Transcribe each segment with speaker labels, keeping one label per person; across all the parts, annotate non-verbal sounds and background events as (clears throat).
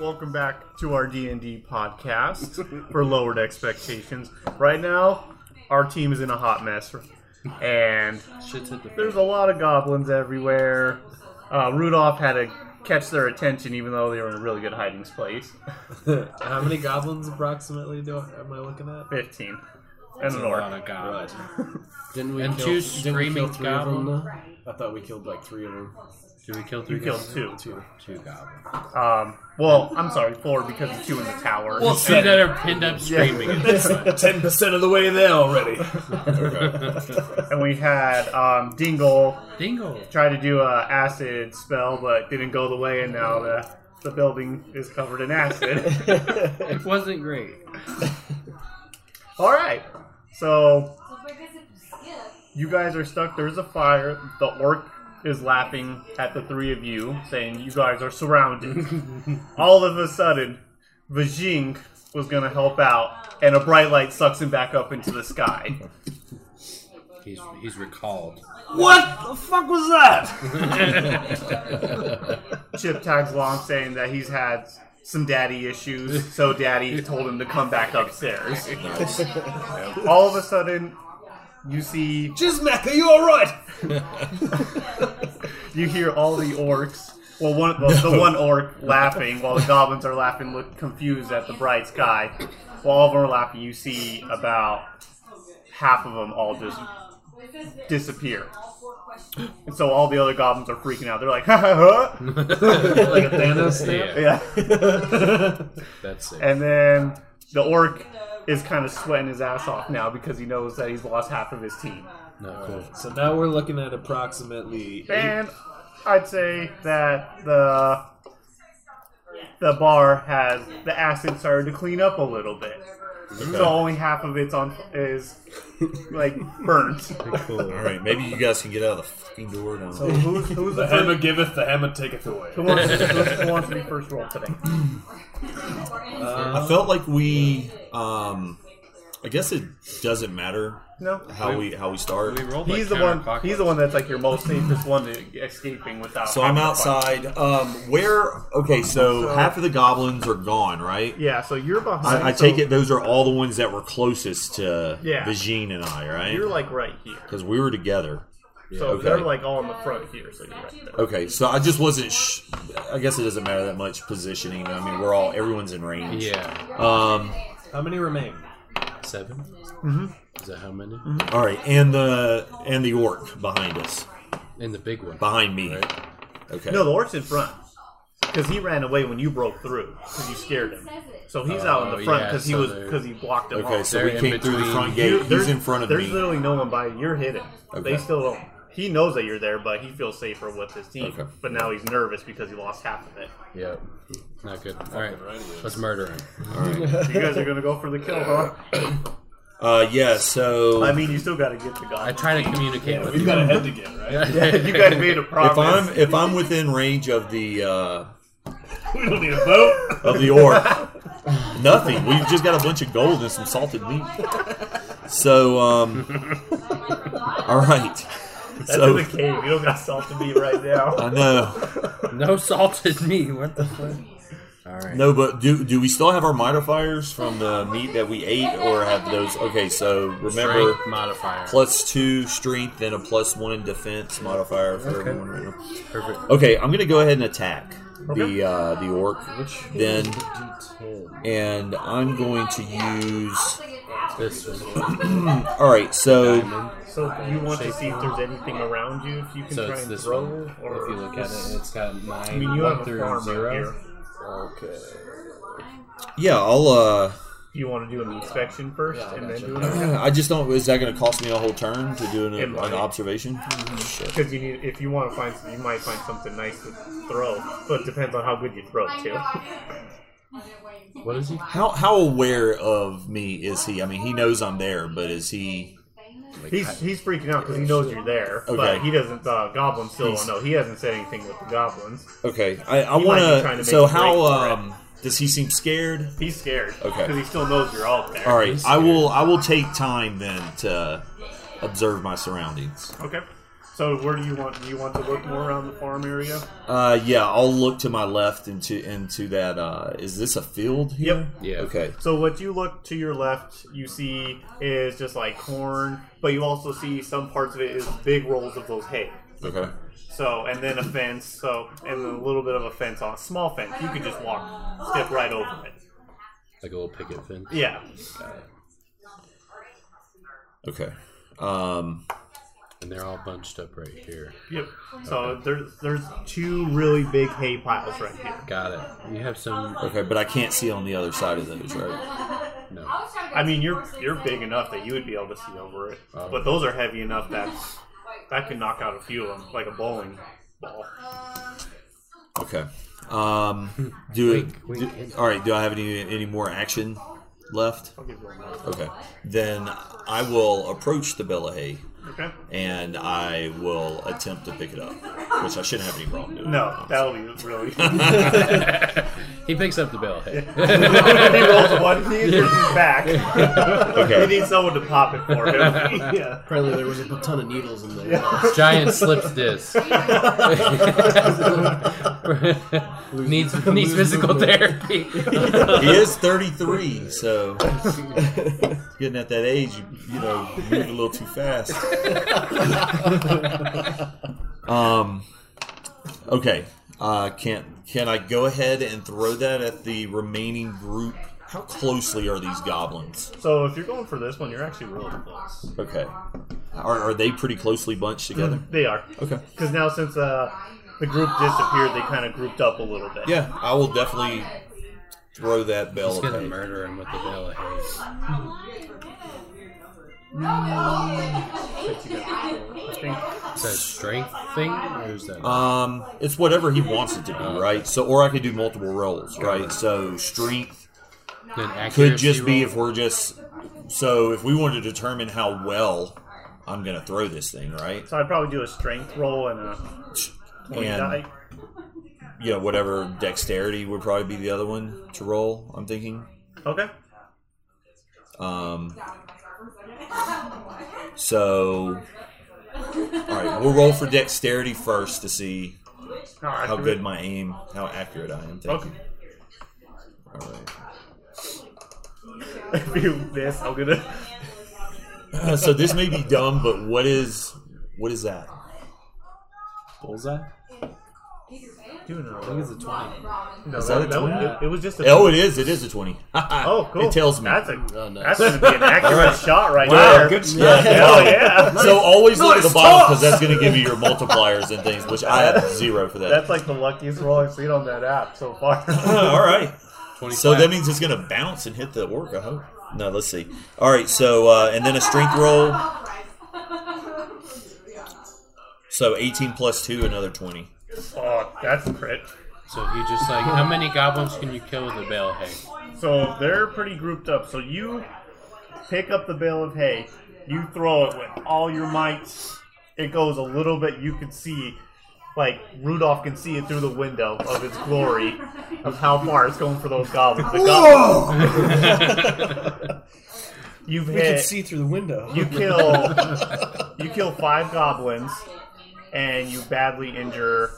Speaker 1: welcome back to our D and D
Speaker 2: (laughs)
Speaker 1: podcast for lowered expectations. Right now, our team is in a hot mess, and
Speaker 2: Shit's hit the
Speaker 1: there's
Speaker 2: fan.
Speaker 1: a lot of goblins everywhere. Uh, Rudolph had to catch their attention, even though they were in a really good hiding place. (laughs)
Speaker 3: How many goblins approximately do I, am I looking at?
Speaker 1: Fifteen, and an
Speaker 2: A lot
Speaker 1: orc.
Speaker 2: of goblins.
Speaker 3: Didn't we
Speaker 2: And
Speaker 3: kill,
Speaker 2: two
Speaker 3: didn't we kill
Speaker 2: screaming
Speaker 3: three of them,
Speaker 2: goblins.
Speaker 3: though? I thought we killed like three of them.
Speaker 2: Did we kill three?
Speaker 1: You killed
Speaker 2: goblins?
Speaker 1: two.
Speaker 3: Two.
Speaker 2: Two goblins.
Speaker 1: Um, well, I'm sorry, four because of two in the tower. (laughs)
Speaker 2: Well, two that are pinned up screaming.
Speaker 3: (laughs) Ten percent of the way there (laughs) already.
Speaker 1: and we had um, Dingle
Speaker 2: Dingle.
Speaker 1: try to do a acid spell, but didn't go the way, and now the the building is covered in acid.
Speaker 2: It wasn't great.
Speaker 1: All right, so
Speaker 4: So for this, if you skip,
Speaker 1: You guys are stuck. There's a fire. The orc is laughing at the three of you, saying you guys are surrounded. All of a sudden, Vajing was going to help out, and a bright light sucks him back up into the sky.
Speaker 2: He's he's recalled.
Speaker 3: what the fuck was
Speaker 2: (laughs)
Speaker 3: that?
Speaker 1: Chip tags along, saying that he's had some daddy issues, so daddy told him to come back upstairs. All of a sudden, you see
Speaker 3: Jizmac, are you alright?
Speaker 1: (laughs) You hear all the orcs. Well, one well, the one orc laughing while the goblins are laughing, look confused at the bright sky. While all of them are laughing, you see about half of them all just
Speaker 4: with this, there
Speaker 1: disappear,
Speaker 4: are four questions.
Speaker 1: and so all the other goblins are freaking out. They're like, (laughs) ha ha ha,
Speaker 3: like a Thanos snap?
Speaker 2: Yeah,
Speaker 1: yeah.
Speaker 3: (laughs)
Speaker 2: that's it.
Speaker 1: And then the orc is kind of sweating his ass off now because he knows that he's lost half of his team.
Speaker 2: No, cool.
Speaker 3: So now we're looking at approximately eight.
Speaker 1: And I'd say that the the bar has the acid started to clean up a little bit. So only half of it's on is like burnt.
Speaker 5: All right, maybe you guys can get out of the fucking door now.
Speaker 1: So who's who's the
Speaker 3: The hammer
Speaker 1: first,
Speaker 3: giveth, the hammer taketh away.
Speaker 1: who wants, who wants to be first roll today? uh,
Speaker 5: I felt like we, um, I guess it doesn't matter
Speaker 1: No.
Speaker 5: how we how we start.
Speaker 2: We rolled
Speaker 1: He's the
Speaker 2: like
Speaker 1: one. He's the one that's like your most safest one to escaping without.
Speaker 5: So I'm
Speaker 1: having to fight.
Speaker 5: outside. Um, where? Okay, so
Speaker 1: So-
Speaker 5: half of the goblins are gone, right?
Speaker 1: Yeah. So you're behind.
Speaker 5: I, I
Speaker 1: so
Speaker 5: take it those are all the ones that were closest to
Speaker 1: Yeah.
Speaker 5: Vagine and I,
Speaker 1: You're
Speaker 5: right?
Speaker 1: like right here.
Speaker 5: Because we were together.
Speaker 1: So
Speaker 5: okay.
Speaker 1: they're like all in the front here. So you're right there.
Speaker 5: Okay, so I just wasn't. Sh- I guess it doesn't matter that much positioning. I mean, we're all everyone's in range.
Speaker 2: Yeah,
Speaker 5: Um.
Speaker 3: How many remain?
Speaker 2: 7 Is that how many?
Speaker 5: All right, and the and the orc behind us,
Speaker 2: And the big one.
Speaker 5: behind me.
Speaker 2: Right.
Speaker 5: Okay.
Speaker 1: No, the orc's in front. Because he ran away when you broke through. Because you scared him. So he's out in
Speaker 2: Oh,
Speaker 1: the front
Speaker 2: yeah,
Speaker 1: because
Speaker 2: so
Speaker 1: he was
Speaker 2: they're-
Speaker 1: because he blocked him
Speaker 5: Okay,
Speaker 1: off.
Speaker 5: so
Speaker 2: They're
Speaker 5: we
Speaker 2: in
Speaker 5: came through the
Speaker 2: between.
Speaker 5: front gate.
Speaker 1: there's-
Speaker 5: He's in front of
Speaker 1: There's
Speaker 5: me.
Speaker 1: literally no one by you. You're hidden. They
Speaker 5: Okay.
Speaker 1: still don't. He knows that you're there, but he feels safer with his team.
Speaker 5: Okay.
Speaker 1: But now he's nervous because he lost half of it.
Speaker 2: Yep. Not good. All right, let's murder him.
Speaker 5: All right.
Speaker 1: You guys are gonna go for the kill, huh?
Speaker 5: Uh, yeah. So
Speaker 1: I mean, you still gotta get the
Speaker 2: I
Speaker 1: guy.
Speaker 2: try to communicate with
Speaker 3: We've
Speaker 2: him. (laughs)
Speaker 3: got a head to get, right?
Speaker 1: (laughs) You guys made a
Speaker 5: if I'm
Speaker 1: promise. (laughs)
Speaker 5: if I'm within range of the uh,
Speaker 3: we don't need a boat.
Speaker 5: of the
Speaker 1: (laughs)
Speaker 5: orc, nothing. We've just got a bunch of gold and some salted meat. So um, all right.
Speaker 1: That's in
Speaker 5: So
Speaker 1: the cave. You don't got salt to be right (laughs) now.
Speaker 2: (laughs)
Speaker 5: I know.
Speaker 2: No salted meat. What the fuck? All right.
Speaker 5: No, but do do we still have our modifiers from the meat that we ate, or have those? Okay, so remember.
Speaker 2: Strength modifier.
Speaker 5: plus two strength and a plus one defense modifier for everyone right now.
Speaker 2: Perfect.
Speaker 5: Okay, I'm gonna go ahead and attack the uh, the orc then, and I'm going to use.
Speaker 2: This is
Speaker 5: All right, so
Speaker 1: So you want to see if there's anything around you if you can
Speaker 2: so
Speaker 1: try
Speaker 2: it's
Speaker 1: and
Speaker 2: this
Speaker 1: throw,
Speaker 2: one.
Speaker 1: or
Speaker 2: If you look at it, it's got nine
Speaker 1: I mean, you
Speaker 2: one
Speaker 1: have a
Speaker 2: through
Speaker 1: farm
Speaker 2: zero.
Speaker 1: right here.
Speaker 3: Okay.
Speaker 5: yeah, I'll. uh (clears throat)
Speaker 1: You want to do an inspection first
Speaker 3: Yeah, I
Speaker 1: and
Speaker 3: gotcha.
Speaker 1: then do an
Speaker 5: I just don't. Is that gonna cost me a whole turn to do an,
Speaker 1: It
Speaker 5: an
Speaker 1: might.
Speaker 5: observation? Shit.
Speaker 1: Because you need, if you want to find, some- you might find something nice to throw. But it depends on how good you throw it too.
Speaker 2: What is he?
Speaker 5: How how aware of me is he? I mean, he knows I'm there, but is he?
Speaker 1: He's he's freaking out because he knows you're there,
Speaker 5: Okay.
Speaker 1: but he doesn't. Uh, goblins still
Speaker 5: He's-
Speaker 1: don't know. He hasn't said anything with the goblins.
Speaker 5: Okay, I, I
Speaker 1: He might be trying
Speaker 5: want
Speaker 1: to
Speaker 5: to.
Speaker 1: make
Speaker 5: So
Speaker 1: a break
Speaker 5: how
Speaker 1: for it.
Speaker 5: um does he seem scared?
Speaker 1: He's scared.
Speaker 5: Okay.
Speaker 1: Because he still knows you're out there.
Speaker 5: All right, I will. I will take time then to observe my surroundings.
Speaker 1: Okay. So where do you want? Do you want to look more around the farm area?
Speaker 5: Uh, yeah, I'll look to my left into into that. Uh, is this a field here?
Speaker 1: Yep.
Speaker 6: Yeah.
Speaker 5: Okay.
Speaker 1: So what you look to your left, you see is just like corn, but you also see some parts of it is big rolls of those hay.
Speaker 5: Okay.
Speaker 1: So and then a fence. So and a little bit of a fence on small fence. You could just walk, step right over it.
Speaker 6: Like a little picket fence.
Speaker 1: Yeah.
Speaker 5: Okay. Um,
Speaker 6: And they're all bunched up right here.
Speaker 1: Yep. So there's there's two really big hay piles right here.
Speaker 6: Got it. You have some.
Speaker 5: okay, but I can't see on the other side of those, right?
Speaker 6: No.
Speaker 1: I mean, you're you're big enough that you would be able to see over it, but those are heavy enough that that could knock out a few of them, like a bowling ball.
Speaker 5: Okay. Um, do it.
Speaker 6: Wink, wink.
Speaker 5: do- all right. Do I have any any more action left?
Speaker 1: I'll give you one.
Speaker 5: Okay. Then I will approach the bale of hay
Speaker 1: Okay.
Speaker 5: and I will attempt to pick it up, which I shouldn't have any problem doing.
Speaker 1: No, that'll be really.
Speaker 6: (laughs) he picks up the bell. Hey.
Speaker 1: he rolls one, he his back. We
Speaker 5: Okay.
Speaker 1: need someone to pop it for
Speaker 5: (laughs)
Speaker 1: him. (laughs) yeah.
Speaker 3: Apparently, there was a ton of needles in there.
Speaker 6: (laughs) Giant slips disc. (laughs) needs needs physical therapy.
Speaker 5: He is 33, so (laughs) getting at that age, you, you know, you move a little too fast. Um. Okay. Uh, can can I go ahead and throw that at the remaining group? How closely are these goblins?
Speaker 1: So if you're going for this one, you're actually really close.
Speaker 5: Okay. Are, are they pretty closely bunched together?
Speaker 1: They are.
Speaker 5: Okay.
Speaker 1: Because now since uh, the group disappeared, they kind of grouped up a little bit.
Speaker 5: Yeah, I will definitely throw that bell.
Speaker 6: He's gonna
Speaker 5: of hay.
Speaker 6: murder him with the bell. Hey.
Speaker 1: I think
Speaker 6: Is that a strength thing or is that?
Speaker 5: Um, it's whatever he wants it to be, right? So, or I could do multiple rolls, right? So, strength
Speaker 6: an
Speaker 5: could
Speaker 6: accuracy
Speaker 5: just be
Speaker 6: roll?
Speaker 5: if we're just. So, if we want to determine how well I'm going to throw this thing, right?
Speaker 1: so. I'd probably do a strength roll and a twenty
Speaker 5: And
Speaker 1: die.
Speaker 5: you know, whatever dexterity would probably be the other one to roll. I'm thinking.
Speaker 1: Okay.
Speaker 5: Um, so, all right, we'll roll for dexterity first to see
Speaker 1: All right.
Speaker 5: how good my aim, how accurate I am. Thank
Speaker 1: Okay. (laughs)
Speaker 5: you. All right.
Speaker 1: If you miss, I'm gonna.
Speaker 5: (laughs) so this may be dumb, but what is what is that?
Speaker 3: Bullseye?
Speaker 1: Do another
Speaker 3: I think
Speaker 1: roll.
Speaker 3: it's a 20.
Speaker 1: No,
Speaker 5: Is that a
Speaker 1: that was-
Speaker 5: 20?
Speaker 1: it, it was just a.
Speaker 5: Oh, it is. It is a twenty. (laughs)
Speaker 1: Oh, cool.
Speaker 5: It tells me.
Speaker 1: That's a.
Speaker 3: Oh, no.
Speaker 1: That's gonna be
Speaker 5: (laughs)
Speaker 1: an accurate shot right there. (laughs)
Speaker 5: Yeah.
Speaker 1: Hell
Speaker 5: (laughs)
Speaker 1: yeah.
Speaker 5: So always look at the bottom because that's going to give you your multipliers and things, which I
Speaker 1: (laughs)
Speaker 5: have zero for that.
Speaker 1: That's like the luckiest roll I've seen on that app so far.
Speaker 5: (laughs)
Speaker 1: (laughs)
Speaker 5: all right.
Speaker 6: 25.
Speaker 5: So that means it's going to bounce and hit the orc. I hope. No, let's see. All right. So uh, and then a strength roll. So eighteen plus two, another twenty.
Speaker 1: oh, that's a crit.
Speaker 6: So he just like, how many goblins can you kill with a bell? Hey.
Speaker 1: So they're pretty grouped up. So you pick up the bale of hay, you throw it with all your might. It goes a little bit. You can see, like Rudolph can see it through the window of its glory, of how far it's going for those goblins. The goblins (laughs) you've
Speaker 7: We can
Speaker 1: hit.
Speaker 7: see through the window.
Speaker 6: (laughs)
Speaker 1: You kill. you kill five goblins, and you badly injure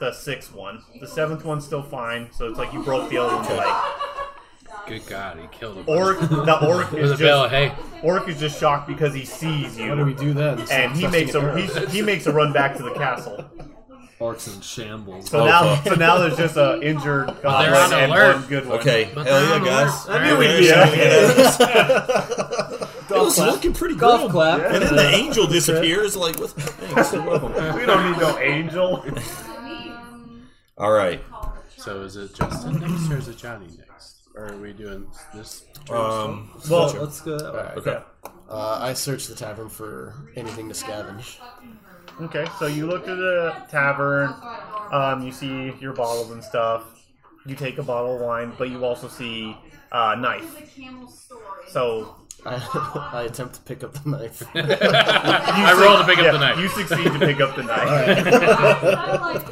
Speaker 1: the sixth one. The seventh one's still fine. So it's like you broke the other one's leg.
Speaker 6: Good God, he killed him.
Speaker 1: Orc, the
Speaker 6: (laughs)
Speaker 1: orc
Speaker 6: with
Speaker 1: is
Speaker 6: a
Speaker 1: just
Speaker 6: bell. Hey.
Speaker 1: Orc is just shocked because he sees
Speaker 3: What do we
Speaker 1: you,
Speaker 3: do then?
Speaker 1: and he makes a he's, he makes a run back to the castle.
Speaker 3: Orcs in shambles.
Speaker 1: So
Speaker 5: Oh,
Speaker 1: now
Speaker 5: fuck.
Speaker 1: so now there's just a injured
Speaker 6: on
Speaker 1: goblin and
Speaker 6: alert.
Speaker 1: one good one. (laughs)
Speaker 5: Okay. Hell
Speaker 6: But
Speaker 5: yeah,
Speaker 6: they're on
Speaker 5: guys.
Speaker 6: alert. I knew
Speaker 1: we'd be
Speaker 5: Yeah.
Speaker 1: up.
Speaker 5: It
Speaker 6: (laughs)
Speaker 5: was looking pretty
Speaker 3: Golf
Speaker 5: good.
Speaker 3: clap.
Speaker 5: And then the angel disappears. Like what? the- Thanks, I love
Speaker 1: (laughs) (laughs)
Speaker 5: 'em.
Speaker 1: We don't need no angel. (laughs)
Speaker 5: All right.
Speaker 6: So is it Justin next or is it Johnny next? Or are we doing this?
Speaker 5: Um,
Speaker 1: Well,
Speaker 5: gotcha.
Speaker 3: Let's go. that way.
Speaker 5: okay.
Speaker 7: Uh, I searched the tavern for anything to scavenge. (laughs)
Speaker 1: Okay, so you look to the tavern. Um, you see your bottles and stuff. You take a bottle of wine, but you also see a uh, knife. So
Speaker 7: I, I attempt to pick up the knife.
Speaker 3: (laughs)
Speaker 6: I roll to pick up
Speaker 1: yeah,
Speaker 6: the knife.
Speaker 1: You succeed
Speaker 6: (laughs)
Speaker 1: to pick up the knife.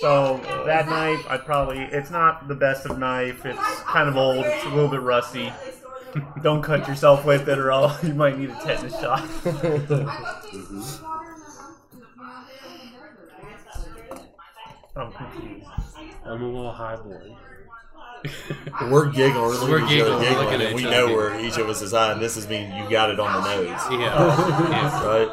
Speaker 1: So that knife, I probably it's not the best of knife. It's kind of old. It's a little bit rusty. (laughs) Don't cut yourself with it, or else you might need a tetanus shot. (laughs) I'm confused.
Speaker 6: I'm a little highborn.
Speaker 5: We're giggling. We're,
Speaker 3: We're
Speaker 5: looking at each
Speaker 3: giggling,
Speaker 5: other,
Speaker 3: we're
Speaker 5: giggling,
Speaker 3: looking at
Speaker 5: and
Speaker 3: each
Speaker 5: we
Speaker 3: other.
Speaker 5: know where each of us is on. This is mean you got it on the nose,
Speaker 3: Yeah. (laughs) yeah.
Speaker 5: right?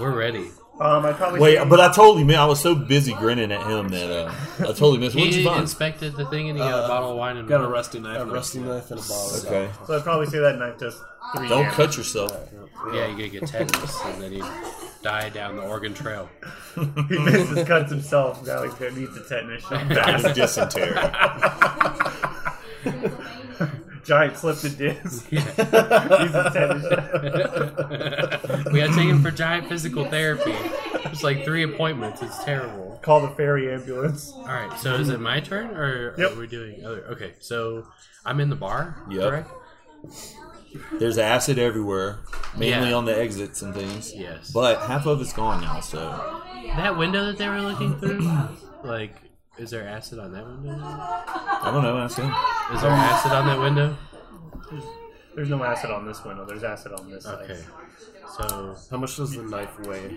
Speaker 3: We're ready.
Speaker 1: Um, I probably
Speaker 5: Wait, but I totally missed. I was so busy grinning at him that uh, I totally missed. What'd
Speaker 3: He
Speaker 5: you find?
Speaker 3: inspected the thing and he got a
Speaker 7: Uh,
Speaker 3: bottle of wine and
Speaker 7: Got a rusty knife. A
Speaker 3: and a-
Speaker 7: rusty knife and a bottle. of
Speaker 5: Okay,
Speaker 1: so I'd probably say that knife does three.
Speaker 5: don't
Speaker 1: damage.
Speaker 5: cut yourself.
Speaker 3: Yeah, you get tetanus and then you die down the
Speaker 1: (laughs)
Speaker 3: Oregon Trail.
Speaker 1: (laughs)
Speaker 3: (laughs)
Speaker 1: He misses, cuts himself. Now he needs a tetanus
Speaker 5: (laughs)
Speaker 1: shot.
Speaker 5: Out of dysentery.
Speaker 3: (laughs)
Speaker 1: Giant slipped a disc. (laughs) He's a tetanus shot.
Speaker 3: we got taken for giant physical therapy. It's like three appointments. It's terrible.
Speaker 1: Call the ferry ambulance.
Speaker 3: All right, so is it my turn or
Speaker 1: Yep.
Speaker 3: are we doing other? Okay, so I'm in the bar,
Speaker 5: Yep.
Speaker 3: correct?
Speaker 5: There's acid everywhere, mainly
Speaker 3: Yeah.
Speaker 5: on the exits and things.
Speaker 3: Yes.
Speaker 5: But half of it's gone now, so
Speaker 3: That window that they were looking through, like, is there acid on that window?
Speaker 5: I don't know. I assume.
Speaker 3: Is there acid on that window?
Speaker 1: There's no acid on this window. There's acid on this side.
Speaker 3: Okay, so
Speaker 7: How much does the knife weigh?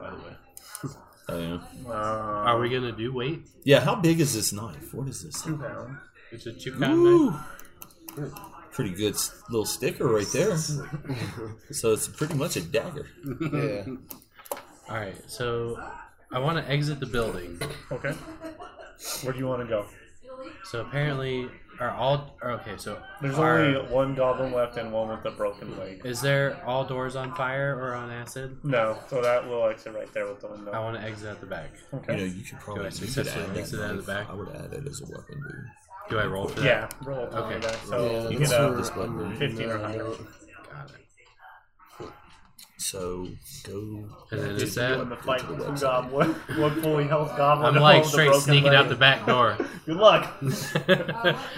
Speaker 7: By the way,
Speaker 5: I don't know.
Speaker 1: Um,
Speaker 3: Uh, are we gonna do weight?
Speaker 5: Yeah. How big is this knife? What is this?
Speaker 1: two pounds?
Speaker 3: It's a two pound knife.
Speaker 5: Ooh. Pretty good s- little sticker right there. so it's pretty much a dagger.
Speaker 7: yeah.
Speaker 3: All right, so I want to exit the building.
Speaker 1: Okay. Where do you want to go?
Speaker 3: So apparently, are all are, okay? So
Speaker 1: There's
Speaker 3: are-
Speaker 1: only one goblin left and one with a broken leg.
Speaker 3: Is there all doors on fire or on acid?
Speaker 1: No, so that will exit right there with the window.
Speaker 3: I want to exit at the back.
Speaker 5: You
Speaker 1: Okay.
Speaker 5: know, you could probably
Speaker 3: Do I
Speaker 5: you could
Speaker 3: successfully
Speaker 5: add that
Speaker 3: mix it out of
Speaker 5: knife.
Speaker 3: the back?
Speaker 5: I would add it as a weapon, dude.
Speaker 3: Do I roll for that?
Speaker 1: Yeah, roll a okay.
Speaker 3: Okay.
Speaker 1: So
Speaker 7: yeah
Speaker 1: you
Speaker 7: that's
Speaker 1: get a
Speaker 7: where
Speaker 5: this button,
Speaker 7: I'm
Speaker 3: Mm-hmm.
Speaker 5: right?
Speaker 1: 15 or
Speaker 7: reading
Speaker 1: higher.
Speaker 7: that.
Speaker 3: Got it.
Speaker 5: So go.
Speaker 3: And then is
Speaker 1: when the
Speaker 3: that?
Speaker 1: fight with two goblin, (laughs) one fully health goblin.
Speaker 3: I'm
Speaker 1: and one
Speaker 3: like
Speaker 1: with a
Speaker 3: straight
Speaker 1: broken
Speaker 3: sneaking
Speaker 1: leg.
Speaker 3: out the back
Speaker 1: (laughs)
Speaker 3: door. (laughs)
Speaker 1: Good luck.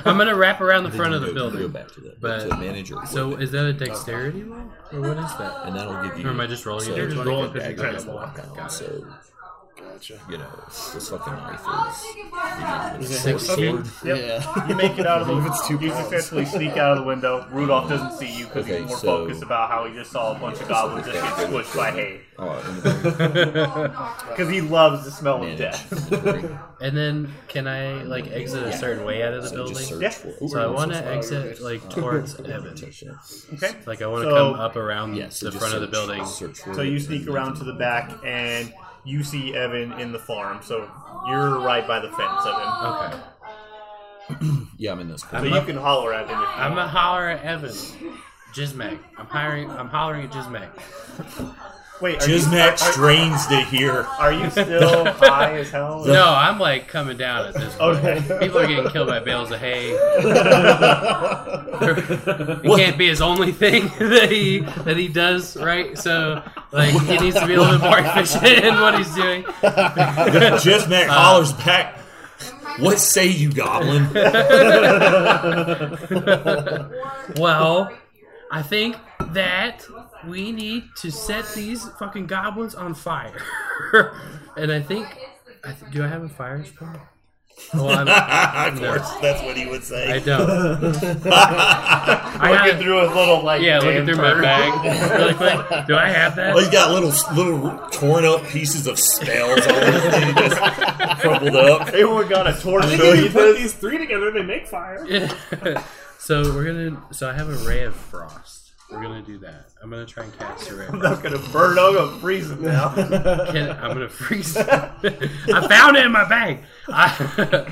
Speaker 3: I'm gonna wrap around the front of the
Speaker 5: Go- Go
Speaker 3: building.
Speaker 5: back to that.
Speaker 3: but-
Speaker 5: to manage your
Speaker 3: So
Speaker 5: equipment,
Speaker 3: is that a dexterity roll, or what is that?
Speaker 5: and that'll give you.
Speaker 3: Or am I just rolling?
Speaker 5: so
Speaker 3: a
Speaker 1: You're just
Speaker 5: like
Speaker 3: 20?
Speaker 1: rolling
Speaker 5: a
Speaker 1: 'cause you
Speaker 5: dagger
Speaker 1: can't
Speaker 5: is one
Speaker 1: walk.
Speaker 5: pound,
Speaker 3: Got it.
Speaker 5: So
Speaker 7: Gotcha.
Speaker 5: you know this fucking knife is.
Speaker 3: Six.
Speaker 1: Okay. Yep.
Speaker 7: Yeah.
Speaker 1: You make it out of the
Speaker 7: If it's two
Speaker 1: You
Speaker 7: pounds.
Speaker 1: successfully sneak out of the window. Rudolph doesn't see you because
Speaker 5: Okay,
Speaker 1: he's more
Speaker 5: so-
Speaker 1: focused about how he just saw a bunch of goblins just get squished by hay.
Speaker 5: Oh,
Speaker 1: Because he loves the smell of
Speaker 5: and
Speaker 1: death.
Speaker 3: (laughs) And then can I like exit a certain way out of the
Speaker 5: so just
Speaker 3: building?
Speaker 5: search
Speaker 1: Yeah.
Speaker 5: for it.
Speaker 3: So I want to
Speaker 5: Ooh,
Speaker 3: exit
Speaker 5: (laughs)
Speaker 3: like towards Evan.
Speaker 5: touch it.
Speaker 1: (laughs) Okay.
Speaker 3: Like I want to
Speaker 1: So-
Speaker 3: come up around
Speaker 5: Yeah, so
Speaker 3: the
Speaker 5: just
Speaker 3: front of the
Speaker 5: search-
Speaker 3: building.
Speaker 5: search for
Speaker 1: So
Speaker 5: it
Speaker 1: you
Speaker 5: and
Speaker 1: sneak
Speaker 5: then
Speaker 1: around to the back and you see Evan in the farm. So you're right by the fence, Evan.
Speaker 3: Okay.
Speaker 5: Yeah, I'm in this.
Speaker 1: So you can holler at him. If
Speaker 3: I'm gonna holler at Evan. Jizmac. I'm hiring. I'm hollering at Jizmac.
Speaker 1: you... Wait, are you,
Speaker 5: Jiznak
Speaker 1: are,
Speaker 5: strains to hear.
Speaker 1: are you still high as hell?
Speaker 5: (laughs)
Speaker 3: No, I'm like coming down at this point.
Speaker 1: (laughs) Okay.
Speaker 3: People are getting killed by bales of
Speaker 5: (laughs)
Speaker 3: hay. it can't be his only thing (laughs) that he that he does, right? So like he needs to be a little bit more (laughs) efficient in what he's doing.
Speaker 5: Jiznak hollers back. What say you, goblin? (laughs)
Speaker 3: (laughs) Well, I think that we need to set these fucking goblins on fire. (laughs) and I think, I th- do I have a fire spell? Well, I'm,
Speaker 5: (laughs) of course, that's what he would
Speaker 3: I
Speaker 5: say.
Speaker 3: don't. I
Speaker 1: Looking
Speaker 3: got,
Speaker 1: through his little like.
Speaker 3: yeah, looking through my
Speaker 1: lantern. (laughs)
Speaker 3: bag really quick. Do I have
Speaker 5: Oh,
Speaker 3: that?
Speaker 5: he's got little little torn up pieces of spells all over him, just crumpled up.
Speaker 1: Everyone got a torch.
Speaker 5: think if you put
Speaker 1: these three together, they make fire.
Speaker 3: (laughs) so we're gonna. So I have a ray of frost. We're gonna do that. I'm gonna try and cast a ray. Of frost.
Speaker 1: I'm gonna burn. I'm gonna freeze them now.
Speaker 3: Can- I'm gonna freeze. I found it in my bag.
Speaker 5: (laughs)
Speaker 3: I,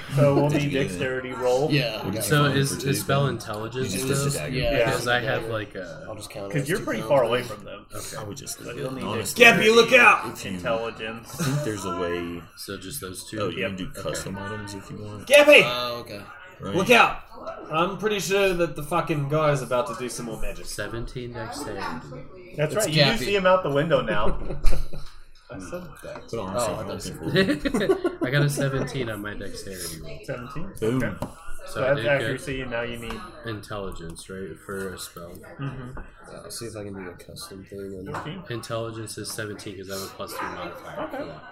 Speaker 1: (laughs) so we'll need dexterity roll.
Speaker 7: Yeah. we got
Speaker 3: so
Speaker 7: it.
Speaker 3: is is spell intelligence?
Speaker 5: Just
Speaker 3: in
Speaker 5: as
Speaker 3: those?
Speaker 5: a dagger.
Speaker 7: Yeah.
Speaker 3: Because I have like
Speaker 7: I'll
Speaker 3: a.
Speaker 7: just count. it
Speaker 1: Because
Speaker 7: as
Speaker 1: you're
Speaker 7: two
Speaker 1: pretty
Speaker 7: pounds.
Speaker 1: far away from them.
Speaker 5: I would just
Speaker 1: But
Speaker 5: leave
Speaker 1: you'll
Speaker 5: it.
Speaker 1: need
Speaker 5: Honestly,
Speaker 1: dexterity,
Speaker 5: look out!
Speaker 1: Intelligence.
Speaker 5: I think there's a way.
Speaker 3: So just those two.
Speaker 5: Oh, you
Speaker 1: Yep.
Speaker 5: can do custom items if you want.
Speaker 8: Gappy,
Speaker 7: Oh, okay.
Speaker 5: Right?
Speaker 8: look out! I'm pretty sure that the fucking guy is about to do some more magic.
Speaker 3: Seventeen dexterity.
Speaker 1: That's
Speaker 7: It's
Speaker 1: right. You do
Speaker 7: Gappy.
Speaker 1: see him out the window (laughs) now.
Speaker 5: Put on
Speaker 7: Oh,
Speaker 5: something
Speaker 7: I thought you
Speaker 5: for it.
Speaker 3: (laughs) I got a seventeen on my dexterity roll.
Speaker 1: Seventeen.
Speaker 5: Boom.
Speaker 3: So
Speaker 1: So
Speaker 3: I
Speaker 1: that's
Speaker 3: did get
Speaker 1: accuracy, and now you need.
Speaker 3: intelligence, right, for a spell.
Speaker 7: Uh, see if I can do a custom thing. And...
Speaker 3: Intelligence is seventeen because I have a plus three modifier. for that.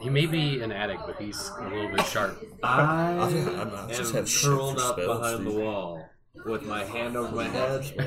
Speaker 3: He may be an addict, but he's a little bit sharp.
Speaker 8: I
Speaker 5: I think I'm- I just
Speaker 8: am
Speaker 5: have shit for
Speaker 8: curled up
Speaker 5: spells,
Speaker 8: behind the
Speaker 5: dude.
Speaker 8: wall with my hand over my head.
Speaker 5: Great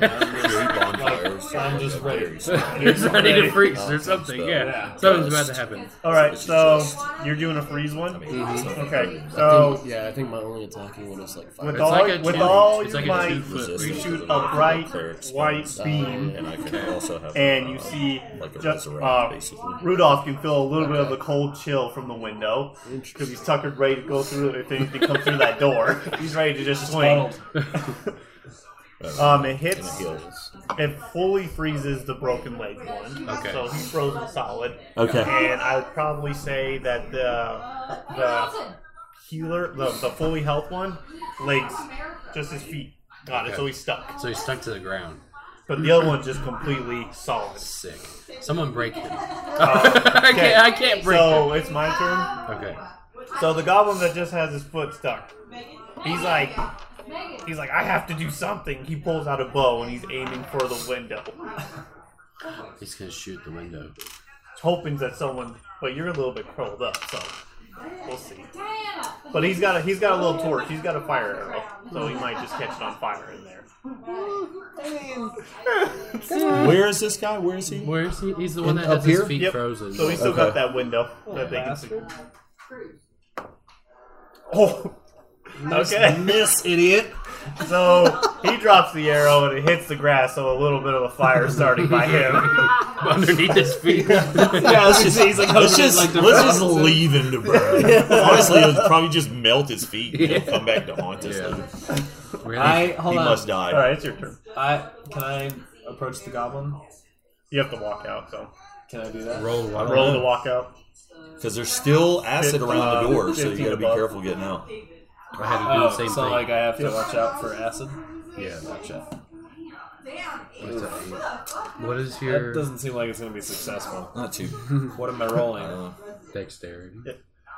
Speaker 8: (laughs)
Speaker 5: bonfires.
Speaker 8: I'm just ready.
Speaker 3: (laughs) It's ready to freeze or something.
Speaker 5: spell.
Speaker 3: Yeah.
Speaker 8: Yeah.
Speaker 3: something's about to happen.
Speaker 1: All right, so you're doing a freeze one. Mm-hmm. Okay, so
Speaker 7: yeah, I think my only attacking one is like
Speaker 1: with
Speaker 7: five.
Speaker 1: all
Speaker 3: like a
Speaker 1: with
Speaker 3: two-
Speaker 1: all
Speaker 3: it's
Speaker 1: your
Speaker 3: like a two
Speaker 1: might,
Speaker 3: foot
Speaker 1: you
Speaker 5: resistance
Speaker 1: shoot
Speaker 5: to
Speaker 1: a
Speaker 5: the
Speaker 1: bright
Speaker 5: cleric
Speaker 1: white
Speaker 5: spells, uh,
Speaker 1: beam,
Speaker 5: and I can also have
Speaker 1: and you
Speaker 5: uh,
Speaker 1: see
Speaker 5: like a
Speaker 1: just
Speaker 5: resurrect,
Speaker 1: uh,
Speaker 5: basically.
Speaker 1: Rudolph. You feel a little bit of the cold chill from the window because he's tuckered, ready to go through it if anything comes through that
Speaker 3: (laughs)
Speaker 1: door. He's ready to just swing. (laughs) Um, it
Speaker 5: and it
Speaker 1: hits.
Speaker 5: heals.
Speaker 1: It fully freezes the broken leg one.
Speaker 3: Okay.
Speaker 1: So he's frozen solid.
Speaker 5: Okay.
Speaker 1: And I would probably say that the the healer, the, the fully health one, legs just his feet got it, so he's stuck.
Speaker 6: So he's stuck to the ground.
Speaker 1: But the other one's just completely
Speaker 3: (laughs)
Speaker 1: solid. Uh,
Speaker 6: Sick. Someone break
Speaker 8: (laughs)
Speaker 6: him.
Speaker 8: Oh,
Speaker 3: I
Speaker 1: Okay.
Speaker 3: can't. I can't break.
Speaker 1: So it's my turn.
Speaker 6: Okay.
Speaker 1: So the goblin that just has his foot stuck, he's like, he's like, I have to do something. He pulls out a bow and he's aiming for the window,
Speaker 6: He's gonna shoot the window.
Speaker 1: hoping that someone. But you're a little bit curled up, so we'll see. But he's got a he's got a little torch. He's got a fire arrow, so he might just catch it on fire in there.
Speaker 5: Where is this guy? Where is he?
Speaker 3: Where is he? He's the one that
Speaker 7: up
Speaker 3: has his
Speaker 7: here?
Speaker 3: feet
Speaker 1: Yep.
Speaker 3: frozen.
Speaker 1: So he's (laughs) still got
Speaker 5: Okay.
Speaker 1: that window that they can see. (laughs) Oh, okay.
Speaker 5: Miss idiot.
Speaker 1: So he drops the arrow and it hits the grass, so a little bit of a fire starting by him.
Speaker 3: underneath his (laughs) feet.
Speaker 5: (laughs) Yeah,
Speaker 1: (laughs)
Speaker 5: let's just, he's like, let's just,
Speaker 8: like, the
Speaker 5: let's just
Speaker 8: mountain.
Speaker 5: leave him to burn. Honestly, it would probably just melt his feet and he'll come back to haunt us.
Speaker 6: Yeah.
Speaker 3: Really?
Speaker 8: I hold
Speaker 5: He
Speaker 8: on.
Speaker 5: must die.
Speaker 1: All right, it's your turn.
Speaker 8: I can I approach the goblin?
Speaker 1: You have to walk out, so
Speaker 8: Can I do that?
Speaker 3: roll one.
Speaker 1: roll to walk out.
Speaker 5: Because there's still acid
Speaker 1: Fifteen,
Speaker 5: around the door, so you
Speaker 1: fifteen
Speaker 5: gotta be
Speaker 1: above.
Speaker 5: careful getting out.
Speaker 3: I had to do
Speaker 8: Oh,
Speaker 3: the same
Speaker 8: so
Speaker 3: thing.
Speaker 8: like I have to watch out for acid.
Speaker 6: Yeah.
Speaker 8: Gotcha.
Speaker 6: What's that?
Speaker 3: what is
Speaker 8: That
Speaker 3: your
Speaker 8: doesn't seem like it's gonna be successful.
Speaker 5: Not too.
Speaker 8: What am I rolling?
Speaker 5: Uh,
Speaker 3: (laughs) dexterity?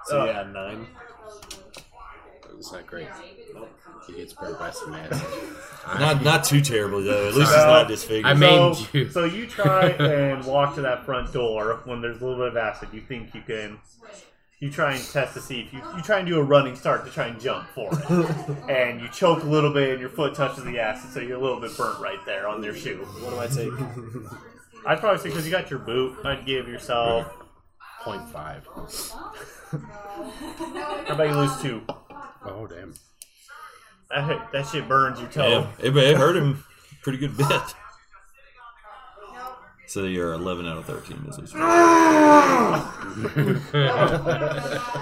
Speaker 8: So yeah, nine.
Speaker 6: It's not great. He gets burnt by some acid.
Speaker 5: not not too terribly though. At least it's
Speaker 1: Uh,
Speaker 5: not disfigured.
Speaker 3: I mean-
Speaker 1: So,
Speaker 3: Maimed you.
Speaker 1: so you try and walk to that front door when there's a little bit of acid. You think you can. You try and test to see if you, you try and do a running start to try and jump for it, and you choke a little bit, and your foot touches the acid, so you're a little bit burnt right there on your shoe.
Speaker 8: What do I take?
Speaker 5: (laughs)
Speaker 1: I'd probably say because you got your boot, I'd give yourself.
Speaker 6: Point five.
Speaker 1: How about you lose two?
Speaker 6: Oh
Speaker 8: (laughs)
Speaker 6: damn.
Speaker 1: That, hit- that shit burns your toe. Uh,
Speaker 5: yeah, it, it hurt him pretty
Speaker 1: (laughs)
Speaker 5: good bit. So you're 11 out of 13. This is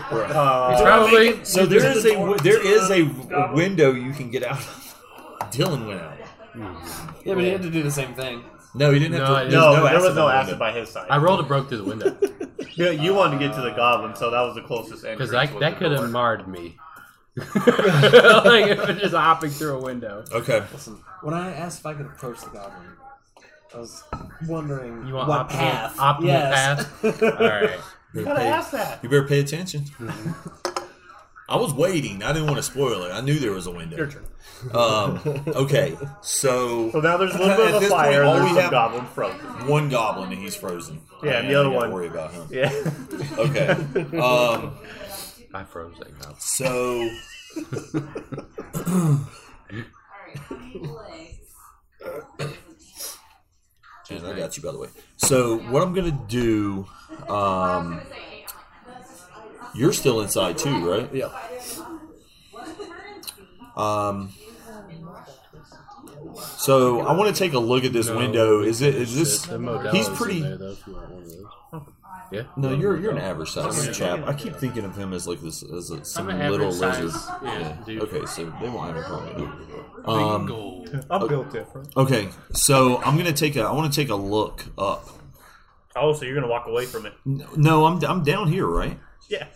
Speaker 3: Probably.
Speaker 5: so there is a there is a window you can get out. of. (laughs) Dylan went out.
Speaker 8: Yeah, but you had to do the same thing.
Speaker 5: No, he didn't have
Speaker 3: No,
Speaker 5: to.
Speaker 3: I-
Speaker 5: there's
Speaker 3: No,
Speaker 1: there was
Speaker 5: in
Speaker 1: no
Speaker 5: the
Speaker 1: acid
Speaker 5: window.
Speaker 1: by his side.
Speaker 3: I rolled a broke through the window
Speaker 1: Yeah, you wanted to get to the goblin, so that was the closest entrance.
Speaker 3: because that
Speaker 1: was
Speaker 3: that
Speaker 1: the
Speaker 3: could
Speaker 1: door.
Speaker 3: have
Speaker 6: (laughs)
Speaker 3: marred me. like if it's just hopping through a window.
Speaker 5: Okay.
Speaker 8: Listen, when I asked if I could approach the goblin, I was wondering
Speaker 3: You want
Speaker 8: what
Speaker 3: optimal-
Speaker 8: path.
Speaker 3: optimal
Speaker 8: yes. (laughs)
Speaker 3: All right.
Speaker 5: You
Speaker 1: Gotta
Speaker 5: better pay-
Speaker 1: ask that.
Speaker 5: You better
Speaker 1: (laughs)
Speaker 5: pay attention.
Speaker 1: Mm-hmm.
Speaker 5: I was waiting. I didn't want to spoil it. I knew there was a window.
Speaker 1: Your turn.
Speaker 5: Um, okay,
Speaker 1: (laughs)
Speaker 5: so
Speaker 1: So now there's a little
Speaker 5: At
Speaker 1: bit of a
Speaker 5: this point,
Speaker 1: fire.
Speaker 5: all
Speaker 1: and
Speaker 5: we
Speaker 1: there's some
Speaker 5: have-
Speaker 1: goblin frozen.
Speaker 5: one goblin and he's frozen.
Speaker 1: Yeah, and the
Speaker 5: I
Speaker 1: other
Speaker 5: gotta
Speaker 1: one-
Speaker 5: Worry about him.
Speaker 1: Yeah.
Speaker 5: Okay. Um,
Speaker 3: I froze that now.
Speaker 5: so
Speaker 4: (laughs)
Speaker 5: and I got you by the way. So what I'm gonna do? Um, you're still inside too, right?
Speaker 7: Yeah.
Speaker 5: Um, so I want to take a look at this window. Is it? Is this?
Speaker 6: The Modelo's
Speaker 5: He's
Speaker 6: in
Speaker 5: pretty.
Speaker 6: There, though, if you want one of those.
Speaker 3: Yeah.
Speaker 5: No, you're you're an average sized chap. I keep thinking of him as like this as a, some
Speaker 3: an average
Speaker 5: little
Speaker 3: size,
Speaker 5: lizard.
Speaker 3: yeah, dude.
Speaker 5: Okay, so they won't have a problem. with it. Um,
Speaker 1: (laughs) I'm built different.
Speaker 5: okay, so I'm gonna take a. I want to take a look up.
Speaker 1: Oh, so you're gonna walk away from it?
Speaker 5: No, No, I'm I'm down here, right?
Speaker 1: Yeah.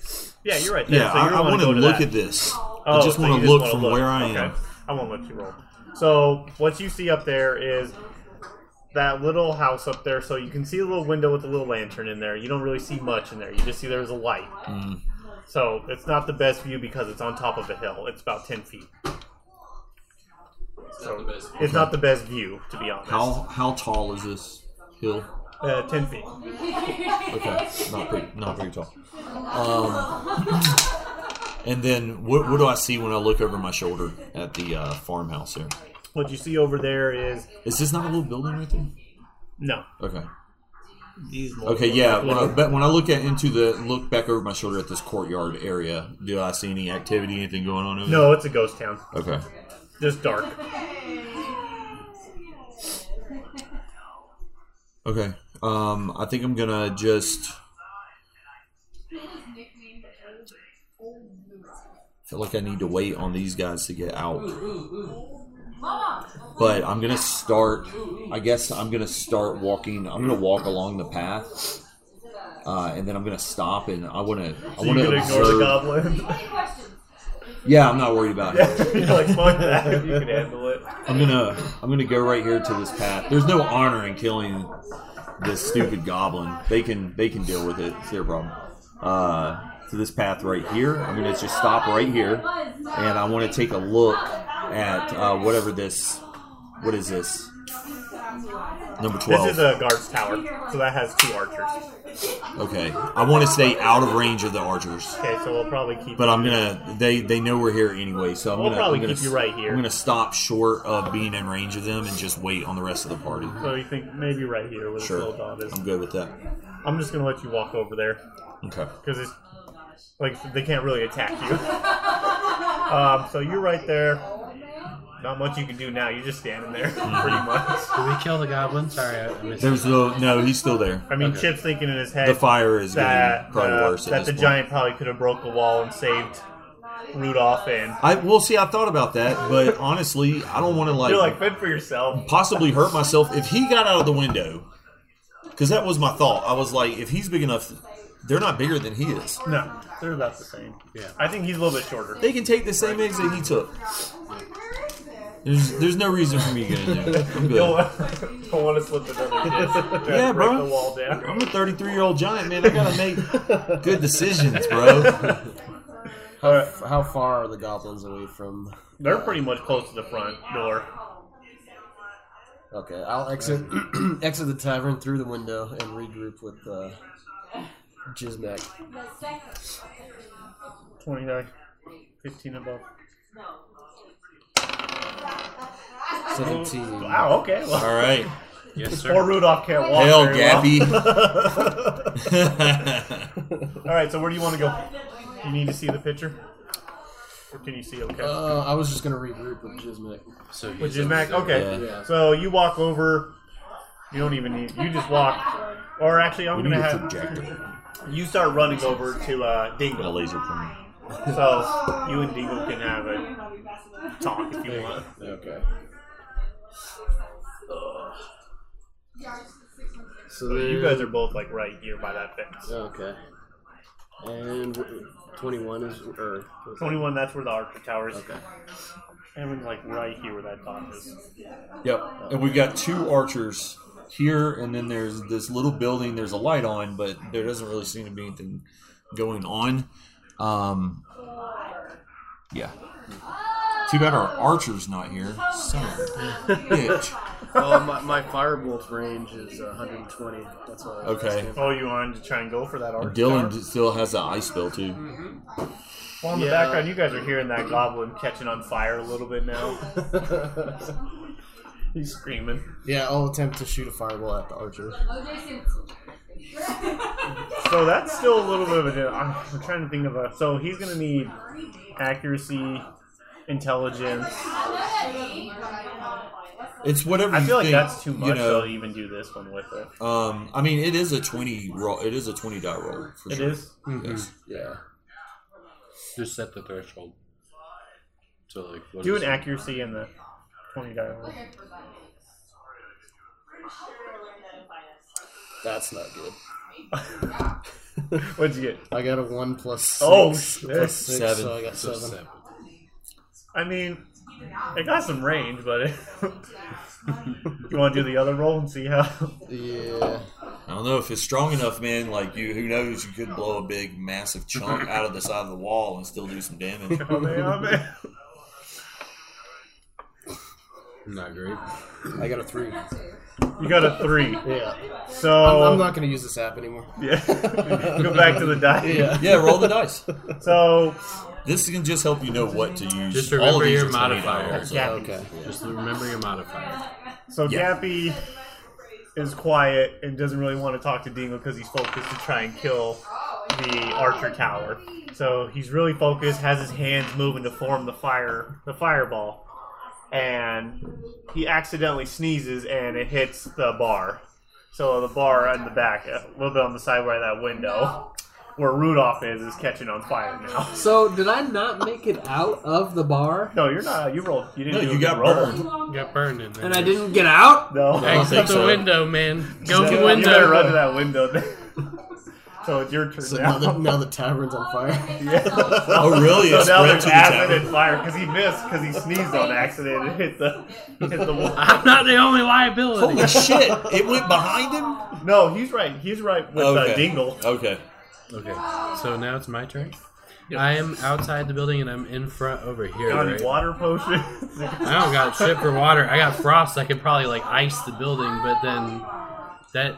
Speaker 1: Yeah, you're right. There.
Speaker 5: Yeah,
Speaker 1: so you're
Speaker 5: I, I
Speaker 1: wanna
Speaker 5: want to
Speaker 1: go to
Speaker 5: look
Speaker 1: that.
Speaker 5: at this.
Speaker 1: Oh,
Speaker 5: I just
Speaker 1: so
Speaker 5: want
Speaker 1: you
Speaker 5: to look
Speaker 1: wanna
Speaker 5: from where I am.
Speaker 1: Okay. I won't let you roll. So what you see up there is that little house up there. So you can see a little window with a little lantern in there. You don't really see much in there. You just see there's a light.
Speaker 5: Mm.
Speaker 1: So it's not the best view because it's on top of a hill. It's about ten feet. So it's not the best view, to be honest.
Speaker 5: How how tall is this hill?
Speaker 1: Uh, ten feet.
Speaker 5: Okay, not pretty, not very tall. Um, and then what what do I see when I look over my shoulder at the uh, farmhouse there?
Speaker 1: What you see over there is
Speaker 5: Is this not a little building right there?
Speaker 1: No.
Speaker 5: Okay.
Speaker 9: These
Speaker 5: Okay. Yeah. When I, but when I look at into the look back over my shoulder at this courtyard area, do I see any activity, anything going on over
Speaker 1: No, it's a ghost town.
Speaker 5: there? Okay.
Speaker 1: Just dark.
Speaker 5: Okay. Um, I think I'm gonna just feel like I need to wait on these guys to get out. But I'm gonna start. I guess I'm gonna start walking. I'm gonna walk along the path, uh, and then I'm gonna stop and I wanna. I
Speaker 1: So you
Speaker 5: wanna
Speaker 1: can ignore the
Speaker 5: observe-
Speaker 1: goblin.
Speaker 5: Yeah, I'm not worried about
Speaker 1: (laughs)
Speaker 5: it.
Speaker 1: You're like, fuck that. You can handle it.
Speaker 5: I'm gonna I'm gonna go right here to this path. There's no honor in killing this stupid goblin. They can they can deal with it. It's their problem. Uh, to this path right here. I'm gonna just stop right here, and I want to take a look at uh, whatever this. What is this? Number twelve.
Speaker 1: This is a guard's tower, so that has two archers.
Speaker 5: okay, I want to stay out of range of the archers.
Speaker 1: Okay, so we'll probably keep.
Speaker 5: But I'm gonna. They they know we're here anyway, so I'm
Speaker 1: We'll
Speaker 5: gonna.
Speaker 1: probably
Speaker 5: I'm gonna
Speaker 1: keep you right here.
Speaker 5: I'm gonna stop short of being in range of them and just wait on the rest of the party.
Speaker 1: So you think maybe right here where the
Speaker 5: Sure.
Speaker 1: little dot is?
Speaker 5: I'm good with that.
Speaker 1: I'm just gonna let you walk over there
Speaker 5: Okay.
Speaker 1: because it's like they can't really attack you. um, so you're right there. Not much you can do now. You're just standing
Speaker 5: (laughs)
Speaker 1: there, pretty much.
Speaker 3: Did we kill the goblin? Sorry, I I missed.
Speaker 5: There's no no. He's still there.
Speaker 1: I mean,
Speaker 3: Okay.
Speaker 1: Chip's thinking in his
Speaker 5: The
Speaker 1: head
Speaker 5: fire is getting
Speaker 1: that
Speaker 5: probably
Speaker 1: uh,
Speaker 5: worse.
Speaker 1: that
Speaker 5: at
Speaker 1: the
Speaker 5: this point.
Speaker 1: giant probably could have broke a wall and saved Rudolph. And
Speaker 5: I well see. I thought about that, but honestly, I don't want to like,
Speaker 1: you're like, fend for yourself.
Speaker 5: possibly hurt myself if he got out of the window. Because that was my thought. I was like, if he's big enough, they're not bigger than he is.
Speaker 1: No, they're about the same.
Speaker 6: Yeah.
Speaker 1: I think he's a little bit shorter.
Speaker 5: They can take the same eggs that he took. There's there's no reason for me to get in there.
Speaker 1: Don't
Speaker 5: I'm (laughs) good.
Speaker 1: want, don't want to slip another kiss.
Speaker 5: Yeah,
Speaker 1: break
Speaker 5: bro.
Speaker 1: The wall down.
Speaker 5: I'm a 33 year old giant man. I gotta make good
Speaker 1: (laughs)
Speaker 5: decisions, bro.
Speaker 7: How, how far are the goblins away from?
Speaker 1: They're pretty much close to the front door.
Speaker 7: Okay, I'll exit (clears throat) exit the tavern through the window and regroup with uh, Jizmac.
Speaker 1: Twenty nine. 15 above.
Speaker 7: Seventeen.
Speaker 1: Wow, okay. Well,
Speaker 5: All right, (laughs)
Speaker 3: Yes, sir.
Speaker 1: Poor Rudolph can't walk.
Speaker 5: hell,
Speaker 1: very well. (laughs)
Speaker 5: Gappy. (laughs)
Speaker 1: All right, so where do you want to go? You need to see the picture? Or can you see okay?
Speaker 7: Uh, I was just gonna regroup with Jizmac.
Speaker 6: So
Speaker 1: Which is Mac. Okay.
Speaker 7: Yeah.
Speaker 1: So you walk over. You don't even need. You just walk. Or actually, I'm
Speaker 5: we
Speaker 1: going
Speaker 5: need
Speaker 1: to
Speaker 5: a
Speaker 1: have.
Speaker 5: projector
Speaker 1: You start running over to uh,
Speaker 5: and a
Speaker 1: Dingle.
Speaker 5: laser pointer.
Speaker 1: So you and Dingle can have a talk if you want.
Speaker 6: Okay. So
Speaker 1: So
Speaker 6: then,
Speaker 1: you guys are both like right here by that fence.
Speaker 6: okay. And w- twenty-one is or
Speaker 1: 21, that's where the Archer Tower is.
Speaker 6: Okay.
Speaker 1: And we're like right here where that dot is.
Speaker 5: Yep. And we've got two archers here, and then there's this little building. There's a light on, but there doesn't really seem to be anything going on. Um, yeah. Too bad our archer's not here. Son of a bitch.
Speaker 8: well, my, my firewolf range is 120. That's why. I was
Speaker 5: Okay.
Speaker 8: asking.
Speaker 1: Oh, you wanted to try and go for that Archer
Speaker 5: Dylan
Speaker 1: Tower?
Speaker 5: d- still has that ice spell too.
Speaker 1: Well, in the
Speaker 8: Yeah.
Speaker 1: background, you guys are hearing that goblin catching on fire a little bit now. (laughs) He's screaming.
Speaker 7: (laughs) Yeah, I'll attempt to shoot a fireball at the archer.
Speaker 4: (laughs)
Speaker 1: So that's still a little bit of a. di- I'm I'm trying to think of a. So he's going to need accuracy, intelligence.
Speaker 5: It's whatever.
Speaker 1: I
Speaker 5: you
Speaker 1: feel like
Speaker 5: think,
Speaker 1: that's too much
Speaker 5: You
Speaker 1: though, to
Speaker 5: know,
Speaker 1: even do this one with it.
Speaker 5: um, I mean, it is a twenty roll. It is a twenty die roll for
Speaker 1: It
Speaker 5: sure.
Speaker 1: is.
Speaker 5: Yes.
Speaker 7: Yeah.
Speaker 6: just set the threshold. So like what
Speaker 1: Do an
Speaker 6: is it?
Speaker 1: accuracy in the 20 die roll.
Speaker 7: That's not good.
Speaker 1: What'd you get?
Speaker 7: I got a one plus six.
Speaker 1: Oh, shit.
Speaker 7: plus six,
Speaker 5: Seven.
Speaker 7: so I got
Speaker 6: So
Speaker 7: seven.
Speaker 6: Oh, seven.
Speaker 1: I mean, it got some range, but. It, (laughs) you want to do the other roll and see how.
Speaker 7: Yeah.
Speaker 5: I don't know if it's strong enough, man. Like you, who knows? You could blow a big,
Speaker 6: (laughs)
Speaker 5: massive chunk out of the side of the wall and still do some damage.
Speaker 1: Oh, man, oh, man.
Speaker 6: Not great.
Speaker 7: I got a three.
Speaker 1: You got a three.
Speaker 7: Yeah.
Speaker 1: So.
Speaker 7: I'm, I'm not gonna use this app anymore.
Speaker 1: Yeah. (laughs) Go back to the die.
Speaker 7: Yeah.
Speaker 5: Yeah, roll the dice.
Speaker 1: So
Speaker 5: This can just help you know what to use.
Speaker 6: Just
Speaker 5: All of
Speaker 6: remember
Speaker 5: these
Speaker 6: your
Speaker 5: are $20.
Speaker 6: modifier.
Speaker 1: Gappy.
Speaker 7: Okay.
Speaker 6: Just remember your modifier.
Speaker 1: So
Speaker 5: Yeah.
Speaker 1: Gappy is quiet and doesn't really want to talk to Dingle because he's focused to try and kill the archer tower. So he's really focused, has his hands moving to form the fire, the fireball, and he accidentally sneezes and it hits the bar. So the bar on the back, a little bit on the side by that window, where Rudolph is, is catching on fire now. (laughs)
Speaker 8: So did I not make it out of the bar?
Speaker 1: No, you're not. You rolled. You
Speaker 5: No,
Speaker 1: didn't. do a
Speaker 5: you
Speaker 1: good
Speaker 5: got
Speaker 1: roll.
Speaker 5: burned.
Speaker 6: Got burned in there.
Speaker 8: And I didn't get out?
Speaker 1: No.
Speaker 5: I don't
Speaker 3: Exit
Speaker 5: think
Speaker 3: the
Speaker 5: so.
Speaker 3: window, man. Go
Speaker 1: You
Speaker 3: to
Speaker 1: better- You
Speaker 3: window.
Speaker 1: better run to that window. Then. (laughs) so it's your turn
Speaker 7: So
Speaker 1: now.
Speaker 7: now the, now the tavern's on fire.
Speaker 1: Yeah.
Speaker 5: Oh, really?
Speaker 1: (laughs) So
Speaker 5: It's
Speaker 1: now
Speaker 5: right
Speaker 1: they're
Speaker 5: to the
Speaker 1: acid
Speaker 5: tavern.
Speaker 1: and fire because he missed because he sneezed on accident and hit the hit the wall.
Speaker 3: I'm not the only liability.
Speaker 5: Holy shit! It went behind him.
Speaker 1: (laughs) No, he's right. He's right with
Speaker 5: Okay.
Speaker 1: uh, Dingle.
Speaker 5: Okay.
Speaker 6: Okay.
Speaker 3: So now it's my turn. I am outside the building and I'm in front over here.
Speaker 1: Got
Speaker 3: right?
Speaker 1: water potion.
Speaker 3: I don't got shit for water. I got frost. I could probably like ice the building, but then that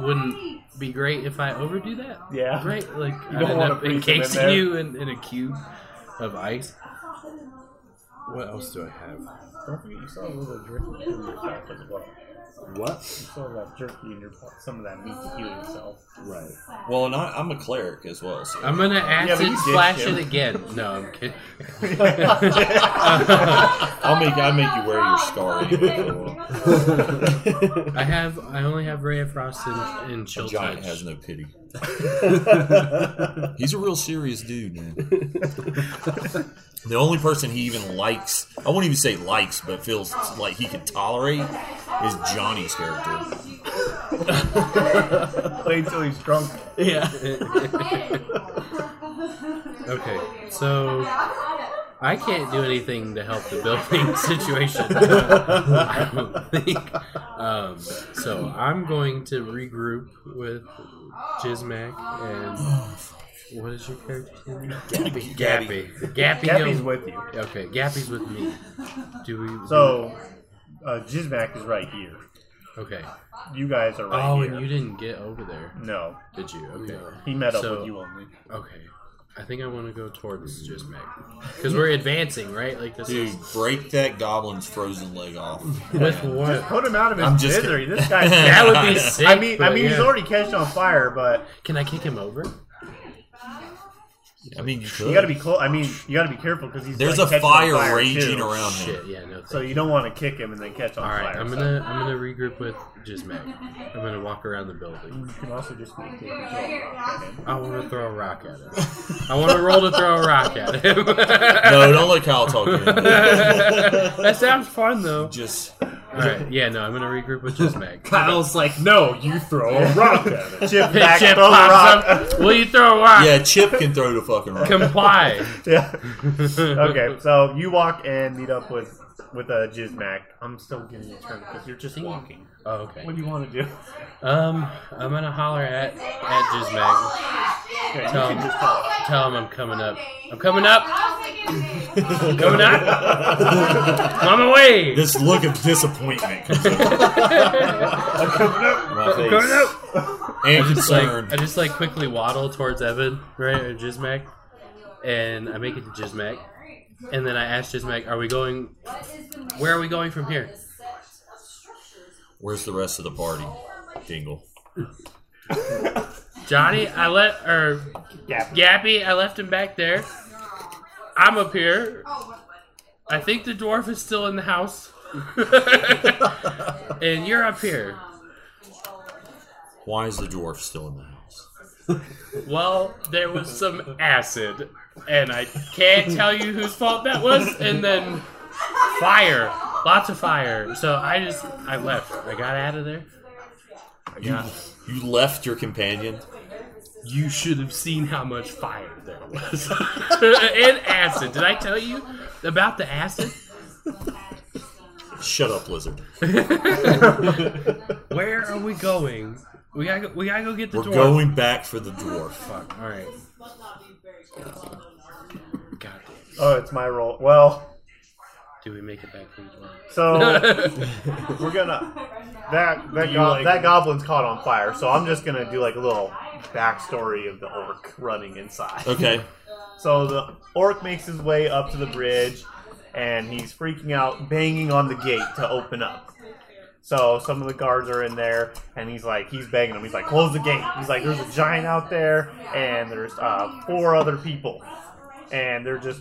Speaker 3: wouldn't be great if I overdo that.
Speaker 1: (laughs) yeah.
Speaker 3: Great, like
Speaker 1: You
Speaker 3: I
Speaker 1: don't
Speaker 3: end
Speaker 1: wanna
Speaker 3: up
Speaker 1: freeze them in
Speaker 3: encasing
Speaker 1: there.
Speaker 3: you in, in a cube of ice.
Speaker 6: What else do I have?
Speaker 1: Don't forget, you still have a little jerky in your pack as well.
Speaker 6: What?
Speaker 1: You still have jerky in your pack. Some of that meat to heal yourself.
Speaker 6: Right.
Speaker 5: Well, and I, I'm a cleric as well. So.
Speaker 3: I'm gonna
Speaker 1: but
Speaker 3: acid
Speaker 1: you did
Speaker 3: splash
Speaker 1: him.
Speaker 3: it again. No, I'm kidding.
Speaker 5: I'll make I make you wear your scar.
Speaker 4: (laughs)
Speaker 5: (laughs) Anyway.
Speaker 3: I have I only have ray of frost and, and
Speaker 5: A
Speaker 3: chill
Speaker 5: giant
Speaker 3: touch. (laughs)
Speaker 5: has no pity. He's a real serious dude, man. the only person he even likes, I won't even say likes, but feels like he can tolerate, is Johnny's
Speaker 1: (laughs)
Speaker 5: character.
Speaker 1: Wait until he's
Speaker 5: (laughs)
Speaker 1: drunk.
Speaker 8: Yeah.
Speaker 3: Okay, so I can't do anything to help the building (laughs) situation. I don't think. Um, so I'm going to regroup with Jizmac and what is your character's name? Gappy. Gappy. Gappy.
Speaker 1: Gappy's
Speaker 3: um,
Speaker 1: with you.
Speaker 3: Okay, Gappy's with me. Do we?
Speaker 1: So, uh, Jizmac is right here.
Speaker 3: Okay.
Speaker 1: You guys are right
Speaker 3: Oh,
Speaker 1: here.
Speaker 3: and you didn't get over there,
Speaker 1: no,
Speaker 3: did you? Okay.
Speaker 1: he met up
Speaker 3: So-
Speaker 1: with you
Speaker 3: (laughs)
Speaker 1: only.
Speaker 3: Okay. I think I want to go towards Jizmac because we're advancing, right? Like this
Speaker 5: Dude,
Speaker 3: is
Speaker 5: break that goblin's frozen leg off.
Speaker 3: with what?
Speaker 1: Put him out of his
Speaker 5: I'm just
Speaker 1: misery.
Speaker 5: kidding.
Speaker 1: This guy's
Speaker 3: That would (laughs) be sick.
Speaker 1: I mean, I
Speaker 3: but
Speaker 1: mean, he's
Speaker 3: yeah.
Speaker 1: already catching on fire, but
Speaker 3: Can I kick him over?
Speaker 5: I mean, you,
Speaker 1: You
Speaker 5: could.
Speaker 1: gotta be close. I mean, you gotta be careful because he's
Speaker 5: There's
Speaker 1: like,
Speaker 5: a
Speaker 1: catching on
Speaker 5: fire, raging
Speaker 1: too.
Speaker 5: around him.
Speaker 3: Shit, yeah, no.
Speaker 1: so
Speaker 3: thank
Speaker 1: you don't want to kick him and then catch on
Speaker 3: All right,
Speaker 1: fire.
Speaker 3: I'm
Speaker 1: so-
Speaker 3: gonna I'm gonna regroup with Jizmac. I'm gonna walk around the building.
Speaker 1: You can also just make it.
Speaker 3: I want to throw a rock at him. I want to roll to throw a rock at him.
Speaker 5: (laughs) No, don't let Kyle talk
Speaker 3: (laughs)
Speaker 5: you into it.
Speaker 3: that sounds fun though.
Speaker 5: Just
Speaker 3: All right, yeah, no, I'm gonna regroup
Speaker 8: (laughs)
Speaker 3: with Jizmac.
Speaker 8: Kyle's like,
Speaker 1: No, you throw (laughs) a rock at it. Chip back,
Speaker 3: Chip
Speaker 1: throw a
Speaker 3: pops
Speaker 1: rock. (laughs)
Speaker 3: up. Will you throw a rock?
Speaker 5: yeah, Chip can throw the fucking rock.
Speaker 3: Comply.
Speaker 1: yeah. Okay, so you walk and meet up with with a uh, Jizmac. I'm still getting a turn because you're just walking.
Speaker 3: (laughs) Oh, okay.
Speaker 1: What do you want to do?
Speaker 3: Um, I'm gonna holler at at Jizmac.
Speaker 1: Okay, you
Speaker 3: Tell
Speaker 1: can
Speaker 3: him,
Speaker 1: just call.
Speaker 3: tell him I'm coming up. I'm coming up.
Speaker 4: Up.
Speaker 3: Coming up.
Speaker 1: (laughs)
Speaker 3: I'm on my way.
Speaker 5: This look of disappointment comes over
Speaker 1: (laughs) Oh,
Speaker 5: my face.
Speaker 3: Coming up.
Speaker 5: And
Speaker 3: I just like
Speaker 5: concern.
Speaker 3: I just like quickly waddle towards Evan, right, or Jizmac, and I make it to Jizmac, and then I ask Jizmac, "Are we going? Where are we going from here?"
Speaker 5: Where's the rest of the party? Dingle.
Speaker 3: Johnny, I let or
Speaker 1: Gappy.
Speaker 3: Gappy, I left him back there. I'm up here. I think the dwarf is still in the house, (laughs) and you're up here.
Speaker 5: Why is the dwarf still in the house?
Speaker 3: Well, there was some acid, and I can't tell you whose fault that was. And then fire, lots of fire. So I just I left. I got out of there.
Speaker 5: You, you left your companion.
Speaker 3: You should have seen how much fire there was (laughs) and acid. Did I tell you about the acid? (laughs)
Speaker 5: Shut up, lizard.
Speaker 3: Where are we going? We gotta go, we gotta go get the
Speaker 5: We're
Speaker 3: dwarf.
Speaker 5: going back for the dwarf.
Speaker 3: Fuck. All right. God,
Speaker 1: Oh, it's my roll. Well,
Speaker 3: do we make it back from the
Speaker 6: (laughs)
Speaker 1: so.
Speaker 5: Oh.
Speaker 3: dwarf?
Speaker 1: We're gonna that that,
Speaker 6: you
Speaker 1: go-
Speaker 6: like-
Speaker 1: that goblin's caught on fire, so I'm just gonna do like a little backstory of the orc running inside.
Speaker 5: Okay.
Speaker 1: So the orc makes his way up to the bridge, and he's freaking out, banging on the gate to open up. So some of the guards are in there, and he's like, he's begging them. He's like, close the gate. He's like, there's a giant out there, and there's uh, four other people, and they're just.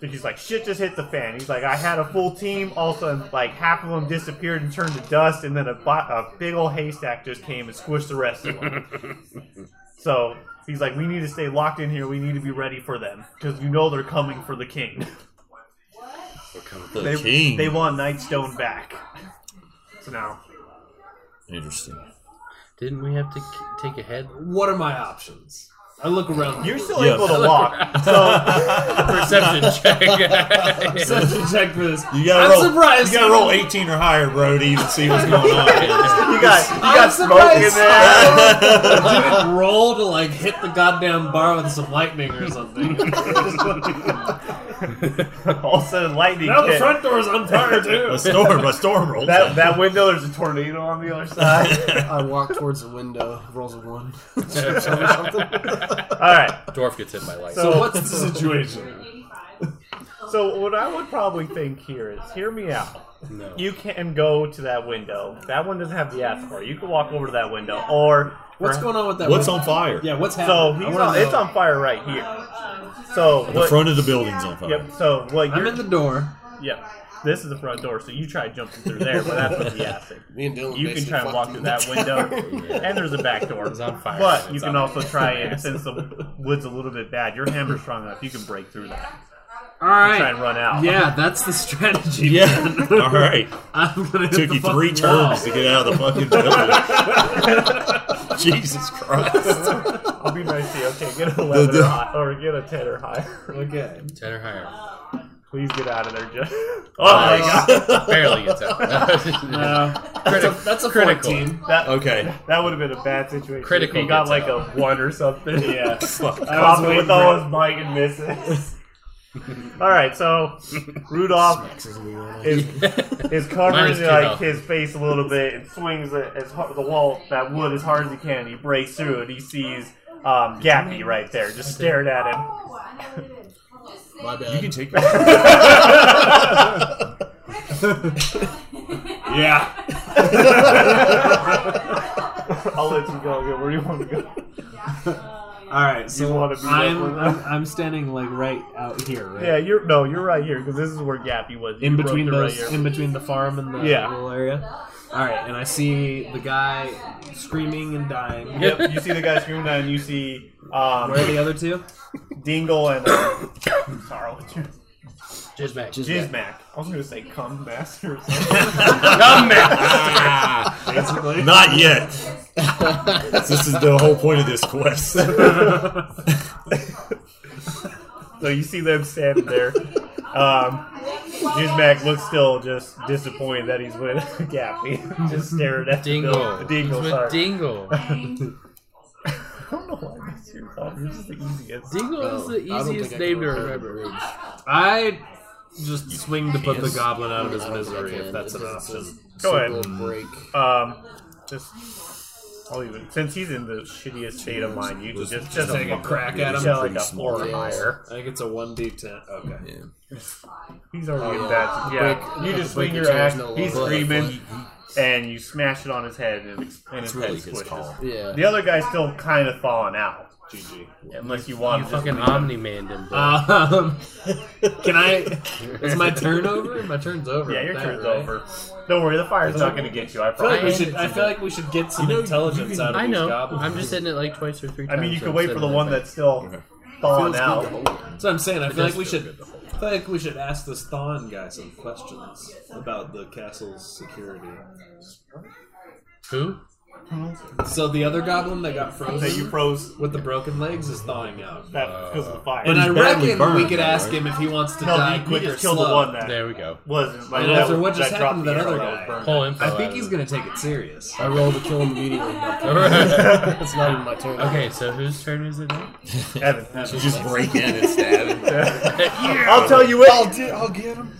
Speaker 1: So he's like, shit just hit the fan. He's like, I had a full team. All of a sudden, like half of them disappeared and turned to dust, and then a, bo- a big old haystack just came and squished the rest of them. So he's like, we need to stay locked in here. We need to be ready for them because you know they're coming for the king.
Speaker 5: The
Speaker 1: they,
Speaker 5: king.
Speaker 1: They want Nightstone back. So now,
Speaker 5: Interesting.
Speaker 3: (laughs) Didn't we have to k- take a head?
Speaker 8: What are my options? I look around.
Speaker 1: you're still
Speaker 5: Yes.
Speaker 1: able to walk.
Speaker 3: Perception
Speaker 1: (laughs)
Speaker 3: check.
Speaker 8: Perception check for this.
Speaker 5: You gotta
Speaker 8: I'm
Speaker 5: roll,
Speaker 8: surprised.
Speaker 5: You gotta roll 18 or higher, bro, to even see what's going
Speaker 1: (laughs)
Speaker 5: on.
Speaker 1: You got you
Speaker 8: I'm
Speaker 1: got smoke in
Speaker 8: surprised.
Speaker 1: there.
Speaker 8: (laughs) Didn't roll to like hit the goddamn bar with some lightning or something.
Speaker 1: (laughs) All of a sudden, lightning.
Speaker 8: now the
Speaker 1: hit.
Speaker 8: front door's on fire too.
Speaker 5: (laughs) a storm, a storm roll.
Speaker 1: that that window. There's a tornado on
Speaker 5: (laughs)
Speaker 1: the other side.
Speaker 7: I walk towards the window, rolls a one.
Speaker 1: All right.
Speaker 2: Dwarf gets hit by light.
Speaker 1: So
Speaker 8: What's the situation?
Speaker 1: So what I would probably think here is, hear me out.
Speaker 6: No.
Speaker 1: You can go to that window. That one doesn't have the asphalt. You can walk over to that window, or
Speaker 8: What's going on with that?
Speaker 5: What's
Speaker 8: window?
Speaker 5: on fire?
Speaker 8: Yeah, what's
Speaker 1: So
Speaker 8: happening? I
Speaker 1: he's
Speaker 8: wanna
Speaker 1: on, it's
Speaker 8: know.
Speaker 1: on fire right here. So
Speaker 5: The
Speaker 1: what?
Speaker 5: front of the building's on fire.
Speaker 1: Yep. So what?
Speaker 8: I'm
Speaker 1: You're,
Speaker 8: in the door.
Speaker 1: yep. This is the front door. So you try jumping through there, but that's what the ass is.
Speaker 7: Me and Dylan.
Speaker 1: You can
Speaker 7: basically
Speaker 1: try and
Speaker 7: fucked
Speaker 1: walk
Speaker 7: in
Speaker 1: through
Speaker 7: the (laughs)
Speaker 1: that window,
Speaker 7: tower.
Speaker 1: and there's a back door.
Speaker 2: It's on fire.
Speaker 1: But you
Speaker 2: It's
Speaker 1: can
Speaker 2: on
Speaker 1: also try and since the wood's a little bit bad, your hammer's strong enough. You can break through that.
Speaker 8: All
Speaker 1: Try and
Speaker 8: right.
Speaker 1: run out.
Speaker 8: Yeah, that's the strategy.
Speaker 5: Yeah. All right.
Speaker 8: (laughs) I'm gonna hit
Speaker 5: Took
Speaker 8: the
Speaker 5: you three
Speaker 8: fucking wall.
Speaker 5: turns to get out of the fucking building. (laughs) Jesus Christ.
Speaker 1: (laughs) I'll be nice to you. Okay, get an 11 or,
Speaker 5: the-
Speaker 1: high, or get a 10 or higher. (laughs)
Speaker 8: Okay.
Speaker 2: Ten or higher.
Speaker 1: Please get out of there, Jeff. (laughs) Oh
Speaker 5: my
Speaker 2: Barely gets out.
Speaker 8: (laughs) That's a, that's a
Speaker 2: Critical.
Speaker 8: 14.
Speaker 1: That,
Speaker 5: (laughs) Okay.
Speaker 1: that would have been a bad situation.
Speaker 2: Critical
Speaker 1: If he got
Speaker 2: gets
Speaker 1: like
Speaker 2: out.
Speaker 1: a 1 or something. Yeah.
Speaker 5: Fuck.
Speaker 1: Cop it
Speaker 8: waiting
Speaker 1: with
Speaker 8: for
Speaker 1: all
Speaker 8: it.
Speaker 1: his might and misses. (laughs) all right, so Rudolph is, is covering
Speaker 2: Minus two
Speaker 1: like
Speaker 2: health.
Speaker 1: his face a little bit and swings it as hard, the wall that wood as hard as he can. He breaks through and he sees um, Gappy right there, just staring at him. (laughs)
Speaker 7: My bad.
Speaker 5: You can take that.
Speaker 6: Yeah.
Speaker 1: I'll let you go. Go where you want to go.
Speaker 8: All right, so
Speaker 1: wanna be up with
Speaker 8: I'm,
Speaker 1: them?
Speaker 8: I'm I'm standing like right out here, right?
Speaker 1: Yeah, you're no, you're right here because this is where Gappy was. You
Speaker 8: in
Speaker 1: broke
Speaker 8: between
Speaker 1: through
Speaker 8: those,
Speaker 1: right here.
Speaker 8: in between the farm and the
Speaker 1: Yeah.
Speaker 8: rural area. All right, and I see the guy screaming and dying.
Speaker 1: yep, you see the guy screaming down, and you see um,
Speaker 8: Where are the other two?
Speaker 1: Dingle and uh, sorry, what's your-
Speaker 3: Jizz back.
Speaker 1: Jizmac. I was gonna say cum master. Or something. (laughs)
Speaker 5: Ah,
Speaker 8: Basically,
Speaker 5: not yet. This is the whole point of this quest.
Speaker 1: so you see them standing there. Um, Jizmac looks still just disappointed that he's with (laughs) Gappy, just staring at the bill-
Speaker 3: (laughs) Dingle.
Speaker 1: Dingle,
Speaker 3: It's with
Speaker 1: sorry.
Speaker 3: Dingle.
Speaker 1: I don't know why I messed you up. You're just the easiest.
Speaker 3: Dingle is the
Speaker 7: Oh, I don't think
Speaker 3: easiest
Speaker 7: I
Speaker 3: name
Speaker 7: can
Speaker 3: to
Speaker 7: remember.
Speaker 3: remember.
Speaker 8: I just swing to put the
Speaker 5: Yes.
Speaker 8: goblin out of his
Speaker 7: I don't think I
Speaker 8: misery
Speaker 7: can.
Speaker 8: if that's
Speaker 7: It
Speaker 8: an
Speaker 7: doesn't
Speaker 8: option.
Speaker 1: Go ahead.
Speaker 7: Single Break.
Speaker 1: Um, just I'll even since he's in the shittiest state of mind, you can just just
Speaker 8: Take a crack at him.
Speaker 1: Yeah, like a
Speaker 5: Pretty small.
Speaker 1: four or higher.
Speaker 8: I think it's a one d ten.
Speaker 1: (laughs)
Speaker 8: Okay.
Speaker 1: He's already
Speaker 7: Oh,
Speaker 1: in
Speaker 7: yeah.
Speaker 1: that. Yeah,
Speaker 7: Break-
Speaker 1: you
Speaker 7: the
Speaker 1: just swing
Speaker 7: breaking
Speaker 1: your
Speaker 7: chain's
Speaker 1: axe.
Speaker 7: no
Speaker 1: he's
Speaker 7: longer
Speaker 1: screaming,
Speaker 7: left.
Speaker 1: and you smash it on his head, and, it's, and his
Speaker 5: It's really
Speaker 1: head
Speaker 5: his
Speaker 1: squishes.
Speaker 5: call.
Speaker 7: Yeah.
Speaker 1: The other guy's still kind of falling out,
Speaker 6: GG.
Speaker 1: unless you want
Speaker 3: You
Speaker 1: to just
Speaker 3: fucking Omni Man
Speaker 1: Uh,
Speaker 3: him, bro.
Speaker 8: Um, can I?
Speaker 1: (laughs)
Speaker 8: Is my turn over? My turn's over.
Speaker 1: yeah,
Speaker 8: with
Speaker 1: your
Speaker 8: that,
Speaker 1: turn's
Speaker 8: right?
Speaker 1: over. Don't worry, the fire's not going to get you. I
Speaker 8: I feel like we
Speaker 1: promise.
Speaker 8: should. I feel like we should get some intelligence out of
Speaker 3: I
Speaker 8: these
Speaker 3: know.
Speaker 8: goblins.
Speaker 3: I'm just hitting it like twice or three
Speaker 1: I
Speaker 3: times.
Speaker 1: mean, you
Speaker 3: so
Speaker 1: can
Speaker 3: I'm
Speaker 1: wait for
Speaker 3: sitting
Speaker 1: the
Speaker 3: there
Speaker 1: one
Speaker 3: like-
Speaker 1: that's still falling out.
Speaker 8: That's what I'm saying. I feel like we
Speaker 2: does feel
Speaker 8: should. I feel like we should ask this Thon guy some questions about the castle's security.
Speaker 3: Who?
Speaker 8: So the other goblin that got
Speaker 1: That you
Speaker 8: frozen
Speaker 1: froze
Speaker 8: with the broken legs is thawing out,
Speaker 1: that because of the fire.
Speaker 8: and
Speaker 5: he's
Speaker 8: I
Speaker 5: badly
Speaker 8: reckon we
Speaker 5: burned,
Speaker 8: could
Speaker 5: though,
Speaker 8: ask
Speaker 5: right?
Speaker 8: him if he wants to
Speaker 1: no,
Speaker 8: die
Speaker 1: you,
Speaker 8: quick
Speaker 1: you
Speaker 8: or
Speaker 1: just killed
Speaker 8: slow.
Speaker 1: the one that
Speaker 2: There we go.
Speaker 1: wasn't. Like,
Speaker 8: And
Speaker 1: that
Speaker 8: after
Speaker 1: was-
Speaker 8: what just
Speaker 1: that
Speaker 8: happened to
Speaker 1: dropped
Speaker 8: that
Speaker 1: the
Speaker 8: other
Speaker 1: arrow that was
Speaker 8: guy,
Speaker 2: (laughs)
Speaker 1: burned. (laughs)
Speaker 3: Whole info.
Speaker 8: I
Speaker 3: (laughs)
Speaker 8: think he's
Speaker 3: gonna.
Speaker 8: gonna take it serious.
Speaker 7: I rolled to kill him immediately. Not
Speaker 3: (laughs)
Speaker 7: it's not
Speaker 1: (laughs)
Speaker 7: even my turn.
Speaker 3: Okay, so whose turn is it now?
Speaker 1: Evan.
Speaker 5: Just break in and stab him.
Speaker 1: (laughs)
Speaker 2: (laughs)
Speaker 1: I'll tell you what. I'll
Speaker 5: I'll get him.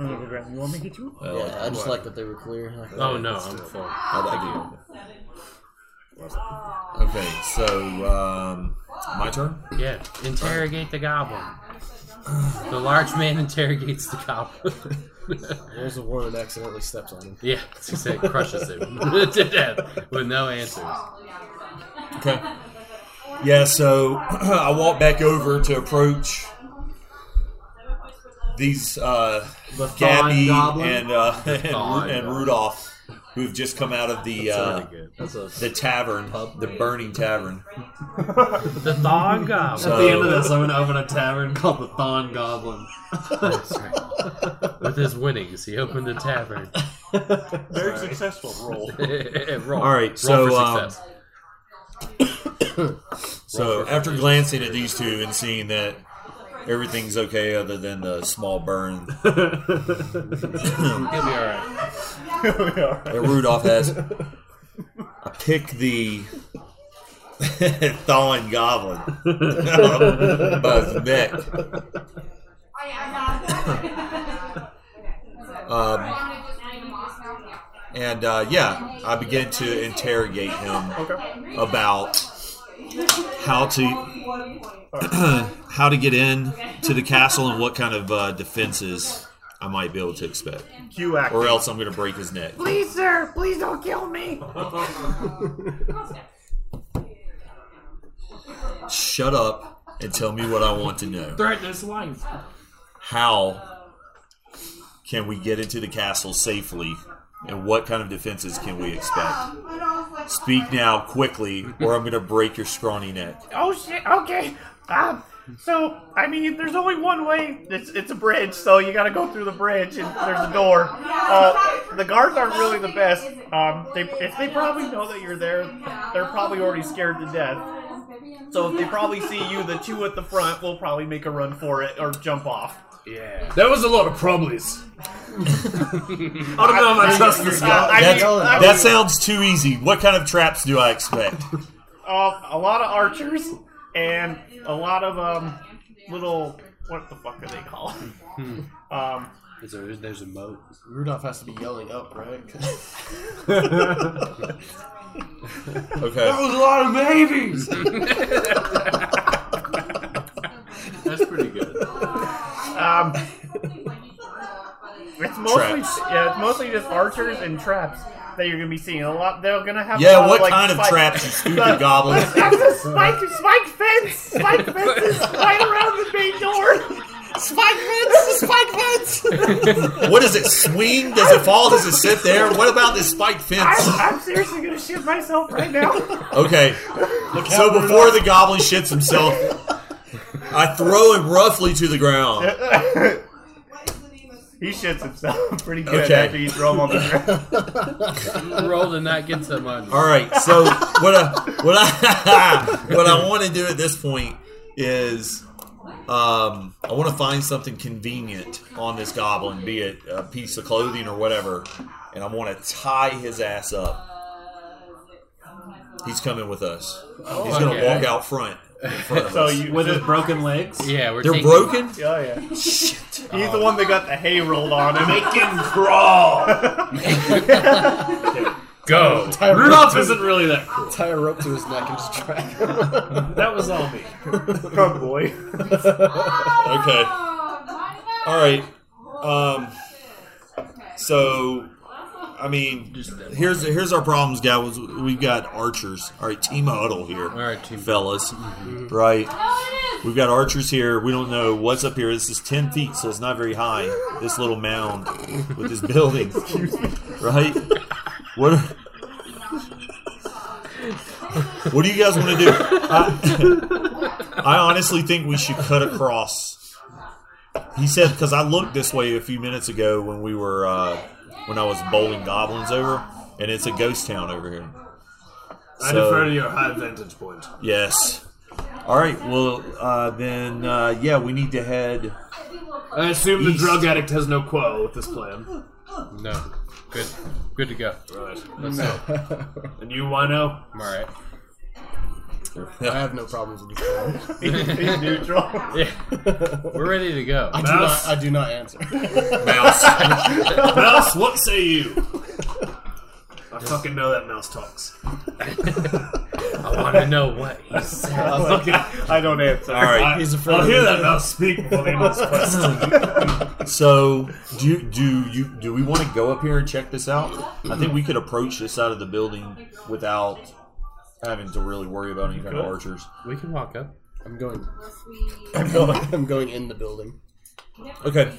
Speaker 1: You want me to get you?
Speaker 7: Yeah, I just like that they were clear.
Speaker 3: Oh no, I'm full.
Speaker 5: I like you. Okay, so um, my turn.
Speaker 3: Yeah, interrogate the goblin. The large man interrogates the goblin. (laughs)
Speaker 7: There's a warden accidentally steps on him.
Speaker 3: yeah, he said crushes him (laughs) to death with no answers.
Speaker 5: Okay. Yeah, so (clears throat) I walk back over to approach these uh, Gabby
Speaker 8: Goblin?
Speaker 5: and, uh, (laughs) and,
Speaker 3: Thon
Speaker 5: and
Speaker 3: Goblin.
Speaker 5: Rudolph, who've just come out of the uh,
Speaker 8: That's a
Speaker 5: the tavern, the burning tavern.
Speaker 3: The Thon Goblin.
Speaker 5: So-
Speaker 8: At the end of this, I'm gonna open a tavern (laughs) called the Thon Goblin.
Speaker 3: That's right. With his winnings, he opened the tavern.
Speaker 1: Very successful (laughs) roll.
Speaker 3: (laughs) Roll.
Speaker 5: All right,
Speaker 3: Roll
Speaker 5: so,
Speaker 3: for
Speaker 5: um,
Speaker 3: success.
Speaker 5: So after glancing at these two and seeing that everything's okay other than the small burn
Speaker 3: He'll be all right.
Speaker 5: that Rudolph has, I pick the (laughs) thawing goblin (laughs) by his neck. Um, and uh, yeah, I begin to interrogate him about how to (clears throat) how to get in to the castle and what kind of uh, defenses I might be able to expect,
Speaker 1: Q act.
Speaker 5: or else I'm going to break his neck.
Speaker 2: Please, sir, please don't kill me.
Speaker 5: Shut up and tell me what I want to know.
Speaker 3: Threaten his life.
Speaker 5: How can we get into the castle safely, and what kind of defenses can we expect? Speak now quickly, or I'm going to break your scrawny neck.
Speaker 2: Oh shit. Okay. Um. So I mean, there's only one way.
Speaker 1: It's, it's a bridge, so you gotta go through the bridge, and there's a door. Uh, the guards aren't really the best. Um, they, if they probably know that you're there, they're probably already scared to death. So if they probably see you, the two at the front will probably make a run for it or jump off.
Speaker 3: Yeah.
Speaker 8: There was a lot of problems. (laughs) I don't know if I trust this guy.
Speaker 1: I
Speaker 5: That's-
Speaker 1: mean, I
Speaker 5: that
Speaker 1: mean,
Speaker 5: sounds too easy. What kind of traps do I expect?
Speaker 1: uh, a lot of archers and a lot of um, little what the fuck are they called? um,
Speaker 6: Is there, there's a moat.
Speaker 7: Rudolph has to be yelling up, right?
Speaker 5: Okay.
Speaker 8: was a lot of babies.
Speaker 6: That's pretty good.
Speaker 1: um,
Speaker 3: Oh,
Speaker 1: it's mostly
Speaker 5: Traps.
Speaker 1: yeah, it's mostly just archers and traps that you're gonna be seeing a lot. They're gonna have a
Speaker 5: Yeah,
Speaker 1: lot
Speaker 5: what
Speaker 1: like,
Speaker 5: kind of
Speaker 1: spike-
Speaker 5: traps, you stupid goblin?
Speaker 1: (laughs) That's a spike, spike fence, spike fences right around the main door.
Speaker 5: Spike fence! Spike fence! what does it swing? Does it fall? Does it sit there? What about this spike fence?
Speaker 1: I'm, I'm seriously gonna shit myself right now. (laughs)
Speaker 5: Okay. So before the goblin shits himself, I throw him roughly to the ground.
Speaker 1: he shits himself (laughs) pretty good
Speaker 5: Okay.
Speaker 1: after you throw him on the ground.
Speaker 3: Roll to not get someone.
Speaker 5: All right. So what I what I (laughs) what I want to do at this point is um, I want to find something convenient on this goblin, be it a piece of clothing or whatever, and I want to tie his ass up. He's coming with us. He's gonna
Speaker 3: okay.
Speaker 5: walk out front. In front of
Speaker 1: So
Speaker 5: us.
Speaker 1: you
Speaker 8: With his broken legs.
Speaker 3: Yeah, we're
Speaker 5: They're
Speaker 3: taking-
Speaker 5: broken.
Speaker 1: Oh yeah.
Speaker 7: (laughs)
Speaker 1: Shit. He's the one that got the hay rolled on him.
Speaker 7: (laughs)
Speaker 3: Go.
Speaker 8: Rudolph isn't really that cool.
Speaker 7: Tie a rope to his neck and just drag him.
Speaker 8: (laughs) That was all me.
Speaker 1: Oh boy.
Speaker 5: Okay. All right. Um, so, I mean, here's here's our problems, guys. We've got archers. All right, team huddle here.
Speaker 3: All right, team.
Speaker 5: fellas. Right. We've got archers here. We don't know what's up here. This is 10 feet, so it's not very high. This little mound with this building. Right? What are. What do you guys want to do? I, I honestly think we should cut across. He said because I looked this way a few minutes ago when we were uh, when I was bowling goblins over, and it's a ghost town over here.
Speaker 8: I
Speaker 5: So-
Speaker 8: defer to your high vantage point.
Speaker 5: Yes. All right. Well, uh, then, uh, yeah, we need to head.
Speaker 8: I assume the
Speaker 5: East.
Speaker 8: drug addict has no quo with this plan.
Speaker 3: No. Good. Good to go.
Speaker 8: Right.
Speaker 3: Let's go.
Speaker 8: And you, Wino?
Speaker 3: I'm all right.
Speaker 7: I have
Speaker 5: (laughs)
Speaker 7: no problems with this. guy.
Speaker 1: He's
Speaker 7: (laughs)
Speaker 1: neutral.
Speaker 3: Yeah. We're ready to
Speaker 5: (laughs)
Speaker 3: go.
Speaker 7: I do not,
Speaker 8: Mouse.
Speaker 7: I do not answer.
Speaker 8: (laughs)
Speaker 5: Mouse.
Speaker 8: Mouse, what say you?
Speaker 2: I fucking know that mouse
Speaker 7: (laughs)
Speaker 2: talks.
Speaker 3: (laughs) I want to know what he said.
Speaker 1: I don't answer.
Speaker 5: All right.
Speaker 7: He's a
Speaker 2: I'll
Speaker 7: friend.
Speaker 2: hear that mouse speak before they
Speaker 7: (laughs)
Speaker 2: ask questions.
Speaker 5: So do you, do you do we want to go up here and check this out? I think we could approach this side of the building without having to really worry about any kind of archers.
Speaker 3: We can walk up.
Speaker 7: (laughs) I'm going. I'm going. I'm going in the building.
Speaker 5: Okay.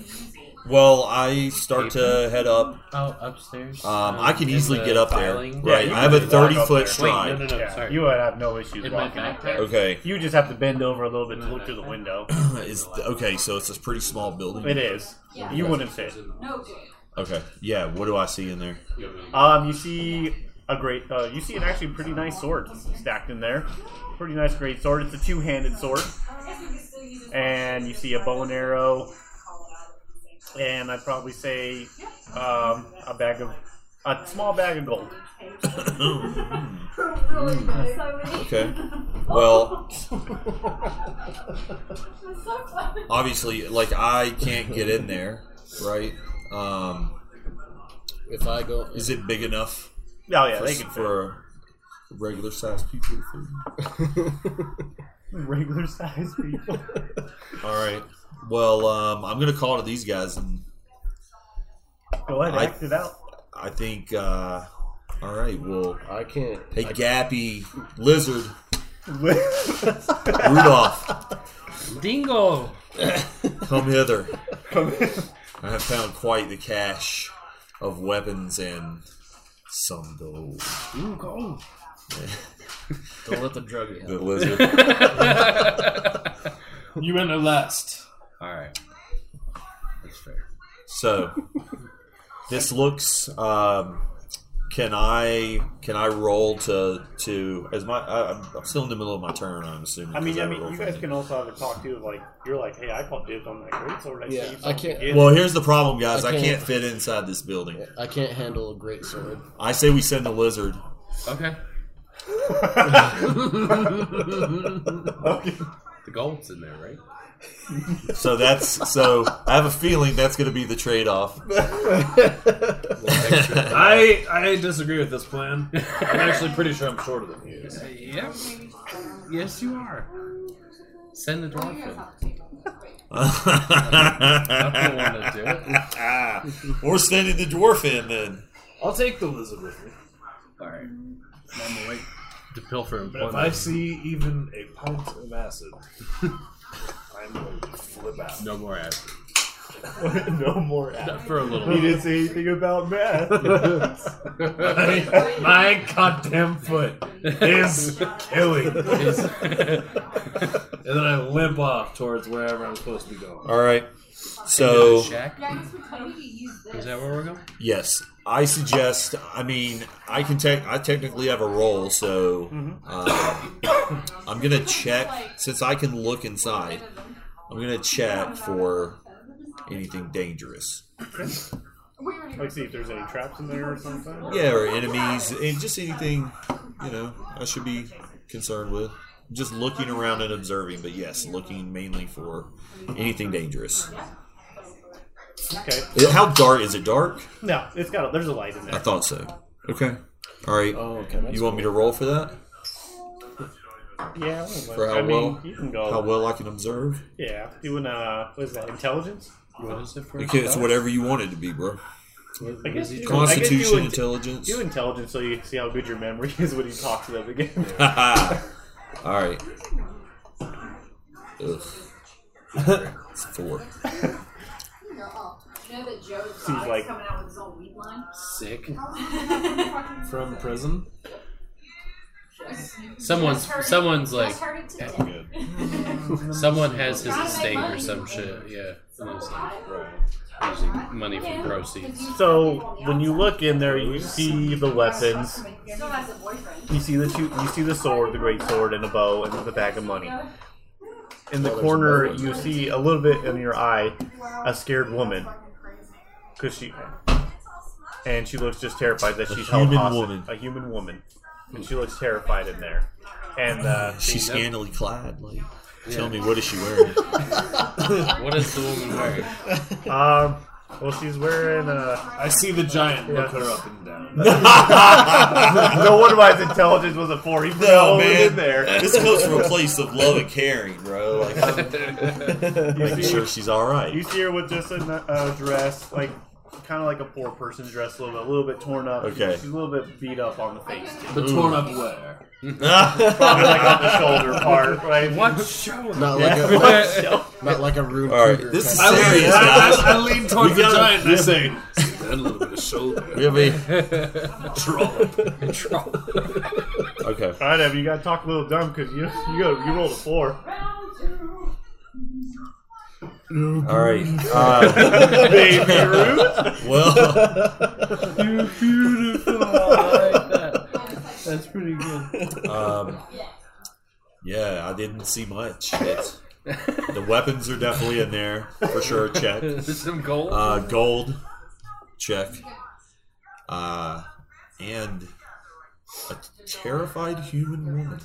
Speaker 5: Well, I start to head up.
Speaker 3: Oh, upstairs.
Speaker 5: Um, I can
Speaker 3: in
Speaker 5: easily
Speaker 3: the
Speaker 5: get up
Speaker 3: filing.
Speaker 5: there. Right.
Speaker 1: Yeah, you
Speaker 5: I have
Speaker 1: can
Speaker 5: a
Speaker 1: just walk up
Speaker 5: thirty foot
Speaker 1: there.
Speaker 3: Wait, no,
Speaker 5: stride.
Speaker 3: no, no.
Speaker 1: Yeah,
Speaker 3: Oh, sorry.
Speaker 1: you would have no issues
Speaker 3: in my
Speaker 1: walking up there.
Speaker 3: backpack.
Speaker 5: Okay. (clears throat)
Speaker 1: You just have to bend over a little bit to look through the
Speaker 3: (clears throat)
Speaker 1: window.
Speaker 5: It's okay. So it's a pretty small building.
Speaker 1: It is. You wouldn't fit.
Speaker 4: No, dude.
Speaker 5: Okay. Yeah. What do I see in there?
Speaker 1: Um, you see a great. Uh, you see an actually pretty nice sword stacked in there. Pretty nice, great sword. It's a two-handed sword,
Speaker 4: I guess we could still use it.
Speaker 1: and you see a bow and arrow, and I'd probably say um, a bag of a small bag of gold. Oh,
Speaker 4: Really good. So many.
Speaker 5: (coughs) Okay. Well,
Speaker 4: It's so funny.
Speaker 5: obviously, like I can't get in there, right? Um,
Speaker 7: If I go,
Speaker 5: is it big enough
Speaker 1: Oh yeah,
Speaker 5: for,
Speaker 1: they can fit.
Speaker 5: for regular sized people to fit? in?
Speaker 1: (laughs) regular sized
Speaker 5: (laughs)
Speaker 1: people.
Speaker 5: All right. Well, um, I'm gonna call to these guys, and
Speaker 1: Go ahead,
Speaker 5: I-
Speaker 1: act it out. (laughs)
Speaker 5: I think. Uh, all right. Well,
Speaker 7: I can't.
Speaker 5: hey, Gappy, Lizard,
Speaker 1: Come
Speaker 5: Rudolph,
Speaker 3: Dingo.
Speaker 5: come hither.
Speaker 1: in.
Speaker 5: I have found quite the cache of weapons and some gold.
Speaker 7: Don't let the drug you have.
Speaker 5: The lizard.
Speaker 8: You enter last.
Speaker 5: all right. That's fair. So, this looks. Um, can I can I roll to to as my I, I'm- I'm still in the middle of my turn. I'm assuming.
Speaker 1: I mean,
Speaker 5: 'cause
Speaker 1: I
Speaker 5: roll
Speaker 1: mean, you
Speaker 5: for
Speaker 1: guys
Speaker 5: me.
Speaker 1: can also have a talk too. of, Like, you're like, hey, I caught dibs on that great sword. I
Speaker 7: Yeah,
Speaker 1: saved
Speaker 7: I
Speaker 1: something
Speaker 7: can't-
Speaker 1: again."
Speaker 5: Well, here's the problem, guys. I
Speaker 7: I
Speaker 5: can't,
Speaker 7: can't-
Speaker 5: fit inside this building.
Speaker 7: I can't handle a great sword.
Speaker 5: I say we send the lizard.
Speaker 3: Okay.
Speaker 6: The gold's in there, right?
Speaker 5: So that's so. I have a feeling that's going to be the trade-off.
Speaker 8: I I disagree with this plan. I'm actually pretty sure I'm shorter than he is.
Speaker 3: Yep. Yes, you are. Send the dolphin. I don't want to do it.
Speaker 5: We're sending the dwarf in then.
Speaker 8: I'll take the lizard with me.
Speaker 3: All right. I'm awake to pilfer
Speaker 8: But if
Speaker 3: employment.
Speaker 8: I see even a pint of acid, I'm going to flip
Speaker 3: (laughs)
Speaker 8: (laughs) out.
Speaker 6: No more acid.
Speaker 1: (laughs) no
Speaker 5: (laughs)
Speaker 1: more. Adam.
Speaker 3: for a little
Speaker 1: He
Speaker 8: (laughs)
Speaker 3: while.
Speaker 1: didn't say anything about math.
Speaker 3: (laughs)
Speaker 8: My goddamn foot is killing. me. and then I limp off towards wherever I'm supposed to be going.
Speaker 5: All right. So
Speaker 3: Shack?
Speaker 4: Yeah, I guess we could totally use this.
Speaker 3: Is that where we're going?
Speaker 5: yes, I suggest. I mean, I can take. I technically have a roll, so
Speaker 7: Mm-hmm.
Speaker 5: uh, (coughs) I'm gonna check since I can look inside. I'm gonna check for anything dangerous.
Speaker 1: Like, see if there's any traps in there or something.
Speaker 5: Yeah, or enemies, and just anything you know I should be concerned with. Just looking around and observing, but yes, looking mainly for anything dangerous. Uh,
Speaker 1: Okay.
Speaker 5: How dark is it? Dark?
Speaker 1: No, it's got. A, there's a light in
Speaker 5: I
Speaker 1: there.
Speaker 5: thought so. Okay. All right.
Speaker 7: Oh, okay.
Speaker 5: you want me to roll for that?
Speaker 1: Yeah.
Speaker 5: For how
Speaker 1: I mean,
Speaker 5: well-
Speaker 1: you can go.
Speaker 7: Oh.
Speaker 5: How well I can observe?
Speaker 1: Yeah. Doing uh, what is that? Intelligence.
Speaker 3: What is it for?
Speaker 5: Okay, it's whatever you want it to be,
Speaker 1: I
Speaker 5: bro.
Speaker 1: guess do- I guess do,
Speaker 5: Constitution,
Speaker 1: inte-
Speaker 5: intelligence.
Speaker 1: do intelligence so you see how good your memory is when you talk to them again.
Speaker 5: (laughs) All right. Ugh.
Speaker 1: (laughs)
Speaker 5: it's four.
Speaker 4: You know that Joe
Speaker 1: Seems
Speaker 4: Seems
Speaker 1: like-
Speaker 4: coming out with his own weed line?
Speaker 3: Sick.
Speaker 8: From prison?
Speaker 3: Someone's someone's like
Speaker 4: Just heard it today.
Speaker 3: someone has his estate or some shit. Yeah. And it's like, using money from (laughs)
Speaker 1: (laughs)
Speaker 3: proceeds.
Speaker 1: so when you look in there, you see the weapons.
Speaker 4: Still has a boyfriend.
Speaker 1: You see the two, you see the sword, the great sword, and a bow, and the bag of money. In the corner, you see a little bit in your eye, a scared woman, cause she, and she looks just terrified that she's held
Speaker 5: human
Speaker 1: hostage.
Speaker 5: woman.
Speaker 1: A human woman, and she looks terrified in there. And
Speaker 5: (laughs)
Speaker 1: uh,
Speaker 5: She's scantily clad. Like,
Speaker 1: (laughs)
Speaker 5: tell me, what is she wearing?
Speaker 3: What is the woman wearing?
Speaker 1: um, Well, she's wearing. Uh,
Speaker 5: (laughs)
Speaker 8: I see the giant look
Speaker 1: Yeah.
Speaker 8: her up and down.
Speaker 1: (laughs)
Speaker 5: (laughs)
Speaker 1: no wonder why his intelligence wasn't four. He put
Speaker 5: No,
Speaker 1: all of it
Speaker 5: man.
Speaker 1: in
Speaker 5: (laughs)
Speaker 1: there.
Speaker 5: This comes from a place of love and caring, bro.
Speaker 1: (laughs)
Speaker 5: Like, I'm making sure she's all
Speaker 1: You
Speaker 5: right.
Speaker 1: see her with just a uh, dress, like kind of like a poor person's dress, a little bit, a little bit torn up.
Speaker 5: Okay.
Speaker 1: she's a little bit beat up on the
Speaker 7: (laughs)
Speaker 1: face, too.
Speaker 8: But torn up where?
Speaker 1: probably like
Speaker 5: all
Speaker 1: on the shoulder part, right? (laughs)
Speaker 3: What show?
Speaker 7: Not like a not like a rude.
Speaker 5: right,
Speaker 7: Kruger
Speaker 5: this is
Speaker 7: kind of-
Speaker 8: (laughs)
Speaker 5: serious,
Speaker 8: I,
Speaker 5: guys.
Speaker 8: I, I lean towards the
Speaker 5: gotta-
Speaker 8: giant and I (laughs) say, "See that little bit of shoulder.
Speaker 5: You'll be-
Speaker 8: Trollop.
Speaker 5: Okay.
Speaker 1: All right, Evan, you gotta talk a little dumb because you you got, you rolled a four.
Speaker 5: All
Speaker 1: (laughs)
Speaker 5: right. Uh,
Speaker 1: Baby Ruth,
Speaker 8: (laughs)
Speaker 5: well,
Speaker 3: You're beautiful. I like that. That's pretty good.
Speaker 5: um, yeah, I didn't see much. It's- the weapons are definitely in there for sure. Check.
Speaker 3: Is some (laughs) gold?
Speaker 5: Uh, gold. Check. Uh, and a terrified human woman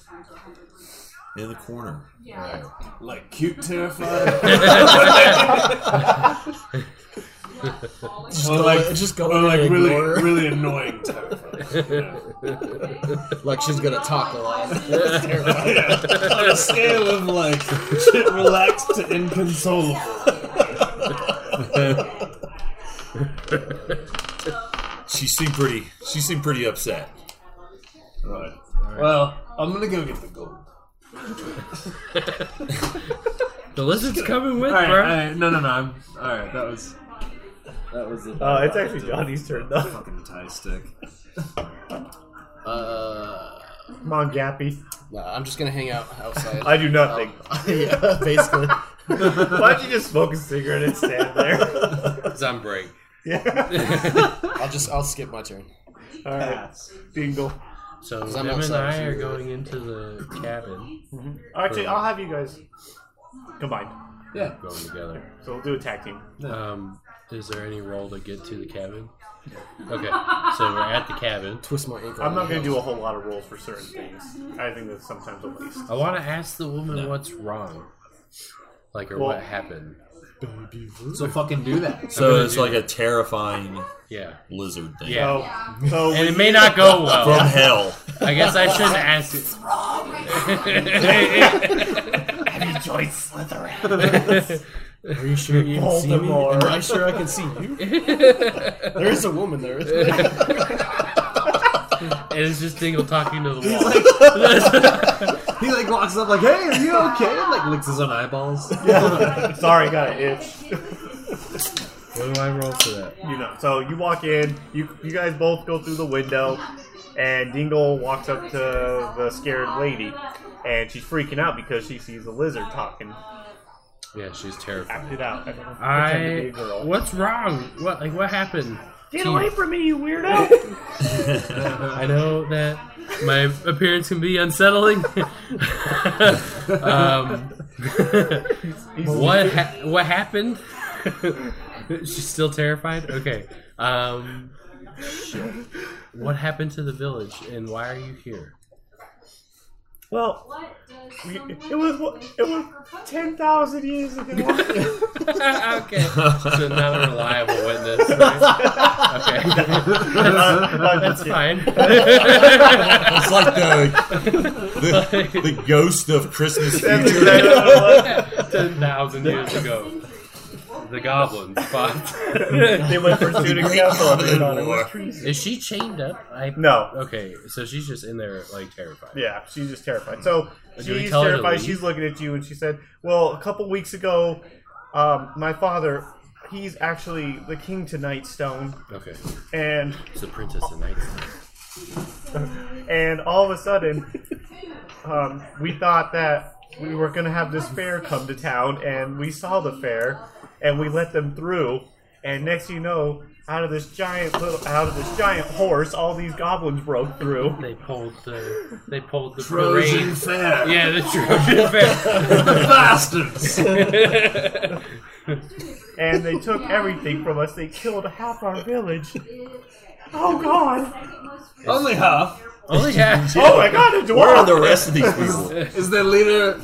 Speaker 5: in the corner.
Speaker 8: (laughs) Like cute, terrified. (laughs)
Speaker 7: Just
Speaker 8: Or
Speaker 7: go,
Speaker 8: like,
Speaker 7: just go
Speaker 8: or
Speaker 7: in and
Speaker 8: Oh, like really,
Speaker 7: ignore her.
Speaker 8: really annoying, (laughs) terrified. Yeah.
Speaker 7: like she's gonna talk a (laughs) lot.
Speaker 8: Yeah. On a scale of like shit relaxed to inconsolable.
Speaker 5: (laughs) She seemed pretty. She seemed pretty upset.
Speaker 8: Right. Well, I'm gonna go get the gold.
Speaker 3: the lizard's coming with,
Speaker 8: All right, all
Speaker 3: bro.
Speaker 8: right. No, no, no. I'm, all right, that was that was. the-
Speaker 1: (laughs) Uh, it's actually Johnny's turn, though.
Speaker 8: Fucking tie stick.
Speaker 7: Uh,
Speaker 1: come on, Gappy.
Speaker 7: nah, I'm just gonna hang out (laughs) outside.
Speaker 1: I do nothing.
Speaker 7: Oh. yeah, basically.
Speaker 1: (laughs) Why'd you just smoke a cigarette and stand there? (laughs)
Speaker 6: It's on
Speaker 3: (laughs)
Speaker 6: break.
Speaker 7: (laughs)
Speaker 1: yeah.
Speaker 7: I'll just I'll skip my turn.
Speaker 1: All right, Dingle.
Speaker 3: So
Speaker 7: Cause I'm
Speaker 3: Emma and
Speaker 7: outside,
Speaker 3: I
Speaker 7: so
Speaker 3: are
Speaker 7: you're
Speaker 3: going into the cabin,
Speaker 1: Actually, I'll have you guys combined.
Speaker 8: Yeah.
Speaker 3: going together.
Speaker 1: So we'll do a tag team.
Speaker 3: Um, is there any roll to get to the (laughs) cabin? Okay, so we're at the cabin.
Speaker 7: Twist my ankle.
Speaker 1: I'm not gonna do a whole lot of rolls for certain things. I think that's sometimes a waste.
Speaker 3: I want to ask the woman what's wrong, like or
Speaker 1: Well-
Speaker 3: what happened.
Speaker 8: So fucking do that. (laughs)
Speaker 5: So it's like a terrifying
Speaker 3: Yeah,
Speaker 5: lizard thing
Speaker 3: yeah,
Speaker 1: So, so
Speaker 3: and it may not go
Speaker 5: from
Speaker 3: well.
Speaker 5: hell.
Speaker 3: I guess I (laughs) shouldn't ask it.
Speaker 1: you joined Slytherin.
Speaker 3: (laughs)
Speaker 7: Are you sure you can see me?
Speaker 1: Voldemort.
Speaker 7: Am I sure I can
Speaker 6: (laughs)
Speaker 7: see you? there is a woman there.
Speaker 3: And it's just Dingle talking (laughs) to the wall.
Speaker 8: He like walks up like, "Hey, are you okay?" And like licks his own eyeballs.
Speaker 6: (laughs)
Speaker 1: (laughs) Sorry, got an itch.
Speaker 3: what do I roll for that?
Speaker 1: You know. So you walk in. You you guys both go through the window, and Dingle walks up to the scared lady, and she's freaking out because she sees a lizard talking.
Speaker 3: Yeah, she's terrified.
Speaker 1: Act it out. Pretend to be a
Speaker 3: I.
Speaker 1: girl.
Speaker 3: What's wrong? What like what happened?
Speaker 1: Get
Speaker 3: to
Speaker 1: away
Speaker 3: you?
Speaker 1: from me, you weirdo!
Speaker 3: I know that my appearance can be unsettling. (laughs) um, what ha- what happened? (laughs) She's still terrified. Okay. Um, what happened to the village, and why are you here? (laughs)
Speaker 1: well, we, (laughs) it was it was ten thousand years ago.
Speaker 3: (laughs)
Speaker 1: (laughs)
Speaker 3: okay. So not a reliable witness. right? Okay. (laughs) That's fine.
Speaker 5: It's like the, the the ghost of Christmas
Speaker 1: That's
Speaker 5: future.
Speaker 1: exactly what it was.
Speaker 3: (laughs) Ten thousand years ago, the goblins fought.
Speaker 1: they went pursuing
Speaker 5: Great
Speaker 1: castle and they
Speaker 5: Common
Speaker 1: thought it
Speaker 5: War.
Speaker 1: was treason.
Speaker 3: Is she chained up? I
Speaker 1: No.
Speaker 3: Okay, so she's just in there like terrified.
Speaker 1: Yeah, she's just terrified. So
Speaker 3: Do we
Speaker 1: she's
Speaker 3: tell her to
Speaker 1: terrified.
Speaker 3: leave?
Speaker 1: She's looking at you and she said, Well, a couple weeks ago, um, my father, he's actually the king to Nightstone.
Speaker 3: Okay,
Speaker 1: And
Speaker 3: it's the princess of Nightstone.
Speaker 1: and all of a sudden, um, we thought that we were going to have this fair come to town, and we saw the fair, and we let them through. And next you know, out of this giant little, out of this giant horse, all these goblins broke through.
Speaker 3: They pulled the they pulled the
Speaker 8: Trojan
Speaker 3: parade.
Speaker 8: fair.
Speaker 3: Yeah, the Trojan fair.
Speaker 8: Bastards.
Speaker 3: (laughs)
Speaker 1: and they took everything from us. They killed half our village. Oh god!
Speaker 3: Oh
Speaker 8: Only half.
Speaker 3: Only half.
Speaker 1: Oh my god, a
Speaker 5: Where are
Speaker 1: dwarf!
Speaker 5: the rest of these people?
Speaker 8: Is their leader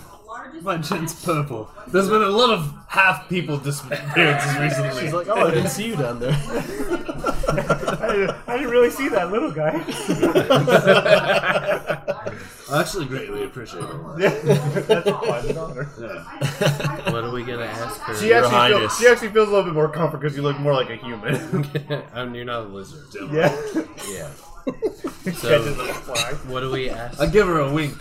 Speaker 6: My chin's purple. There's been a lot of half people disappearances recently.
Speaker 7: She's like, oh, I didn't see you down there.
Speaker 1: I, I didn't really see that little guy. (laughs)
Speaker 6: I actually greatly appreciate it.
Speaker 1: That's fun.
Speaker 6: Yeah.
Speaker 3: What are we gonna ask her? (laughs)
Speaker 1: She actually, feels,
Speaker 5: Highness.
Speaker 1: she actually feels a little bit more comfort because you look more like a human.
Speaker 3: I mean, Oh, you're not a lizard.
Speaker 1: yeah. (laughs)
Speaker 3: Yeah.
Speaker 1: Catches
Speaker 3: So,
Speaker 1: a fly.
Speaker 3: what do we ask?
Speaker 6: I give her a wink.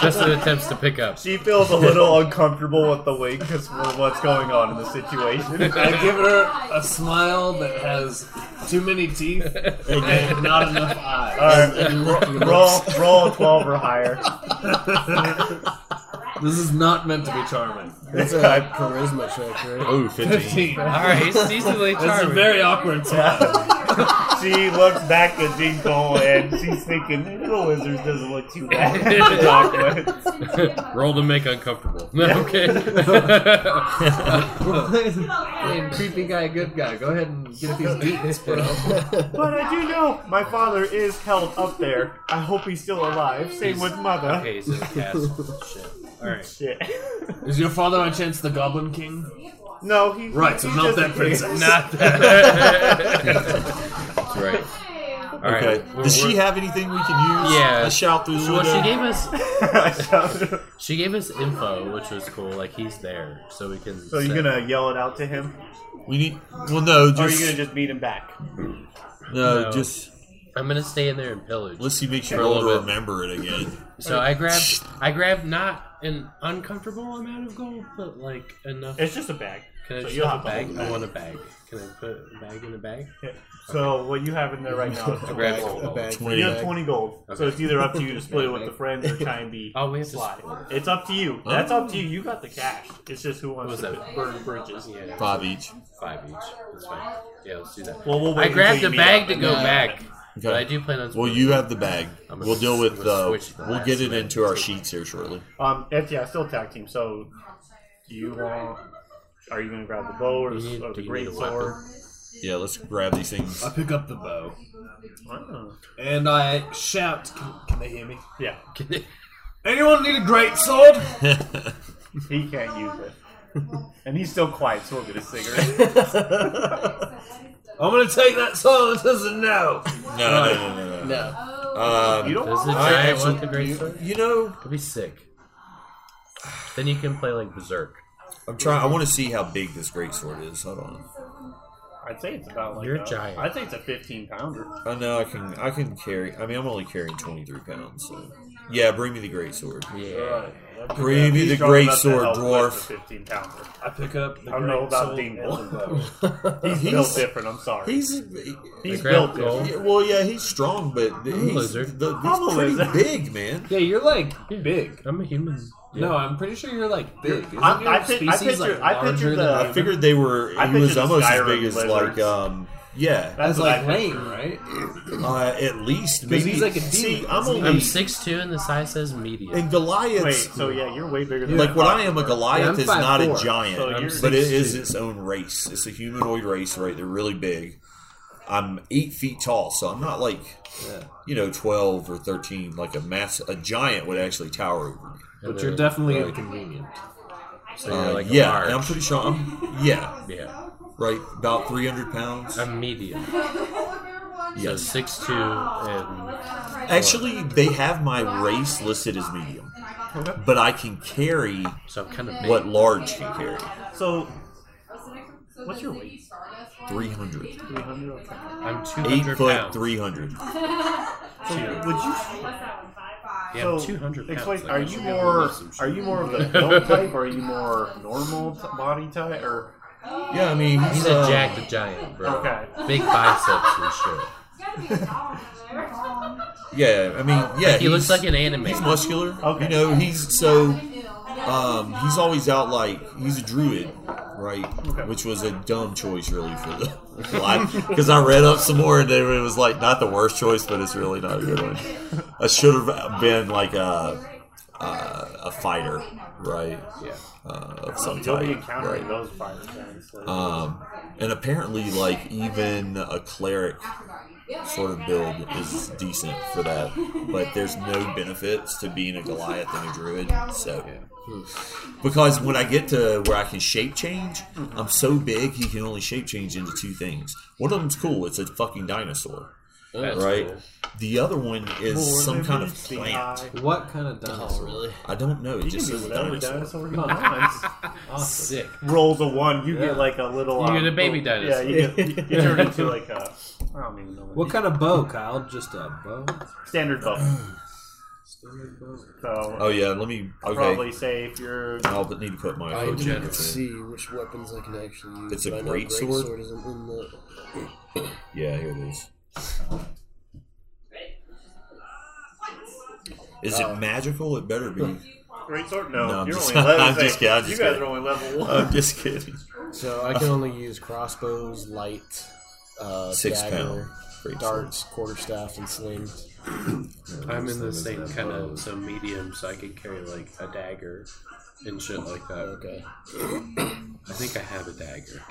Speaker 3: Justin attempts to pick up.
Speaker 1: She feels a little uncomfortable with the wink because of what's going on in the situation.
Speaker 3: (laughs)
Speaker 6: I give her a smile that has too many
Speaker 7: (laughs)
Speaker 6: teeth and not enough eyes.
Speaker 1: Alright, roll, roll a 12 or higher.
Speaker 6: This is not meant to be charming.
Speaker 7: That's a charisma check,
Speaker 5: (laughs)
Speaker 7: right?
Speaker 5: Ooh, 15.
Speaker 3: All right,
Speaker 6: (laughs)
Speaker 3: it's decently
Speaker 6: That's a
Speaker 3: charming.
Speaker 6: very
Speaker 7: (laughs)
Speaker 6: awkward smile.
Speaker 1: She looks back at Jingle and she's thinking, the lizard doesn't look too bad. The dog went.
Speaker 3: Roll to make uncomfortable. No, (laughs) okay.
Speaker 7: (laughs)
Speaker 6: creepy guy, good guy. Go ahead and get these beatings, bro.
Speaker 7: (laughs)
Speaker 1: But I do know my father is held up there. I hope he's still alive. Same with mother.
Speaker 3: okay, so castle. Shit. All right.
Speaker 1: Shit.
Speaker 6: Is your father by chance the Goblin King?
Speaker 1: No, he.
Speaker 6: Right, so
Speaker 1: he
Speaker 6: not
Speaker 7: (laughs)
Speaker 1: doesn't
Speaker 6: that
Speaker 1: care.
Speaker 6: princess.
Speaker 5: That's right.
Speaker 3: All right.
Speaker 5: Okay.
Speaker 3: We're-
Speaker 5: Does she
Speaker 3: we're-
Speaker 5: have anything we can use?
Speaker 3: Yeah.
Speaker 5: A shout through the
Speaker 3: Well,
Speaker 5: window?
Speaker 3: she gave us
Speaker 1: so
Speaker 3: she gave us info, which was cool. Like he's there, so we can.
Speaker 1: (laughs) so you're
Speaker 3: send-
Speaker 1: gonna yell it out to him,
Speaker 5: we need. Well,
Speaker 1: or are
Speaker 5: no,
Speaker 1: you gonna
Speaker 5: just
Speaker 1: just beat him back?
Speaker 5: no,
Speaker 3: No.
Speaker 5: just
Speaker 3: I'm gonna stay in there and pillage.
Speaker 5: let's see. Make
Speaker 3: For
Speaker 5: sure
Speaker 3: a
Speaker 5: all
Speaker 3: little
Speaker 5: to
Speaker 3: bit.
Speaker 5: remember it again.
Speaker 3: So I grabbed I grabbed not an uncomfortable amount of gold, but like enough.
Speaker 1: It's just a bag.
Speaker 3: Can I
Speaker 1: so
Speaker 3: just
Speaker 1: you have
Speaker 3: have a
Speaker 1: the
Speaker 3: bag?
Speaker 1: whole
Speaker 3: I want a bag. Can I put a bag in a bag?
Speaker 1: So what you have in there right now is
Speaker 3: I
Speaker 1: a
Speaker 3: grabbed
Speaker 1: bag.
Speaker 3: all of them.
Speaker 1: You have
Speaker 5: 20.
Speaker 1: 20 gold, so it's either up to
Speaker 3: (laughs)
Speaker 1: you to split it with the friends or try and be
Speaker 3: Oh, we have to
Speaker 1: slide.
Speaker 3: split it.
Speaker 1: It's up to you. That's up to you. You got the cash. It's just who wants
Speaker 3: was
Speaker 1: to
Speaker 3: that?
Speaker 1: burn bridges.
Speaker 3: Yeah,
Speaker 5: Five each.
Speaker 3: five each. That's fine. Yeah, let's do that.
Speaker 1: Well, we'll wait
Speaker 3: I grabbed
Speaker 1: until
Speaker 3: a
Speaker 1: you meet
Speaker 3: bag
Speaker 1: up
Speaker 3: to
Speaker 1: and
Speaker 3: go
Speaker 1: then-
Speaker 3: back, but I
Speaker 5: Okay.
Speaker 3: do plan on.
Speaker 5: Well,
Speaker 3: splitting
Speaker 5: you
Speaker 3: it.
Speaker 5: have the bag.
Speaker 3: I'm gonna
Speaker 5: We'll deal
Speaker 3: s-
Speaker 5: with.
Speaker 3: I'm gonna
Speaker 5: Uh,
Speaker 3: switch the (laughs)
Speaker 5: we'll
Speaker 3: last
Speaker 5: get it
Speaker 3: minute.
Speaker 5: into our sheets here shortly.
Speaker 1: Um, it's, yeah, still tag team. So, do you want? Are you gonna grab the bow or,
Speaker 3: Do
Speaker 1: the-
Speaker 3: you need-
Speaker 1: or
Speaker 3: do
Speaker 1: the
Speaker 3: you need
Speaker 1: great
Speaker 3: a weapon?
Speaker 1: sword?
Speaker 5: Yeah, let's grab these (laughs) things.
Speaker 6: I pick up the bow
Speaker 1: Oh.
Speaker 6: and I shout. Can, can they hear me?
Speaker 1: Yeah,
Speaker 6: Anyone need a great sword?
Speaker 1: he can't use
Speaker 3: (laughs)
Speaker 1: it, and he's still quiet. So we'll get a cigarette.
Speaker 6: I'm gonna take that sword that doesn't know.
Speaker 5: No, no, no, no, no.
Speaker 7: No.
Speaker 5: Um,
Speaker 1: You don't
Speaker 3: Does
Speaker 1: want
Speaker 3: the
Speaker 1: it.
Speaker 5: I
Speaker 3: giant
Speaker 5: actually-
Speaker 3: want the great sword?
Speaker 5: you know,
Speaker 3: That'd be sick. Then you can play like Berserk.
Speaker 5: I'm trying. I want to see how big this great sword is. Hold on.
Speaker 1: I'd say it's about like
Speaker 3: You're
Speaker 1: a,
Speaker 3: giant.
Speaker 1: I'd say it's a 15 pounder.
Speaker 5: I know I can. I can carry. I mean, I'm only carrying 23 pounds. So, yeah, bring me the great sword.
Speaker 3: Yeah.
Speaker 5: Bring me
Speaker 1: He's
Speaker 5: the
Speaker 1: strong
Speaker 5: great
Speaker 1: enough to
Speaker 5: sword,
Speaker 1: help lift
Speaker 5: dwarf.
Speaker 1: a 15 pounder.
Speaker 6: I pick up the
Speaker 1: I don't know
Speaker 6: great
Speaker 1: about
Speaker 6: sword
Speaker 1: Dingle.
Speaker 6: and the bow.
Speaker 1: He's, built different. I'm sorry.
Speaker 5: He's
Speaker 1: He's
Speaker 3: The
Speaker 1: built
Speaker 3: grab
Speaker 1: different.
Speaker 5: yeah, well, yeah, he's strong, but th- he's,
Speaker 3: lizard.
Speaker 5: The, he's
Speaker 1: I'm a
Speaker 5: pretty
Speaker 1: lizard.
Speaker 5: big, man.
Speaker 6: (laughs) Yeah, you're like big.
Speaker 3: I'm a human.
Speaker 6: No, I'm pretty sure you're like big. Isn't
Speaker 1: I-
Speaker 6: your
Speaker 1: I pic- I
Speaker 6: species
Speaker 1: picture- I
Speaker 6: like
Speaker 1: picture
Speaker 6: larger
Speaker 1: the-
Speaker 6: than
Speaker 5: I
Speaker 6: human?
Speaker 5: figured they were.
Speaker 1: I
Speaker 5: He was
Speaker 1: picture the
Speaker 5: almost as
Speaker 1: Skyrim
Speaker 5: big as
Speaker 1: lizards.
Speaker 5: like um. Yeah,
Speaker 1: That's
Speaker 6: That's
Speaker 1: what I
Speaker 6: like
Speaker 1: picture.
Speaker 6: lame, right?
Speaker 5: uh, at least maybe.
Speaker 6: he's like a
Speaker 5: see,
Speaker 6: demon,
Speaker 5: I'm
Speaker 6: isn't
Speaker 5: only
Speaker 6: he?
Speaker 3: I'm six two, and the size says medium.
Speaker 5: and Goliath.
Speaker 1: Wait, so yeah, you're way bigger than
Speaker 5: like
Speaker 1: that.
Speaker 5: what I am, a Goliath
Speaker 6: Yeah, I'm
Speaker 5: is not a
Speaker 6: 5'4".
Speaker 5: giant,
Speaker 1: So you're-
Speaker 5: but it is its own race. It's a humanoid race, right? They're really big. I'm eight feet tall, so I'm not like you know twelve or thirteen like a mass. A giant would actually tower over me.
Speaker 6: But you're definitely inconvenient.
Speaker 3: So you're
Speaker 5: Uh,
Speaker 3: like
Speaker 5: yeah,
Speaker 3: large.
Speaker 5: and I'm pretty sure.
Speaker 3: (laughs)
Speaker 5: I'm, yeah,
Speaker 3: yeah.
Speaker 5: right, about three hundred pounds.
Speaker 3: I'm medium. So
Speaker 5: yes,
Speaker 3: six two and
Speaker 5: actually, they have my race listed as medium, but I can carry
Speaker 3: so I'm kind of big.
Speaker 5: what large can carry.
Speaker 1: So, what's your weight?
Speaker 5: Three hundred.
Speaker 1: 300? Okay.
Speaker 3: I'm two
Speaker 5: Eight
Speaker 3: hundred
Speaker 5: foot
Speaker 3: pounds.
Speaker 5: three hundred.
Speaker 1: So would you
Speaker 3: Yeah,
Speaker 1: So,
Speaker 3: I'm two hundred pounds.
Speaker 1: Explain,
Speaker 3: Like,
Speaker 1: are
Speaker 3: I'm
Speaker 1: you
Speaker 3: gonna
Speaker 1: more
Speaker 3: lose some shit.
Speaker 1: are you more of
Speaker 3: (laughs)
Speaker 1: the build type or are you more normal t- body type or
Speaker 5: Yeah, I mean
Speaker 3: He's a
Speaker 5: uh,
Speaker 3: jack the giant, bro.
Speaker 1: okay?
Speaker 3: Big biceps and shit.
Speaker 5: Yeah, I mean, yeah,
Speaker 3: He looks
Speaker 5: he's-
Speaker 3: like an anime.
Speaker 5: He's muscular.
Speaker 1: Okay.
Speaker 5: You know, he's so um, he's always out like he's a druid, right? Which was a dumb choice, really, for the (laughs) because I read up some more and they- it was like not the worst choice, but it's really not a good one. I should have been like a uh, a fighter, right? Yeah, uh, of some
Speaker 1: You'll be
Speaker 5: type,
Speaker 1: encountering
Speaker 5: right? Uh,
Speaker 1: those fire giants. so-
Speaker 5: Um, and apparently, like even a cleric sort of build is decent for that. But there's no benefits to being a Goliath and a Druid. So. Because when I get to where I can shape change, I'm so big he can only shape change into two things. One of them's cool; it's a fucking dinosaur, right? The other one is some kind of plant.
Speaker 7: What kind of
Speaker 5: Oh,
Speaker 7: dinosaur? Oh, really?
Speaker 5: I don't know. It just says a
Speaker 1: Whatever dinosaur
Speaker 5: dinosaur.
Speaker 1: he wants.
Speaker 3: Sick.
Speaker 1: Rolls a one, you get like a little.
Speaker 3: You
Speaker 1: um,
Speaker 3: get a baby
Speaker 1: little-
Speaker 3: dinosaur.
Speaker 1: Yeah, you, get, you
Speaker 3: (laughs)
Speaker 1: turn into like a. I don't even know.
Speaker 7: What kind of bow, Kyle? Just a bow?
Speaker 1: standard buff?
Speaker 7: Standard bow.
Speaker 1: So
Speaker 5: Oh yeah, let me. Okay,
Speaker 1: probably say if you're
Speaker 5: I'll need to put my.
Speaker 7: I
Speaker 5: code
Speaker 7: need
Speaker 5: in.
Speaker 7: to see which weapons I can actually use.
Speaker 5: It's a
Speaker 7: but I know
Speaker 5: great
Speaker 7: greatsword
Speaker 5: sword?
Speaker 7: isn't in the.
Speaker 5: Yeah, here it is. Is it magical? It better be.
Speaker 1: great sword, no,
Speaker 5: No, I'm
Speaker 1: you're
Speaker 5: just-
Speaker 1: only level.
Speaker 5: (laughs) I'm just kidding, I'm
Speaker 1: you
Speaker 5: just
Speaker 1: guys
Speaker 5: kidding.
Speaker 1: are only level one.
Speaker 5: I'm just kidding.
Speaker 7: So I can only use crossbows, light, uh,
Speaker 5: Six
Speaker 7: dagger,
Speaker 5: Great
Speaker 7: darts, quarterstaff, and slings.
Speaker 3: I'm in the same kind of so medium, so I could carry like a dagger and shit like that.
Speaker 7: Okay.
Speaker 3: I think I have a dagger.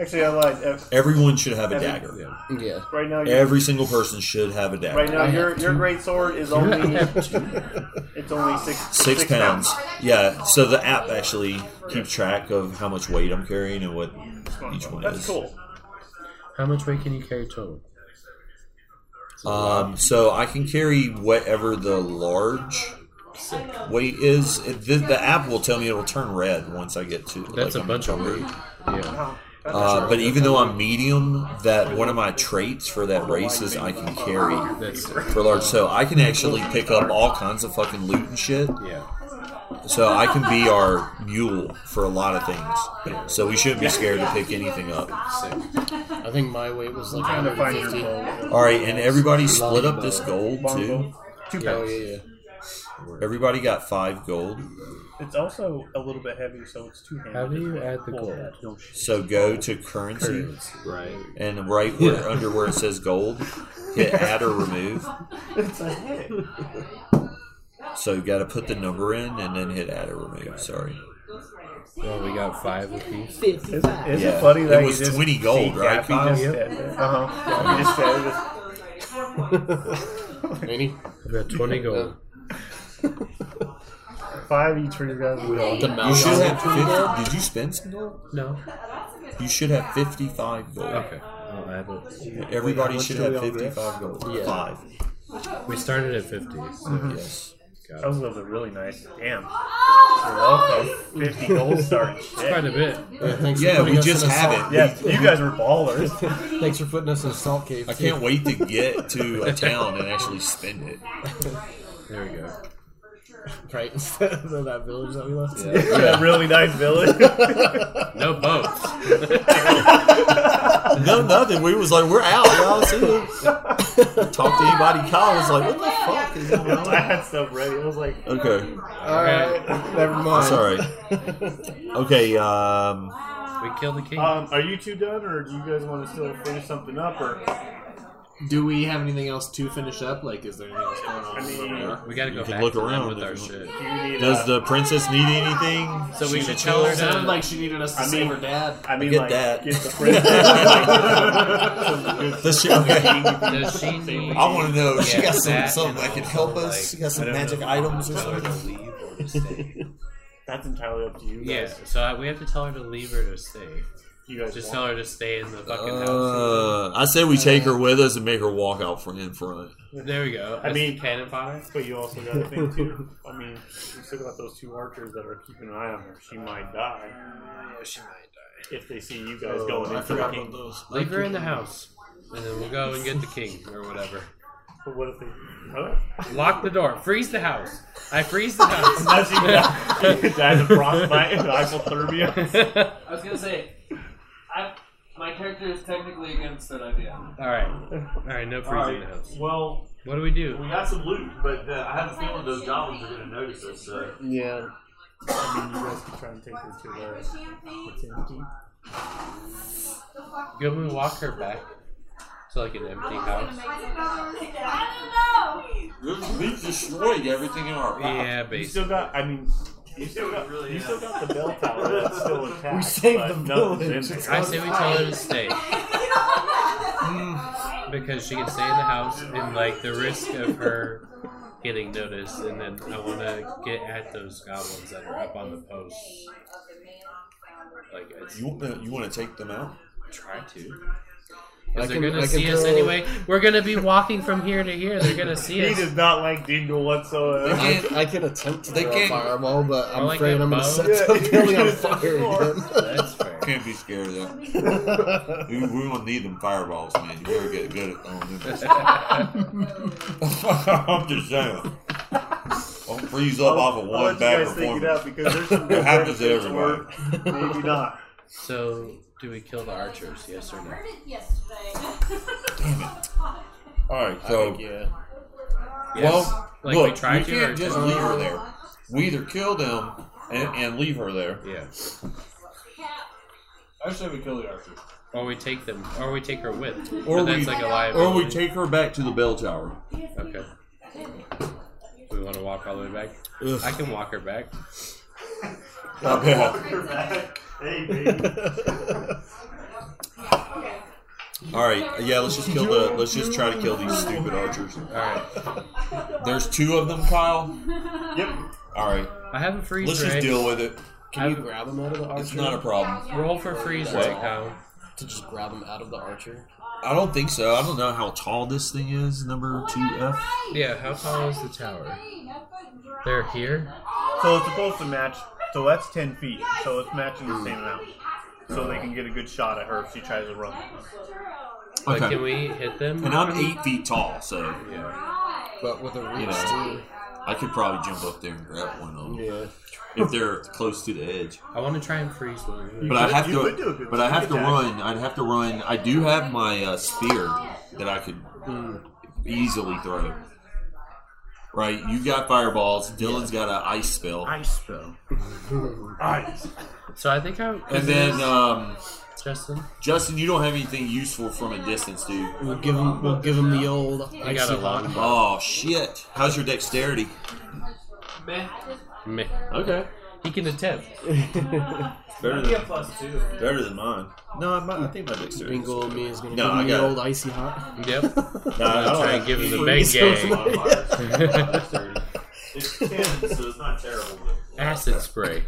Speaker 1: Actually, I lied. Uh,
Speaker 5: Everyone should have a
Speaker 1: Every-
Speaker 5: dagger.
Speaker 7: Yeah.
Speaker 3: (laughs)
Speaker 1: right now, you're,
Speaker 5: Every single person should have a dagger.
Speaker 1: right now,
Speaker 7: I have
Speaker 1: your your great sword is
Speaker 5: (laughs)
Speaker 1: only it's only six
Speaker 5: Six, pounds. Yeah. So the app actually keeps track of how much weight I'm carrying and what each one
Speaker 1: That's
Speaker 5: is.
Speaker 1: cool.
Speaker 3: How much weight can you carry total?
Speaker 5: Um, so I can carry whatever the large weight is. It- The, the app will tell me it'll turn red once I get to.
Speaker 3: That's a
Speaker 5: I'm
Speaker 3: bunch of
Speaker 5: covered.
Speaker 3: weight. Yeah.
Speaker 5: Uh, but even though I'm medium, that one of my traits for that race is I can carry
Speaker 3: That's
Speaker 5: for large. So I can actually pick up all kinds of fucking loot and shit.
Speaker 3: yeah.
Speaker 5: So I can be our mule for a lot of things. So we shouldn't be scared to pick anything up.
Speaker 7: I think my weight was like.
Speaker 1: Trying to find your
Speaker 7: 150.
Speaker 1: gold.
Speaker 5: All right, and everybody split up this gold too.
Speaker 1: Longbow. Two
Speaker 7: Yeah, oh,
Speaker 1: pounds.
Speaker 7: yeah, yeah.
Speaker 5: Everybody got five gold.
Speaker 1: It's also a little bit heavy, so it's two handed.
Speaker 3: How do you add the gold?
Speaker 5: So go to currency
Speaker 3: Right.
Speaker 5: and right where under where it says gold,
Speaker 3: (laughs)
Speaker 5: hit add or remove.
Speaker 1: (laughs) It's a hit.
Speaker 5: So you got to put the number in and then hit add or remove. Sorry.
Speaker 3: Well, we got five apiece.
Speaker 1: Is, is
Speaker 5: Yeah.
Speaker 1: it funny that
Speaker 5: It
Speaker 1: you
Speaker 5: was
Speaker 1: just
Speaker 5: 20 gold,
Speaker 1: see
Speaker 5: right,
Speaker 1: Daffy
Speaker 5: Kyle? Uh-huh.
Speaker 1: Just
Speaker 5: Yep.
Speaker 1: Uh huh. just said it.
Speaker 7: Any?
Speaker 3: We got twenty gold.
Speaker 1: (laughs) Five each for you guys.
Speaker 7: The mouse.
Speaker 5: You should have 50. Did you spend some gold?
Speaker 3: No.
Speaker 5: You should have 55 gold.
Speaker 3: Okay. I'll add it.
Speaker 5: Everybody should have 55 gold.
Speaker 7: Yeah.
Speaker 5: Five.
Speaker 3: We started at fifty.
Speaker 5: Yes.
Speaker 3: Oh,
Speaker 1: Those ones are really nice. Damn. You're welcome. 50 gold
Speaker 5: (laughs)
Speaker 1: star.
Speaker 3: Quite
Speaker 1: Shit.
Speaker 3: a bit.
Speaker 7: Yeah, thanks for
Speaker 5: Yeah,
Speaker 7: putting
Speaker 5: we
Speaker 7: us
Speaker 5: just
Speaker 7: in a
Speaker 5: have
Speaker 7: salt-
Speaker 5: it.
Speaker 1: Yeah, you guys were ballers.
Speaker 5: (laughs)
Speaker 7: Thanks for putting us in a salt cave.
Speaker 5: I
Speaker 7: too.
Speaker 5: can't wait to get to a town and actually spend it.
Speaker 3: There we go.
Speaker 6: (laughs)
Speaker 7: Right instead of that village that we left.
Speaker 1: That really nice
Speaker 5: (laughs)
Speaker 1: village. (laughs)
Speaker 3: No boats.
Speaker 5: No, nothing. We was like, we're out. Y'all see you. Talk to anybody. Kyle was like, what the fuck is going
Speaker 1: I
Speaker 5: on?
Speaker 1: had stuff ready. I was like,
Speaker 5: Okay,
Speaker 7: All right. Never mind.
Speaker 5: that's all right. Okay, um,
Speaker 3: We killed the king.
Speaker 1: um, are you two done, or do you guys want to still finish something up? Or
Speaker 6: Do we have anything else to finish up? Like, is there anything else going on?
Speaker 1: I mean,
Speaker 3: we gotta
Speaker 5: you
Speaker 3: go
Speaker 5: can
Speaker 3: back
Speaker 5: look
Speaker 3: to them
Speaker 5: around
Speaker 3: with
Speaker 5: if
Speaker 3: our
Speaker 5: you
Speaker 1: (laughs)
Speaker 5: want.
Speaker 3: shit.
Speaker 1: do you need?
Speaker 5: does
Speaker 1: uh,
Speaker 5: the princess need anything?
Speaker 3: So we
Speaker 5: She's
Speaker 3: should
Speaker 5: a
Speaker 3: tell her
Speaker 5: child.
Speaker 3: to
Speaker 6: Sounded like she needed us to
Speaker 1: I
Speaker 6: save
Speaker 1: mean-
Speaker 6: her dad.
Speaker 1: I mean,
Speaker 5: get
Speaker 1: like,
Speaker 5: that.
Speaker 1: get the
Speaker 5: (laughs)
Speaker 1: princess.
Speaker 5: The shit- okay.
Speaker 3: Does she need?
Speaker 5: I want to know. She
Speaker 3: Yeah,
Speaker 5: got some,
Speaker 3: that
Speaker 5: something
Speaker 3: and
Speaker 5: that can
Speaker 3: also,
Speaker 5: help us.
Speaker 3: like,
Speaker 5: she got some
Speaker 3: I don't
Speaker 5: magic
Speaker 3: know.
Speaker 5: items or
Speaker 3: Tell her to
Speaker 5: something.
Speaker 3: leave or to stay.
Speaker 1: That's entirely up to you guys.
Speaker 3: yeah. So I, we have to tell her to leave or to stay.
Speaker 1: You guys
Speaker 3: Just
Speaker 1: want-
Speaker 3: tell her to stay in the fucking house.
Speaker 5: Uh, I say we take her with us and make her walk out front in front.
Speaker 3: There we go.
Speaker 1: I
Speaker 3: I
Speaker 1: mean-
Speaker 3: mean, cannon fodder.
Speaker 1: But you also got to think too. I mean, you still got those two archers that are keeping an eye on her. She might die. she might die if they see you guys
Speaker 6: I
Speaker 1: going into the
Speaker 6: forgot
Speaker 1: king.
Speaker 6: about those.
Speaker 3: Leave her in the house, and then we'll go and get the king or whatever.
Speaker 1: But what if they? Huh? (laughs)
Speaker 3: Lock the door. Freeze the house. I freeze the house.
Speaker 1: Unless you die,
Speaker 3: (laughs)
Speaker 1: you die of frostbite and hypothermia.
Speaker 6: I was gonna say, I, my character is technically against that idea.
Speaker 3: All right. All right. No freezing the house.
Speaker 2: Well,
Speaker 3: What do we do?
Speaker 2: we got some loot, but uh, I have a feeling those goblins are going to notice us. So.
Speaker 7: Yeah.
Speaker 1: I mean, you guys can try and take her to the. It's empty.
Speaker 3: Go and walk her back to like an empty house.
Speaker 5: We destroyed everything in our
Speaker 3: Yeah,
Speaker 1: You still
Speaker 3: basically.
Speaker 1: got. I mean. You still got, you still got the bell tower that's still intact.
Speaker 7: We saved
Speaker 1: but
Speaker 7: the
Speaker 1: nothing's in
Speaker 7: village.
Speaker 1: there.
Speaker 3: I say we tell her to stay. because she can stay in the house and like the risk of her getting noticed. And then I want to get at those goblins that are up on the posts. Like I
Speaker 5: You want to, you want to take them out?
Speaker 3: try to.
Speaker 7: I
Speaker 3: Because they're
Speaker 7: can- I
Speaker 3: gonna
Speaker 7: can
Speaker 3: see us
Speaker 7: throw-
Speaker 3: anyway. We're gonna be walking from here to here. They're gonna see
Speaker 1: (laughs) He
Speaker 3: us.
Speaker 1: does not like Dingle whatsoever.
Speaker 7: I, I can attempt to
Speaker 6: They
Speaker 7: throw a
Speaker 6: can't-
Speaker 7: fireball, but I'm
Speaker 3: Oh, like
Speaker 7: afraid
Speaker 3: a
Speaker 7: I'm
Speaker 3: bow?
Speaker 7: going to
Speaker 1: (laughs)
Speaker 7: set
Speaker 1: Yeah,
Speaker 7: the
Speaker 1: you're
Speaker 7: (laughs)
Speaker 5: (laughs)
Speaker 7: building on
Speaker 1: gonna set
Speaker 7: fire
Speaker 1: the floor.
Speaker 7: again.
Speaker 3: That's fair.
Speaker 5: Can't be scared
Speaker 1: (laughs)
Speaker 5: of them. (laughs) We, we don't need them fireballs, man. You better get good at throwing them. (laughs) I'm just saying. Don't freeze up off of
Speaker 1: I'll
Speaker 5: one
Speaker 1: let
Speaker 5: bad
Speaker 1: you guys think it out
Speaker 5: performance.
Speaker 1: because there's some
Speaker 5: (laughs) It
Speaker 1: good
Speaker 5: happens to
Speaker 1: references
Speaker 5: everybody.
Speaker 1: where Maybe not.
Speaker 3: So, do we kill the archers? Yes or no?
Speaker 4: yesterday.
Speaker 5: All right,
Speaker 6: I
Speaker 5: so
Speaker 6: think, yeah.
Speaker 3: Yes.
Speaker 5: Well,
Speaker 3: like
Speaker 5: look,
Speaker 3: we try
Speaker 5: we
Speaker 3: to.
Speaker 5: can't
Speaker 3: or
Speaker 5: just
Speaker 3: don't?
Speaker 5: leave her there. We either kill them and, and leave her there.
Speaker 3: Yeah.
Speaker 8: Actually, we kill the archer.
Speaker 3: Or we take them. Or we take her with.
Speaker 5: Or
Speaker 3: but that's
Speaker 5: we-
Speaker 3: like a
Speaker 5: Or
Speaker 3: liability.
Speaker 5: we take her back to the bell tower.
Speaker 3: Okay. We want to walk all the way back. I can walk her back.
Speaker 5: Not bad.
Speaker 1: You're back. Hey, baby.
Speaker 5: (laughs) All right, yeah, let's just kill the. Let's just try to kill these stupid archers.
Speaker 3: All right.
Speaker 5: There's two of them, Kyle.
Speaker 1: Yep.
Speaker 5: All right,
Speaker 3: I have a freeze
Speaker 5: let's
Speaker 3: ray.
Speaker 5: just deal with it.
Speaker 3: I
Speaker 7: Can you
Speaker 3: have-
Speaker 7: grab him out of the archer?
Speaker 5: It's not a problem.
Speaker 3: Roll for freeze
Speaker 7: That's
Speaker 3: ray,
Speaker 7: all.
Speaker 3: Kyle.
Speaker 7: To just grab him out of the archer?
Speaker 5: I don't think so. I don't know how tall this thing is. Number two F.
Speaker 3: Yeah. How tall is the tower? They're here.
Speaker 1: So it's supposed to match. So that's 10 feet. So it's matching the same amount. So they can get a good shot at her if she tries to run.
Speaker 3: Like,
Speaker 5: Okay.
Speaker 3: can we hit them?
Speaker 5: And I'm eight feet tall, so
Speaker 3: Yeah. mm.
Speaker 7: But with a reach,
Speaker 5: You know. I could probably jump up there and grab one of
Speaker 7: too.
Speaker 5: them
Speaker 7: Yeah.
Speaker 5: if they're close to the edge.
Speaker 3: I want to try and freeze one.
Speaker 5: But I have
Speaker 1: You could do a
Speaker 5: to.
Speaker 1: good
Speaker 5: But I have to
Speaker 1: attack.
Speaker 5: run. I'd have to run. I do have my uh, spear that I could easily throw. Right, you've got fireballs. Dylan's got an ice spell,
Speaker 3: Ice
Speaker 5: (laughs)
Speaker 3: spell.
Speaker 1: Nice.
Speaker 3: So I think I.
Speaker 5: and then um,
Speaker 3: Justin,
Speaker 5: Justin, you don't have anything useful from a distance, dude.
Speaker 7: We'll give him, we'll give him the old
Speaker 3: I got a long bow.
Speaker 5: Oh shit! How's your dexterity?
Speaker 3: Meh.
Speaker 5: Okay,
Speaker 3: He can attempt.
Speaker 5: better than
Speaker 8: plus two.
Speaker 5: better than mine. No, I, might- I think my dexterity. is-
Speaker 7: Bingo me is going to
Speaker 5: No,
Speaker 7: give
Speaker 5: I
Speaker 7: him
Speaker 5: got
Speaker 7: the
Speaker 5: it.
Speaker 7: old icy hot.
Speaker 3: Yep.
Speaker 5: No, I
Speaker 3: I'm
Speaker 5: don't
Speaker 3: gonna try
Speaker 5: have-
Speaker 3: and give him the big
Speaker 7: Please
Speaker 3: game.
Speaker 8: It's ten, so it's not terrible.
Speaker 3: (laughs) Acid spray.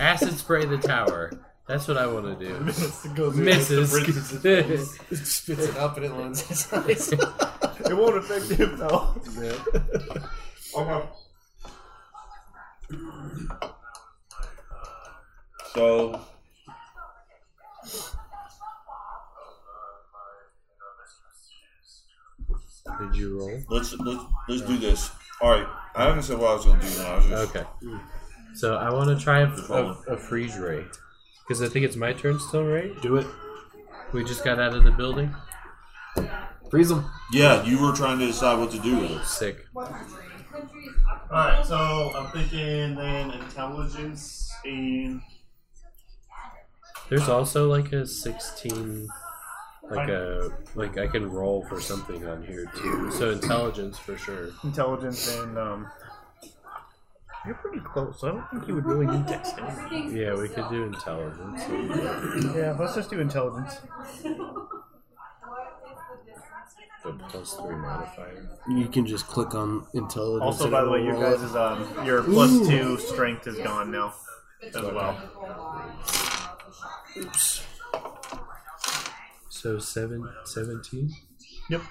Speaker 3: Acid spray the tower. That's what I want to do.
Speaker 7: It goes in,
Speaker 3: Mrs.
Speaker 7: it spits it up and it lands
Speaker 6: (laughs)
Speaker 7: in his eyes.
Speaker 1: It won't affect him though.
Speaker 5: So.
Speaker 3: Did you roll?
Speaker 5: Let's let's let's do this. All right. I haven't said what I was gonna do now. I was
Speaker 3: (laughs)
Speaker 5: just
Speaker 3: Okay. So I want to try a,
Speaker 5: Roll.
Speaker 3: a, a freeze ray. Because I think it's my turn still, right?
Speaker 7: Do it.
Speaker 3: We just got out of the building.
Speaker 7: Freeze him.
Speaker 5: yeah. You were trying to decide what to do with it.
Speaker 3: Sick.
Speaker 1: Alright, so I'm thinking then intelligence and
Speaker 3: There's also like a 16, like a like I can roll for something on here too. So intelligence for sure.
Speaker 1: intelligence and um You're pretty close. I don't think you would really need dexterity.
Speaker 3: Yeah, we could do intelligence.
Speaker 1: Yeah, let's just do intelligence.
Speaker 3: But plus three modifier.
Speaker 7: You can just click on intelligence.
Speaker 1: Also
Speaker 7: and
Speaker 1: by
Speaker 7: it
Speaker 1: the way,
Speaker 7: will
Speaker 1: your
Speaker 7: roll it.
Speaker 1: guys' um your plus two strength is gone now as well.
Speaker 3: So seven, 17?
Speaker 1: Yep.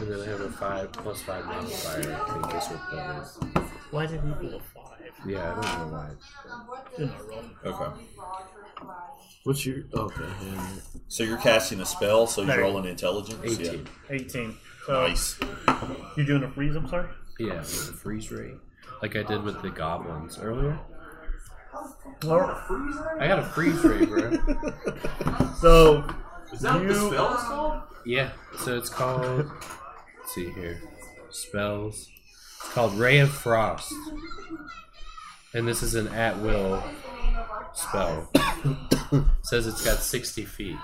Speaker 3: And then I have a five plus five modifier. I think is what that is.
Speaker 1: Why did he get a five?
Speaker 3: Yeah, I don't know why.
Speaker 5: Okay.
Speaker 7: What's your okay? yeah.
Speaker 5: So you're casting a spell. So
Speaker 1: There.
Speaker 5: you're rolling intelligence.
Speaker 3: Eighteen.
Speaker 1: Eighteen.
Speaker 5: Yeah.
Speaker 1: So
Speaker 5: Nice.
Speaker 1: you're doing a freeze, I'm sorry?
Speaker 3: Yeah, with the freeze rate, like I did with the goblins earlier. I got a freeze rate, bro.
Speaker 1: So
Speaker 5: Is
Speaker 1: that what the You- spell
Speaker 5: is called?
Speaker 3: Yeah, so it's called. let's see here, spells. It's called Ray of Frost, and this is an at will (coughs) spell. Says it's got sixty feet.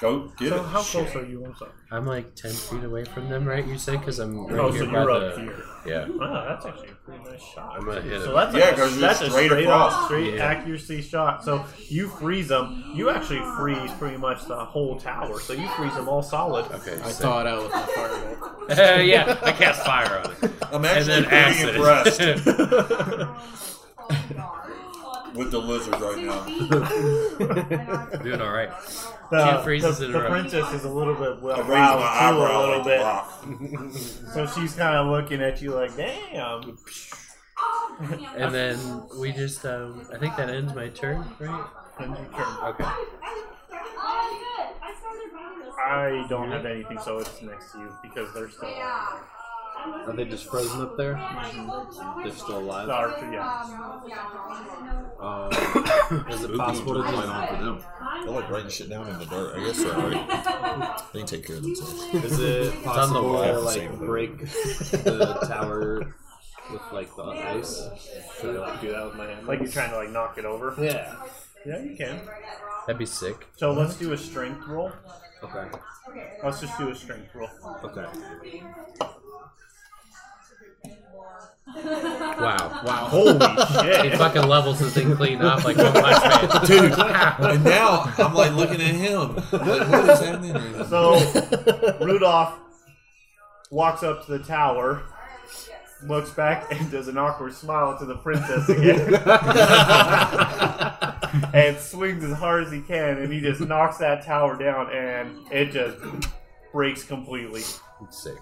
Speaker 9: Go get
Speaker 1: So
Speaker 9: it.
Speaker 1: how close are you? I'm sorry.
Speaker 3: I'm like ten feet away from them, right? You said because I'm right
Speaker 1: Oh, so
Speaker 3: here by
Speaker 1: you're
Speaker 3: the.
Speaker 1: up here.
Speaker 3: Yeah,
Speaker 1: Wow, that's actually a pretty nice shot.
Speaker 3: I'm gonna hit
Speaker 1: So
Speaker 3: him.
Speaker 1: that's
Speaker 9: Yeah,
Speaker 1: a,
Speaker 9: 'cause you're
Speaker 1: that's
Speaker 9: straight
Speaker 1: a straight
Speaker 9: across.
Speaker 1: on, straight
Speaker 3: Yeah.
Speaker 1: accuracy shot. So you freeze them. You actually freeze pretty much the whole tower. So you freeze them all solid.
Speaker 3: Okay,
Speaker 7: I
Speaker 3: so-
Speaker 7: thaw it out with my
Speaker 1: (laughs)
Speaker 3: (laughs)
Speaker 7: fireball.
Speaker 3: yeah, I cast fire on it,
Speaker 9: I'm
Speaker 3: and
Speaker 9: actually
Speaker 3: then
Speaker 9: pretty
Speaker 3: acid.
Speaker 9: impressed
Speaker 3: (laughs)
Speaker 4: Guard.
Speaker 9: with the lizard right now.
Speaker 3: Doing all right.
Speaker 1: The,
Speaker 3: Two freezes
Speaker 1: the,
Speaker 3: in a
Speaker 1: the
Speaker 3: row.
Speaker 1: princess is a little bit
Speaker 9: I
Speaker 1: well
Speaker 9: raised my
Speaker 1: roused too, a
Speaker 9: eyebrow
Speaker 1: little
Speaker 9: like
Speaker 1: bit.
Speaker 9: wow.
Speaker 1: So she's kind of looking at you like, damn.
Speaker 3: (laughs) And then we just, um, I think that ends my turn, right?
Speaker 1: And you turn.
Speaker 3: Okay.
Speaker 1: I don't have anything, so it's next to you because they're still
Speaker 6: Are they just frozen up there? They're still alive.
Speaker 1: the archer. Yeah.
Speaker 2: Uh,
Speaker 6: Um, (coughs) is it
Speaker 5: Spooky.
Speaker 6: possible to just on for them?
Speaker 5: I like writing shit down in the dirt. I guess they're alright. They can take care of
Speaker 1: (laughs)
Speaker 5: themselves.
Speaker 6: Is it possible
Speaker 5: wall.
Speaker 6: to
Speaker 5: Same
Speaker 6: like (laughs)
Speaker 5: thing.
Speaker 6: break the tower with like the ice? Should I like, do that with my hand?
Speaker 1: Like you're trying to like knock it over.
Speaker 6: yeah.
Speaker 1: Yeah, you can.
Speaker 3: That'd be sick.
Speaker 1: So let's do a strength roll.
Speaker 6: Okay.
Speaker 1: Let's just do a strength roll.
Speaker 6: Okay.
Speaker 3: Wow, wow.
Speaker 6: (laughs)
Speaker 1: Holy
Speaker 3: He
Speaker 1: shit!
Speaker 3: fucking levels the thing clean up like one punch man. (laughs)
Speaker 5: Dude, and now I'm like looking at him. Like, what is happening right now?
Speaker 1: (laughs) So Rudolph walks up to the tower, looks back, and does an awkward smile to the princess (laughs) again, and swings as hard as he can, and he just knocks that tower down, and it just breaks completely.
Speaker 3: Sick.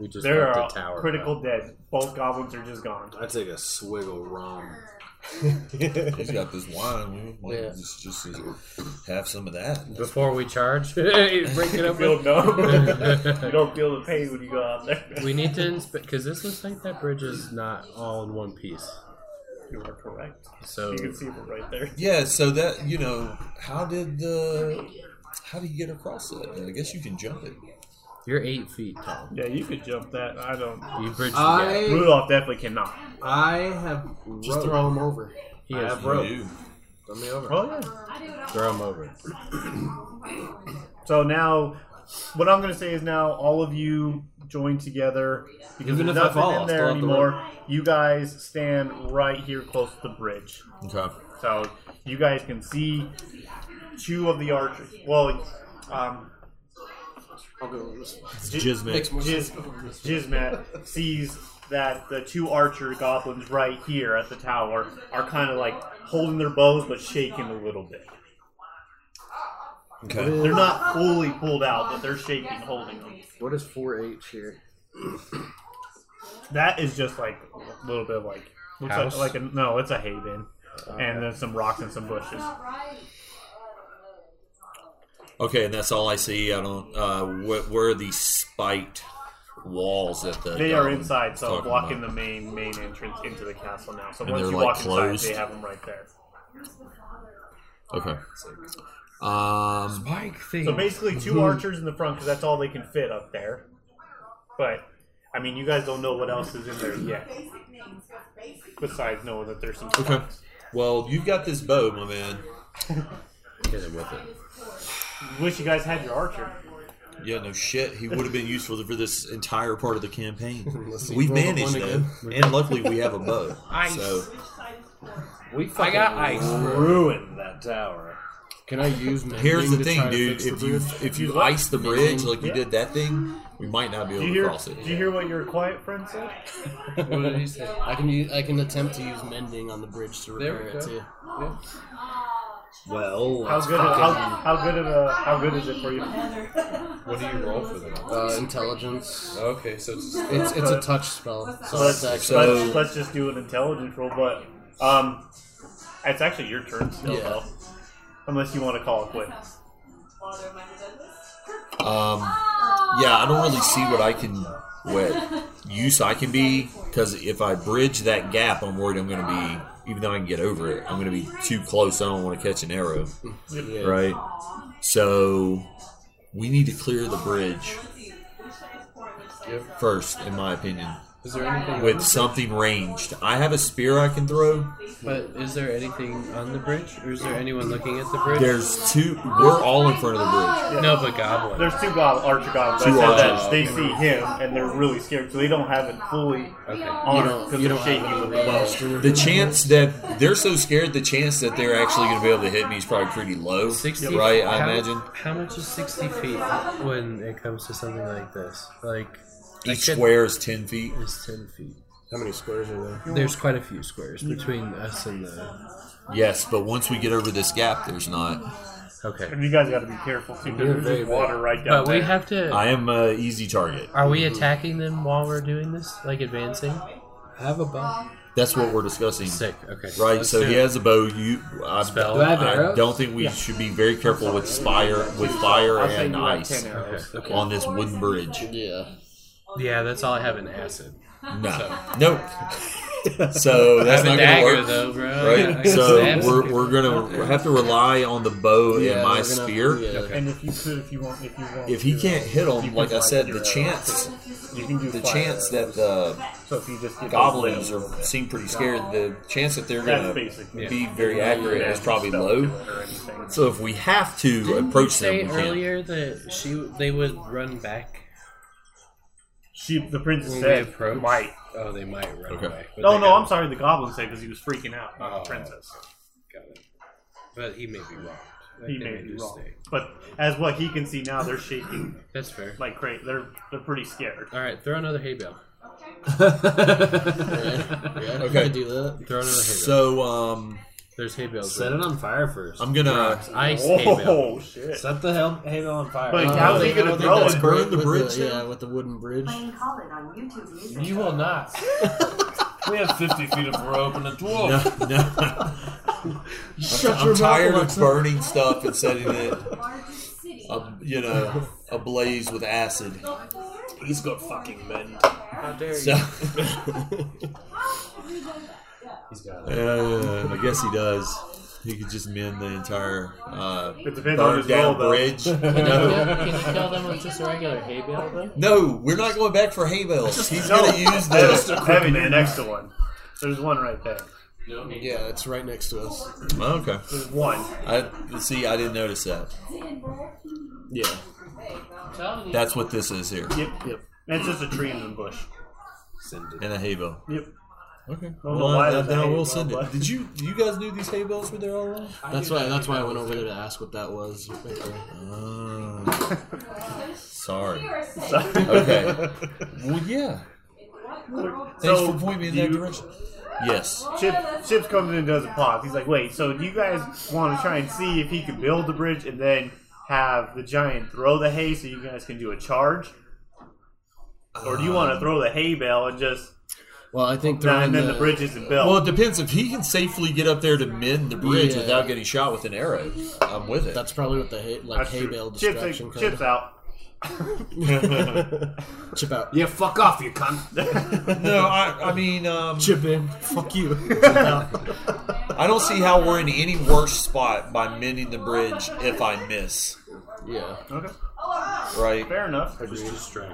Speaker 3: We just
Speaker 1: There
Speaker 3: knocked
Speaker 1: are
Speaker 3: a tower.
Speaker 1: critical
Speaker 3: down.
Speaker 1: dead. Both goblins are just gone.
Speaker 6: I take a swiggle rum.
Speaker 5: He's got this wine. We might
Speaker 3: Yeah.
Speaker 5: just, just have some of that.
Speaker 3: Before we charge, (laughs) break it up.
Speaker 1: Feel (laughs) numb. you
Speaker 3: with-
Speaker 1: don't feel the pain when you go out there.
Speaker 3: we need to inspect because this looks like that bridge is not all in one piece.
Speaker 1: (laughs) You are correct.
Speaker 3: So
Speaker 1: You can see it right there.
Speaker 5: Yeah, so that, you know, how did the. How do you get across that? I guess you can jump it.
Speaker 3: you're eight feet tall.
Speaker 1: Yeah, you could jump that. I don't.
Speaker 3: You bridge the gap.
Speaker 6: I
Speaker 1: Rudolph definitely cannot.
Speaker 6: I have
Speaker 7: Just
Speaker 6: rope.
Speaker 7: throw them over.
Speaker 3: He
Speaker 6: I
Speaker 3: has
Speaker 6: have rope.
Speaker 5: You.
Speaker 6: Throw me over.
Speaker 1: Oh yeah.
Speaker 3: throw him over.
Speaker 1: So now, what I'm gonna say is now all of you join together because
Speaker 6: Even
Speaker 1: there's
Speaker 6: if I
Speaker 1: nothing
Speaker 6: fall, I'll
Speaker 1: in
Speaker 6: still
Speaker 1: there
Speaker 6: have to
Speaker 1: anymore. You guys stand right here close to the bridge,
Speaker 5: Okay.
Speaker 1: so you guys can see two of the archers. Well, um,
Speaker 6: I'll go over this.
Speaker 5: Jizmix.
Speaker 1: Jiz- Jizmat sees that the two archer goblins right here at the tower are kind of like holding their bows but shaking a little bit.
Speaker 5: Okay.
Speaker 1: They're not fully pulled out, but they're shaking, holding them.
Speaker 6: What is 4H here?
Speaker 1: That is just like a little bit of like looks
Speaker 3: House?
Speaker 1: like like a no, it's a haven, and then some rocks and some bushes.
Speaker 5: Okay, and that's all I see. I don't. Uh, wh- where are these spiked walls that the
Speaker 1: They are
Speaker 5: goblin
Speaker 1: inside,
Speaker 5: was
Speaker 1: so
Speaker 5: talking
Speaker 1: blocking
Speaker 5: about?
Speaker 1: the main main entrance into the castle now. So
Speaker 5: And
Speaker 1: once
Speaker 5: they're,
Speaker 1: you
Speaker 5: like,
Speaker 1: walk
Speaker 5: closed?
Speaker 1: inside, they have them right there.
Speaker 5: Okay. Um.
Speaker 3: Bike thing.
Speaker 1: So basically, two archers in the front because that's all they can fit up there. But I mean, you guys don't know what else is in there yet, besides knowing that there's some.
Speaker 5: Okay. Well, you've got this bow, my man.
Speaker 3: Hit him with it.
Speaker 1: Wish you guys had your archer.
Speaker 5: Yeah, no shit. He would have been useful for this entire part of the
Speaker 7: (laughs)
Speaker 5: campaign.
Speaker 6: Let's see.
Speaker 5: We've
Speaker 6: Roll the
Speaker 5: managed
Speaker 6: one
Speaker 5: though,
Speaker 6: again.
Speaker 5: and luckily we have a
Speaker 1: (laughs)
Speaker 5: bow.
Speaker 3: Ice.
Speaker 5: So
Speaker 6: We
Speaker 3: I got ice.
Speaker 6: Ruined that tower.
Speaker 7: Can I use my
Speaker 5: here's the
Speaker 7: to
Speaker 5: thing,
Speaker 7: try to
Speaker 5: dude.
Speaker 7: fix the
Speaker 5: If you
Speaker 7: bridge?
Speaker 5: if you ice the bridge like you
Speaker 1: Yeah.
Speaker 5: did that thing, we might not be
Speaker 1: Do you
Speaker 5: able to
Speaker 1: hear?
Speaker 5: cross it.
Speaker 1: Do you hear what your quiet friend said?
Speaker 7: What did he say? I can use, I can attempt to use mending on the bridge to
Speaker 3: There
Speaker 7: repair
Speaker 3: we
Speaker 7: it
Speaker 3: go.
Speaker 7: too.
Speaker 6: Well,
Speaker 1: How good? How, how good of a? How good is it for you?
Speaker 6: what do you roll for them?
Speaker 7: Uh, intelligence.
Speaker 6: Okay, so it's
Speaker 7: It's it's a touch spell, so
Speaker 1: Let's,
Speaker 7: it's actually
Speaker 5: So-
Speaker 1: let's, let's just do an intelligence roll, but um, it's actually your turn still,
Speaker 7: Yeah.
Speaker 1: though. Unless you want to call it quits.
Speaker 5: Um, yeah, I don't really see what I can, what use I can be, because if I bridge that gap, I'm worried I'm going to be, even though I can get over it, I'm going to be too close. I don't want to catch an arrow, right? So we need to clear the bridge first, in my opinion.
Speaker 3: Is there anything?
Speaker 5: with something ranged. I have a spear I can throw.
Speaker 3: But is there anything on the bridge, or is there anyone looking at the bridge?
Speaker 5: There's two. We're all in front of the bridge.
Speaker 3: no, but goblin.
Speaker 1: There's two goblin, archer goblins.
Speaker 5: Two
Speaker 1: I said
Speaker 5: archers.
Speaker 1: that they see him and they're really scared, so they don't have it fully
Speaker 3: okay.
Speaker 1: on it because they're shaking with the bow.
Speaker 5: The chance that they're so scared, the chance that they're actually going to be able to hit me is probably pretty low.
Speaker 3: Sixty,
Speaker 5: right? I
Speaker 3: how-
Speaker 5: imagine
Speaker 3: How much is sixty feet when it comes to something like this? Like
Speaker 5: each
Speaker 3: I could-
Speaker 5: square is ten feet.
Speaker 3: is ten feet.
Speaker 6: How many squares are there?
Speaker 3: There's quite a few squares between us and the.
Speaker 5: Yes, but once we get over this gap, there's not.
Speaker 3: Okay,
Speaker 1: And you guys got to be careful too, because there's just water right down
Speaker 3: but
Speaker 1: there.
Speaker 3: we have to.
Speaker 5: I am an easy target.
Speaker 3: Are we attacking them while we're doing this, like advancing?
Speaker 6: Have a (laughs) bow.
Speaker 5: That's what we're discussing.
Speaker 3: Sick. Okay.
Speaker 5: Right,
Speaker 3: Let's
Speaker 5: so
Speaker 3: do
Speaker 5: he
Speaker 3: it.
Speaker 5: has a bow. You, I,
Speaker 3: Spell.
Speaker 6: Do I have
Speaker 5: I
Speaker 6: arrows?
Speaker 5: don't think we should be very careful with fire, with fire
Speaker 2: I'll say
Speaker 5: and
Speaker 2: you have
Speaker 5: ice
Speaker 2: 10 arrows.
Speaker 3: Okay.
Speaker 5: on this wooden bridge.
Speaker 7: Yeah.
Speaker 3: Yeah, that's all I have in acid.
Speaker 5: No, no. (laughs) So that's
Speaker 3: I have a
Speaker 5: not going to
Speaker 3: dagger
Speaker 5: work.
Speaker 3: though, bro. Yeah, I
Speaker 5: Right,
Speaker 3: can
Speaker 5: so
Speaker 3: stab some
Speaker 5: we're,
Speaker 3: people.
Speaker 5: we're gonna have to rely on the bow
Speaker 7: yeah
Speaker 5: and my
Speaker 7: we're gonna-
Speaker 5: spear.
Speaker 7: yeah.
Speaker 3: Okay.
Speaker 1: And if you could, if you want, if you want,
Speaker 5: If he
Speaker 1: to,
Speaker 5: can't hit
Speaker 1: you
Speaker 5: them,
Speaker 1: can
Speaker 5: like I
Speaker 1: fight
Speaker 5: said,
Speaker 1: your
Speaker 5: the
Speaker 1: arrows.
Speaker 5: chance,
Speaker 1: you can do
Speaker 5: the
Speaker 1: fire
Speaker 5: chance that
Speaker 1: arrows.
Speaker 5: the
Speaker 1: so if you just get
Speaker 5: goblins are seem pretty scared, the chance that they're
Speaker 1: that's
Speaker 5: gonna
Speaker 1: basically
Speaker 5: be very accurate is probably
Speaker 1: Spell
Speaker 5: low.
Speaker 1: kill or anything.
Speaker 5: So if we have to
Speaker 3: Didn't
Speaker 5: approach
Speaker 3: you say
Speaker 5: them, we can.
Speaker 3: earlier that she they would run back
Speaker 1: She, the princess
Speaker 3: when we
Speaker 1: said,
Speaker 3: approach.
Speaker 1: "Might."
Speaker 3: Oh, they might run
Speaker 5: Okay.
Speaker 3: back. but
Speaker 1: No,
Speaker 3: they
Speaker 1: no, I'm
Speaker 3: haven't.
Speaker 1: sorry. The goblin said because he was freaking out, not
Speaker 3: Oh.
Speaker 1: the princess.
Speaker 3: Got it. But he may be wrong. Like,
Speaker 1: He
Speaker 3: they
Speaker 1: may be
Speaker 3: just
Speaker 1: wrong,
Speaker 3: stay.
Speaker 1: but as what he can see now, they're shaking
Speaker 3: That's fair.
Speaker 1: like crazy. They're they're pretty scared.
Speaker 3: All right, throw another hay bale.
Speaker 7: Yeah, yeah
Speaker 5: Okay.
Speaker 7: okay. could do that.
Speaker 3: Throw another hay bale.
Speaker 5: So um,
Speaker 3: There's hay bales.
Speaker 6: Set it on fire first.
Speaker 5: I'm gonna
Speaker 3: Rocks, ice
Speaker 1: (laughs)
Speaker 3: hay bale.
Speaker 1: Oh shit!
Speaker 6: Set the hell, hay bale on fire.
Speaker 1: But
Speaker 6: Uh,
Speaker 1: how's he
Speaker 7: I
Speaker 1: gonna
Speaker 7: don't
Speaker 1: throw
Speaker 7: think
Speaker 1: it?
Speaker 7: that's
Speaker 5: Burn
Speaker 7: great
Speaker 5: the
Speaker 7: with
Speaker 5: bridge
Speaker 7: Yeah, with the wooden bridge.
Speaker 4: Playing Colin on YouTube Music.
Speaker 6: You will not. we have 50 feet of rope and a
Speaker 8: Oh.
Speaker 6: dwarf.
Speaker 5: No, no. I'm, I'm tired of burning stuff and setting it,
Speaker 4: (laughs) Largest city.
Speaker 5: (laughs) um, you know, ablaze with acid.
Speaker 6: He's got fucking men.
Speaker 3: How dare you?
Speaker 5: So, (laughs)
Speaker 6: He's got it.
Speaker 5: uh, I guess he does. He could just mend the entire uh,
Speaker 1: It depends on
Speaker 5: burned
Speaker 1: his roll,
Speaker 5: down
Speaker 1: though. (laughs)
Speaker 5: bridge.
Speaker 3: Can
Speaker 5: No,
Speaker 3: you kill them with just a regular hay bale though?
Speaker 5: no, we're not going back for hay bales. He's
Speaker 1: No.
Speaker 5: gonna use
Speaker 1: There's
Speaker 5: the.
Speaker 1: heavy the next to one. There's one right there.
Speaker 7: Yeah, it's right next to us.
Speaker 5: Oh, okay,
Speaker 1: There's one.
Speaker 5: I see. I didn't notice that.
Speaker 7: Yeah.
Speaker 5: That's what this is here,
Speaker 1: Yep.
Speaker 7: Yep.
Speaker 1: And it's just a tree in the bush.
Speaker 5: and a hay bale.
Speaker 1: Yep.
Speaker 5: Okay.
Speaker 1: Well,
Speaker 5: Well,
Speaker 1: why
Speaker 5: I-
Speaker 1: does
Speaker 5: then
Speaker 1: the
Speaker 5: I
Speaker 1: hay
Speaker 5: will
Speaker 1: bale
Speaker 5: send it.
Speaker 1: button-
Speaker 5: Did you you guys knew these hay bales were there all along?
Speaker 7: That's why. That's why I went over there to ask what that was. Right there.
Speaker 5: Oh. sorry.
Speaker 4: You are safe.
Speaker 5: Okay. well, yeah.
Speaker 1: (laughs)
Speaker 5: Thanks
Speaker 1: So,
Speaker 5: for pointing me in
Speaker 1: do
Speaker 5: that
Speaker 1: you-
Speaker 5: direction. Yes.
Speaker 1: Chip, Chips comes in and does a pause. He's like, wait, so do you guys want to try and see if he can build the bridge and then have the giant throw the hay so you guys can do a charge? Or do you want to throw the hay bale and just.
Speaker 7: Well, I think
Speaker 1: Nah,
Speaker 7: throwing
Speaker 1: and then the bridge isn't built?
Speaker 5: Well, it depends if he can safely get up there to mend the bridge
Speaker 7: Yeah.
Speaker 5: without getting shot with an arrow. I'm with it.
Speaker 7: That's probably what the hay, like
Speaker 1: That's
Speaker 7: hay
Speaker 1: true.
Speaker 7: bale
Speaker 1: Chips,
Speaker 7: distraction. kinda.
Speaker 1: Chips out.
Speaker 7: Chip out.
Speaker 6: Yeah, fuck off, you cunt.
Speaker 5: no, I, I mean, um,
Speaker 7: Chip in. Fuck you.
Speaker 5: I don't see how we're in any worse spot by mending the bridge if I miss.
Speaker 7: yeah.
Speaker 1: Okay.
Speaker 5: Right?
Speaker 1: Fair enough.
Speaker 6: Just distract.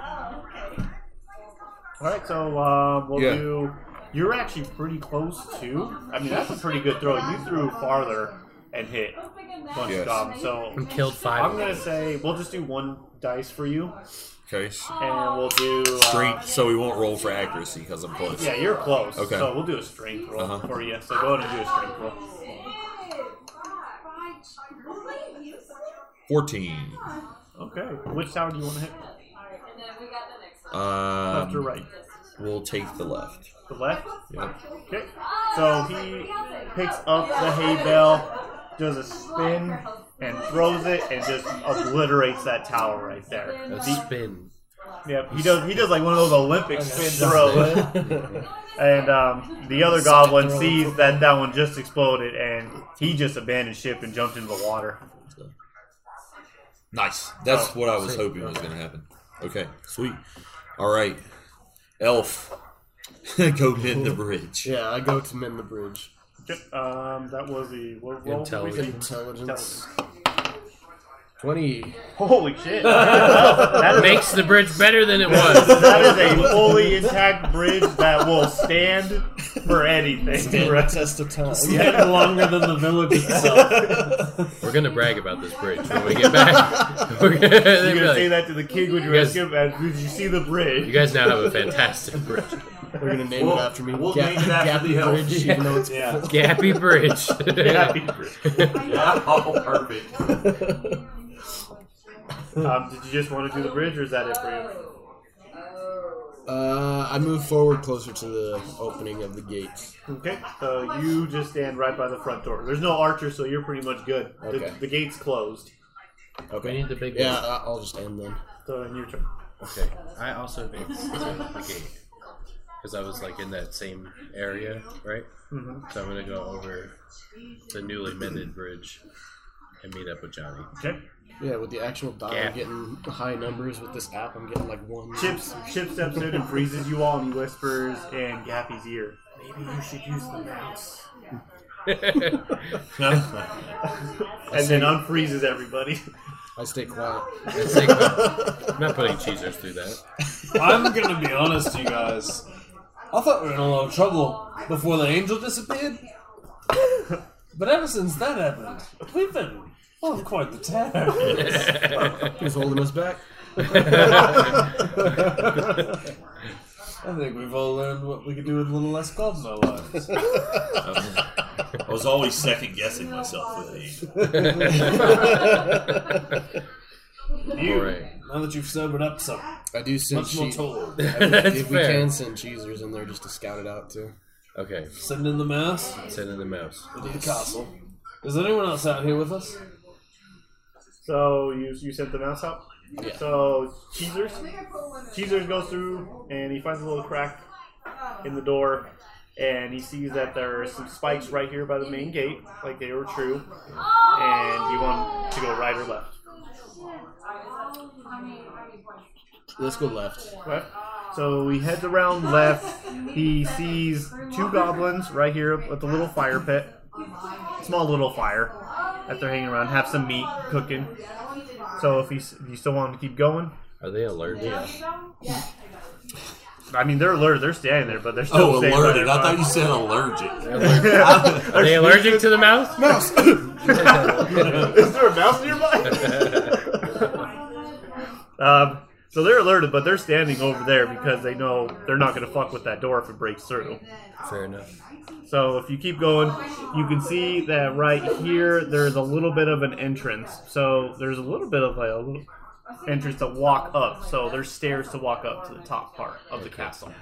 Speaker 1: All right, so uh, we'll
Speaker 5: Yeah.
Speaker 1: do. You're actually pretty close to. I mean, that's a pretty good throw. You threw farther and hit bunch
Speaker 5: Yes.
Speaker 1: of goblins. So
Speaker 3: (laughs) And killed five.
Speaker 1: I'm
Speaker 3: of
Speaker 1: gonna
Speaker 3: them.
Speaker 1: say we'll just do one dice for you,
Speaker 5: Okay.
Speaker 1: and we'll do uh,
Speaker 5: Strength, so we won't roll for accuracy because I'm close.
Speaker 1: Yeah, you're close.
Speaker 5: Okay.
Speaker 1: So we'll do a strength roll
Speaker 5: Uh-huh.
Speaker 1: for you. So go ahead and do a strength roll.
Speaker 5: 14.
Speaker 1: Okay. Which tower do you want to hit? Left or
Speaker 5: Um,
Speaker 1: right?
Speaker 5: We'll take the left.
Speaker 1: The left.
Speaker 5: Yep.
Speaker 1: Okay. So he picks up the hay bale, does a spin, and throws it, and just obliterates that tower right there.
Speaker 3: A
Speaker 1: He-
Speaker 3: spin.
Speaker 1: Yep, he does. He does like one of those Olympic spin throws, and um, the other goblin sees that that one just exploded, and he just abandoned ship and jumped into the water.
Speaker 5: Nice. That's
Speaker 1: Oh,
Speaker 5: what I was hoping was going to happen. Okay, sweet. All right, elf, (laughs) go hit the bridge.
Speaker 7: Yeah.
Speaker 3: (laughs)
Speaker 7: I go to mend the bridge.
Speaker 1: Okay, Um, that was the what roll? did we
Speaker 3: Intelligence.
Speaker 1: say?
Speaker 7: Intelligence.
Speaker 6: Twenty.
Speaker 1: Holy shit! (laughs) that, is,
Speaker 3: Makes the bridge better than
Speaker 1: (laughs)
Speaker 3: it was.
Speaker 1: that is a fully intact bridge that will stand for anything.
Speaker 6: Stand the test of time.
Speaker 8: Yeah, longer than the village itself.
Speaker 3: We're gonna brag about this bridge when we get back. We're gonna, they'll
Speaker 1: You're
Speaker 3: be
Speaker 1: gonna say that
Speaker 3: like,
Speaker 1: to the kid when you
Speaker 3: Yes.
Speaker 1: ask him, "Uh, "Did you see the
Speaker 3: you
Speaker 1: bridge?"
Speaker 3: guys now have a fantastic bridge.
Speaker 7: They're gonna name
Speaker 5: We'll-
Speaker 7: it after me.
Speaker 5: we'll
Speaker 7: Gap-
Speaker 5: name it after
Speaker 7: Gappy
Speaker 5: the elf.
Speaker 7: Bridge, even though it's
Speaker 8: Yeah.
Speaker 3: Gappy Bridge.
Speaker 1: (laughs) Happy bridge.
Speaker 5: Yeah, oh, perfect.
Speaker 1: Um, did you just want to do the bridge, or is that it for you?
Speaker 7: Uh, I move forward closer to the opening of the gate.
Speaker 1: Okay, (laughs) so you just stand right by the front door. There's no archer, so you're pretty much good. The-
Speaker 7: Okay.
Speaker 1: The, gate's closed.
Speaker 3: we need the big
Speaker 7: Yeah,
Speaker 3: one.
Speaker 7: I- I'll just end then.
Speaker 1: So in your turn.
Speaker 3: Okay. I also advanced to the gate because I was like in that same area, right?
Speaker 1: Mhm.
Speaker 3: So I'm gonna go over the newly mended bridge and meet up with Johnny.
Speaker 1: Okay.
Speaker 7: Yeah, with the actual die,
Speaker 3: Yeah.
Speaker 7: I'm getting high numbers. With this app, I'm getting like one.
Speaker 1: Chips Chip steps in and freezes you all, and he whispers in Gappy's ear. Maybe you should use the mouse. And then unfreezes everybody. (laughs)
Speaker 7: I stay quiet. (laughs)
Speaker 3: It's like, I'm not putting cheesers through that.
Speaker 8: I'm gonna be honest, you guys. I thought we were in a lot of trouble before the angel disappeared. But ever since that happened, we've been on quite the tear.
Speaker 7: Who's holding us back?
Speaker 8: I think we've all learned what we could do with a little less God in our lives.
Speaker 5: I was always second guessing myself with these.
Speaker 3: All right.
Speaker 8: Now that you've sobered up some,
Speaker 7: I do send
Speaker 8: much more
Speaker 7: cheese.
Speaker 8: told.
Speaker 3: (laughs) That's
Speaker 7: If we
Speaker 3: fair.
Speaker 7: can send cheesers in there just to scout it out too.
Speaker 3: Okay,
Speaker 8: Send in the mouse
Speaker 3: send in the mouse.
Speaker 8: to the castle. Is anyone else out here with us?
Speaker 1: So you you sent the mouse out.
Speaker 7: Yeah.
Speaker 1: So Cheezers, Cheezers goes through and he finds a little crack in the door, and he sees that there are some spikes right here by the main gate, like they were true, and you want to go right or left.
Speaker 7: Let's go left.
Speaker 1: Left. So he heads around left. He sees two goblins right here with a little fire pit. Small little fire that they're hanging around. Have some meat cooking. So if you, if you still want to keep going,
Speaker 3: Are they alert? Yeah.
Speaker 1: I mean they're alerted. They're standing there, but they're still
Speaker 5: Oh,
Speaker 1: saying
Speaker 5: alerted.
Speaker 1: that
Speaker 5: I thought
Speaker 1: they're
Speaker 5: you said allergic.
Speaker 1: (laughs)
Speaker 3: Are they allergic to the mouse?
Speaker 7: Mouse.
Speaker 1: fine. (laughs) Is there a mouse nearby? (laughs) um, so they're alerted, but they're standing over there because they know they're not going to fuck with that door if it breaks through.
Speaker 3: (laughs) Fair enough.
Speaker 1: So if you keep going, you can see that right here there's a little bit of an entrance. So there's a little bit of like a little entrance to walk up. So there's stairs to walk up to the top part of the castle.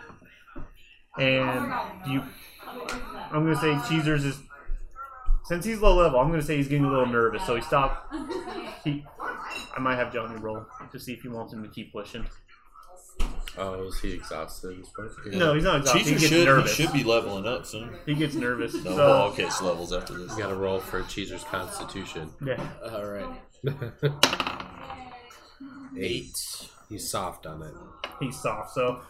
Speaker 1: And you, I'm gonna say Cheezers is since he's low level. I'm gonna say he's getting a little nervous, so he stopped. He, I might have Johnny roll to see if he wants him to keep pushing.
Speaker 3: Oh, is he exhausted at this point?
Speaker 1: No, he's not exhausted. He
Speaker 5: Cheezer
Speaker 1: gets
Speaker 5: should, he
Speaker 1: nervous.
Speaker 5: should be leveling up soon.
Speaker 1: He gets nervous.
Speaker 5: No,
Speaker 1: So
Speaker 5: all gets levels after this.
Speaker 3: You gotta roll for Cheezer's constitution.
Speaker 1: yeah.
Speaker 7: All right.
Speaker 3: Eight. He's soft on it.
Speaker 1: he's soft. So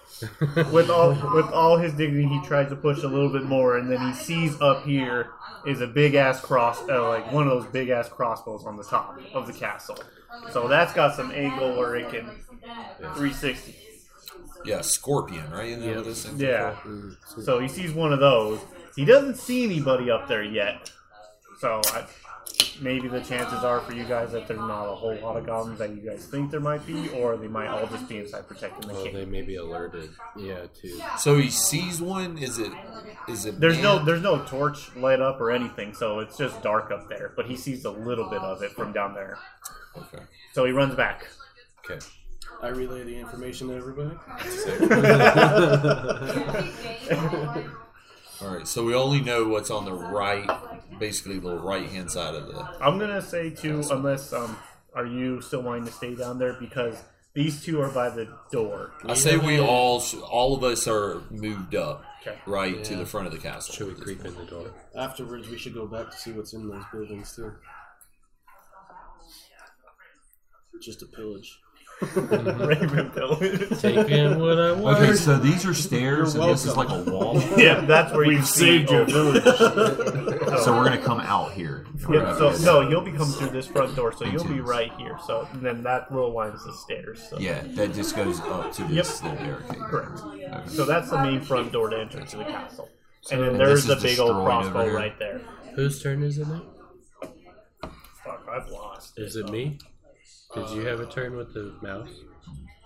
Speaker 1: with all with all his dignity, he tries to push a little bit more, and then he sees up here is a big ass cross, uh, like one of those big ass crossbows on the top of the castle. So that's got some angle where it can 360.
Speaker 5: Yeah, scorpion, right? Isn't that what this thing's
Speaker 1: Yeah.
Speaker 5: called?
Speaker 1: So he sees one of those. He doesn't see anybody up there yet. So I, maybe the chances are for you guys that there's not a whole lot of goblins that you guys think there might be, or they might all just be inside protecting the
Speaker 3: Well, they
Speaker 1: king.
Speaker 3: may be alerted. Yeah, too.
Speaker 5: So he sees one. Is it? Is it?
Speaker 1: There's no
Speaker 5: man-
Speaker 1: there's no torch light up or anything, so it's just dark up there. But he sees a little bit of it from down there.
Speaker 5: Okay.
Speaker 1: So he runs back.
Speaker 5: (laughs)
Speaker 3: Okay.
Speaker 7: I relay the information to everybody.
Speaker 5: All right. So we only know what's on the right, basically the right hand side of the.
Speaker 1: I'm gonna say too, unless um, are you still wanting to stay down there because these two are by the
Speaker 5: (laughs)
Speaker 1: door.
Speaker 5: I say we all, sh- all of us are moved up,
Speaker 1: Okay.
Speaker 5: right to the front of the castle.
Speaker 3: Should we creep in the door?
Speaker 7: Afterwards, we should go back to see what's in those buildings too. Just a pillage.
Speaker 1: Raven Pillage.
Speaker 3: Taking what (laughs) I want.
Speaker 5: Okay, so these are stairs, and this is like a wall.
Speaker 1: (laughs) yeah, that's where you see.
Speaker 8: village.
Speaker 5: So we're gonna come out here.
Speaker 1: Yeah, so no, you'll be coming through this front door, so you'll be right here. So and then that little line is the stairs. So.
Speaker 5: Yeah, that just goes up to this little barricade.
Speaker 1: Correct.
Speaker 5: Okay.
Speaker 1: So that's the main front door to enter to the castle. And then
Speaker 5: And
Speaker 1: there's
Speaker 5: this
Speaker 1: the
Speaker 5: is
Speaker 1: big old
Speaker 5: destroyed over
Speaker 1: crossbow
Speaker 5: here.
Speaker 1: right there.
Speaker 3: Whose turn is it now?
Speaker 1: Fuck, I've lost.
Speaker 3: Is it me? Did you have a turn with the mouse?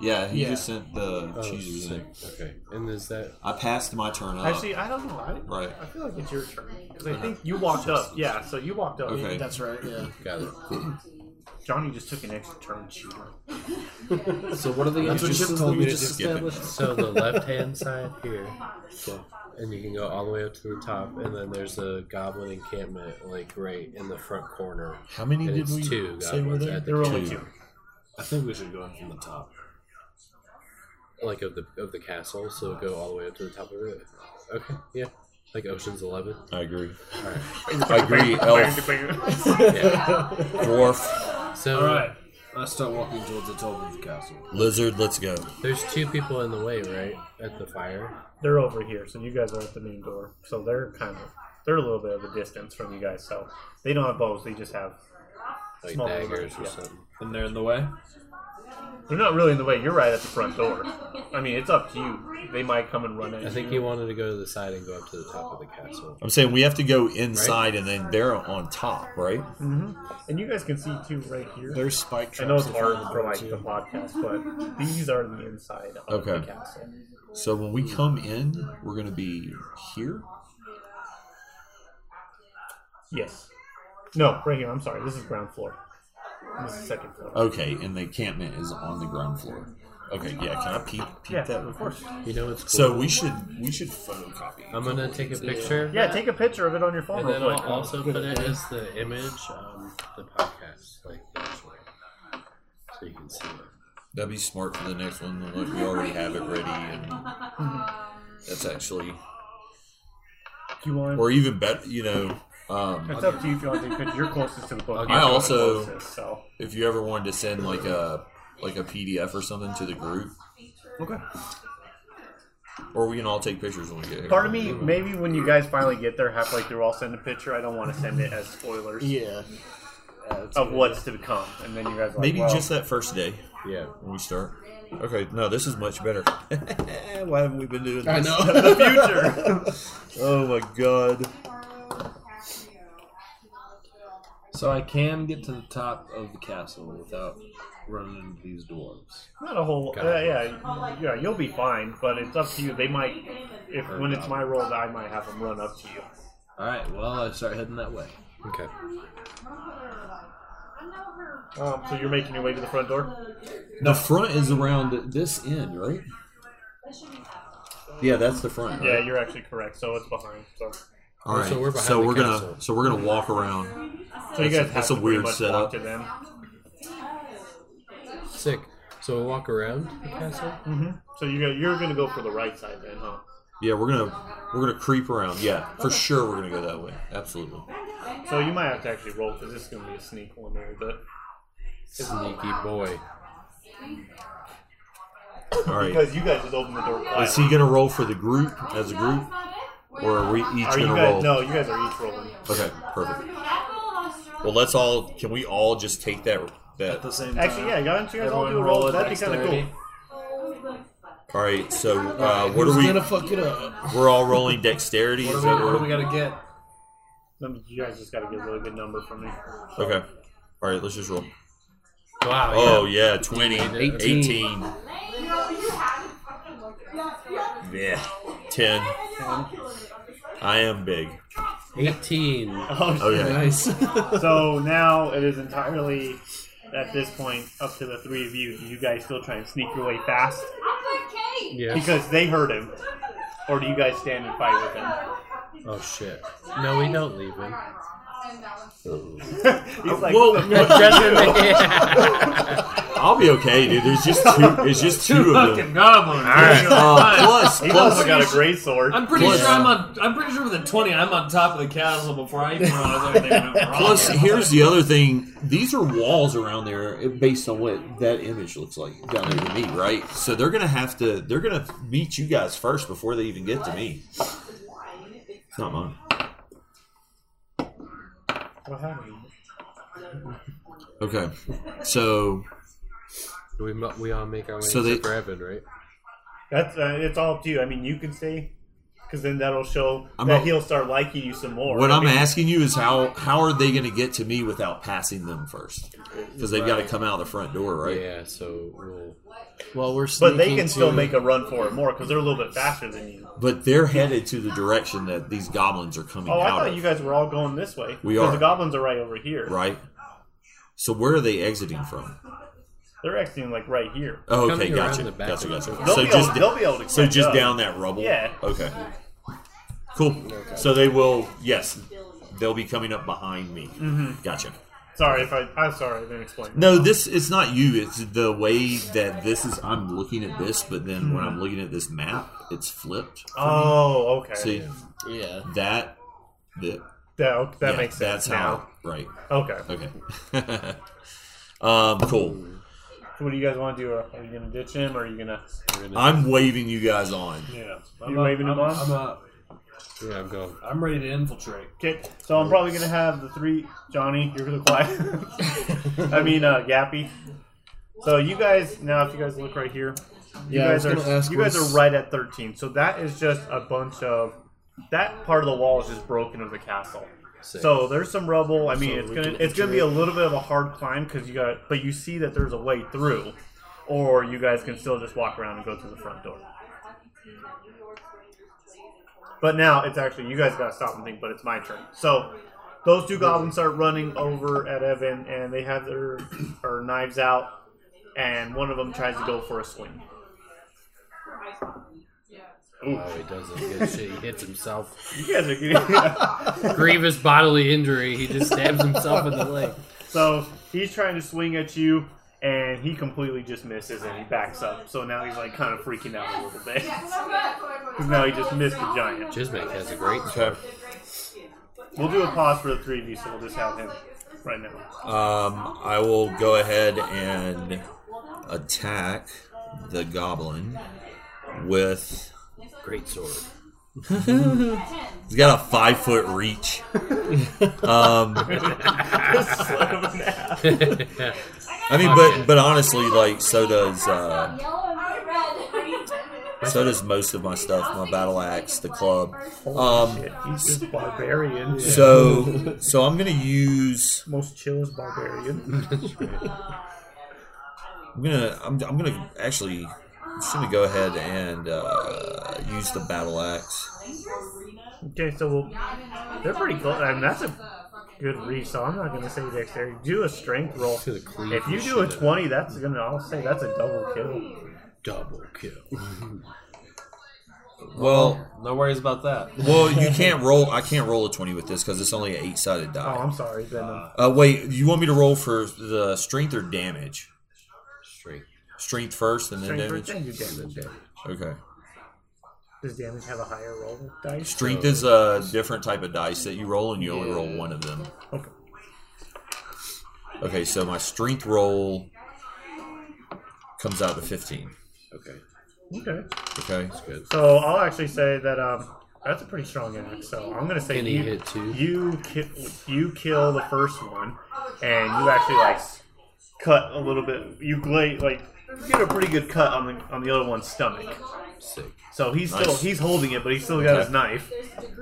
Speaker 5: Yeah, he
Speaker 8: Yeah.
Speaker 5: just sent the
Speaker 3: Oh,
Speaker 5: cheese.
Speaker 3: sick. Okay. And is that
Speaker 5: I passed my turn up.
Speaker 1: Actually, I don't know. I,
Speaker 5: right.
Speaker 1: I feel like it's your turn. 'Cause I think you walked up. Yeah, so you walked up.
Speaker 5: Okay.
Speaker 7: That's right, yeah.
Speaker 3: got it?
Speaker 1: Johnny just took an extra turn, cheater.
Speaker 8: So what are they?
Speaker 7: That's what
Speaker 8: just
Speaker 7: Chip
Speaker 8: told
Speaker 7: told me
Speaker 8: to
Speaker 7: just
Speaker 8: do?
Speaker 5: skip it.
Speaker 7: established.
Speaker 3: So (laughs) the left hand side here, so, and you can go all the way up to the top, and then there's a goblin encampment like right in the front corner.
Speaker 6: How many
Speaker 3: And
Speaker 6: did
Speaker 3: it's
Speaker 6: we
Speaker 3: two
Speaker 6: say were
Speaker 3: goblins
Speaker 6: there?
Speaker 3: at
Speaker 1: There were
Speaker 3: the
Speaker 1: only
Speaker 3: two,
Speaker 1: two.
Speaker 8: I think we should go in from the top.
Speaker 3: like of the of the castle, so go all the way up to the top of it. Okay, yeah, like
Speaker 8: (laughs)
Speaker 3: Ocean's Eleven.
Speaker 5: I agree.
Speaker 1: (laughs)
Speaker 5: I agree. Elf,
Speaker 3: Yeah.
Speaker 5: dwarf,
Speaker 3: So
Speaker 8: All right, let's start walking towards the top of the castle.
Speaker 5: lizard. Let's go.
Speaker 3: there's two people in the way, right, at the fire.
Speaker 1: They're over here, so you guys are at the main door. So they're kind of they're a little bit of a distance from you guys. So they don't have bows; they just have
Speaker 3: Like
Speaker 1: Small
Speaker 3: daggers
Speaker 1: ones,
Speaker 3: or
Speaker 1: yeah.
Speaker 3: something.
Speaker 8: And they're in the way.
Speaker 1: They're not really in the way. You're right at the front door. I mean, it's up to you. They might come and run at
Speaker 3: I think
Speaker 1: you.
Speaker 3: he wanted to go to the side and go up to the top of the castle.
Speaker 5: I'm saying we have to go inside, and then they're on top, right?
Speaker 1: hmm And you guys can see too right here.
Speaker 6: There's spike
Speaker 1: I
Speaker 6: traps.
Speaker 1: know it's
Speaker 6: in front of
Speaker 1: art for
Speaker 6: them,
Speaker 1: like
Speaker 6: too.
Speaker 1: the podcast, but these are the inside of
Speaker 5: Okay.
Speaker 1: the castle.
Speaker 5: So when we come in, we're gonna be here.
Speaker 1: Yes. No, right here. I'm sorry. This is ground floor. This is second floor.
Speaker 5: Okay, and the encampment is on the ground floor. Okay, yeah. Can I peek, peek
Speaker 1: Yeah,
Speaker 5: that?
Speaker 1: of course.
Speaker 3: You know what's cool?
Speaker 5: So we should we should photocopy.
Speaker 3: I'm gonna take a picture.
Speaker 1: Yeah, take a picture of it on your phone.
Speaker 3: And then
Speaker 1: real
Speaker 3: I'll
Speaker 1: quick.
Speaker 3: also put it as the image on the podcast, like the actual, so you can see it.
Speaker 5: That'd be smart for the next one. Like we already have it ready, and that's actually,
Speaker 1: Do you want?
Speaker 5: or even better, you know, um,
Speaker 1: It's up to you if you want to because you're closest to the book.
Speaker 5: I also-
Speaker 1: Closest, so
Speaker 5: if you ever wanted to send like a like a PDF or something to the group,
Speaker 1: okay.
Speaker 5: or we can all take pictures when we get here.
Speaker 1: Part of me, maybe when you guys finally get there halfway through, I'll send a picture. I don't want to send it as spoilers
Speaker 7: Yeah. Yeah, that's
Speaker 1: of
Speaker 7: good.
Speaker 1: what's to come, and then you guys are like,
Speaker 5: Maybe
Speaker 1: well,
Speaker 5: just that first day
Speaker 3: Yeah.
Speaker 5: when we start. Okay, no, this is much better. (laughs) Why haven't we been doing this?
Speaker 3: I know.
Speaker 1: (laughs) the
Speaker 5: (laughs)
Speaker 1: future.
Speaker 5: Oh my god.
Speaker 8: So I can get to the top of the castle without running into these dwarves.
Speaker 1: Not a whole. Uh,
Speaker 3: Got it.
Speaker 1: yeah, yeah, you'll be fine, but it's up to you. They might, if when it's my roll, I might have them run up to you.
Speaker 8: All right, well I start heading that way.
Speaker 3: Okay.
Speaker 1: Um, so you're making your way to the front door.
Speaker 5: The front is around this end, right? Yeah, that's the front.
Speaker 1: Yeah,
Speaker 5: Right?
Speaker 1: you're actually correct. So it's behind. So,
Speaker 5: All right.
Speaker 3: So we're behind
Speaker 5: so
Speaker 3: the
Speaker 5: we're
Speaker 3: castle.
Speaker 5: gonna so we're gonna walk around.
Speaker 1: so you
Speaker 5: That's a-
Speaker 1: guys have
Speaker 5: that's
Speaker 1: to
Speaker 5: a
Speaker 1: pretty
Speaker 5: weird
Speaker 1: much
Speaker 5: setup.
Speaker 1: walk to them.
Speaker 3: Sick. So we'll walk around the castle.
Speaker 1: hmm So you go, you're gonna go for the right side then, huh?
Speaker 5: Yeah, we're gonna we're gonna creep around. Yeah, for sure we're gonna go that way. Absolutely.
Speaker 1: So you might have to actually roll because this is gonna be a sneak one there. But
Speaker 3: Sneaky boy.
Speaker 5: All right.
Speaker 1: because you guys just opened the door. Quietly.
Speaker 5: Is he gonna roll for the group as a group, or are we each
Speaker 1: Are you
Speaker 5: gonna
Speaker 1: guys?
Speaker 5: roll?
Speaker 1: No, you guys are each rolling.
Speaker 5: Okay, perfect. Well, let's all. Can we all just take that? That.
Speaker 6: At the same time.
Speaker 1: Actually, yeah, why don't you guys all
Speaker 6: Everyone
Speaker 1: do a
Speaker 6: roll
Speaker 1: roll?
Speaker 6: a
Speaker 1: That'd be kind of cool.
Speaker 6: dexterity.
Speaker 5: Oh. All right. So uh, what
Speaker 6: Who's
Speaker 5: are we?
Speaker 6: gonna fuck it up?
Speaker 5: We're all rolling dexterity.
Speaker 8: What
Speaker 5: Is
Speaker 8: do we,
Speaker 5: that
Speaker 8: what do we
Speaker 5: what
Speaker 8: gotta get?
Speaker 1: Um, You guys just gotta get a really good number for me.
Speaker 5: okay. All right. Let's just roll.
Speaker 3: Wow.
Speaker 5: Oh yeah, 20,
Speaker 3: Eighteen.
Speaker 5: 18. Yeah, ten. I am big.
Speaker 3: 18.
Speaker 1: Oh,
Speaker 5: Okay.
Speaker 6: Nice.
Speaker 1: so now it is entirely at this point up to the three of you. Do you guys still try and sneak your way fast (laughs)
Speaker 3: Yes.
Speaker 1: because they heard him, or do you guys stand and fight with him?
Speaker 3: Oh shit. No, we don't leave
Speaker 1: (laughs)
Speaker 3: him.
Speaker 1: He's like, (laughs)
Speaker 5: Whoa.
Speaker 1: "What the fuck you do?"
Speaker 5: I'll be okay, dude. There's just two. It's just two of them.
Speaker 8: goblins. Oh,
Speaker 5: All right. Uh, plus,
Speaker 1: He also
Speaker 5: plus,
Speaker 1: got a great sword.
Speaker 8: I'm pretty
Speaker 5: Plus-
Speaker 8: sure I'm on. I'm pretty sure with a twenty, I'm on top of the castle before I even realize everything went wrong.
Speaker 5: (laughs) plus. Here's the other thing. These are walls around there, eh, based on what that image looks like down there to me, right? So they're gonna have to. They're gonna meet you guys first before they even get to me. It's not mine.
Speaker 2: What happened?
Speaker 5: Okay. So
Speaker 3: We mu- we all make our way
Speaker 5: So
Speaker 3: so
Speaker 5: they-
Speaker 3: for Evan, right?
Speaker 1: That's uh, it's all up to you. I mean, you can stay, because then that'll show
Speaker 5: I'm
Speaker 1: that
Speaker 5: not-
Speaker 1: he'll start liking you some more.
Speaker 5: what
Speaker 1: I
Speaker 5: I'm
Speaker 1: mean,
Speaker 5: asking you is how how are they going to get to me without passing them first? Because they've got to come out the front door, right?
Speaker 3: Yeah. So we'll.
Speaker 6: Well, we're
Speaker 1: but they
Speaker 6: sneaking
Speaker 1: can still
Speaker 6: to-
Speaker 1: make a run for it more because they're a little bit faster than you.
Speaker 5: But they're headed to the direction that these goblins are coming
Speaker 1: Oh, I
Speaker 5: out
Speaker 1: thought
Speaker 5: of,
Speaker 1: you guys were all going this way.
Speaker 5: We
Speaker 1: 'cause
Speaker 5: are.
Speaker 1: The goblins are right over here.
Speaker 5: right? So where are they exiting from?
Speaker 1: They're exiting like right here.
Speaker 5: Oh, okay,
Speaker 3: Coming around
Speaker 5: gotcha,
Speaker 3: the back
Speaker 5: gotcha,
Speaker 3: of
Speaker 5: gotcha.
Speaker 3: the-
Speaker 1: They'll
Speaker 5: So
Speaker 1: be
Speaker 5: just
Speaker 1: able, they'll be able to.
Speaker 5: so
Speaker 1: catch
Speaker 5: just
Speaker 1: up.
Speaker 5: down that rubble.
Speaker 1: Yeah.
Speaker 5: Okay. Cool. So they will. Yes, they'll be coming up behind me.
Speaker 1: Mm-hmm.
Speaker 5: Gotcha.
Speaker 1: Sorry if I. I'm sorry. I didn't explain.
Speaker 5: No, this it's not you. It's the way that this is. I'm looking at this, but then when I'm
Speaker 1: Mm-hmm.
Speaker 5: looking at this map, it's flipped.
Speaker 1: Oh, okay.
Speaker 5: See
Speaker 6: Yeah.
Speaker 5: that? That,
Speaker 1: that that
Speaker 5: yeah,
Speaker 1: makes sense
Speaker 5: That's
Speaker 1: now.
Speaker 5: how. Right.
Speaker 1: Okay.
Speaker 5: Okay. (laughs) um. Cool.
Speaker 1: So what do you guys want to do? Are are you gonna ditch him? Or are you gonna?
Speaker 5: I'm waving you guys on.
Speaker 8: Yeah.
Speaker 1: You waving
Speaker 8: I'm,
Speaker 1: him on?
Speaker 8: I'm up.
Speaker 3: Yeah, I'm going.
Speaker 8: I'm ready to infiltrate.
Speaker 1: Okay, so I'm probably gonna have the three Johnny. You're really quiet. (laughs) I mean, uh, Gappy. So you guys now, if you guys look right here, you
Speaker 7: Yeah, I
Speaker 1: guys
Speaker 7: was gonna
Speaker 1: are
Speaker 7: ask
Speaker 1: you guys
Speaker 7: what's-
Speaker 1: are right at 13. So that is just a bunch of that part of the wall is just broken of the castle.
Speaker 3: Sick.
Speaker 1: So there's some rubble. I mean,
Speaker 6: So
Speaker 1: it's
Speaker 6: we
Speaker 1: gonna
Speaker 6: can
Speaker 1: it's gonna be
Speaker 6: enter
Speaker 1: a little bit of a hard climb because you got, but you see that there's a way through, or you guys can still just walk around and go through the front door. But now it's actually you guys gotta stop and think. But it's my turn. So those two goblins start running over at Evan, and they have their or knives out, and one of them tries to go for a swing.
Speaker 3: Oh, he does it. Good shit. He hits himself.
Speaker 1: You guys are getting. (laughs)
Speaker 3: Grievous bodily injury. He just stabs himself in the leg.
Speaker 8: (laughs)
Speaker 1: So he's trying to swing at you, and he completely just misses, and he backs up. So now he's like kind of freaking out a little bit (laughs) because now he just missed the giant.
Speaker 3: Jismek has a great.
Speaker 1: We'll do a pause for the three of you, so we'll just have him right now.
Speaker 5: Um, I will go ahead and attack the goblin with.
Speaker 3: Great
Speaker 6: (laughs)
Speaker 3: sword.
Speaker 5: He's got a five foot reach. um, I mean, but but honestly, like so does uh, so does most of my stuff. My battle axe, the club. Um,
Speaker 1: He's just barbarian.
Speaker 5: so so I'm gonna use.
Speaker 1: Most chillest barbarian.
Speaker 5: I'm gonna I'm, I'm gonna actually I'm just gonna go ahead and uh, use the battle axe.
Speaker 1: Okay, so we'll, they're pretty close, and that's a good reach. So I'm not gonna say dexterity. Do a strength roll.
Speaker 3: To the cleave
Speaker 1: If you
Speaker 3: the
Speaker 1: do a
Speaker 3: shit out of
Speaker 1: twenty, that's gonna. I'll say that's a double kill.
Speaker 3: Double kill.
Speaker 5: Well,
Speaker 6: No worries about that.
Speaker 5: well, you can't roll. I can't roll a twenty with this because it's only an eight sided
Speaker 1: Oh,
Speaker 5: die.
Speaker 1: I'm sorry, then.
Speaker 5: Uh, wait, you want me to roll for the strength or damage?
Speaker 3: Straight.
Speaker 5: Strength first, and then
Speaker 1: Strength damage.
Speaker 5: damage.
Speaker 1: You damage. yeah.
Speaker 5: Okay.
Speaker 1: Does damage have a higher roll dice?
Speaker 5: Strength is a different type of dice that you roll, and you only roll one of them.
Speaker 1: Okay.
Speaker 5: Okay, so my strength roll comes out to fifteen.
Speaker 3: Okay.
Speaker 1: Okay.
Speaker 5: Okay.
Speaker 3: Good.
Speaker 1: So I'll actually say that um, that's a pretty strong attack. So I'm gonna say
Speaker 3: And he
Speaker 1: you
Speaker 3: hit two.
Speaker 1: you kill you kill the first one, and you actually like cut a little bit. You gla like you get a pretty good cut on the on the other one's stomach.
Speaker 3: Sick.
Speaker 1: So he's still
Speaker 5: Nice.
Speaker 1: he's holding it, but he's still got his
Speaker 5: Okay.
Speaker 1: knife.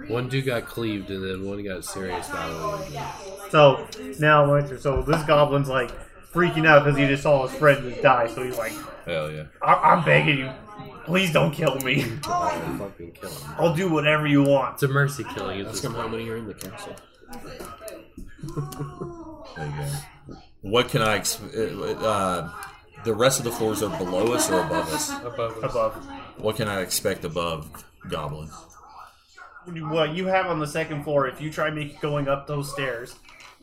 Speaker 3: One dude got cleaved, and then one got serious bodily injury.
Speaker 1: So now my turn. So this goblin's like freaking out because he just saw his friend just die. So he's like,
Speaker 5: Hell yeah.
Speaker 1: I- I'm begging you, please don't kill me. (laughs)
Speaker 3: Fucking kill him.
Speaker 1: I'll do whatever you want.
Speaker 3: It's a mercy killing. It's
Speaker 6: Ask
Speaker 3: just
Speaker 6: him how many are in the castle.
Speaker 5: There you go. What can I? Ex- uh, the rest of the floors are below us or above us.
Speaker 3: above us.
Speaker 1: Above.
Speaker 5: What can I expect above Goblin?
Speaker 1: what you have on the second floor, if you try make, going up those stairs,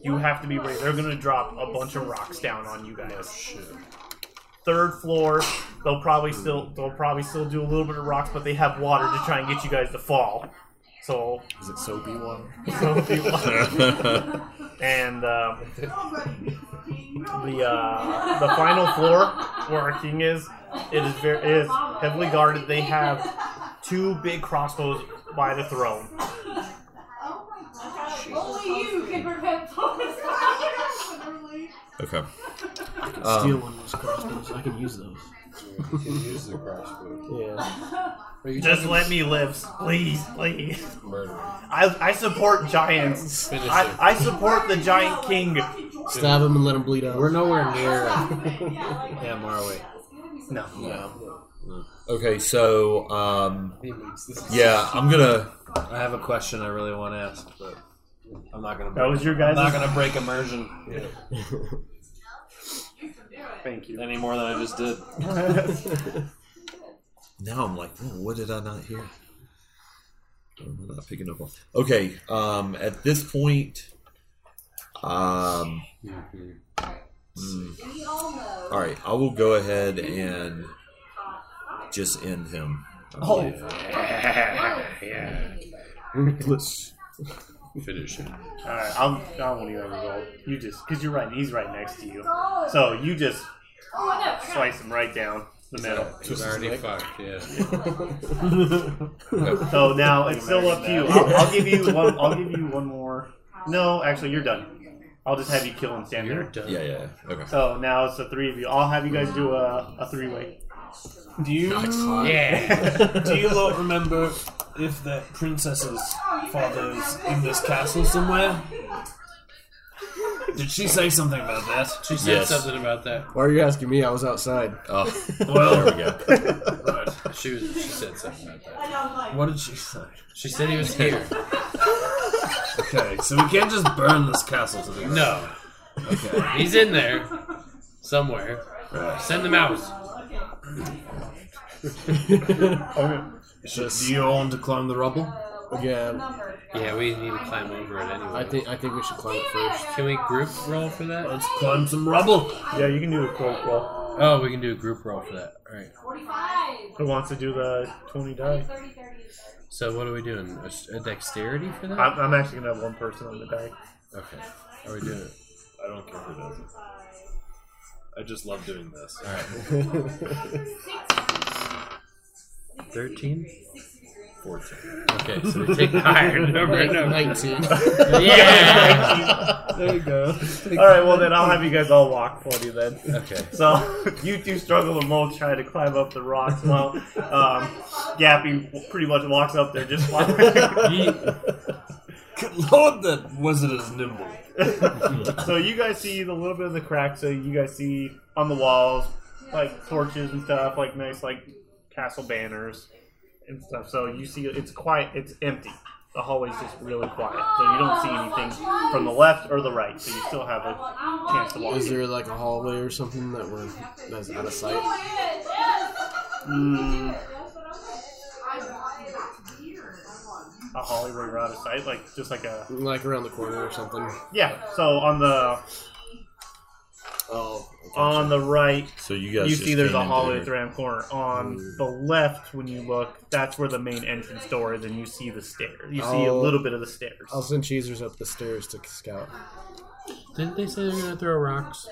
Speaker 1: you have to be ready. They're going to drop a bunch of rocks down on you
Speaker 6: Oh,
Speaker 1: guys. Third floor, they'll probably still they'll probably still do a little bit of rocks, but they have water to try and get you guys to fall. So,
Speaker 6: Is it soapy
Speaker 1: (laughs)
Speaker 6: one?
Speaker 1: so if
Speaker 5: (laughs)
Speaker 1: you want- and uh, the uh, the final floor where our king is, it is very it is heavily guarded. They have two big crossbows by the throne.
Speaker 4: Only you can prevent
Speaker 5: Okay. Um,
Speaker 6: Steal one of those crossbows. I can use those.
Speaker 8: You can use the crossbow.
Speaker 6: Yeah.
Speaker 1: Just let me live, please, please.
Speaker 8: Murder.
Speaker 1: I, I support giants.
Speaker 6: Finish
Speaker 1: I,
Speaker 6: him.
Speaker 1: I support the giant king.
Speaker 7: Stab him and let him bleed out.
Speaker 6: We're nowhere near him, are we?
Speaker 1: No.
Speaker 6: No.
Speaker 5: Okay, so um,
Speaker 6: He makes this.
Speaker 5: yeah, I'm gonna.
Speaker 8: I have a question I really want to ask, but I'm not gonna.
Speaker 1: That was your
Speaker 8: I'm not
Speaker 1: guys'
Speaker 8: gonna break immersion
Speaker 1: thank you.
Speaker 8: any more than I just did.
Speaker 1: (laughs)
Speaker 8: (laughs)
Speaker 5: Now I'm like, "Whoa, what did I not hear? I'm not picking up on. Okay, um, at this point, um, mm, all right, I will go ahead and just end him. Oh, ruthless.
Speaker 8: Finish him.
Speaker 1: Alright, I'm I won't even roll. You just because you're right he's right next to you. So you just slice him right down the middle.
Speaker 8: He's already fucked. Yeah.
Speaker 1: So now it's still up to you. I'll, I'll give you one I'll give you one more. No, actually you're done. I'll just have you kill and stand
Speaker 3: You're
Speaker 1: there.
Speaker 3: done.
Speaker 5: Yeah, yeah. yeah. Okay.
Speaker 1: So now it's the three of you. I'll have you guys do a, a three way.
Speaker 8: Do you
Speaker 1: (laughs)
Speaker 3: Yeah.
Speaker 8: do you lot remember if the princess's father is in this castle somewhere? Did she say something about that?
Speaker 3: She said
Speaker 5: Yes.
Speaker 3: something about that.
Speaker 7: Why are you asking me? I was outside.
Speaker 5: Oh, well, there we
Speaker 1: (laughs)
Speaker 5: go.
Speaker 8: (laughs)
Speaker 3: She was. She said something about that.
Speaker 8: What did she say?
Speaker 3: She said he was here.
Speaker 8: Okay, so we can't just burn this castle to the ground.
Speaker 3: No,
Speaker 8: Okay.
Speaker 3: he's in there somewhere. Send them out.
Speaker 8: do you all want to climb the rubble?
Speaker 7: Again,
Speaker 3: Yeah, we need to climb over it anyway.
Speaker 7: I think I think we should climb it first.
Speaker 3: Can we group roll for that?
Speaker 8: Let's climb some rubble.
Speaker 1: Yeah, you can do a cloak roll.
Speaker 3: Oh, we can do a group roll for that. All right.
Speaker 1: Who wants to do the twenty die?
Speaker 3: So what are we doing? A, s- a dexterity for that?
Speaker 1: I'm, I'm actually gonna have one person on the die.
Speaker 3: okay. Are we doing it?
Speaker 8: I don't care who does it. I just love doing this.
Speaker 3: All right. Thirteen.
Speaker 8: 14.
Speaker 3: Okay, so
Speaker 8: (laughs)
Speaker 3: we take the higher number. No.
Speaker 7: Nineteen.
Speaker 3: Yeah.
Speaker 1: There you go. All right, well then I'll have you guys all walk for you then. (laughs)
Speaker 3: Okay.
Speaker 1: So you two struggle and both try to climb up the rocks while um, Gappy pretty much walks up there (laughs) just flying.
Speaker 8: Good lord, that wasn't as nimble.
Speaker 1: so you guys see a little bit of the cracks. So you guys see on the walls like torches and stuff, like nice like castle banners and stuff. So you see it's quiet, it's empty. The hallway's just really quiet, so you don't see anything from the left or the right. So you still have a chance to walk.
Speaker 7: Is there like a hallway or something that we're that's out of sight?
Speaker 1: Mm. A Hollywood out of sight, like just like a
Speaker 7: Like around the corner or something.
Speaker 1: yeah. So on the
Speaker 7: Oh, okay.
Speaker 1: on the right,
Speaker 5: So you guys
Speaker 1: you
Speaker 5: just
Speaker 1: see there's
Speaker 5: came
Speaker 1: a
Speaker 5: in
Speaker 1: hallway at the
Speaker 5: there.
Speaker 1: round corner. On the left, when you look, that's where the main entrance door is, and you see the stairs. You see a
Speaker 3: Oh.
Speaker 7: I'll-
Speaker 1: little bit of the stairs.
Speaker 7: I'll send Cheezers up the stairs to scout.
Speaker 3: Didn't they say they're gonna throw rocks?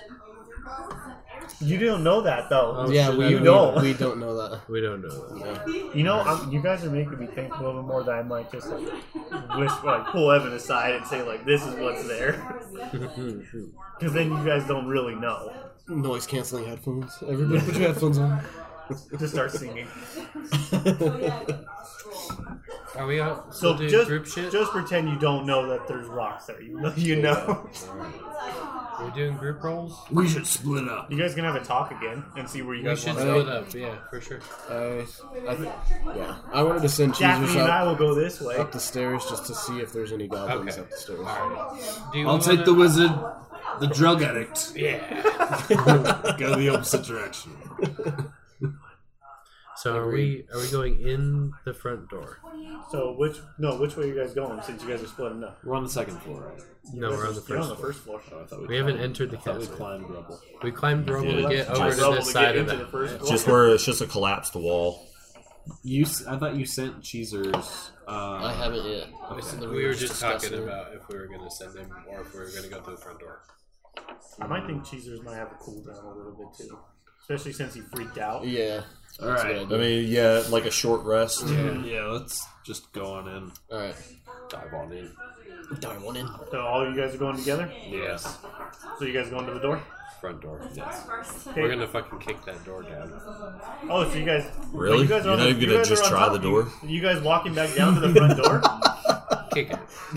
Speaker 1: You don't know that though.
Speaker 3: Oh,
Speaker 7: yeah,
Speaker 3: shit,
Speaker 7: we
Speaker 3: I
Speaker 7: we
Speaker 3: don't
Speaker 1: know.
Speaker 7: we don't know that.
Speaker 3: We don't know.
Speaker 1: You know, I'm, you guys are making me think a little bit more that I might just like wish, like pull Evan aside and say like, "This is what's there," because then you guys don't really know.
Speaker 7: Noise canceling headphones. Everybody, put your headphones on.
Speaker 1: Just start
Speaker 3: (laughs)
Speaker 1: singing.
Speaker 3: Are we all
Speaker 1: So
Speaker 3: still doing
Speaker 1: just
Speaker 3: group shit?
Speaker 1: just pretend you don't know that there's rocks there. You know, you know. (laughs)
Speaker 3: Are we doing group rolls?
Speaker 8: We should split up.
Speaker 1: You guys can have a talk again and see where you
Speaker 3: We
Speaker 1: guys
Speaker 3: should
Speaker 1: want.
Speaker 3: split up. Yeah, for sure.
Speaker 7: I, I think, yeah. I wanted to send
Speaker 1: Daphne
Speaker 7: Cheezers
Speaker 1: and I
Speaker 7: up,
Speaker 1: will go this way.
Speaker 7: up the stairs just to see if there's any goblins
Speaker 3: Okay.
Speaker 7: up the stairs.
Speaker 3: Do you
Speaker 8: I'll take the wizard, the drug addict.
Speaker 3: Yeah.
Speaker 8: Go the opposite direction.
Speaker 3: So are we? Are we going in the front door?
Speaker 1: So which no, which way are you guys going? Since you guys are splitting up.
Speaker 8: We're on the second floor, right?
Speaker 3: No, we're on the
Speaker 1: You're on
Speaker 3: first.
Speaker 1: the
Speaker 3: floor.
Speaker 1: first floor.
Speaker 8: I thought we,
Speaker 3: We haven't enteed the
Speaker 8: I thought we
Speaker 3: castle.
Speaker 8: climbed rubble.
Speaker 3: We climbed Rubble
Speaker 5: Yeah.
Speaker 3: to get
Speaker 1: Just
Speaker 3: over to
Speaker 1: level
Speaker 3: this side
Speaker 1: get
Speaker 3: of
Speaker 1: into
Speaker 3: that.
Speaker 1: the first floor.
Speaker 5: Just where it's just a collapsed wall.
Speaker 8: You, s- I thought you sent Cheezers. Uh,
Speaker 7: I haven't yet.
Speaker 3: We, were just talking about if we were going to send him or if we were going to go through the front door.
Speaker 1: I might think Cheezers might have a cooldown a little bit too, especially since he freaked out.
Speaker 7: Yeah.
Speaker 8: All right.
Speaker 5: I mean, yeah, like a short rest.
Speaker 8: Yeah, yeah, let's just go on in.
Speaker 7: All right.
Speaker 8: Dive on in.
Speaker 7: Darwin.
Speaker 1: So all you guys are going together.
Speaker 6: Yes.
Speaker 1: So you guys going to the door?
Speaker 6: Front door. Yes.
Speaker 1: Okay.
Speaker 6: We're gonna fucking kick that door down.
Speaker 1: Oh, so you guys
Speaker 5: Really?
Speaker 1: You guys are
Speaker 5: You're
Speaker 1: on
Speaker 5: not
Speaker 1: the-
Speaker 5: even
Speaker 1: you
Speaker 5: gonna
Speaker 1: guys are
Speaker 5: just
Speaker 1: on
Speaker 5: try
Speaker 1: top.
Speaker 5: the door?
Speaker 1: You, you guys walking back down to the front door?
Speaker 6: Kick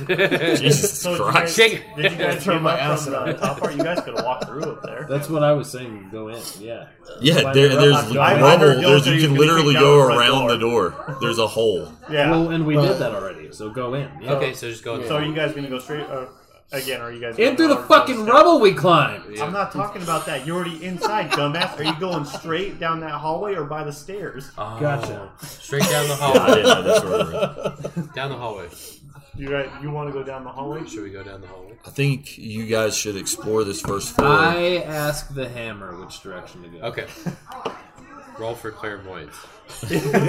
Speaker 6: it.
Speaker 5: (laughs) (laughs) Jesus
Speaker 1: So did you guys,
Speaker 5: Christ.
Speaker 1: did
Speaker 6: Shake
Speaker 1: you guys
Speaker 6: Turn
Speaker 1: turn
Speaker 6: my
Speaker 1: my
Speaker 6: ass
Speaker 1: from the
Speaker 6: up.
Speaker 1: top part? You guys could have walked through up there.
Speaker 8: That's what I was saying. Go in. Yeah.
Speaker 5: Yeah, there, there's
Speaker 1: I heard Dylan
Speaker 5: rubble. There's,
Speaker 1: say
Speaker 5: you
Speaker 1: he
Speaker 5: can
Speaker 1: was gonna
Speaker 5: literally
Speaker 1: kick out
Speaker 5: go
Speaker 1: the front
Speaker 5: around
Speaker 1: door.
Speaker 5: the door. There's a hole.
Speaker 1: yeah.
Speaker 8: Well, Oh, and we did that already. So go in. Yeah.
Speaker 6: Okay, so just go in.
Speaker 1: so are you guys gonna go straight? Or, again, are you guys
Speaker 8: In
Speaker 1: going
Speaker 8: through the
Speaker 1: down or
Speaker 8: fucking
Speaker 1: down?
Speaker 8: rubble we climbed.
Speaker 1: I'm not talking about that. You're already inside, dumbass. Are you going straight down that hallway or by the stairs?
Speaker 6: Oh,
Speaker 8: Gotcha.
Speaker 6: Straight down the
Speaker 5: Yeah, I
Speaker 6: hallway.
Speaker 5: didn't know that's where we were.
Speaker 6: down the hallway.
Speaker 1: You guys, you want to go down the hallway?
Speaker 6: Should we go down the hallway?
Speaker 5: I think you guys should explore this first floor.
Speaker 8: I asked the hammer which direction to go.
Speaker 6: Okay. Roll for clairvoyance.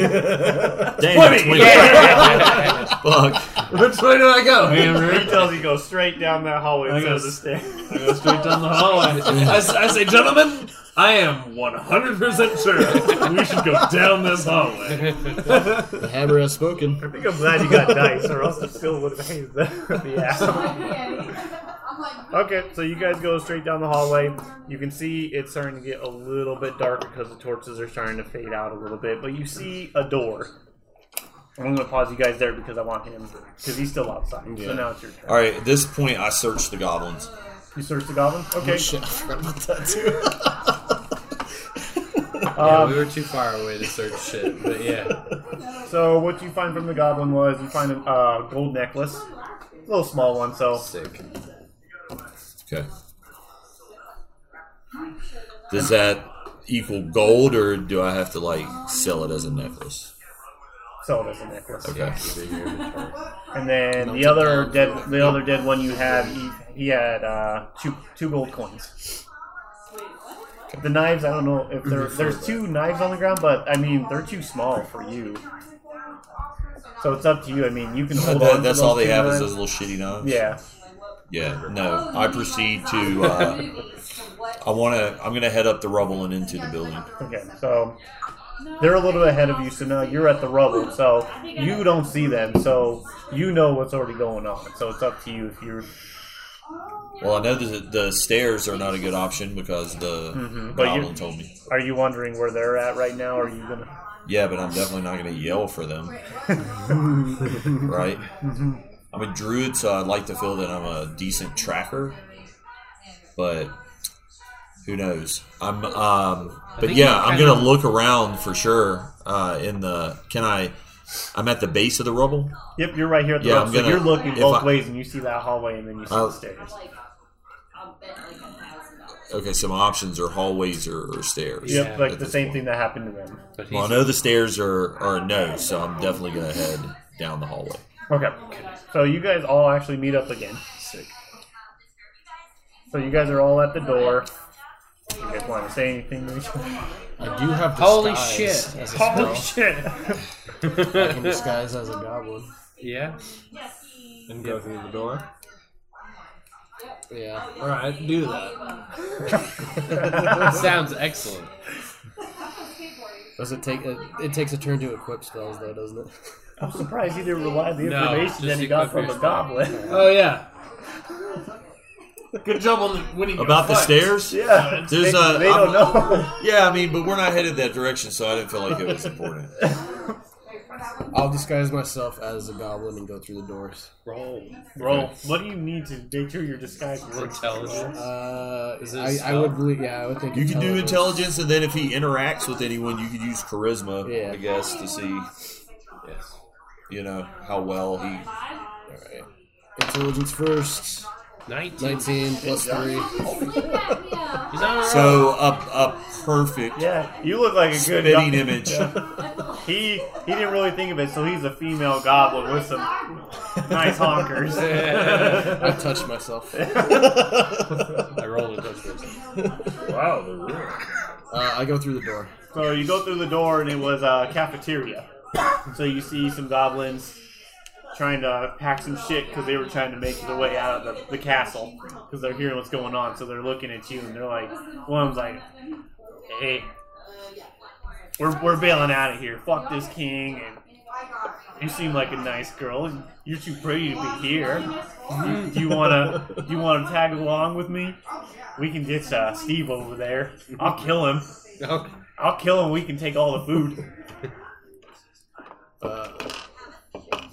Speaker 5: Damn, it,
Speaker 1: (laughs)
Speaker 5: 20. Fuck.
Speaker 8: Which way do I go,
Speaker 1: He
Speaker 8: (laughs) hammer?
Speaker 1: tells you go straight down that hallway instead of
Speaker 8: guess-
Speaker 1: the stairs.
Speaker 8: I go straight down the hallway. I, s- I say, gentlemen, I am 100% sure we should go down this hallway.
Speaker 7: The hammer has spoken.
Speaker 1: (laughs) I think I'm glad you got dice, or else I still would have hated the, the ass.
Speaker 4: I'm like,
Speaker 1: Okay, so you guys go straight down the hallway. You can see it's starting to get a little bit darker because the torches are starting to fade out a little bit, but you see a door. I'm going to pause you guys there because I want him, because he's still outside. So now it's your turn.
Speaker 5: All right, at this point, I searched the goblins.
Speaker 1: You search the goblin? Okay.
Speaker 7: Shit, I forgot about that too.
Speaker 1: (laughs)
Speaker 6: Yeah,
Speaker 1: Um,
Speaker 6: we were too far away to search shit, but yeah.
Speaker 1: So what you find from the goblin was you find a uh, gold necklace, a little small one. So
Speaker 6: Sick.
Speaker 5: Okay. Does that equal gold, or do I have to like sell it as a necklace?
Speaker 1: sell it as a necklace.
Speaker 5: Okay.
Speaker 1: And then the other dead, the other dead one you had, he, he had uh, two two gold coins. The knives, I don't know if there there's two knives on the ground, but I mean they're too small for you. So it's up to you. I mean
Speaker 5: (laughs)
Speaker 1: you can hold on.
Speaker 5: That-
Speaker 1: to
Speaker 5: that's
Speaker 1: those
Speaker 5: all they
Speaker 1: two
Speaker 5: have
Speaker 1: knives.
Speaker 5: is those little shitty knives.
Speaker 1: Yeah.
Speaker 5: Yeah. No, I proceed
Speaker 1: (laughs)
Speaker 5: to. Uh, I want to. I'm gonna head up the rubble and into the building.
Speaker 1: Okay. So they're a little ahead of you. So now you're at the rubble. So you don't see them. So you know what's already going on. So it's up to you if you're.
Speaker 5: Well, I know that the stairs are not a good option because the
Speaker 1: Mm-hmm. But
Speaker 5: goblin
Speaker 1: you-
Speaker 5: told me.
Speaker 1: Are you wondering where they're at right now? Or are you gonna?
Speaker 5: Yeah, but I'm definitely not gonna yell for them, right? I'm a druid, so I'd like to feel that I'm a decent tracker, but who knows? I'm. Um, but
Speaker 6: think
Speaker 5: yeah,
Speaker 6: you
Speaker 5: I'm
Speaker 6: kinda-
Speaker 5: gonna look around for sure. Uh, in the can I? I'm at the base of the rubble.
Speaker 1: Yep, you're right here at the
Speaker 5: Yeah,
Speaker 1: rubble.
Speaker 5: I'm
Speaker 1: so
Speaker 5: gonna-
Speaker 1: you're looking
Speaker 5: if
Speaker 1: both
Speaker 5: I-
Speaker 1: ways, and you see that hallway, and then you see
Speaker 5: I'll-
Speaker 1: the stairs.
Speaker 4: I'll bet like a thousand dollars.
Speaker 5: Okay, so my options are hallways or, or stairs.
Speaker 1: Yep, like
Speaker 5: at
Speaker 1: the
Speaker 5: this
Speaker 1: same
Speaker 5: point.
Speaker 1: thing that happened to them.
Speaker 6: But he's,
Speaker 5: Well, I know the stairs are are a no, so I'm definitely gonna head down the hallway.
Speaker 1: Okay, so you guys all actually meet up again.
Speaker 5: Sick.
Speaker 1: So you guys are all at the door. You guys want to say anything? to each (laughs) other?
Speaker 7: I do have
Speaker 3: Holy
Speaker 7: disguise
Speaker 3: shit.
Speaker 7: As a
Speaker 1: Holy Oh,
Speaker 7: spell.
Speaker 1: shit!
Speaker 7: I can disguise as a goblin.
Speaker 3: Yeah.
Speaker 8: And go through the door.
Speaker 7: Yeah.
Speaker 8: Alright, do that.
Speaker 6: sounds excellent.
Speaker 7: Does it take? A, it takes a turn to equip spells, though, doesn't it?
Speaker 1: I'm surprised he didn't rely on the
Speaker 6: No,
Speaker 1: information that
Speaker 6: just
Speaker 1: he got
Speaker 6: equip
Speaker 1: from the
Speaker 6: yourself.
Speaker 1: goblin.
Speaker 8: Oh, yeah. (laughs) Good job on the winning. your
Speaker 5: About the
Speaker 8: fight.
Speaker 5: stairs?
Speaker 1: (laughs) Yeah,
Speaker 5: There's
Speaker 1: they,
Speaker 5: a-
Speaker 1: they
Speaker 5: I'm-
Speaker 1: don't know.
Speaker 5: Yeah, I mean, but we're not headed that direction, so I didn't feel like it
Speaker 1: (laughs)
Speaker 5: was important.
Speaker 7: I'll disguise myself as a goblin and go through the doors.
Speaker 6: Roll.
Speaker 1: Bro, what do you need to make sure your disguise works?
Speaker 6: Intelligence.
Speaker 7: Uh,
Speaker 6: Is it a
Speaker 7: I, I
Speaker 6: spell?
Speaker 7: would believe. Yeah, I would think
Speaker 5: You can do intelligence, and then if he interacts with anyone, you could use charisma,
Speaker 7: Yeah.
Speaker 5: I guess, to see,
Speaker 6: Yes.
Speaker 5: you know, how well he.
Speaker 7: Intelligence first.
Speaker 6: 19.
Speaker 7: Nineteen plus three.
Speaker 6: He's on a roll.
Speaker 5: So a, a perfect
Speaker 1: Uh, Yeah, you look like a good
Speaker 5: spitting
Speaker 1: go- (laughs)
Speaker 5: image.
Speaker 1: He he didn't really think of it, so he's a female goblin with some nice honkers.
Speaker 7: (laughs) I touched (laughs) myself. Uh,
Speaker 6: I rolled a touch base.
Speaker 8: Wow, they're real.
Speaker 7: I go through the door.
Speaker 1: So you go through the door, and it was a cafeteria. so you see some goblins trying to pack some shit because they were trying to make their way out of the, the castle because they're hearing what's going on. So they're looking at you, and they're like, one of them's like, "Hey, we're we're bailing out of here. Fuck this king." And You seem like a nice girl. You're too pretty to be here. Do you wanna? Do you wanna tag along with me? We can get uh, Steve over there. I'll kill him.
Speaker 3: Okay.
Speaker 1: I'll kill him. We can take all the food.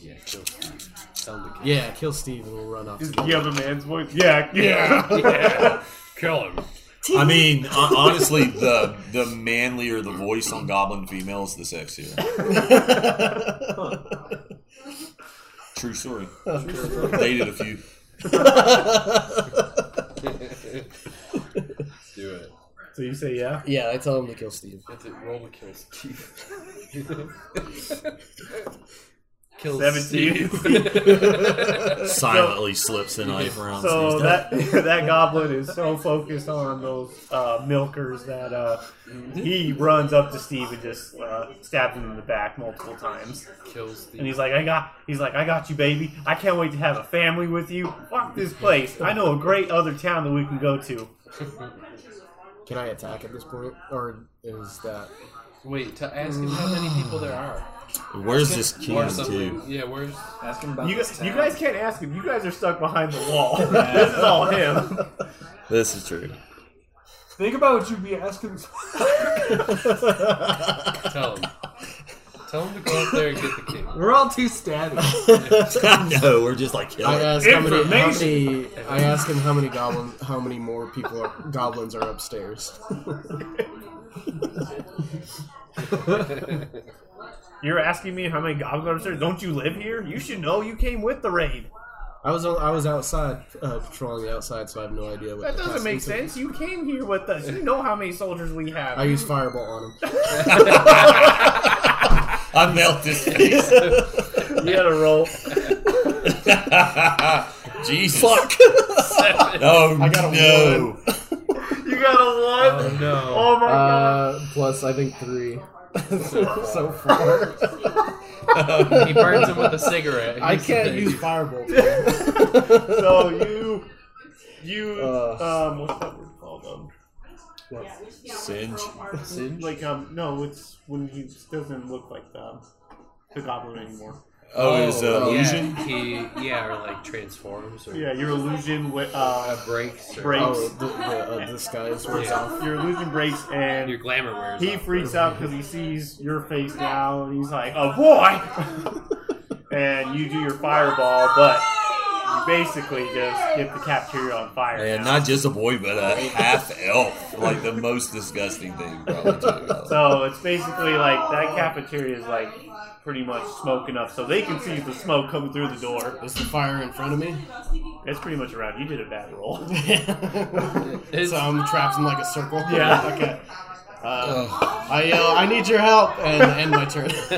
Speaker 6: Yeah, kill Steve. Sound like
Speaker 7: Yeah, kill Steve and we'll run off.
Speaker 1: You have a man's voice. Yeah.
Speaker 8: Yeah. yeah. Kill him.
Speaker 5: I mean, hon- honestly, the the manlier the voice on goblin females, the sexier.
Speaker 8: (laughs)
Speaker 5: True story. Dated a
Speaker 1: (laughs)
Speaker 5: few.
Speaker 6: do it.
Speaker 1: (laughs) So you say yeah.
Speaker 7: Yeah, I tell him to kill Steve.
Speaker 6: That's it. Roll the kill Steve.
Speaker 8: Kill
Speaker 1: Seventeen.
Speaker 5: (laughs) Silently slips the knife around.
Speaker 1: So
Speaker 5: Steve's
Speaker 1: that (laughs) that goblin is so focused on those uh, milkers that uh, he runs up to Steve and just uh, stabs him in the back multiple times.
Speaker 6: Kill
Speaker 1: And
Speaker 6: Steve.
Speaker 1: he's like, "I got," he's like, "I got you, baby. I can't wait to have a family with you. Fuck this place. I know a great other town that we can go to."
Speaker 7: Can I attack at this point, or is that
Speaker 6: Wait, to ask him how many people there are.
Speaker 5: dead. Where's this
Speaker 6: Or
Speaker 5: can
Speaker 6: something.
Speaker 5: too?
Speaker 6: Yeah, where's.
Speaker 2: Ask him about
Speaker 1: You
Speaker 2: this
Speaker 1: guys, you
Speaker 2: town.
Speaker 1: guys can't ask him. You guys are stuck behind the
Speaker 2: (laughs)
Speaker 1: wall. (laughs) this is all him.
Speaker 5: This is true.
Speaker 2: Think about what you'd be asking.
Speaker 6: Tell him. Tell him to go up there and get the king.
Speaker 3: We're all too stabby.
Speaker 5: I know. We're just like
Speaker 7: I
Speaker 5: killing.
Speaker 7: ask how many, how many I ask him how many goblins how many more people are goblins are upstairs.
Speaker 1: You're asking me how many goblins are upstairs? Don't you live here? You should know. You came with the raid.
Speaker 7: I was on- I was outside uh, patrolling the outside, so I have no idea what
Speaker 1: That
Speaker 7: the
Speaker 1: doesn't make
Speaker 7: past-
Speaker 1: sense. You came here with us. You know how many soldiers we have.
Speaker 7: I use fireball on him.
Speaker 5: I melt his face.
Speaker 1: You gotta roll.
Speaker 5: (laughs) Jesus. Oh I got no.
Speaker 1: You got a
Speaker 8: Um,
Speaker 1: one.
Speaker 3: Oh no.
Speaker 1: Oh my god.
Speaker 7: Uh, plus I think three. so far,
Speaker 6: (laughs) He burns him with a cigarette.
Speaker 7: I
Speaker 6: Here's the
Speaker 7: can't
Speaker 6: thing. (laughs)
Speaker 7: use fireball.
Speaker 1: (laughs) So you, you,
Speaker 7: Uh.
Speaker 1: um, what's that word called? Um,
Speaker 5: Singe.
Speaker 1: like um, no, it's when he doesn't look like the the goblin anymore.
Speaker 5: Oh, it was uh,
Speaker 7: Oh,
Speaker 5: illusion.
Speaker 6: Yeah, he, yeah, or like transforms or
Speaker 1: Yeah, your illusion wi- uh
Speaker 6: uh, breaks or
Speaker 1: breaks.
Speaker 7: Oh, the, the uh, disguise wears
Speaker 6: Yeah.
Speaker 7: off.
Speaker 1: Your illusion breaks
Speaker 6: your
Speaker 1: and.
Speaker 6: glamour wears
Speaker 1: He
Speaker 6: off.
Speaker 1: freaks out because he sees your face now, and he's like, "Oh boy!" (laughs) and you do your fireball, but you basically just get the cafeteria on fire.
Speaker 5: And
Speaker 1: now.
Speaker 5: not just a boy, but a half elf. Like the most disgusting thing. (laughs) Probably too.
Speaker 1: So it's basically like that cafeteria is like pretty much smoking up, so they can see the smoke coming through the door.
Speaker 7: Is the fire in front of me?
Speaker 1: It's pretty much around. You did a bad
Speaker 5: (laughs)
Speaker 1: roll. (laughs)
Speaker 6: It's-
Speaker 7: so I'm trapped in like a circle.
Speaker 1: Yeah.
Speaker 7: (laughs) okay. Uh, I yell, I need your help, and end
Speaker 6: (laughs)
Speaker 7: my turn. (laughs)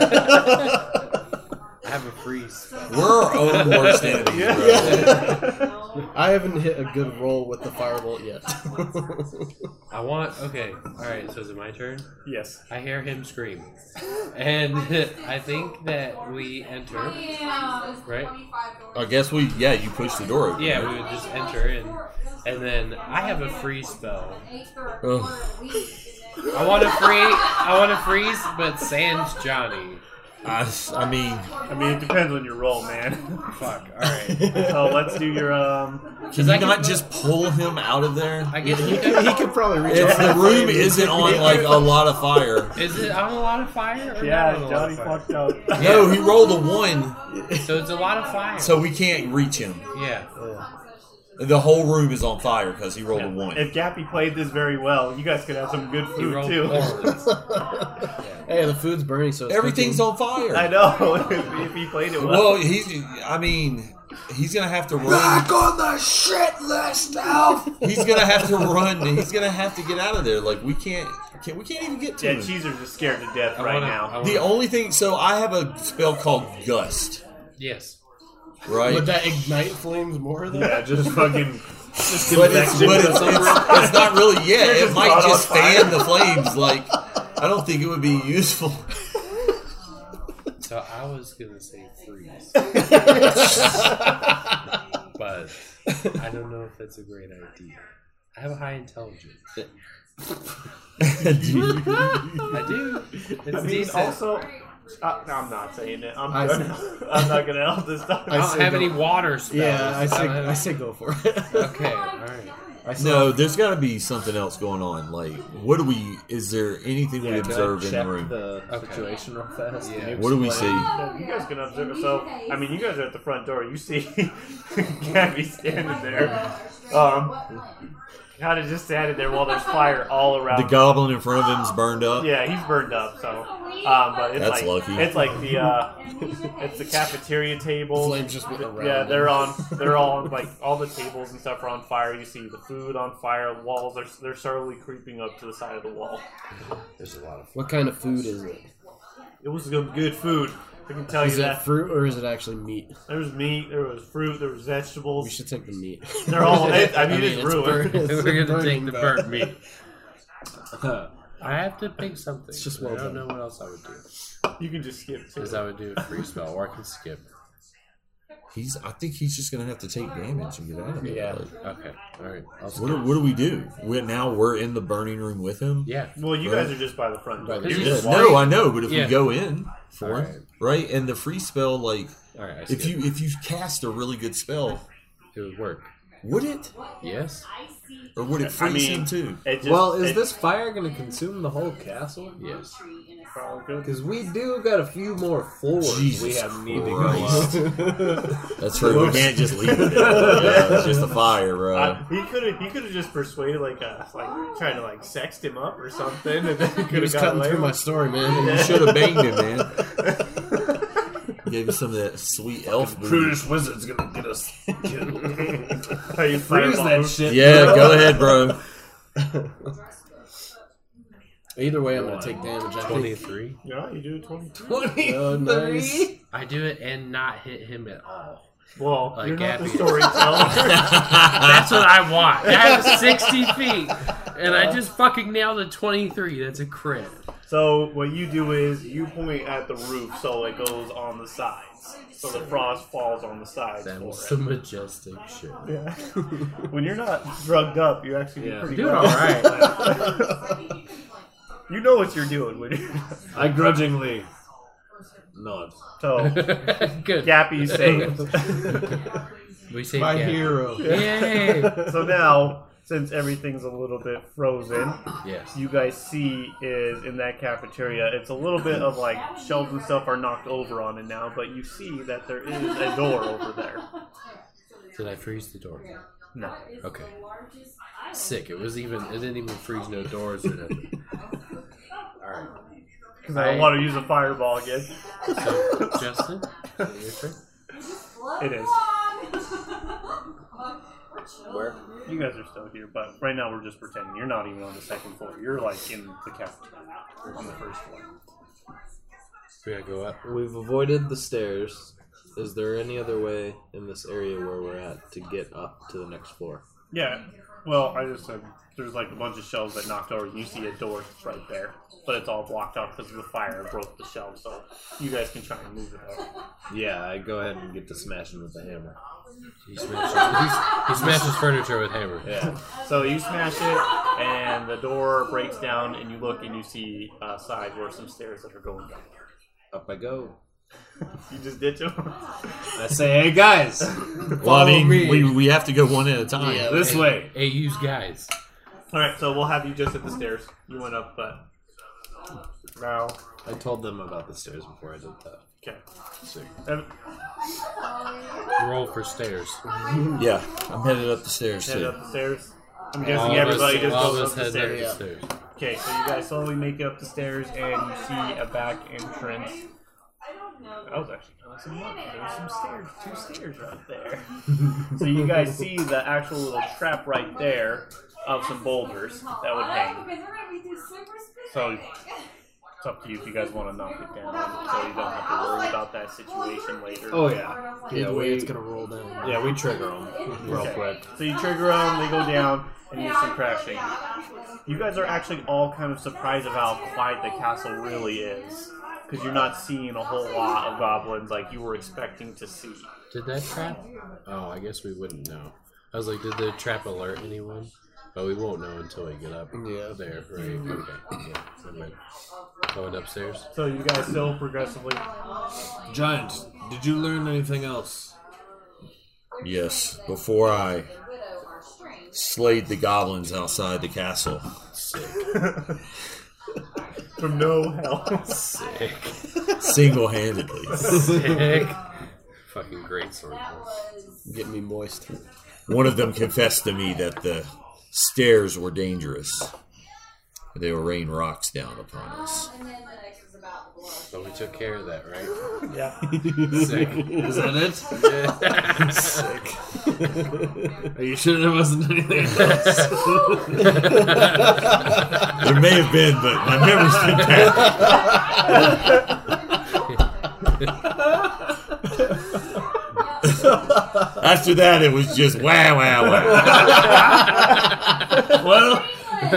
Speaker 6: I have a freeze.
Speaker 5: We're our own worst enemies, bro.
Speaker 7: I haven't hit a good roll with the firebolt yet.
Speaker 6: I want. Okay. All right. So is it my turn?
Speaker 1: Yes.
Speaker 6: I hear him scream, and
Speaker 3: (laughs)
Speaker 6: I think that we enter. Right?
Speaker 5: I guess we, yeah, you push the door open.
Speaker 6: Yeah, we would just enter and and then I have a freeze spell. I want to free. I want to freeze, but sans Johnny.
Speaker 5: I, I mean,
Speaker 1: I mean, it depends on your roll, man.
Speaker 6: Fuck. All right.
Speaker 1: So let's do your um.
Speaker 5: can you not just pull him out of there?
Speaker 6: I guess
Speaker 7: he, could, he could probably reach.
Speaker 5: It's
Speaker 7: out
Speaker 5: the
Speaker 7: and
Speaker 5: room
Speaker 7: find me.
Speaker 6: (laughs)
Speaker 5: isn't on like a lot of fire.
Speaker 6: Is it on a lot of fire? Or
Speaker 1: Yeah,
Speaker 6: not on a lot
Speaker 1: Johnny
Speaker 6: of
Speaker 1: fucked up.
Speaker 5: No, he rolled a one,
Speaker 6: fire? So it's a lot of fire.
Speaker 5: so we can't reach him.
Speaker 6: yeah.
Speaker 5: (laughs) The whole room is on fire because he rolled a one.
Speaker 1: If Gappy played this very well, you guys could have some good
Speaker 6: He
Speaker 1: food
Speaker 6: rolled
Speaker 1: too.
Speaker 6: horribly.
Speaker 7: Hey, the food's burning, so it's
Speaker 5: Everything's
Speaker 7: cooking.
Speaker 5: on
Speaker 1: (laughs) I
Speaker 5: fire.
Speaker 1: know. (laughs) if, if he played it well.
Speaker 5: Well, he's, I mean, he's gonna have to run.
Speaker 7: on the shit list now.
Speaker 5: He's gonna have to run. He's gonna have to get out of there. Like we can't, can we can't even get to
Speaker 1: Yeah,
Speaker 5: him.
Speaker 1: Cheeser's just scared to death
Speaker 6: I
Speaker 1: right
Speaker 6: wanna- I
Speaker 1: now.
Speaker 6: wanna-
Speaker 5: The only thing, so I have a spell called Gust,
Speaker 6: yes.
Speaker 5: right?
Speaker 7: Would that ignite flames more though?
Speaker 6: (laughs)
Speaker 1: Yeah, just fucking. Just
Speaker 5: But it's, but it's, it's, it's not really yet. It
Speaker 1: just
Speaker 5: might
Speaker 1: caught on
Speaker 5: just
Speaker 1: fire.
Speaker 5: fan the flames. Like I don't think it would be useful.
Speaker 6: So I was gonna say
Speaker 5: (laughs)
Speaker 6: freeze, but I don't know if that's a great idea. I have a high intelligence. I do. It's
Speaker 1: I mean,
Speaker 6: decent.
Speaker 1: also, Uh, no, I'm not saying it. I'm,
Speaker 7: I
Speaker 1: (laughs) I'm not, gonna help this time.
Speaker 3: I don't
Speaker 7: say
Speaker 3: have
Speaker 7: go-
Speaker 3: any water spells.
Speaker 7: Yeah, I say,
Speaker 3: don't
Speaker 7: I
Speaker 3: have-
Speaker 7: say go for it. (laughs)
Speaker 3: Okay, all right.
Speaker 7: I say-
Speaker 5: (laughs) No, there's got to be something else going on. Like, what do we? Is there anything we observe in the room?
Speaker 6: the
Speaker 3: Okay.
Speaker 6: situation real fast.
Speaker 3: Yeah.
Speaker 5: what do we see?
Speaker 1: No, you guys can observe. So, I mean, you guys are at the front door. You see (laughs) Gabby standing there. Um, kind of just standing there while there's fire all around.
Speaker 5: The goblin in front of him's burned up.
Speaker 1: Um, Yeah, he's burned up. So, um, but it's
Speaker 5: That's
Speaker 1: like
Speaker 5: lucky.
Speaker 1: it's like the uh, (laughs) it's the cafeteria table.
Speaker 7: Flames just went around.
Speaker 1: Yeah, they're
Speaker 7: (laughs)
Speaker 1: on. They're all on, like all the tables and stuff are on fire. You see the food on fire. Walls are they're slowly creeping up to the side of the wall.
Speaker 6: There's a lot of.
Speaker 7: What kind of food is it?
Speaker 1: It was some good food. I can tell you
Speaker 7: Is it
Speaker 1: that.
Speaker 7: fruit or is it actually meat?
Speaker 1: There was meat. There was fruit. There was
Speaker 7: We
Speaker 1: vegetables.
Speaker 7: should take the meat.
Speaker 1: They're
Speaker 7: (laughs)
Speaker 1: all. It, I mean, it's,
Speaker 7: burn-
Speaker 1: ruined.
Speaker 3: (laughs)
Speaker 7: it's
Speaker 3: We're gonna
Speaker 7: burning,
Speaker 3: take the
Speaker 7: but-
Speaker 3: burnt meat.
Speaker 7: (laughs)
Speaker 3: I have to pick something. It's
Speaker 7: just
Speaker 3: just
Speaker 7: well
Speaker 3: I don't know
Speaker 7: done.
Speaker 3: what else I would do.
Speaker 1: You can just skip to
Speaker 3: Because I would do a free spell, or I can skip.
Speaker 5: He's. I think he's just gonna have to take damage and get out of it.
Speaker 7: Yeah.
Speaker 5: Like,
Speaker 3: Okay, all right. I'll
Speaker 5: what,
Speaker 3: skip.
Speaker 5: do, what do we do? We now we're in the burning room with him.
Speaker 3: Yeah.
Speaker 1: Well, you guys are just by the front door.
Speaker 3: Right.
Speaker 1: You
Speaker 3: He's
Speaker 1: just
Speaker 3: just-
Speaker 1: walk-
Speaker 5: No, I know, but if
Speaker 3: Yeah.
Speaker 5: we go in for
Speaker 3: All
Speaker 5: him, right, and the free spell, like
Speaker 3: All right. I skip.
Speaker 5: if you if you cast a really good spell,
Speaker 3: it would work.
Speaker 5: would it
Speaker 3: Yes.
Speaker 5: or would it
Speaker 1: I
Speaker 5: freeze
Speaker 1: mean-
Speaker 5: him too?
Speaker 1: it just-
Speaker 6: Well, is
Speaker 1: it-
Speaker 6: this fire going to consume the whole castle?
Speaker 3: Yes.
Speaker 6: Because we do got a few more floors we
Speaker 5: Jesus
Speaker 6: have need to go up.
Speaker 5: (laughs) That's true. We can't just leave it. Yeah, it's just a fire, bro.
Speaker 1: I- Uh, he could have. He could have just persuaded like uh like we were trying to like sext him up or something,
Speaker 6: (laughs)
Speaker 1: and then he
Speaker 7: He
Speaker 1: could have
Speaker 7: was
Speaker 1: gotten
Speaker 7: cutting
Speaker 1: away.
Speaker 7: through my
Speaker 1: with
Speaker 7: story, man. (laughs)
Speaker 5: you should have banged him, man. Gave you some of that sweet elf. booty.
Speaker 6: Brutish wizard's going to get us killed. (laughs)
Speaker 1: it. How you
Speaker 6: Freeze
Speaker 1: fireball.
Speaker 6: that shit.
Speaker 8: (laughs)
Speaker 5: Yeah, go
Speaker 6: (laughs)
Speaker 5: ahead, bro.
Speaker 7: Either way, I'm gonna take damage. I think.
Speaker 3: Twenty-three.
Speaker 1: Yeah, you do a twenty-two.
Speaker 7: Oh, nice.
Speaker 3: I do it and not hit him at all.
Speaker 1: Well,
Speaker 3: Like
Speaker 1: you're not the
Speaker 3: Abby.
Speaker 1: storyteller.
Speaker 6: (laughs)
Speaker 3: That's what I want. I have sixty feet, and I just fucking nailed a twenty-three. That's a crit.
Speaker 1: so what you do is you point at the roof so it goes on the sides, so the frost falls on the sides.
Speaker 3: That was
Speaker 1: for it.
Speaker 3: some majestic shit. (laughs)
Speaker 1: Yeah. when you're not drugged up, you actually do
Speaker 6: Yeah.
Speaker 1: pretty
Speaker 3: Doing
Speaker 1: well.
Speaker 3: all right.
Speaker 1: (laughs) You know what you're doing when you're (laughs)
Speaker 6: I grudgingly nod.
Speaker 1: so.
Speaker 3: Good.
Speaker 1: Gappy saved.
Speaker 3: We say
Speaker 7: My
Speaker 3: yeah.
Speaker 7: hero.
Speaker 3: Yay.
Speaker 1: (laughs) so now, since everything's a little bit frozen,
Speaker 3: yes.
Speaker 1: you guys see is in that cafeteria. It's a little bit of like shelves and stuff are knocked over on it now, but you see that there is a door over
Speaker 3: (laughs)
Speaker 1: there.
Speaker 3: Did I freeze the door?
Speaker 1: No.
Speaker 3: Okay. Sick. It was even. It didn't even freeze no doors or nothing. All right.
Speaker 1: Because I don't want to use a fireball again.
Speaker 3: So, Justin, your turn.
Speaker 1: It is.
Speaker 6: Where?
Speaker 1: You guys are still here, but right now we're just pretending. You're not even on the second floor. You're like in the cafeteria on the first floor.
Speaker 3: we gotta go up.
Speaker 6: We've avoided the stairs. Is there any other way in this area where we're at to get up to the next floor?
Speaker 1: Yeah. Well, I just said there's like a bunch of shelves that knocked over. You see a door that's right there, but it's all blocked off because the fire broke the shelves. So you guys can try and move it up.
Speaker 6: Yeah, I go ahead and get to smashing with the hammer.
Speaker 3: He smashes, he, he smashes furniture with hammer.
Speaker 6: Yeah.
Speaker 1: So you smash it, and the door breaks down, and you look and you see uh, sides where some stairs that are going down.
Speaker 6: Up I go.
Speaker 1: (laughs) You just ditch them.
Speaker 6: I say, hey guys,
Speaker 5: Well, I mean, we, we have to go one at a time.
Speaker 6: this way.
Speaker 3: Hey, use guys.
Speaker 1: all right. So we'll have you just at the stairs. You went up, but now
Speaker 6: I told them about the stairs before I did that.
Speaker 1: okay. Ev-
Speaker 3: Roll for stairs.
Speaker 5: Yeah, I'm headed up the stairs
Speaker 1: Head
Speaker 5: too.
Speaker 1: up the stairs. I'm
Speaker 3: All
Speaker 1: guessing
Speaker 3: of us-
Speaker 1: everybody just
Speaker 3: all of
Speaker 1: goes
Speaker 3: us
Speaker 1: up the
Speaker 3: head
Speaker 1: stairs.
Speaker 3: up the stairs.
Speaker 1: Okay, so you guys slowly make it up the stairs and you see a back entrance. That was actually kind of Oh, some luck. There was some stairs, two stairs right there. so you guys see the actual little trap right there of some boulders that would hang. So it's up to you if you guys want to knock it down, so you don't have to worry about that situation later.
Speaker 6: Oh yeah,
Speaker 7: Either
Speaker 6: Yeah,
Speaker 7: way,
Speaker 6: we-
Speaker 7: it's gonna roll down.
Speaker 6: yeah. We trigger them real
Speaker 1: Okay.
Speaker 6: quick.
Speaker 1: So you trigger them, they go down, and you see crashing. You guys are actually all kind of surprised at how quiet the castle really is. Because you're not seeing a whole lot of goblins like you were expecting to see.
Speaker 3: Did that trap? Oh, I guess we wouldn't know. I was like, did the trap alert anyone?
Speaker 8: But we won't know until we get up
Speaker 7: Yeah. Mm-hmm.
Speaker 8: there, right? Okay. Yeah. never mind. I went upstairs.
Speaker 7: (laughs)
Speaker 1: So you guys still progressively.
Speaker 8: Giant, did you learn anything else?
Speaker 5: Yes, before I slayed the goblins outside the castle.
Speaker 1: From no hell.
Speaker 5: Single handedly.
Speaker 3: Sick. Fucking great sword.
Speaker 7: Getting me moist.
Speaker 5: One of them confessed to me that the stairs were dangerous. They will rain rocks down upon us.
Speaker 8: So we took care of that, right?
Speaker 2: Yeah.
Speaker 8: Sick.
Speaker 7: (laughs)
Speaker 6: Is that it?
Speaker 8: (laughs)
Speaker 3: Yeah.
Speaker 6: Are you sure there wasn't anything else?
Speaker 5: There may have been, but my memory's been bad. (laughs) After that, it was just wow, wow, wow.
Speaker 6: well,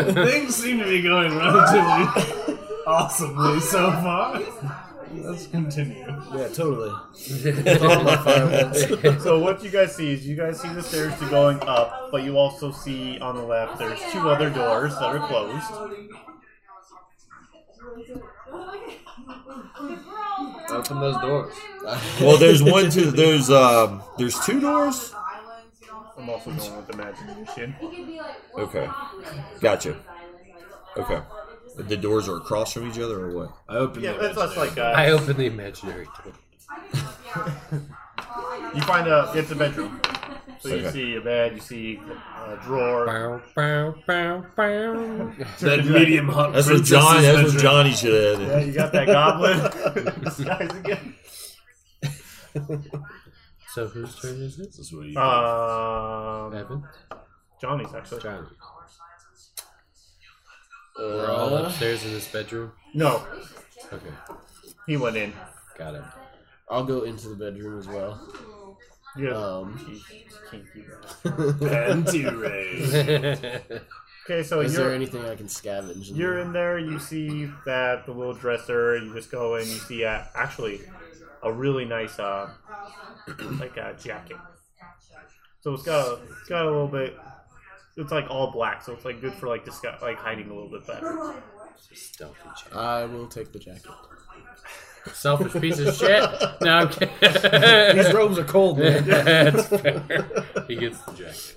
Speaker 2: Things seem to be going relatively awesomely so far. Let's continue.
Speaker 7: Yeah, totally.
Speaker 1: (laughs)
Speaker 3: (laughs)
Speaker 1: So what you guys see is you guys see the stairs to going up, but you also see on the left there's two other doors that are closed. (laughs)
Speaker 6: open those doors.
Speaker 5: Well, there's one, two, there's um, there's two doors.
Speaker 1: I'm also going with imagination.
Speaker 5: Okay, gotcha. Okay, the doors are across from each other, or what?
Speaker 6: I opened
Speaker 1: Yeah,
Speaker 6: the
Speaker 1: that's
Speaker 6: imaginary.
Speaker 1: less like
Speaker 3: I
Speaker 1: uh,
Speaker 3: opened the imaginary door.
Speaker 1: (laughs) you find a it's a bedroom. So you
Speaker 5: Okay.
Speaker 1: see a bed, you see a drawer.
Speaker 3: Bow, bow, bow, bow.
Speaker 6: that medium hot.
Speaker 5: That's what John. That's what Johnny should have.
Speaker 1: Yeah,
Speaker 5: added.
Speaker 1: you got that goblin. This guy's again.
Speaker 3: So whose turn is it?
Speaker 6: This is what you
Speaker 1: Ah, Um,
Speaker 3: Evan?
Speaker 1: Johnny's actually.
Speaker 3: Johnny. We're all
Speaker 7: Uh,
Speaker 3: upstairs in this bedroom.
Speaker 1: No,
Speaker 3: Okay.
Speaker 1: he went in.
Speaker 3: Got it.
Speaker 7: I'll go into the bedroom as well.
Speaker 1: Yeah.
Speaker 7: Um,
Speaker 1: Jesus, kinky guy.
Speaker 6: Panty
Speaker 1: okay, so
Speaker 7: is
Speaker 1: you're
Speaker 7: there anything I can scavenge? in
Speaker 1: You're
Speaker 7: there?
Speaker 1: in there, you see that the little dresser, you just go in, you see uh, actually a really nice uh (clears throat) like a jacket. So it's got a, it's got a little bit it's like all black, so it's like good for like disgu- like hiding a little bit better.
Speaker 3: Stealthy check.
Speaker 7: I will take the jacket.
Speaker 3: (laughs) Selfish piece of shit. No, I'm kidding. (laughs)
Speaker 7: These robes are cold, man.
Speaker 3: That's fair. He gets the jacket.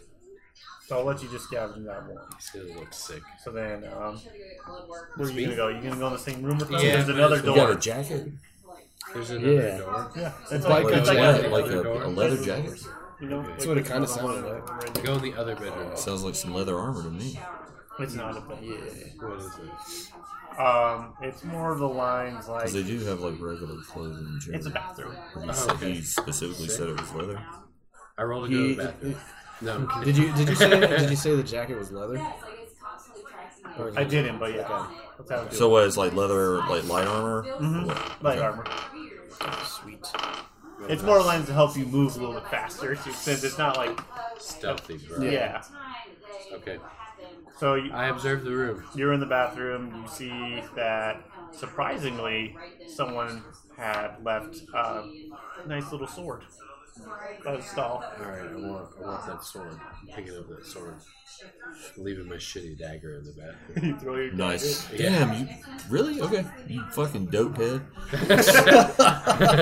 Speaker 1: So I'll let you just scavenge that one.
Speaker 3: He's gonna look sick.
Speaker 1: So then um where are you gonna go? You gonna go in the same room with them?
Speaker 3: Yeah,
Speaker 1: There's
Speaker 3: might
Speaker 1: another
Speaker 3: as well.
Speaker 5: You got a
Speaker 1: door.
Speaker 5: jacket,
Speaker 3: There's another
Speaker 7: Yeah.
Speaker 3: door.
Speaker 1: Yeah, it's
Speaker 7: Like
Speaker 1: like,
Speaker 5: like
Speaker 7: a
Speaker 5: a
Speaker 1: it's like
Speaker 5: jacket,
Speaker 3: jacket.
Speaker 5: like a, a leather jacket.
Speaker 1: you know,
Speaker 7: That's what it kinda sounded like.
Speaker 3: Go in the other bedroom.
Speaker 5: Sounds like some leather armor to me.
Speaker 1: It's not a bed.
Speaker 3: What is it?
Speaker 1: Um, it's more of the lines like
Speaker 5: Because they do have like regular clothing in Germany.
Speaker 1: it's a bathroom.
Speaker 5: He,
Speaker 3: Oh,
Speaker 5: said-
Speaker 3: okay.
Speaker 5: he specifically said it was leather.
Speaker 3: I rolled a go
Speaker 7: He-
Speaker 3: to the bathroom. No, I'm kidding.
Speaker 7: (laughs) Did you did you say did you say the jacket was leather? Or is
Speaker 1: I
Speaker 7: it-
Speaker 1: didn't, but yeah. That's how it
Speaker 5: So what is like leather, like light armor?
Speaker 1: Mhm.
Speaker 5: What?
Speaker 1: Light
Speaker 5: Okay.
Speaker 1: armor. Sweet. It's more lines to help you move a little bit faster too, since it's not like
Speaker 3: (laughs) Stealthy, bro.
Speaker 1: yeah.
Speaker 3: Okay.
Speaker 1: So you-
Speaker 3: I observed the room.
Speaker 1: you're in the bathroom. You see that surprisingly, someone had left a nice little sword by the stall.
Speaker 8: All right, I want, I want that sword. I'm picking up that sword. I'm leaving my shitty dagger in the bathroom.
Speaker 1: (laughs) you throw your
Speaker 5: Nice.
Speaker 3: Yeah.
Speaker 5: Damn, you really? Okay. You fucking dope head.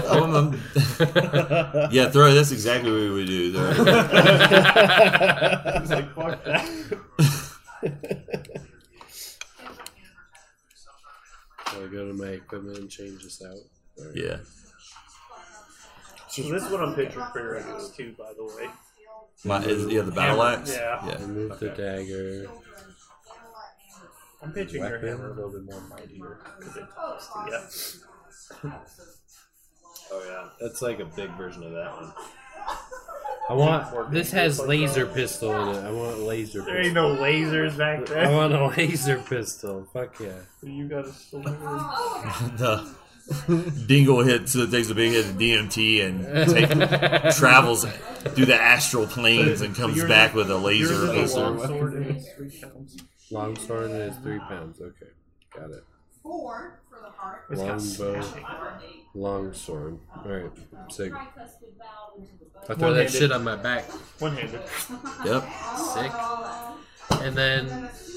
Speaker 5: Um, um, yeah, throw. That's exactly what we would
Speaker 1: (laughs)
Speaker 5: do. Throw. (laughs)
Speaker 1: It's like fuck that.
Speaker 8: So I go to my equipment and change this out.
Speaker 5: Yeah.
Speaker 1: So this is what I'm picturing for your ass too, by the way.
Speaker 5: My, is, yeah, the battle axe.
Speaker 1: Yeah.
Speaker 8: I move the dagger.
Speaker 1: I'm picturing your
Speaker 8: Weapon.
Speaker 1: hammer a little bit more mightier because it talks to you. (laughs)
Speaker 6: Oh yeah, that's like a big version of that one.
Speaker 3: I want. This has laser pistol in it. I want laser
Speaker 1: There ain't
Speaker 3: pistol.
Speaker 1: no lasers (laughs) back
Speaker 3: I
Speaker 1: there.
Speaker 3: want a laser pistol. Fuck yeah.
Speaker 1: You got a sword.
Speaker 5: (laughs) the dingle hits, so takes a big hit of DMT and
Speaker 3: (laughs)
Speaker 5: take, travels through the astral planes and comes
Speaker 1: Yours-
Speaker 5: back with a
Speaker 1: Yours
Speaker 5: laser.
Speaker 1: is a
Speaker 5: laser.
Speaker 1: long sword and it's three pounds.
Speaker 8: Long sword is three pounds. Okay, got it.
Speaker 4: Four for the heart.
Speaker 1: It's got
Speaker 8: Longbow.
Speaker 1: smashing.
Speaker 8: Long sword. All right, sick.
Speaker 4: Tricuspid valve into the butt.
Speaker 3: I throw that shit on my back.
Speaker 1: One handed.
Speaker 5: Yep.
Speaker 3: Sick. And then,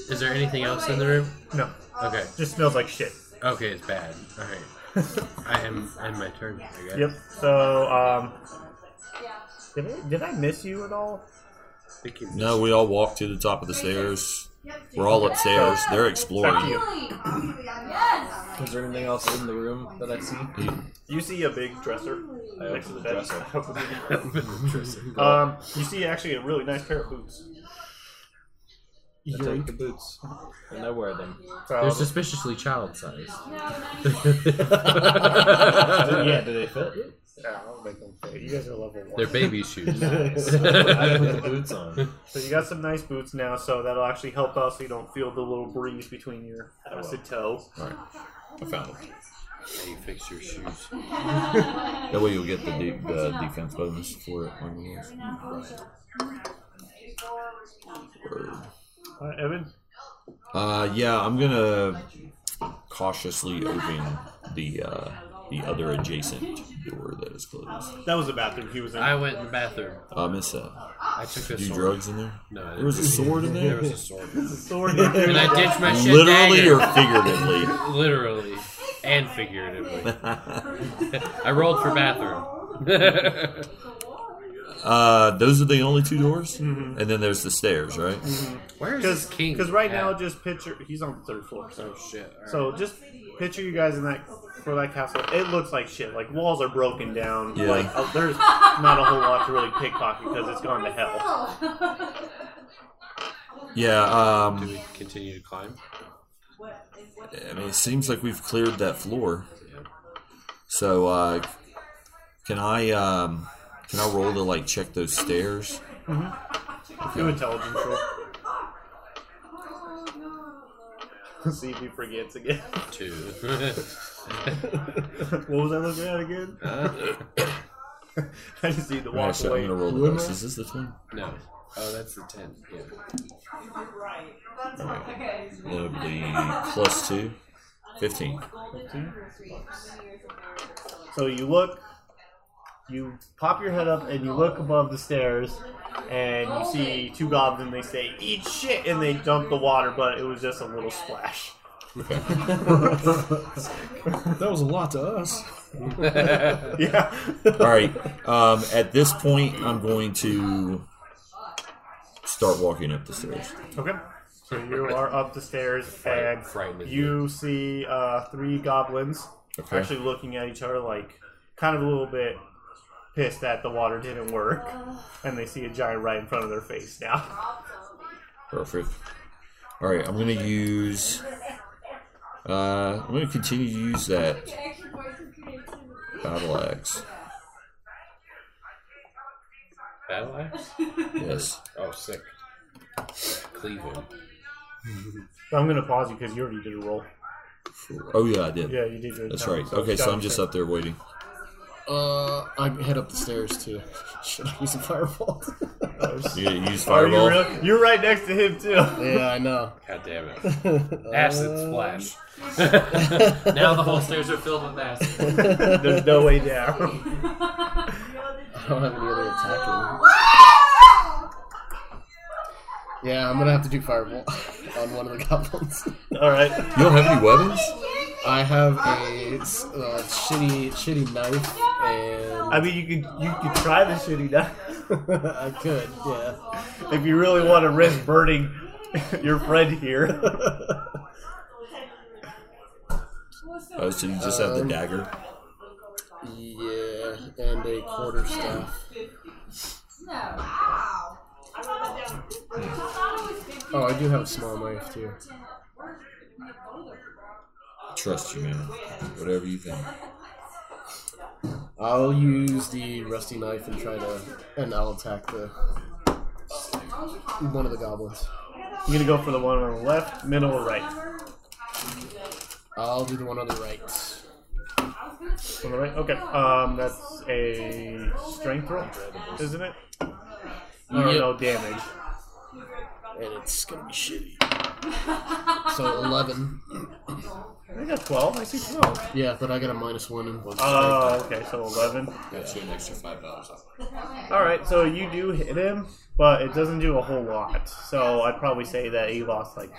Speaker 3: is there anything else in the room?
Speaker 1: No,
Speaker 3: Okay.
Speaker 1: just smells like shit.
Speaker 3: Okay, it's bad. All right. I am on my turn. I guess.
Speaker 1: Yep. So, um, did I, did I miss you at all?
Speaker 3: Thank you.
Speaker 5: No, we all walk to the top of the stairs. We're all upstairs. They're
Speaker 1: Back to
Speaker 5: exploring.
Speaker 1: you.
Speaker 4: yes.
Speaker 6: Is there anything else in the room that I
Speaker 7: (laughs)
Speaker 6: see?
Speaker 1: You see a big dresser next to the bed.
Speaker 6: dresser.
Speaker 1: (laughs) um, you see actually a really nice pair of boots.
Speaker 6: I take the boots and I wear them.
Speaker 1: Um,
Speaker 3: They're suspiciously child sized.
Speaker 6: (laughs) yeah, do
Speaker 1: (laughs)
Speaker 6: they fit?
Speaker 1: yeah, I'll make them fit. You guys are level one.
Speaker 3: They're
Speaker 6: (laughs)
Speaker 3: baby shoes.
Speaker 6: I put the boots on.
Speaker 1: So you got some nice boots now, so that'll actually help out so you don't feel the little breeze between your acid toe.
Speaker 5: I found it.
Speaker 3: you fix your shoes.
Speaker 5: That way you'll get the, de- the defense bonus for it. When you Word.
Speaker 1: Uh, Evan,
Speaker 5: Uh, yeah, I'm gonna cautiously open the uh, the other adjacent door that is closed.
Speaker 1: that was the bathroom he was in.
Speaker 3: I went in the bathroom.
Speaker 5: Uh, miss that.
Speaker 3: I took a
Speaker 5: Do you
Speaker 3: sword.
Speaker 5: drugs in there?
Speaker 3: No, I
Speaker 5: There was a sword in
Speaker 3: There
Speaker 5: there.
Speaker 3: was a sword. (laughs)
Speaker 1: Sword.
Speaker 3: and I ditched my shit
Speaker 5: Literally or
Speaker 3: dagger.
Speaker 5: figuratively.
Speaker 3: literally and figuratively. I rolled for bathroom.
Speaker 5: (laughs) Uh, those are the only two doors,
Speaker 3: Mm-hmm.
Speaker 5: and then there's the stairs, right?
Speaker 3: Where is
Speaker 1: Because
Speaker 3: this king?
Speaker 1: because right
Speaker 3: at?
Speaker 1: now just picture he's on the third floor. So
Speaker 3: oh shit. all right.
Speaker 1: so just picture you guys in that for that castle. It looks like shit. Like walls are broken down.
Speaker 5: Yeah.
Speaker 1: Like uh, there's not a whole lot to really pickpocket because it's gone to hell.
Speaker 5: Yeah.
Speaker 3: do
Speaker 5: Um,
Speaker 3: we continue to climb?
Speaker 5: I mean, it seems like we've cleared that floor. So, uh, can I um, can I roll to like check those stairs?
Speaker 1: Do intelligence roll. (laughs) See if he forgets again. (laughs)
Speaker 3: Two. (laughs)
Speaker 1: what was I looking at again? (coughs) I just need to
Speaker 5: Alright,
Speaker 1: walk
Speaker 5: Uh, so I'm
Speaker 1: away.
Speaker 5: gonna roll the dice. Is this the twin?
Speaker 3: no. Oh, that's the ten. Yeah.
Speaker 5: That'll be plus two. 15.
Speaker 1: So you look, you pop your head up, and you look above the stairs, and you see two goblins. They say, "Eat shit," and they dump the water, but it was just a little splash. (laughs)
Speaker 6: That was a lot to us.
Speaker 1: Yeah, (laughs)
Speaker 5: All right. Um, at this point, I'm going to start walking up the stairs.
Speaker 1: Okay. So you are up the stairs, and
Speaker 3: frightening.
Speaker 1: you see uh, three goblins
Speaker 5: Okay.
Speaker 1: actually looking at each other, like kind of a little bit pissed that the water didn't work, and they see a giant right in front of their face now. (laughs)
Speaker 5: Perfect. All right, I'm gonna use. Uh, I'm gonna continue to use that battle axe.
Speaker 3: Battle axe.
Speaker 5: Yes.
Speaker 3: Oh, sick. Cleave him.
Speaker 1: I'm gonna pause you because you already did a roll.
Speaker 5: Oh yeah, I did.
Speaker 1: Yeah, you did. Your
Speaker 5: That's
Speaker 1: attack,
Speaker 5: right. Okay, so I'm just up there waiting.
Speaker 7: Uh, I head up the stairs (laughs) too. Should I use a fireball?
Speaker 5: (laughs) You gonna use
Speaker 1: Are you
Speaker 5: fireball.
Speaker 1: real? Oh, You're right next to him too.
Speaker 7: (laughs) yeah, I know.
Speaker 3: God damn (laughs) it. Acid splash. now the whole stairs are filled with acid.
Speaker 1: (laughs) There's no way down.
Speaker 7: I don't have any other attacking. Yeah, I'm gonna have to do fireball (laughs) on one of the goblins.
Speaker 1: (laughs) All right.
Speaker 5: You don't have any weapons.
Speaker 7: I have a s- uh, shitty, shitty knife,
Speaker 1: I
Speaker 7: and
Speaker 1: mean, you could you could try the shitty knife
Speaker 7: I could, yeah.
Speaker 1: (laughs) if you really want to risk burning (laughs) your friend here. (laughs)
Speaker 5: Oh, so you just have the
Speaker 7: Um,
Speaker 5: dagger.
Speaker 7: Yeah, and a quarter staff. Oh, I do have a small knife too.
Speaker 5: Trust you, man. Whatever you think.
Speaker 7: I'll use the rusty knife and try to, and I'll attack the one of the goblins.
Speaker 1: I'm gonna go for the one on the left, middle, or right.
Speaker 7: I'll do the one on the right.
Speaker 1: On the right. Okay. Um, that's a strength roll, isn't it? I don't
Speaker 3: Yep.
Speaker 1: know damage.
Speaker 7: and it's gonna be shitty. So eleven.
Speaker 1: I think that's 12. I see 12.
Speaker 7: Yeah, but I got a minus one and one.
Speaker 1: Oh, okay, so 11.
Speaker 2: Got you an extra five dollars off.
Speaker 1: Alright, so you do hit him, but it doesn't do a whole lot. So I'd probably say that he lost like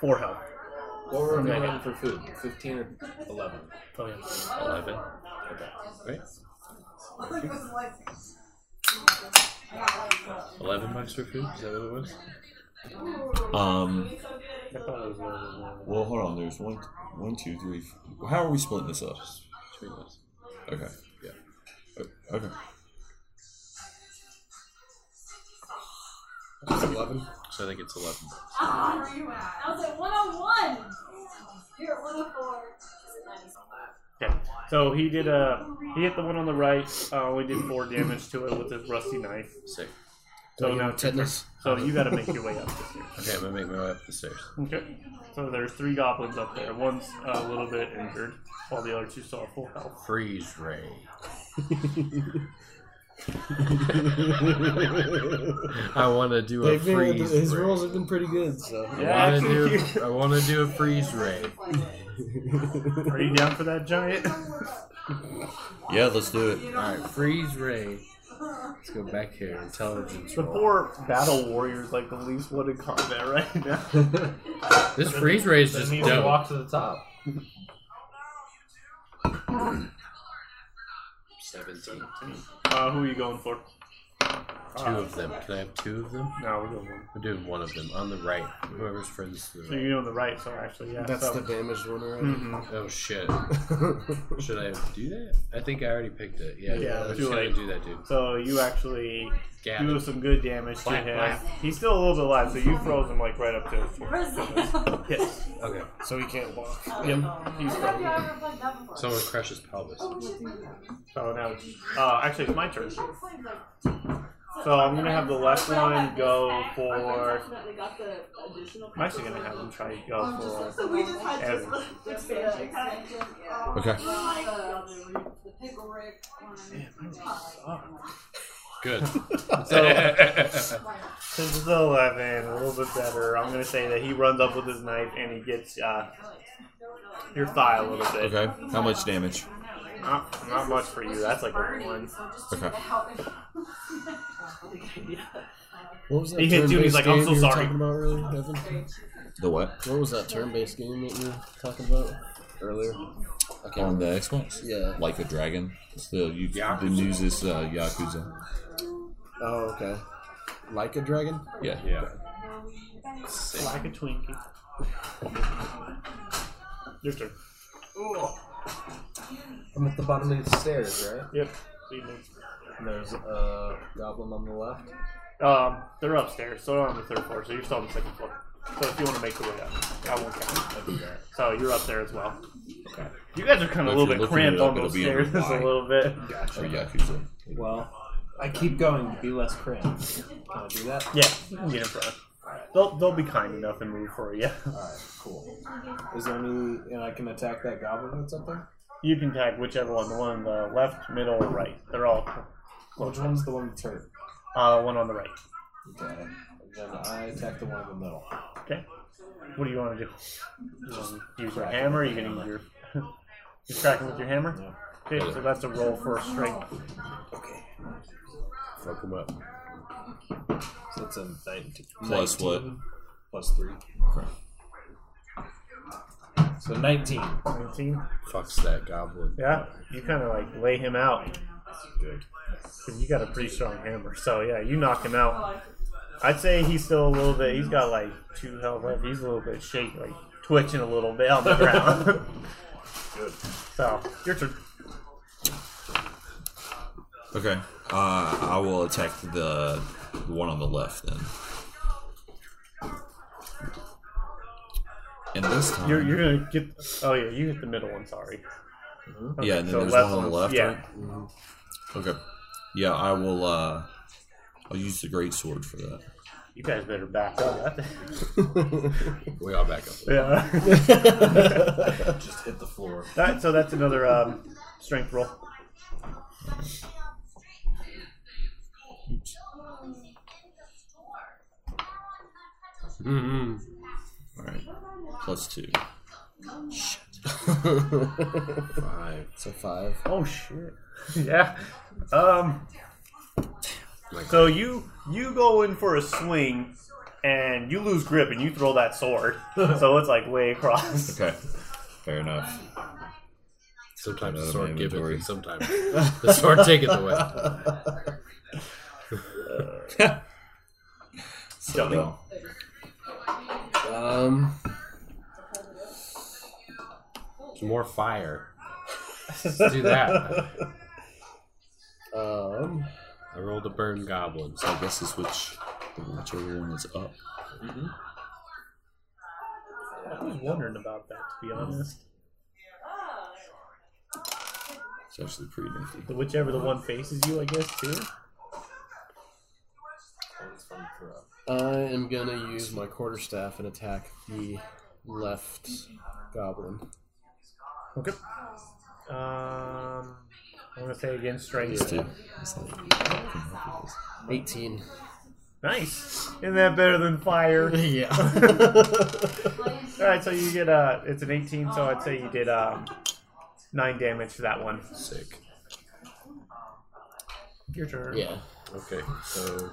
Speaker 1: 4 health.
Speaker 2: What were we going for food? Fifteen or eleven?
Speaker 3: Oh, yeah. 11. Right? 11 bucks for food? Is that what it was?
Speaker 5: Um. Well, hold on. There's one, one, two, three. f- How are we splitting this up? Okay. Yeah. O- Okay.
Speaker 2: Eleven.
Speaker 3: So I think it's 11.
Speaker 4: I was at 101. You're at 104.
Speaker 1: Okay. So he did a. He hit the one on the right, uh, only did 4 damage to it with his rusty knife.
Speaker 3: Sick.
Speaker 1: So now it's your turn.
Speaker 7: tetanus.
Speaker 1: So you gotta make your way up this year.
Speaker 3: Okay, I'm gonna make my way up the stairs.
Speaker 1: Okay. So there's three goblins up there. One's uh, a little bit injured, while the other two still have full health.
Speaker 3: Freeze (laughs) ray. I want to do a
Speaker 7: (laughs) They've been-
Speaker 3: freeze.
Speaker 7: his
Speaker 3: ray.
Speaker 7: rolls have been pretty good, so
Speaker 3: I want to do. I want to do a freeze ray.
Speaker 1: Are you down for that giant?
Speaker 5: Yeah, let's do it.
Speaker 3: All right, freeze ray. Let's go back here. Intelligence
Speaker 1: The
Speaker 3: roll.
Speaker 1: poor battle warrior's like the least wanted combat right now.
Speaker 3: This freeze ray is just
Speaker 2: Need to
Speaker 3: dope.
Speaker 2: walk to the top.
Speaker 3: Seventeen.
Speaker 1: Uh, who are you going for? Uh,
Speaker 3: Two of them. Can I have two of them?
Speaker 1: No, we're doing one.
Speaker 3: I'm doing one of them on the right. Whoever's furthest to the
Speaker 1: So
Speaker 3: right.
Speaker 1: you're doing the right, so actually, yeah.
Speaker 7: that's
Speaker 1: so.
Speaker 7: the damaged one already.
Speaker 1: Mhm.
Speaker 3: Oh shit.
Speaker 7: Hmm.
Speaker 3: Should I do that? I think I already picked it. Yeah.
Speaker 1: Yeah,
Speaker 3: I'm
Speaker 1: too
Speaker 3: just gonna
Speaker 1: late.
Speaker 3: do that, dude.
Speaker 1: So you actually
Speaker 3: Gab
Speaker 1: do
Speaker 3: it.
Speaker 1: some good damage to
Speaker 3: Clap,
Speaker 1: him.
Speaker 3: clap.
Speaker 1: He's still a little bit alive, so you froze him like right up to his foot.
Speaker 4: (laughs) Brazil.
Speaker 1: Hit.
Speaker 3: Okay.
Speaker 7: So he can't walk.
Speaker 1: Yep. He's
Speaker 4: Have you
Speaker 1: frozen.
Speaker 4: ever played that before?
Speaker 3: Someone crushes pelvis.
Speaker 1: So now, it's- uh, actually, it's my turn. So I'm gonna have the left one go for.
Speaker 9: Definitely got the additional.
Speaker 1: I'm actually gonna have him try to go for.
Speaker 9: So we just had
Speaker 1: Evan.
Speaker 9: expansion.
Speaker 5: Okay.
Speaker 9: The pickle rick.
Speaker 3: Good.
Speaker 1: Since it's 11, a little bit better, I'm going to say that he runs up with his knife and he gets uh, your thigh a little bit.
Speaker 5: Okay. How much damage?
Speaker 1: Not, not much for you. That's like a one.
Speaker 5: Okay.
Speaker 7: (laughs) What was that
Speaker 1: He hit you and he's
Speaker 7: turn-based
Speaker 1: like, I'm
Speaker 7: game
Speaker 1: so
Speaker 7: you were
Speaker 1: sorry.
Speaker 7: Talking about earlier, Evan?
Speaker 5: The what?
Speaker 7: What was that turn-based game that you were talking about earlier? I can't
Speaker 5: On
Speaker 7: remember.
Speaker 5: the Xbox?
Speaker 7: Yeah.
Speaker 5: Like a dragon. It's the you, the news is uh, Yakuza.
Speaker 7: Oh, okay. Like a dragon?
Speaker 5: Yeah.
Speaker 3: yeah.
Speaker 1: Like a Twinkie. Your turn.
Speaker 6: I'm at the bottom of the stairs, right?
Speaker 1: Yep. So you move.
Speaker 6: And there's a goblin on the left.
Speaker 1: Um, they're upstairs, so they're on the third floor, so you're still on the second floor. So if you want to make your way up, I won't count. So you're up there as well. You guys are kind of
Speaker 5: If
Speaker 1: a little
Speaker 5: you're
Speaker 1: bit
Speaker 5: looking
Speaker 1: cramped
Speaker 5: it up,
Speaker 1: on those
Speaker 5: it'll be in
Speaker 1: stairs (laughs) a
Speaker 5: Hawaii.
Speaker 1: little bit.
Speaker 5: Or Yakuza.
Speaker 6: Well, I keep going to be less cramped. Can I do that?
Speaker 1: Yeah, you can get in front. They'll, they'll be kind enough and move for you. (laughs)
Speaker 6: Alright, cool. Is there any. And I can attack that goblin that's up there?
Speaker 1: You can tag whichever one, the one on the left, middle, or right. They're all
Speaker 6: Which one's the one that's hurt?
Speaker 1: uh, one on the right.
Speaker 6: Okay. And then I attack the one in the middle.
Speaker 1: Okay. What do you want to do? You want to use your hammer? Or you can use your. (laughs) You're cracking with your hammer. Okay, so that's a roll for strength.
Speaker 6: Okay.
Speaker 3: Fuck him up.
Speaker 6: So that's a 19.
Speaker 5: Plus what?
Speaker 6: 19 Plus 3. So 19.
Speaker 1: 19.
Speaker 3: Fucks that goblin.
Speaker 1: Yeah, you kind of like lay him out.
Speaker 6: Good.
Speaker 1: Cause you got a pretty strong hammer, so yeah, you knock him out. I'd say he's still a little bit. He's got like two health left. He's a little bit shaky, like twitching a little bit on the ground. Good. So your turn.
Speaker 5: Okay. Uh, I will attack the, the one on the left then. And this time,
Speaker 1: You're, you're gonna get. Oh yeah, you hit the middle one. Sorry. Okay,
Speaker 5: yeah, and then
Speaker 1: so
Speaker 5: there's
Speaker 1: left
Speaker 5: one on the
Speaker 1: one's-
Speaker 5: left,
Speaker 1: Yeah.
Speaker 5: right? Okay. Yeah, I will. uh I'll use the great sword for that.
Speaker 1: You guys better back up.
Speaker 3: We all back up.
Speaker 1: (laughs)
Speaker 5: (laughs)
Speaker 1: yeah.
Speaker 6: Just hit the floor.
Speaker 1: that, so that's another um, strength roll.
Speaker 8: Mm-hmm.
Speaker 5: All right. Plus two.
Speaker 6: Five.
Speaker 7: So five.
Speaker 1: Oh shit. (laughs) yeah. Um. So you you go in for a swing, and you lose grip, and you throw that
Speaker 5: (laughs)
Speaker 1: sword. so it's like way across.
Speaker 5: Okay. Fair enough.
Speaker 3: Sometimes
Speaker 5: Out
Speaker 3: the
Speaker 5: of
Speaker 3: sword giveth,
Speaker 5: inventory.
Speaker 3: and sometimes the sword taketh away.
Speaker 1: Dummy.
Speaker 5: Well,
Speaker 7: Um,
Speaker 3: Some more fire. Let's do that.
Speaker 7: um,
Speaker 3: I rolled a burn goblin.
Speaker 5: so I guess it's which whichever one is up.
Speaker 1: I was wondering about that to be honest.
Speaker 5: It's actually pretty nifty.
Speaker 1: Whichever the one faces you, I guess too.
Speaker 7: I am gonna use my quarterstaff and attack the left goblin.
Speaker 1: Okay. Um. I'm gonna say against strength.
Speaker 5: It's two. It's like,
Speaker 7: Eighteen.
Speaker 1: Nice. Isn't that better than fire? (laughs) All right, so you get uh it's an 18, so I'd say you did um nine damage to that one.
Speaker 3: Sick.
Speaker 1: Your turn.
Speaker 7: yeah.
Speaker 3: Okay, so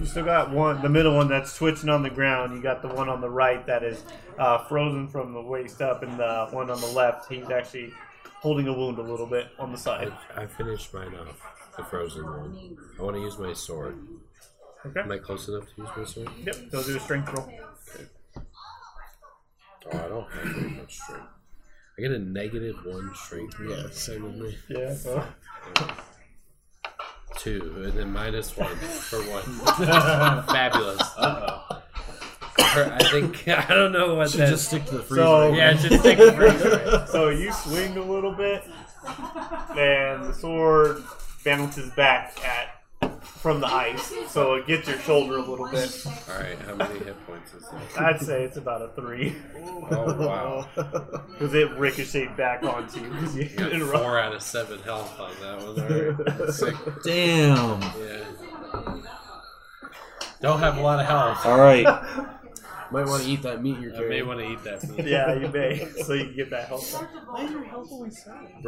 Speaker 1: You still got one, the middle one that's twitching on the ground. You got the one on the right that is uh, frozen from the waist up, and the one on the left, he's actually holding a wound a little bit on the side.
Speaker 3: I, I finished mine off. The frozen one. I want to use my sword.
Speaker 1: Okay.
Speaker 3: Am I close enough to use my sword?
Speaker 1: Yep. Go do a strength roll.
Speaker 3: Oh, I don't have very much strength. I get a negative one strength.
Speaker 7: Yeah. Same with me.
Speaker 1: Yeah. So.
Speaker 3: (laughs) Two, and then
Speaker 1: (laughs)
Speaker 3: minus one for one. Fabulous. Or I think (laughs) I don't know what
Speaker 7: Should
Speaker 3: that.
Speaker 7: just stick to the freezer.
Speaker 1: So-
Speaker 3: yeah, just take
Speaker 1: (laughs)
Speaker 3: the freezer.
Speaker 1: So you swing a little bit, and the sword bounces back at from the ice, so it gets your shoulder a little bit.
Speaker 3: All right, how many hit points is that?
Speaker 1: I'd say it's about a three
Speaker 3: Oh wow,
Speaker 1: because it ricocheted back onto you (laughs) because you
Speaker 3: You got
Speaker 1: hit it wrong.
Speaker 3: four out of seven health on that one. All right, that's sick.
Speaker 5: Damn.
Speaker 3: Yeah. Don't have a lot of health.
Speaker 5: All right.
Speaker 7: (laughs) Might want to eat that meat you're
Speaker 3: I may
Speaker 7: carrying.
Speaker 3: want to eat that. food.
Speaker 1: Yeah, you may. So you can get that health. back.
Speaker 3: Bro, I'm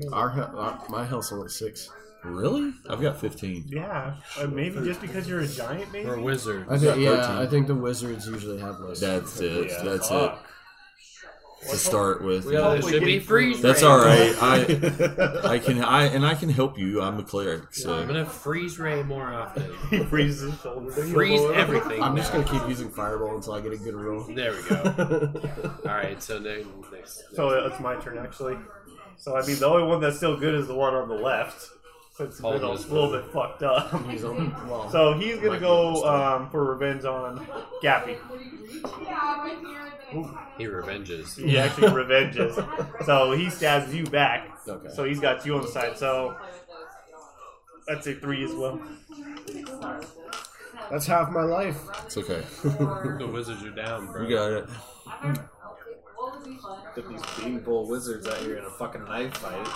Speaker 3: gonna-
Speaker 7: Our, he- our my health's only six.
Speaker 5: Really? I've got 15.
Speaker 1: Yeah, or maybe just because you're a giant, maybe.
Speaker 3: we're a wizard.
Speaker 7: I think,
Speaker 5: got
Speaker 7: yeah,
Speaker 5: 13.
Speaker 7: I think the wizards usually have less.
Speaker 5: That's it.
Speaker 1: Yeah. Oh,
Speaker 5: That's it. To start with.
Speaker 1: all-
Speaker 3: It should be freeze.
Speaker 5: That's
Speaker 3: ray.
Speaker 5: all right.
Speaker 1: (laughs)
Speaker 5: I I can I and I can help you. I'm a cleric,
Speaker 3: I'm
Speaker 5: so
Speaker 3: gonna freeze ray more often.
Speaker 1: He (laughs) freezes his shoulder.
Speaker 3: Freeze everything.
Speaker 7: I'm just
Speaker 3: now.
Speaker 7: gonna keep using fireball until I get a
Speaker 2: (laughs)
Speaker 7: good roll.
Speaker 3: There we go. All right, so then next.
Speaker 1: So it's my turn actually. So I mean, the only one that's still good is the one on the left. Since it's been a little bit fucked up.
Speaker 7: He's on well.
Speaker 1: So he's gonna go um, for revenge on Gappy. (laughs)
Speaker 3: he revenges.
Speaker 1: He actually revenges. So he stabs you back.
Speaker 7: okay.
Speaker 1: So he's got you on the side. So I'd say three as well.
Speaker 7: That's half my life.
Speaker 5: it's okay.
Speaker 3: The wizards are down, bro.
Speaker 5: We got it.
Speaker 2: Get these bean pole wizards out here in a fucking knife fight.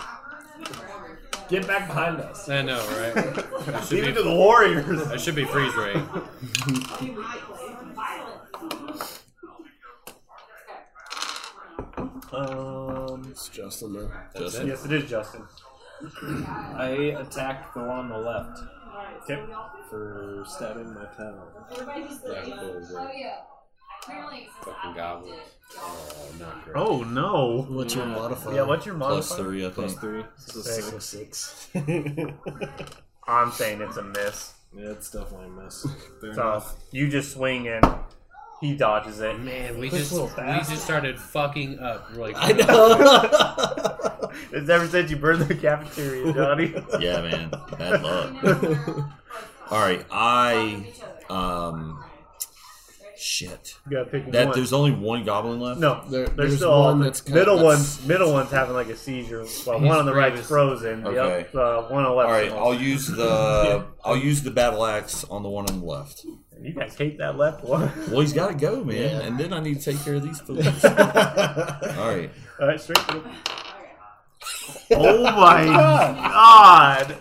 Speaker 2: Get back behind us.
Speaker 3: I know, right? I
Speaker 1: Leave
Speaker 3: should
Speaker 1: it
Speaker 3: be,
Speaker 1: to the warriors.
Speaker 3: (laughs) I should be freeze ray.
Speaker 1: Um,
Speaker 7: It's Justin though.
Speaker 5: Justin.
Speaker 1: yes, it is Justin.
Speaker 2: I attacked the one on the left
Speaker 1: Okay.
Speaker 2: for stabbing my pal.
Speaker 3: That was a fucking goblin. Oh, not great.
Speaker 1: Oh no.
Speaker 7: What's your modifier?
Speaker 1: Yeah, what's your
Speaker 5: Plus
Speaker 1: modifier?
Speaker 5: three, I think.
Speaker 2: three.
Speaker 7: So six. So six.
Speaker 1: (laughs) I'm saying it's a miss.
Speaker 2: Yeah, it's definitely a miss. Fair
Speaker 1: So
Speaker 2: enough.
Speaker 1: you just swing and he dodges it. (laughs)
Speaker 3: Man, we just we just started fucking up. Like (laughs)
Speaker 7: I know.
Speaker 1: It's ever since you burned the (laughs) cafeteria, Johnny.
Speaker 5: Yeah, man. Bad luck. All right. I um shit.
Speaker 1: You gotta pick
Speaker 5: That
Speaker 1: one.
Speaker 5: there's only one goblin left.
Speaker 1: no,
Speaker 7: There-
Speaker 1: there's,
Speaker 7: there's
Speaker 1: still
Speaker 7: one
Speaker 1: one
Speaker 7: that's kind of-
Speaker 1: middle
Speaker 7: that's-
Speaker 1: one's middle one's having like a seizure. Well,
Speaker 3: He's
Speaker 1: one on the right's
Speaker 3: freezing.
Speaker 1: frozen. The
Speaker 5: Okay.
Speaker 1: oth- uh, one on the
Speaker 5: All
Speaker 1: left.
Speaker 5: right. I'll use the I'll use the battle axe on the one on the left.
Speaker 1: You guys hate that left one. (laughs)
Speaker 5: Well, he's got to go, man.
Speaker 7: Yeah.
Speaker 5: And then I need to take care of these fools. All right.
Speaker 1: All right, straight. through. oh my god!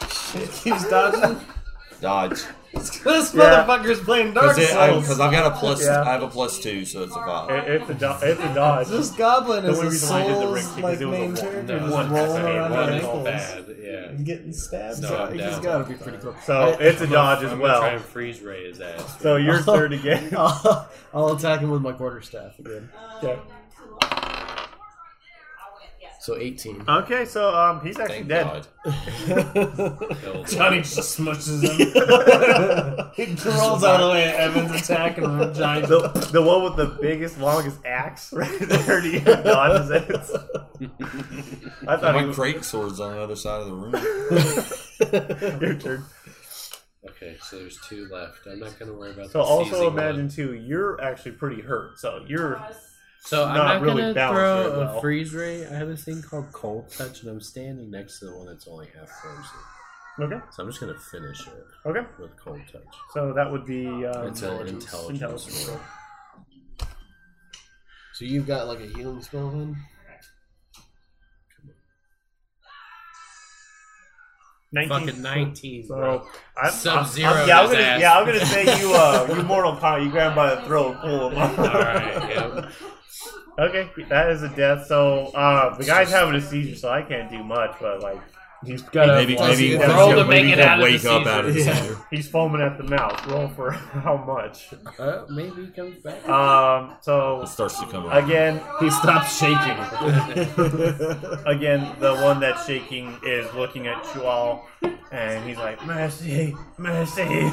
Speaker 1: (laughs)
Speaker 2: He's dodging.
Speaker 5: Dodge.
Speaker 8: this
Speaker 1: Yeah.
Speaker 8: motherfucker's playing Dark Souls.
Speaker 5: Because I've got a plus,
Speaker 1: Yeah.
Speaker 5: I have a plus two, so it's a five.
Speaker 1: It, it's a do- it's a dodge.
Speaker 8: this goblin
Speaker 1: The
Speaker 8: is
Speaker 1: only
Speaker 8: a
Speaker 1: reason why I did the ring
Speaker 8: souls
Speaker 1: kick
Speaker 8: like
Speaker 1: is it was
Speaker 8: main
Speaker 1: a one.
Speaker 8: character,
Speaker 1: No,
Speaker 8: just
Speaker 1: one.
Speaker 8: rolling
Speaker 1: That's a
Speaker 8: around
Speaker 1: one.
Speaker 8: on
Speaker 1: It's all
Speaker 8: ankles
Speaker 2: bad. Yeah.
Speaker 8: and getting stabbed.
Speaker 2: No,
Speaker 8: so
Speaker 2: I'm
Speaker 8: I think
Speaker 2: down.
Speaker 8: he's got to be pretty close.
Speaker 1: So it's a dodge as
Speaker 2: I'm gonna try
Speaker 1: well.
Speaker 2: and freeze ray his
Speaker 1: (laughs)
Speaker 2: ass.
Speaker 1: So you're third again.
Speaker 7: I'll, (laughs) I'll attack him with my quarterstaff again.
Speaker 1: (laughs) Okay.
Speaker 7: So 18.
Speaker 1: Okay, so um, he's actually
Speaker 5: Thank
Speaker 1: dead. (laughs)
Speaker 5: God.
Speaker 2: Johnny just smushes him.
Speaker 8: He rolls out of the way at Evan's attack and then Johnny
Speaker 1: The, the one with the biggest, longest axe (laughs) right there to you dodges it. I thought he
Speaker 5: My
Speaker 1: was
Speaker 5: great sword's on the other side of the room.
Speaker 1: your turn.
Speaker 2: Okay, so there's two left. I'm not gonna worry about.
Speaker 1: So
Speaker 2: the
Speaker 1: also
Speaker 2: seizing
Speaker 1: imagine
Speaker 2: one.
Speaker 1: too, you're actually pretty hurt. So you're
Speaker 3: So I'm
Speaker 1: Not
Speaker 3: not,
Speaker 1: really
Speaker 3: gonna
Speaker 1: balanced
Speaker 3: throw
Speaker 1: very well.
Speaker 3: a freeze ray. I have a thing called cold touch, and I'm standing next to the one that's only half frozen.
Speaker 1: okay.
Speaker 3: So I'm just gonna finish it
Speaker 1: Okay.
Speaker 3: with cold touch.
Speaker 1: So that would be um,
Speaker 3: It's an intelligence
Speaker 1: intelligence.
Speaker 3: roll.
Speaker 7: So you've got like a healing spell then?
Speaker 1: nineteen.
Speaker 3: Fucking 19, bro.
Speaker 1: So I'm,
Speaker 3: Sub-Zero
Speaker 1: I'm- yeah, I'm
Speaker 3: his
Speaker 1: gonna,
Speaker 3: ass.
Speaker 1: yeah, I'm gonna say you, uh, you Mortal Kombat. You grab him by the throat, and pull him up.
Speaker 3: Alright, yep.
Speaker 1: Okay, that is a death. So uh, the guy's having a seizure, so I can't do much. But like,
Speaker 7: He's got
Speaker 5: maybe maybe
Speaker 3: Roll to
Speaker 5: maybe
Speaker 3: make
Speaker 5: he'll
Speaker 3: it out of the
Speaker 5: wake up
Speaker 3: seizure.
Speaker 5: out of the
Speaker 7: Yeah.
Speaker 5: seizure.
Speaker 1: he's foaming at the mouth. Roll for (laughs) how much?
Speaker 3: Uh, maybe he comes back.
Speaker 1: Um, so
Speaker 5: It starts to come up.
Speaker 1: again,
Speaker 2: he stops shaking.
Speaker 1: again, the one that's shaking is looking at you all, and he's like, "Mercy, mercy."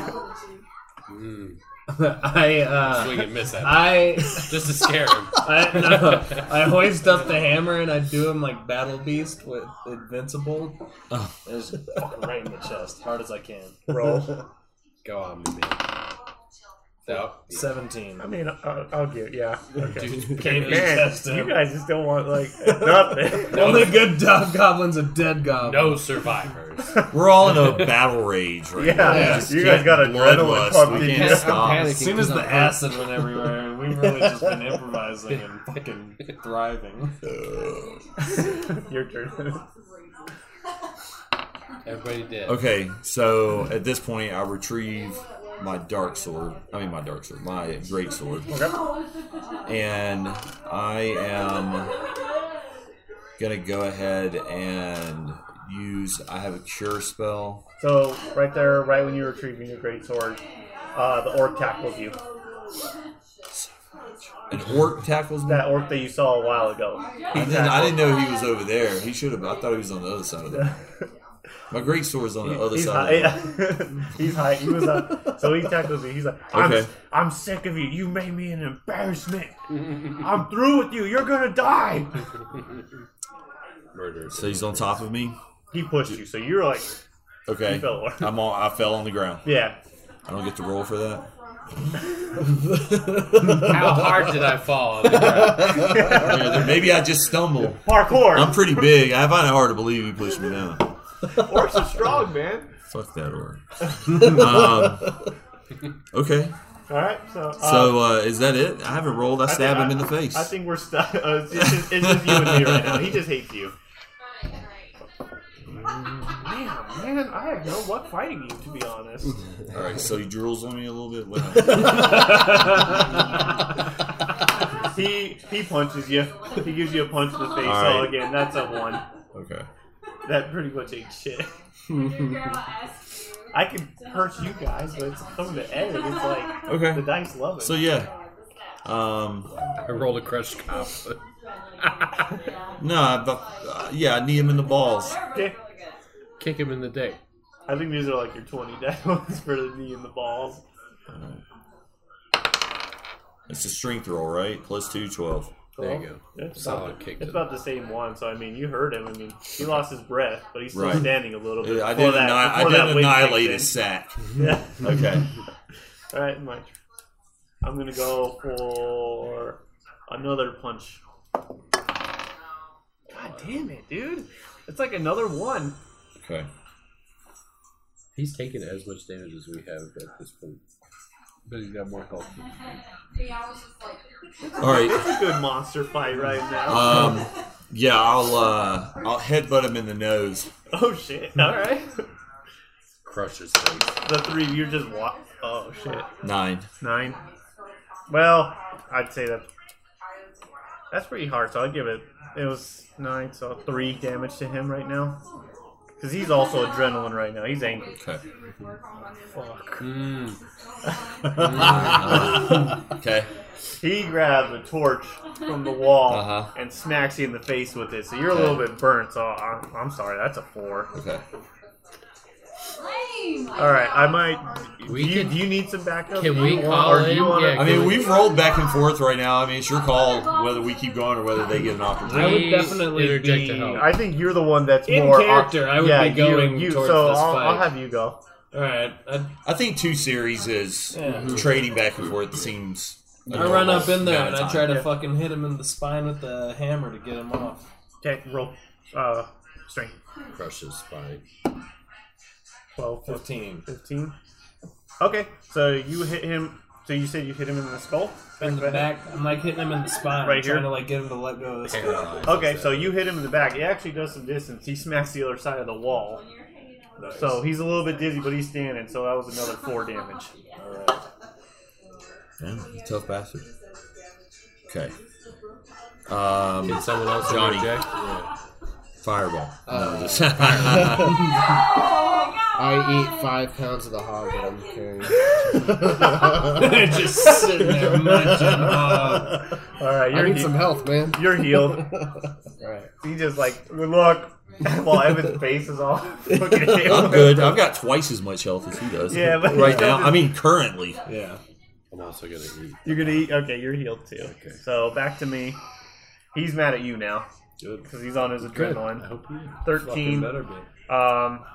Speaker 2: Mm.
Speaker 8: (laughs) I uh,
Speaker 2: Swing and miss
Speaker 1: (laughs)
Speaker 2: at him,
Speaker 8: I
Speaker 2: just to scare him.
Speaker 8: I, no, I hoist up the hammer and I do him like Battle Beast with Invincible.
Speaker 3: Oh.
Speaker 8: And just fucking right in the chest, hard as I can.
Speaker 1: Roll.
Speaker 2: Go on, me. No,
Speaker 8: Seventeen.
Speaker 1: I mean, I'll, I'll give. Yeah. Okay.
Speaker 2: dude,
Speaker 8: Can't be
Speaker 1: Man,
Speaker 8: tested.
Speaker 1: you guys just don't want like
Speaker 5: (laughs)
Speaker 1: nothing.
Speaker 8: Only good do- goblin's a dead goblin.
Speaker 2: no survivors.
Speaker 5: We're all in a battle rage
Speaker 1: (laughs)
Speaker 5: right
Speaker 1: Yeah,
Speaker 5: now. We
Speaker 1: yeah.
Speaker 5: just
Speaker 1: you
Speaker 5: can't
Speaker 1: guys got
Speaker 5: blood
Speaker 1: adrenaline
Speaker 5: lust.
Speaker 1: pumped
Speaker 5: We
Speaker 1: in
Speaker 5: can't
Speaker 1: you.
Speaker 5: stop.
Speaker 8: As soon as the acid went everywhere, we've really just been improvising and fucking thriving.
Speaker 1: (laughs) Your turn.
Speaker 2: Everybody did.
Speaker 5: Okay, so at this point, I retrieve my dark sword. I mean, my dark sword, my great sword, and I am gonna go ahead and use. I have a cure spell.
Speaker 1: So right there, right when you're retrieving your great sword, uh, the orc tackles you.
Speaker 5: An orc tackles me.
Speaker 1: That orc that you saw a while ago.
Speaker 5: I didn't, I didn't know he was over there. He should have. I thought he was on the other side
Speaker 1: (laughs)
Speaker 5: of the. My great sword's on the other
Speaker 1: he's
Speaker 5: side. Of the,
Speaker 1: high. (laughs) he's high. He was uh, so he tackles you. He's like, I'm,
Speaker 5: Okay.
Speaker 1: I'm sick of you. You made me an embarrassment. I'm through with you. You're gonna die.
Speaker 2: Murder.
Speaker 5: so he's on top of me.
Speaker 1: He pushed you, so you're like,
Speaker 5: Okay.
Speaker 1: You fell on.
Speaker 5: I'm on. I fell on the ground.
Speaker 1: yeah.
Speaker 5: I don't get to roll for that.
Speaker 2: How hard did I fall? on the ground?
Speaker 5: Yeah, there- maybe I just stumble.
Speaker 1: Parkour.
Speaker 5: I'm pretty big. I find it hard to believe he pushed me down.
Speaker 1: (laughs) Orcs are strong, man.
Speaker 5: Fuck that orc. um, okay.
Speaker 1: All right. So. Uh,
Speaker 5: So uh, is that it? I haven't rolled. I
Speaker 1: I
Speaker 5: stab
Speaker 1: think-
Speaker 5: him in the
Speaker 1: I-
Speaker 5: face.
Speaker 1: I think we're stuck. Uh, it's, it's just, it's just you and me right now. He just hates you. Man, man, I have no luck fighting you, to be honest.
Speaker 5: All right. So he drools on me a little bit. What happened?
Speaker 1: (laughs) He he punches you. He gives you a punch in the face.
Speaker 5: All
Speaker 1: So
Speaker 5: right.
Speaker 1: again, that's a one.
Speaker 5: okay.
Speaker 1: That pretty much ain't shit. I can hurt you guys, but it's coming to Eddie. It's like the
Speaker 5: Okay.
Speaker 1: dice love it.
Speaker 5: So yeah. Um.
Speaker 3: (laughs) I rolled a crushed cop.
Speaker 5: No. I, but, uh, yeah. I need him in the balls.
Speaker 1: Okay.
Speaker 3: Kick him in the dick.
Speaker 1: I think these are like your twenty (laughs) dice ones for the knee and the balls.
Speaker 5: It's a strength roll, right? Plus two, 12.
Speaker 3: There you go.
Speaker 1: It's
Speaker 3: Solid
Speaker 1: about the-
Speaker 3: kick
Speaker 1: It's
Speaker 3: to the-
Speaker 1: about the same one. So I mean, you heard him. I mean, he lost his breath, but he's still
Speaker 5: Right.
Speaker 1: standing a little bit.
Speaker 5: Yeah, Uh, I
Speaker 1: before
Speaker 5: did,
Speaker 1: that-
Speaker 5: anni- I
Speaker 1: before that
Speaker 5: did
Speaker 1: wind kicked
Speaker 5: annihilate
Speaker 1: in. (laughs)
Speaker 5: his sack.
Speaker 1: Yeah.
Speaker 5: Okay.
Speaker 1: All right, my. turn. I'm gonna go for another punch. God damn it, dude! It's like another one.
Speaker 5: Okay.
Speaker 3: He's taken as much damage as we have at this point. But he's got more health.
Speaker 5: All right.
Speaker 1: It's a good monster fight right now.
Speaker 5: Um, yeah, I'll uh, I'll headbutt him in the nose.
Speaker 1: oh shit! All right.
Speaker 3: crushes face.
Speaker 1: The three of you just walk. Oh shit.
Speaker 5: Nine.
Speaker 1: Nine. Well, I'd say that that's pretty hard. So I'll give it. It was nine, so three damage to him right now. Cause he's also adrenaline right now. He's angry.
Speaker 5: Okay.
Speaker 1: Fuck.
Speaker 5: uh, okay.
Speaker 1: He grabs a torch from the wall
Speaker 5: Uh-huh.
Speaker 1: and smacks you in the face with it. So you're a little bit burnt. So I'm, I'm sorry. That's a four.
Speaker 5: Okay.
Speaker 4: Lame.
Speaker 1: All right. I might.
Speaker 3: We
Speaker 1: do, you,
Speaker 3: can-
Speaker 1: do you need some backup?
Speaker 3: can we
Speaker 1: Or
Speaker 3: call
Speaker 1: do you
Speaker 3: in?
Speaker 1: wanna-
Speaker 3: Yeah,
Speaker 5: I mean, we've rolled back and forth right now. I mean, it's your call whether we keep going or whether they get an opportunity.
Speaker 8: I would
Speaker 3: Please
Speaker 8: definitely
Speaker 3: interject to
Speaker 8: be-
Speaker 3: help.
Speaker 1: I think you're the one that's
Speaker 8: In
Speaker 1: more
Speaker 8: character, I would
Speaker 1: yeah,
Speaker 8: be going
Speaker 1: you, you,
Speaker 8: towards
Speaker 1: so
Speaker 8: this
Speaker 1: I'll, I'll
Speaker 8: fight.
Speaker 1: have you go.
Speaker 8: All right, I,
Speaker 5: I think two series is
Speaker 8: Yeah.
Speaker 5: trading back and forth seems. a
Speaker 8: I run
Speaker 5: normal
Speaker 8: up in there
Speaker 5: amount
Speaker 8: and I
Speaker 5: of time.
Speaker 8: try to
Speaker 1: Yeah.
Speaker 8: fucking hit him in the spine with the hammer to get him off.
Speaker 1: Okay, roll. Uh, strength.
Speaker 3: Crushes spine.
Speaker 1: 12, 14,
Speaker 8: Fifteen.
Speaker 1: 15. Okay, so you hit him. So you said you hit him in the skull?
Speaker 8: In the back, I'm like hitting him in the spine,
Speaker 1: Right
Speaker 8: trying
Speaker 1: here?
Speaker 8: to like get him to let go of this guy.
Speaker 3: Paralyzed.
Speaker 1: Okay, so you hit him in the back. He actually does some distance. He smacks the other side of the wall. So he's a little bit dizzy, but he's standing, so that was another 4 damage.
Speaker 8: All right.
Speaker 5: Yeah, he's a tough bastard. Okay. Um,
Speaker 3: Did someone else
Speaker 5: Johnny.
Speaker 3: interject? Yeah.
Speaker 5: fireball.
Speaker 7: Uh,
Speaker 5: no,
Speaker 3: (laughs)
Speaker 5: just (laughs)
Speaker 7: I eat five pounds of the hog that I'm carrying.
Speaker 8: Just sitting there munching. hog.
Speaker 1: Alright,
Speaker 7: I
Speaker 1: you're,
Speaker 7: need
Speaker 1: he-
Speaker 7: some health, man.
Speaker 1: you're healed.
Speaker 7: Alright.
Speaker 1: He just like, look, (laughs) while Evan's face is all (laughs) fucking
Speaker 5: I'm
Speaker 1: healed.
Speaker 5: good. I've got twice as much health as he does.
Speaker 1: Yeah, but-
Speaker 5: right now. I mean, currently.
Speaker 8: yeah.
Speaker 3: I'm also gonna eat.
Speaker 1: You're gonna eat? Okay, you're healed too.
Speaker 3: Okay.
Speaker 1: So back to me. He's mad at you now
Speaker 3: Good.
Speaker 1: because he's on his
Speaker 3: Good. I
Speaker 1: adrenaline.
Speaker 3: hope you. do.
Speaker 1: 13.
Speaker 8: Fucking better be.
Speaker 1: Um,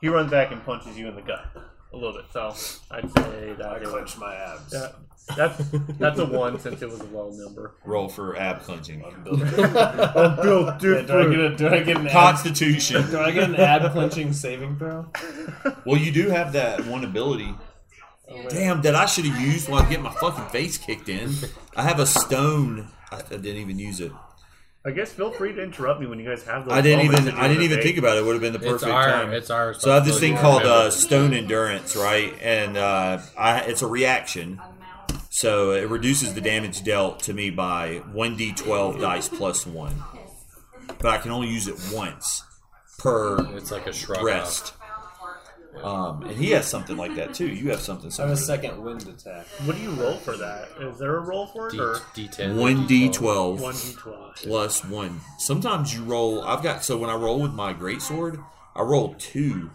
Speaker 1: he runs back and punches you in the gut a little bit. So I'd say
Speaker 8: I
Speaker 1: that is,
Speaker 8: clench my abs.
Speaker 1: that, that's that's a one since it was a low
Speaker 5: (laughs)
Speaker 1: number.
Speaker 5: Roll for ab clenching.
Speaker 1: Oh, Bill,
Speaker 8: Yeah, do I get a, do I get an ab,
Speaker 5: (laughs) Constitution.
Speaker 8: do I get an ab clenching saving throw?
Speaker 5: Well, you do have that one ability. Damn, that I should have used while I'm getting my fucking face kicked in. I have a stone. I, I didn't even use it.
Speaker 1: I guess feel free to interrupt me when you guys have those.
Speaker 5: I didn't
Speaker 1: moments
Speaker 5: even.
Speaker 1: at the
Speaker 5: I
Speaker 1: end
Speaker 5: didn't
Speaker 1: of the
Speaker 5: even
Speaker 1: day.
Speaker 5: think about it. It Would have been the perfect
Speaker 3: It's our.
Speaker 5: time.
Speaker 3: It's our.
Speaker 5: So I have this thing called
Speaker 3: responsibility.
Speaker 5: uh, stone endurance, right? And uh, I, it's a reaction. So it reduces the damage dealt to me by 1d12 dice plus 1. But I can only use it once per
Speaker 3: It's like a shrug. Rest.
Speaker 5: uh, rest. Um, and he has something like that too. You have something
Speaker 8: I have
Speaker 5: similar.
Speaker 8: a second wind attack.
Speaker 1: What do you roll for that? Is there a roll for it
Speaker 3: D,
Speaker 1: or
Speaker 3: D10.
Speaker 5: 1d12
Speaker 1: one d twelve?
Speaker 5: plus 1. Sometimes you roll. I've got. So when I roll with my greatsword, I roll two.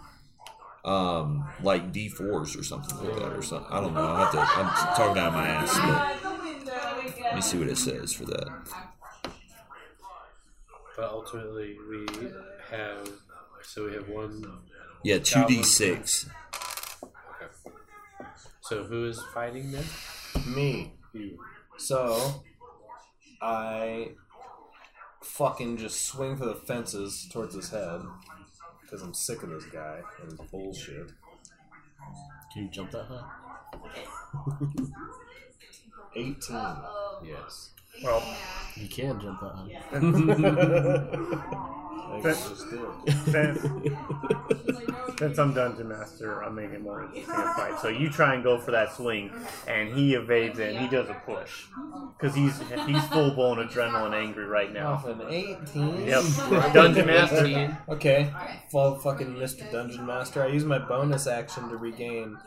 Speaker 5: Um, like D4s or something like that, or something. I don't know. I have to. I'm talking out of my ass. But. Let me see what it says for that.
Speaker 3: But ultimately, we have. So we have one.
Speaker 5: Yeah, two d six.
Speaker 3: So who is fighting (laughs) them?
Speaker 8: Me.
Speaker 3: You.
Speaker 8: So, I fucking just swing for the fences towards his head because I'm sick of this guy and his bullshit.
Speaker 3: Can you jump that high?
Speaker 8: 18.
Speaker 3: Yes.
Speaker 1: Well,
Speaker 7: You can jump that high.
Speaker 8: I just did.
Speaker 7: (laughs)
Speaker 1: since, since I'm dungeon master, I'm making more interesting fight. So you try and go for that swing, and he evades it. and He does a push because he's he's full blown adrenaline angry right
Speaker 8: Off
Speaker 1: now.
Speaker 8: an 18.
Speaker 1: Yep, dungeon master.
Speaker 8: (laughs)
Speaker 3: 18.
Speaker 8: Okay. Well, fucking Mr. Dungeon Master, I use my bonus action to regain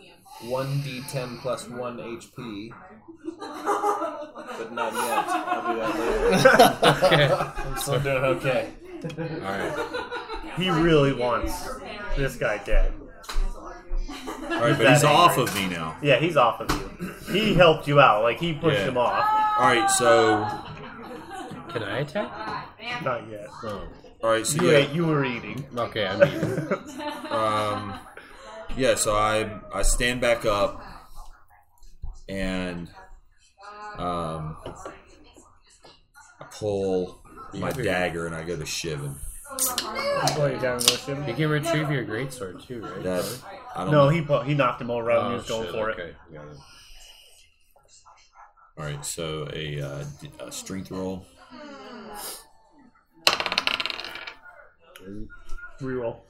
Speaker 8: 1d10 plus 1 HP. But not yet. I'll do that later.
Speaker 3: Okay.
Speaker 8: I'm still
Speaker 3: (laughs)
Speaker 8: doing okay.
Speaker 3: All right.
Speaker 1: (laughs) He really wants this guy dead.
Speaker 5: All right, but he's off of me now.
Speaker 1: Yeah, he's off of you. He helped you out. Like he pushed
Speaker 5: Yeah.
Speaker 1: him off.
Speaker 5: All right, so
Speaker 3: Can I attack?
Speaker 1: Not yet.
Speaker 3: No.
Speaker 5: all right, so
Speaker 1: You ate.
Speaker 5: yeah,
Speaker 1: You were eating. (laughs)
Speaker 3: Okay, I mean,
Speaker 5: um, yeah, so I I stand back up and um, I pull my dagger and I go to shiv him.
Speaker 3: you can retrieve your greatsword too, right? Oh,
Speaker 5: That I don't.
Speaker 1: No,
Speaker 5: know.
Speaker 1: he pu- he knocked him all around. he was going
Speaker 3: shit,
Speaker 1: for it.
Speaker 3: okay. Got it.
Speaker 5: All right, so a, uh, d- a strength roll.
Speaker 1: Reroll.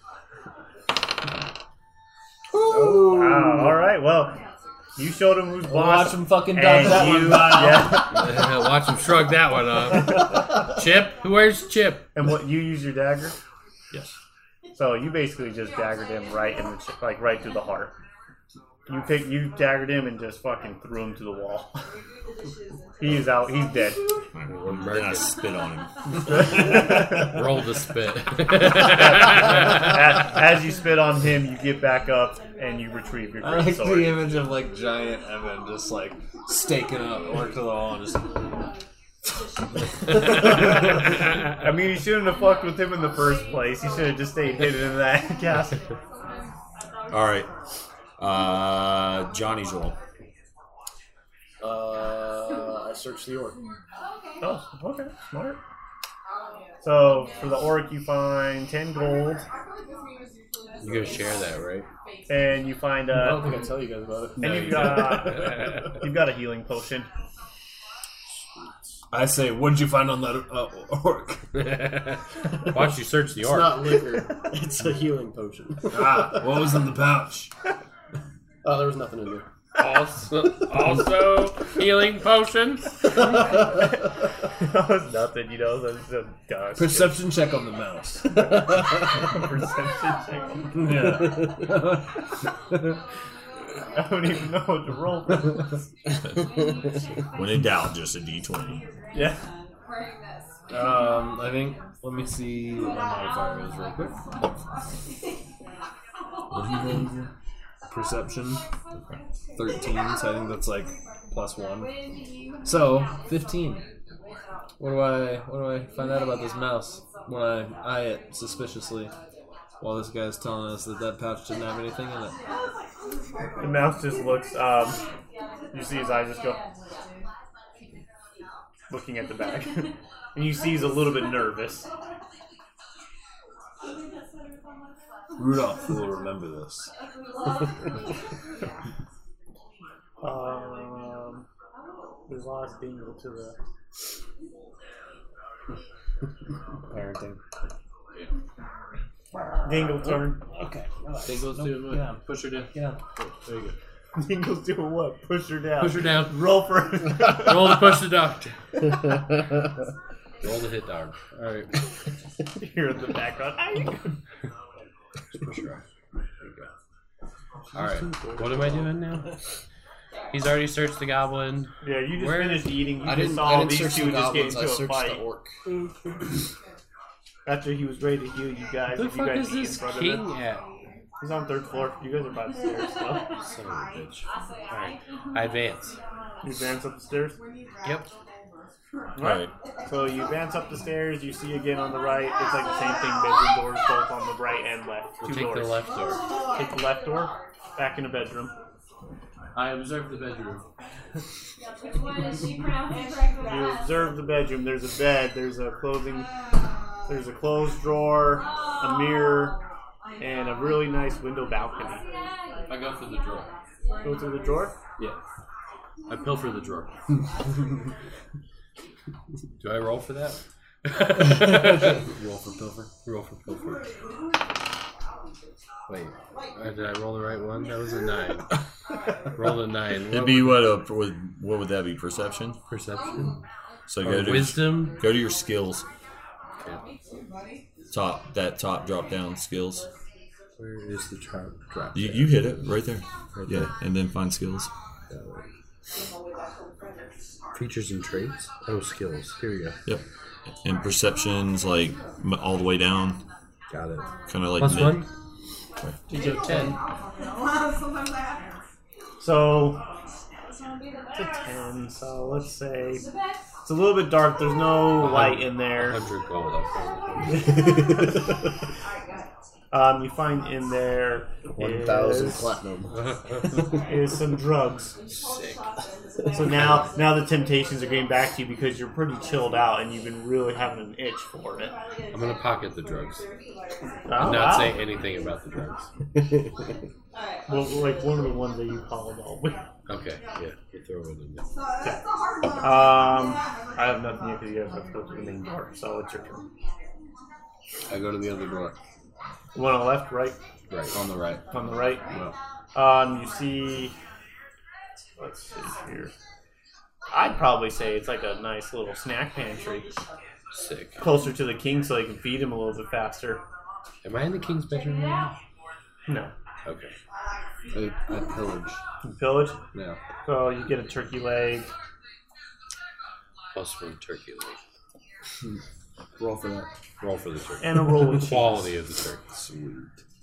Speaker 1: Wow. Oh, All right. Well, you showed him who's
Speaker 8: Watch
Speaker 1: boss.
Speaker 8: him fucking dodge
Speaker 1: and
Speaker 8: that
Speaker 1: you, uh,
Speaker 8: one. (laughs)
Speaker 1: yeah,
Speaker 3: (laughs) Watch him shrug that one off. Chip, who wears Chip?
Speaker 1: and what you use your dagger.
Speaker 3: Yes.
Speaker 1: So you basically just daggered him right in the ch- like right through the heart. You pick you daggered him and just fucking threw him to the wall. (laughs) he is out. He's dead. (laughs)
Speaker 5: Then I spit on him.
Speaker 3: Roll the spit. (laughs)
Speaker 1: as, as you spit on him, you get back up and you retrieve your
Speaker 8: I
Speaker 1: great
Speaker 8: like
Speaker 1: sword.
Speaker 8: the image of like giant Evan just like staking up, work to the wall, and just
Speaker 1: (laughs)
Speaker 8: (laughs)
Speaker 1: I mean, you shouldn't have fucked with him in the first place. You should have just stayed hidden in that (laughs) castle.
Speaker 5: All right. Uh, Johnny's roll.
Speaker 7: Uh, I searched the orc.
Speaker 1: Oh, okay, smart. So for the orc, you find ten gold,
Speaker 3: You're gonna share that, right?
Speaker 1: and you find a
Speaker 7: I don't think I tell you guys about it.
Speaker 1: and you've uh,
Speaker 3: (laughs)
Speaker 1: got you've got a healing potion. (laughs)
Speaker 8: I say, what'd you find on that uh, orc?
Speaker 3: (laughs) Watch you search the
Speaker 7: (laughs) It's
Speaker 3: ark.
Speaker 7: not
Speaker 8: (laughs)
Speaker 7: liquor. It's a healing potion.
Speaker 8: Ah, (laughs) what was in the pouch?
Speaker 7: Oh, there was nothing in there.
Speaker 3: (laughs) Also, also healing potions.
Speaker 1: that was nothing, you know. That was so dumb.
Speaker 8: Perception check on the mouse.
Speaker 1: (laughs) Perception check.
Speaker 8: Yeah.
Speaker 1: I don't even know what to roll. For.
Speaker 5: When in doubt, just a D twenty.
Speaker 1: Yeah.
Speaker 8: um, I think. Let me see what my modifier is real quick. What do you roll again? Perception. Thirteen. So I think that's like plus one. So fifteen. What do I? What do I find out about this mouse when I eye it suspiciously? While this guy's telling us that that pouch didn't have anything in it.
Speaker 1: The mouse just looks. Um, you see his eyes just go looking at the bag, (laughs) and you see he's a little bit nervous.
Speaker 8: Rudolph will remember this.
Speaker 1: Um, we lost Dingle to uh, the.
Speaker 8: Parenting.
Speaker 1: Dingle turn.
Speaker 8: Okay.
Speaker 6: Take those two and
Speaker 8: Get down.
Speaker 6: Push her down.
Speaker 8: Get down.
Speaker 1: Dingle's doing what? Push her down.
Speaker 3: Push her down.
Speaker 1: Roll for. (laughs)
Speaker 3: Roll to push the doctor. Roll to hit dog. All right.
Speaker 1: Here in the background.
Speaker 3: Push her off. There you go. All right. What am I doing now? He's already searched the goblin.
Speaker 1: Yeah, you just
Speaker 3: Where-
Speaker 1: finished eating. You
Speaker 7: I
Speaker 1: just
Speaker 7: didn't, I
Speaker 1: saw
Speaker 7: didn't
Speaker 1: these
Speaker 7: search
Speaker 1: two
Speaker 7: the
Speaker 1: just get
Speaker 7: goblins. I
Speaker 1: into a
Speaker 7: searched the
Speaker 1: fight.
Speaker 7: orc.
Speaker 1: After he was ready to heal you guys,
Speaker 3: Who the
Speaker 1: if you
Speaker 3: fuck
Speaker 1: guys
Speaker 3: is
Speaker 1: eat in
Speaker 3: this
Speaker 1: front of
Speaker 3: king
Speaker 1: him.
Speaker 3: at?
Speaker 1: He's on third floor. You guys are by the stairs. So.
Speaker 3: Son of a bitch. All right. I advance.
Speaker 1: You advance up the stairs.
Speaker 3: Yep.
Speaker 5: All right.
Speaker 1: So you advance up the stairs. You see again on the right. It's like the same thing. Bedroom doors both on the right and left. Two
Speaker 3: We'll take
Speaker 1: doors.
Speaker 3: the left door.
Speaker 1: Take the left door. Back in the bedroom.
Speaker 6: I observed the bedroom.
Speaker 1: You observe the bedroom. There's a bed. There's a clothing. There's a closed drawer, a mirror, and a really nice window balcony.
Speaker 6: I go for the drawer.
Speaker 1: Go
Speaker 4: (laughs)
Speaker 1: through the drawer.
Speaker 6: Yeah. I pilfer the drawer.
Speaker 3: (laughs) Do I roll
Speaker 6: (laughs)
Speaker 3: for that?
Speaker 8: Roll for pilfer.
Speaker 3: roll for pilfer. Wait. Uh, Did I roll the right one? That was a nine. roll a nine.
Speaker 5: It'd be what? A, what, what would that be? Perception.
Speaker 3: perception.
Speaker 5: So
Speaker 3: Or
Speaker 5: go to
Speaker 3: Uh, wisdom.
Speaker 5: go to your skills.
Speaker 3: Okay.
Speaker 5: Top that top drop down skills.
Speaker 3: Where is the chart? Drop.
Speaker 5: You, you hit it right there. Yeah, and then find skills.
Speaker 3: Features and traits. Oh, skills. Here we go.
Speaker 5: Yep. And perceptions like m- all the way down,
Speaker 3: Got it.
Speaker 5: kind of like
Speaker 3: Plus
Speaker 5: mid-
Speaker 3: one. You go ten.
Speaker 1: So it's a ten. So let's say it's a little bit dark. There's no light in there.
Speaker 3: Hundred gold. I found.
Speaker 1: (laughs) Um, you find in there
Speaker 7: One thousand
Speaker 1: is,
Speaker 7: platinum.
Speaker 1: is some drugs. So now, now the temptations are getting back to you because you're pretty chilled out and you've been really having an itch for it.
Speaker 3: (laughs) I'm gonna pocket the drugs.
Speaker 1: Oh,
Speaker 3: Not
Speaker 1: wow.
Speaker 3: say anything about the drugs.
Speaker 1: Well, like one of the ones that you followed all week.
Speaker 3: Okay. Yeah. You throw it in there.
Speaker 1: Um, I have nothing yet because you guys have to go to the main door, so it's your turn.
Speaker 6: I go to the other door.
Speaker 1: One on the left, right,
Speaker 6: Right. On the right.
Speaker 1: on the right.
Speaker 6: Well,
Speaker 1: Um, you see, let's see here. I'd probably say it's like a nice little snack pantry
Speaker 3: Sick.
Speaker 1: closer to the king, so they can feed him a little bit faster.
Speaker 3: Am I in the king's bedroom right
Speaker 1: No,
Speaker 3: now? Okay.
Speaker 7: I, I pillage.
Speaker 1: village.
Speaker 7: Yeah.
Speaker 1: So you get a turkey leg.
Speaker 3: Plus one turkey leg.
Speaker 7: Roll for that.
Speaker 3: Roll for the turkey.
Speaker 1: And a roll
Speaker 3: (laughs)
Speaker 1: of
Speaker 3: Quality of the turkey. Sweet.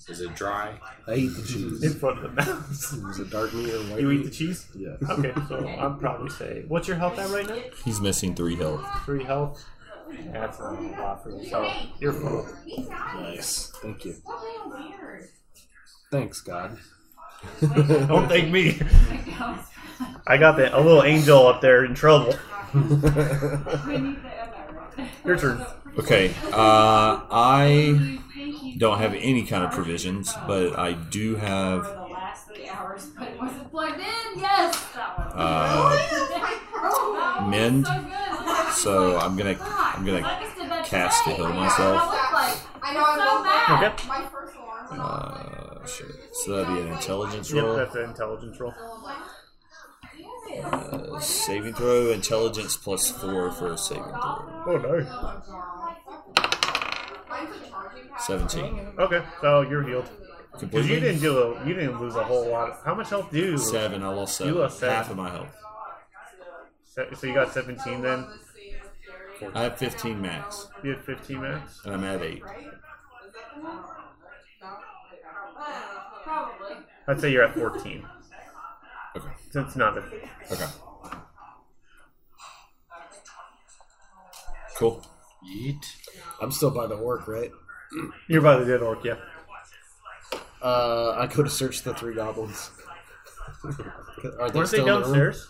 Speaker 3: Is it dry?
Speaker 7: I eat the
Speaker 1: in
Speaker 7: cheese.
Speaker 1: front of the mouse.
Speaker 7: Is it dark meat or white
Speaker 1: You eat the
Speaker 7: meat?
Speaker 1: cheese?
Speaker 7: (laughs) Yeah.
Speaker 1: Okay, so I'd probably say, what's your health at right now?
Speaker 5: He's missing three health.
Speaker 1: Three health. That's a lot for yourself. You're full.
Speaker 7: Nice. Thank you. Thanks, God.
Speaker 1: Don't thank me. I got that a little angel up there in trouble. Your turn.
Speaker 5: Okay, uh, I don't have any kind of provisions, but I do
Speaker 4: For
Speaker 5: have.
Speaker 4: the last three hours, but it wasn't plugged in. Yes, that (laughs) one.
Speaker 5: Uh,
Speaker 4: Oh, That one was
Speaker 5: mend.
Speaker 4: So good.
Speaker 5: So I'm gonna I'm gonna cast to heal myself.
Speaker 4: I know I'm so mad.
Speaker 1: Okay.
Speaker 9: My first alarm went off.
Speaker 5: Uh, shit. So that'd be an intelligence
Speaker 1: Yep,
Speaker 5: roll,
Speaker 1: that's an intelligence roll.
Speaker 5: uh, saving throw, intelligence plus four for a saving throw.
Speaker 1: Oh no.
Speaker 5: Seventeen.
Speaker 1: Okay, so you're healed. Because you
Speaker 5: Completely.
Speaker 1: didn't do a, you didn't lose a whole lot. How much health do you lose?
Speaker 5: Seven. I lost seven.
Speaker 1: You lost seven.
Speaker 5: Half of my health.
Speaker 1: Se- So you got 17 then.
Speaker 5: I have 15 max,
Speaker 1: You had 15 minutes.
Speaker 5: and I'm at eight.
Speaker 4: Probably.
Speaker 1: I'd say you're at 14.
Speaker 5: Okay.
Speaker 1: Since not a
Speaker 5: Okay. Cool.
Speaker 3: Yeet.
Speaker 7: (laughs) I'm still by the orc, right?
Speaker 1: You're by the dead orc, yeah.
Speaker 7: Uh, I go to search the three goblins. (laughs) Are
Speaker 1: Weren't they
Speaker 7: still in the room?
Speaker 1: downstairs?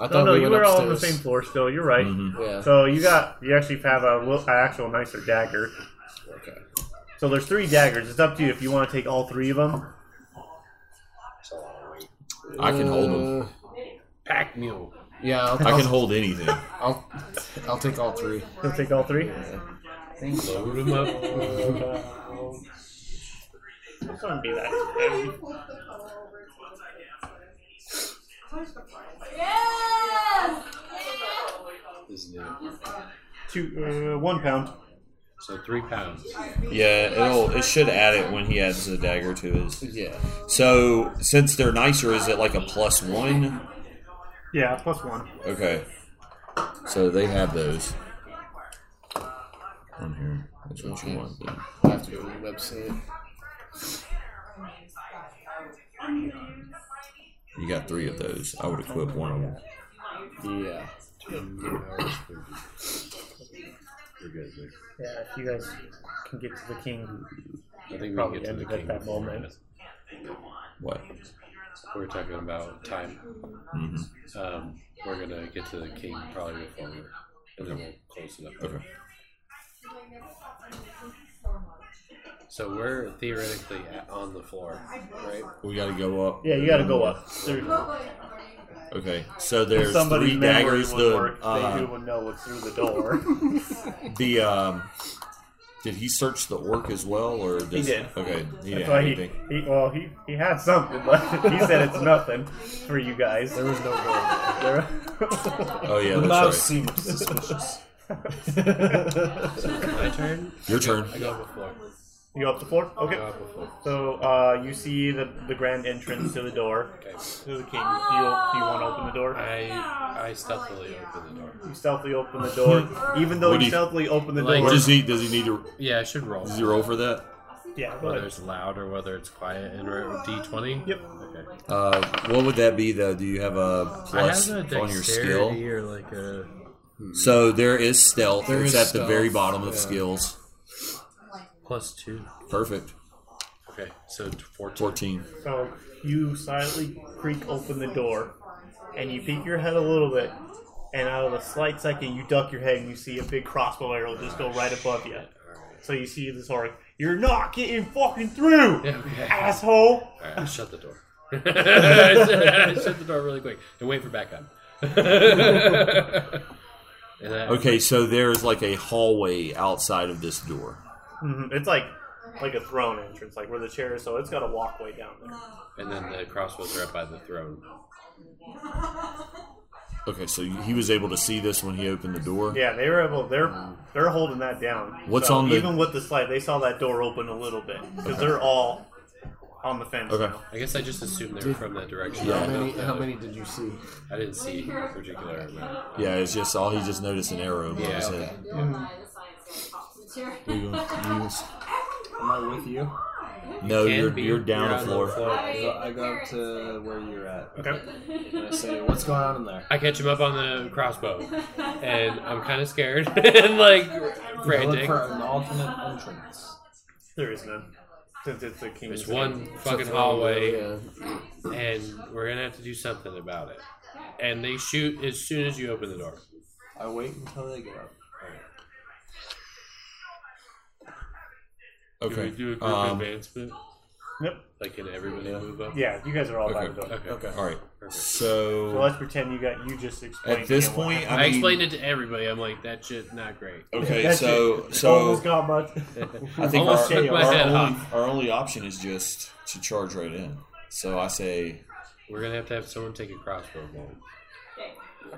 Speaker 7: I
Speaker 1: No,
Speaker 7: thought
Speaker 1: no,
Speaker 7: we
Speaker 1: you
Speaker 7: went
Speaker 1: were all on the
Speaker 7: upstairs. Mm-hmm.
Speaker 1: same floor still. You're right.
Speaker 5: Mhm.
Speaker 7: Yeah.
Speaker 1: So you got you actually have a, li- an actual nicer dagger.
Speaker 7: okay.
Speaker 1: So there's three daggers. It's up to you if you want to take all three of them.
Speaker 5: I can hold them.
Speaker 7: Uh,
Speaker 3: Pack mule.
Speaker 7: Yeah, I'll,
Speaker 5: I
Speaker 7: I'll,
Speaker 5: can hold anything.
Speaker 7: I'll, I'll take all three.
Speaker 1: You'll take all three.
Speaker 3: Load him up.
Speaker 1: This wouldn't be that.
Speaker 4: Yes.
Speaker 6: Isn't it?
Speaker 1: Two, uh, one pound.
Speaker 3: So three pounds.
Speaker 5: Yeah, it'll it should add it when he adds the dagger to his.
Speaker 7: Yeah.
Speaker 5: So since they're nicer, is it like a plus one?
Speaker 1: Yeah, plus one.
Speaker 5: Okay. So they have those on here. That's what you want. then.
Speaker 7: I have to go to the website.
Speaker 5: You got three of those. I would equip one of them.
Speaker 7: Yeah.
Speaker 1: Yeah, if you guys can get to the king,
Speaker 3: I think we can
Speaker 1: Probably
Speaker 3: get to
Speaker 1: end
Speaker 3: the
Speaker 1: it at
Speaker 3: king
Speaker 1: that
Speaker 3: before
Speaker 1: moment.
Speaker 5: What?
Speaker 3: We were talking about time.
Speaker 5: hmm
Speaker 3: Um, we're gonna get to the king probably before we, and then we'll close it up.
Speaker 5: Okay.
Speaker 3: So we're theoretically at, on the floor, right?
Speaker 5: We got to go up.
Speaker 1: yeah, you got to go up. There-
Speaker 5: Okay. So
Speaker 1: if
Speaker 5: there's
Speaker 1: somebody's
Speaker 5: three
Speaker 1: memory
Speaker 5: daggers.
Speaker 1: would
Speaker 5: The
Speaker 1: work, they
Speaker 5: uh,
Speaker 1: would know what's through the
Speaker 5: (laughs)
Speaker 1: door.
Speaker 5: the um, did he search the orc as well, or does,
Speaker 1: did.
Speaker 5: Okay. He didn't
Speaker 1: That's
Speaker 5: have
Speaker 1: why he,
Speaker 5: anything.
Speaker 1: he well he, he had something, but he said it's nothing for you guys.
Speaker 7: There was no gold.
Speaker 1: There-
Speaker 5: Oh yeah,
Speaker 2: The
Speaker 5: that's
Speaker 2: mouse
Speaker 5: right.
Speaker 2: seemed suspicious.
Speaker 3: My turn.
Speaker 5: Your turn.
Speaker 3: I go before.
Speaker 1: (laughs) you go up the floor?
Speaker 3: I
Speaker 1: Okay.
Speaker 3: go before.
Speaker 1: So uh, you see the, the grand entrance to the door
Speaker 3: Okay.
Speaker 1: to the king. Do you, do you want to open the door?
Speaker 3: I I stealthily open the door.
Speaker 1: You stealthily open the door, even though
Speaker 5: What
Speaker 1: you,
Speaker 5: do you-
Speaker 1: stealthily open the
Speaker 3: Like,
Speaker 1: door.
Speaker 5: What does he? Does he need to?
Speaker 3: Yeah, I should roll.
Speaker 5: Does he roll for that?
Speaker 1: yeah, go
Speaker 3: Whether
Speaker 1: ahead.
Speaker 3: it's loud or whether it's quiet and D twenty.
Speaker 1: Yep.
Speaker 3: Okay.
Speaker 5: Uh, what would that be though? Do you have a plus
Speaker 3: I have a
Speaker 5: on your skill?
Speaker 3: dexterity or like a
Speaker 5: So there is stealth.
Speaker 7: There
Speaker 5: it's
Speaker 7: is
Speaker 5: at the
Speaker 7: stealth,
Speaker 5: very bottom of
Speaker 7: yeah.
Speaker 5: skills.
Speaker 3: plus two.
Speaker 5: Perfect.
Speaker 3: Okay, so t- fourteen.
Speaker 5: Fourteen.
Speaker 1: So you silently creak open the door, and you peek your head a little bit, and out of a slight second, you duck your head and you see a big crossbow arrow just go right above you. So you see this orc. You're not getting fucking through,
Speaker 3: Yeah, okay.
Speaker 1: asshole.
Speaker 3: All right, I shut the door. (laughs) I shut the door really quick and wait for backup. (laughs) and I,
Speaker 5: Okay, so there is like a hallway outside of this door.
Speaker 1: hmm It's like like a throne entrance, like where the chair is. So it's got a walkway down there.
Speaker 3: And then the crossbows are up by the throne.
Speaker 5: Okay, so he was able to see this when he opened the door.
Speaker 1: Yeah, they were able. They're they're holding that down.
Speaker 5: What's
Speaker 1: So
Speaker 5: on the-
Speaker 1: even with the slide? They saw that door open a little bit because
Speaker 5: Okay.
Speaker 1: they're all on the fence.
Speaker 5: Okay.
Speaker 3: I guess I just assumed they were
Speaker 7: Did-
Speaker 3: from that direction. I
Speaker 7: How
Speaker 3: don't know
Speaker 7: many,
Speaker 3: if that
Speaker 7: how
Speaker 3: was-
Speaker 7: many did you see?
Speaker 3: I didn't see a particular amount.
Speaker 5: Yeah, it's just all he just noticed an arrow above
Speaker 3: Yeah,
Speaker 5: his
Speaker 3: okay.
Speaker 5: head.
Speaker 4: Chair. (laughs)
Speaker 5: There you go. Use-
Speaker 8: Am I with you?
Speaker 5: No,
Speaker 3: can
Speaker 5: you're
Speaker 3: be.
Speaker 5: you're down
Speaker 3: You're
Speaker 5: the
Speaker 3: on
Speaker 5: floor.
Speaker 8: I go, I go up
Speaker 4: uh,
Speaker 8: to where you're at.
Speaker 1: Okay.
Speaker 8: And I
Speaker 4: (laughs)
Speaker 8: say, what's going on in there?
Speaker 3: I catch him up on the crossbow, and I'm kind of scared (laughs) and like
Speaker 8: Look
Speaker 3: frantic.
Speaker 8: for an alternate entrance.
Speaker 1: There is none since it's a king's.
Speaker 3: There's one fucking hallway, and we're gonna have to do something about it. And they shoot as soon as you open the door.
Speaker 8: I wait until they get up.
Speaker 3: Do we
Speaker 5: Okay.
Speaker 3: do a group
Speaker 5: Um,
Speaker 3: advancement?
Speaker 1: Yep.
Speaker 3: Like, can everybody move up?
Speaker 1: Yeah, you guys are all by
Speaker 5: Okay.
Speaker 1: the door.
Speaker 3: Okay.
Speaker 5: All right.
Speaker 3: Perfect.
Speaker 1: So
Speaker 5: So
Speaker 1: let's pretend you got you just explained.
Speaker 5: at this
Speaker 1: to me what
Speaker 5: point,
Speaker 1: happened.
Speaker 5: I,
Speaker 3: I
Speaker 5: mean,
Speaker 3: explained it to everybody. I'm like, that shit not great.
Speaker 5: Okay,
Speaker 1: That's
Speaker 5: so
Speaker 1: it.
Speaker 5: so
Speaker 1: almost got much.
Speaker 5: I think our,
Speaker 3: Almost
Speaker 1: took
Speaker 5: our,
Speaker 1: my
Speaker 3: head
Speaker 5: only,
Speaker 3: off.
Speaker 5: our only option is just to charge right in. So I say,
Speaker 3: We're gonna have to have someone take a crossbow bolt.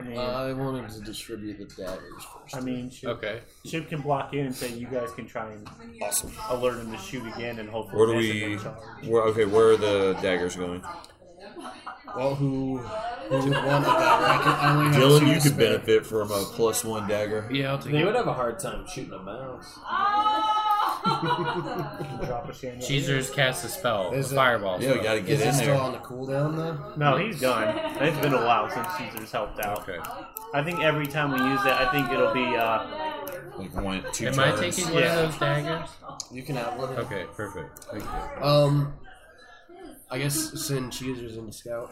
Speaker 7: I wanted to distribute the daggers first.
Speaker 1: I mean, Chip,
Speaker 3: Okay.
Speaker 1: Chip can block in and say you guys can try and
Speaker 5: awesome.
Speaker 1: alert him to shoot again and hopefully.
Speaker 5: Where do
Speaker 1: miss
Speaker 5: we?
Speaker 1: and then charge.
Speaker 5: Where, okay, where are the daggers going?
Speaker 7: Well, who, who won the dagger? I, can, I only have two
Speaker 5: Dylan, you
Speaker 7: to
Speaker 5: could
Speaker 7: spare.
Speaker 5: benefit from a plus one dagger.
Speaker 3: Yeah, I'll take
Speaker 8: They would
Speaker 3: it.
Speaker 8: have a hard time shooting a mouse.
Speaker 1: Drop a chandelier.
Speaker 3: Caesar's cast a spell, a
Speaker 7: Is it-
Speaker 3: fireball.
Speaker 5: Yeah, we
Speaker 3: spell.
Speaker 5: gotta get
Speaker 7: Is it
Speaker 5: in
Speaker 7: still
Speaker 5: there.
Speaker 7: on the cooldown though?
Speaker 1: No, he's done. It's been a while since Caesar's helped out.
Speaker 3: Okay.
Speaker 1: I think every time we use it, I think it'll be. Uh,
Speaker 5: Like one, two
Speaker 3: Am I
Speaker 5: turns.
Speaker 3: taking one
Speaker 1: Yeah.
Speaker 3: of those daggers?
Speaker 7: You can outlive it.
Speaker 3: Okay, perfect. Thank you.
Speaker 7: Um, I guess send cheesers into scout.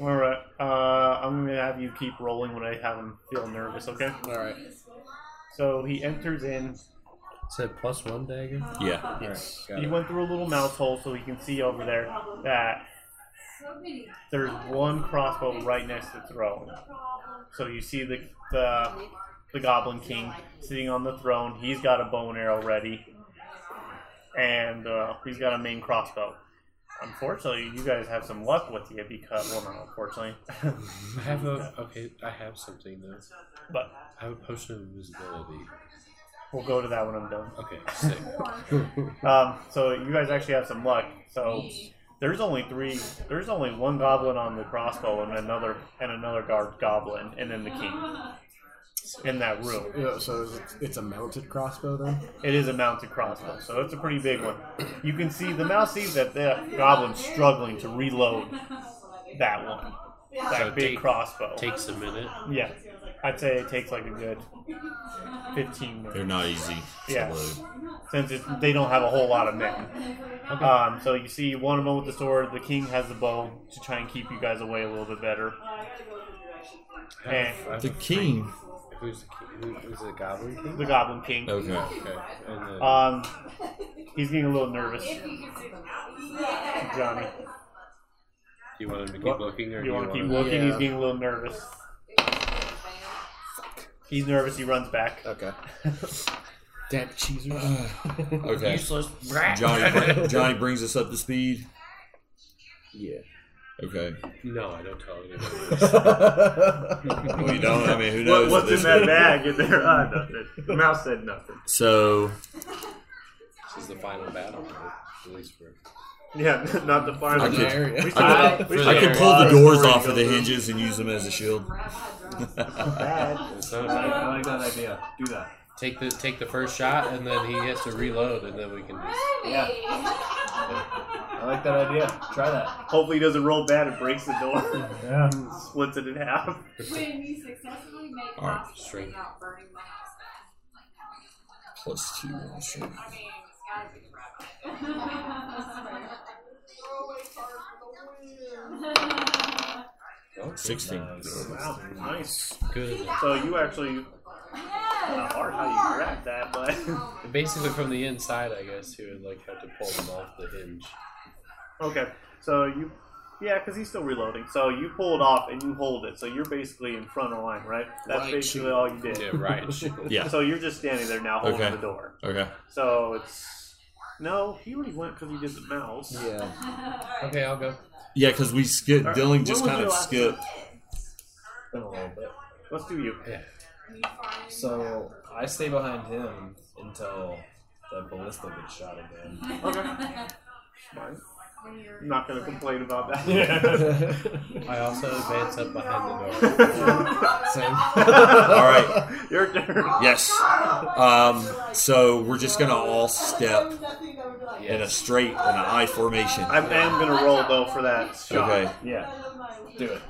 Speaker 1: all right. Uh, I'm gonna have you keep rolling when I have him feel nervous. Okay.
Speaker 7: All right.
Speaker 1: So he enters in.
Speaker 3: Is that plus one dagger?
Speaker 5: Yeah.
Speaker 7: Yes.
Speaker 3: Got
Speaker 1: He
Speaker 3: it.
Speaker 1: went through a little mouse hole, so he can see over there that there's one crossbow right next to the throne. So you see the the, the Goblin King sitting on the throne. He's got a bow and arrow ready, and uh, he's got a main crossbow. Unfortunately, you guys have some luck with you because well, not unfortunately, (laughs)
Speaker 3: I have a okay. I have something though.
Speaker 1: but
Speaker 3: I have a potion of invisibility.
Speaker 1: we'll go to that when I'm done.
Speaker 3: Okay, sick.
Speaker 1: Um, so you guys actually have some luck. So there's only three. There's only one goblin on the crossbow, and another and another guard goblin, and then the king in that room.
Speaker 7: Yeah, so is it, it's a mounted crossbow then.
Speaker 1: It is a mounted crossbow, so it's a pretty big one. You can see the mouse sees that the goblin's struggling to reload that one, that
Speaker 3: So
Speaker 1: big
Speaker 3: take-
Speaker 1: crossbow.
Speaker 3: Takes a minute.
Speaker 1: yeah, I'd say it takes like a good fifteen minutes
Speaker 5: They're not easy. to
Speaker 1: Yeah.
Speaker 5: load.
Speaker 1: since it's, they don't have a whole lot of men. Um, so you see one of them with the sword. The king has the bow to try and keep you guys away a little bit better.
Speaker 3: I have a- I have
Speaker 5: The
Speaker 3: a-
Speaker 5: king.
Speaker 3: Who's the king? Who, who's the goblin king?
Speaker 1: The goblin king.
Speaker 5: Okay.
Speaker 3: (laughs) Okay. And then,
Speaker 1: Um, he's getting a little nervous, Johnny.
Speaker 3: do you want him to keep
Speaker 1: what-
Speaker 3: looking, or
Speaker 1: You want to keep
Speaker 3: him-
Speaker 1: looking?
Speaker 7: Yeah.
Speaker 1: He's getting a little nervous. He's nervous. He runs back.
Speaker 7: Okay. Damn cheesers.
Speaker 5: Okay.
Speaker 3: Useless brat.
Speaker 5: Johnny, br- Johnny brings us up to speed.
Speaker 7: yeah.
Speaker 5: Okay.
Speaker 3: No, I don't tell
Speaker 5: (laughs)
Speaker 3: anybody.
Speaker 5: Well, you don't. I mean, who
Speaker 1: What,
Speaker 5: knows?
Speaker 1: what's
Speaker 5: at
Speaker 1: in
Speaker 5: this
Speaker 1: that
Speaker 5: point.
Speaker 1: bag in there? Uh, nothing. The mouse said nothing.
Speaker 5: So
Speaker 3: This is the final battle, right? at least for.
Speaker 1: Yeah, (laughs) not the final.
Speaker 5: I could-
Speaker 1: we still,
Speaker 5: I
Speaker 3: (laughs)
Speaker 1: we still
Speaker 5: I
Speaker 1: got
Speaker 5: can
Speaker 1: a
Speaker 5: pull
Speaker 1: lot
Speaker 5: the doors
Speaker 1: story
Speaker 5: off of the
Speaker 1: going.
Speaker 5: hinges and use them as a shield.
Speaker 4: (laughs)
Speaker 1: Bad.
Speaker 3: It's not a
Speaker 8: I,
Speaker 3: battle.
Speaker 8: I like that idea. Do that.
Speaker 3: Take the take the first shot, and then he has to reload, and then we can. Just,
Speaker 8: I like that idea. Try that.
Speaker 1: Hopefully, he doesn't roll bad and breaks the door,
Speaker 8: Yeah.
Speaker 1: (laughs) splits it in half.
Speaker 4: When you successfully make
Speaker 5: All right,
Speaker 4: pasta
Speaker 3: straight.
Speaker 4: without burning the house
Speaker 5: Plus two. on shield.
Speaker 4: down, I mean, it's gotta be the rabbi.
Speaker 5: Sixteen.
Speaker 1: Wow, nice.
Speaker 3: good.
Speaker 1: So you actually
Speaker 4: yes!
Speaker 1: not hard how you grab that, but (laughs)
Speaker 3: Basically, from the inside, I guess he would like have to pull them off the hinge.
Speaker 1: okay. So you, yeah, because he's still reloading. So you pull it off and you hold it. So you're basically in front of line, right? That's
Speaker 7: Right,
Speaker 1: basically
Speaker 7: shoot.
Speaker 1: all you did. (laughs)
Speaker 3: Yeah, right.
Speaker 5: Yeah.
Speaker 1: So you're just standing there now holding
Speaker 5: Okay.
Speaker 1: the door.
Speaker 5: Okay.
Speaker 1: So it's No, he already went because he did the mouse.
Speaker 7: Yeah.
Speaker 3: Okay, I'll go.
Speaker 5: Yeah, because we skipped.
Speaker 1: All right,
Speaker 5: Dilling just
Speaker 1: when was
Speaker 5: kind
Speaker 1: your
Speaker 5: of
Speaker 1: last
Speaker 5: skipped.
Speaker 1: Been a little bit. Let's do you.
Speaker 6: So I stay behind him until that ballista gets shot again.
Speaker 1: (laughs) Okay. Fine. I'm not gonna complain about that.
Speaker 7: (laughs)
Speaker 6: (laughs)
Speaker 10: I also advance up behind the door.
Speaker 1: (laughs)
Speaker 4: (laughs)
Speaker 5: All right.
Speaker 1: Your turn.
Speaker 5: Yes. Um, so we're just gonna all step in a straight in an I formation.
Speaker 1: I am gonna roll though for that shot.
Speaker 5: Okay.
Speaker 1: Yeah.
Speaker 6: Do it.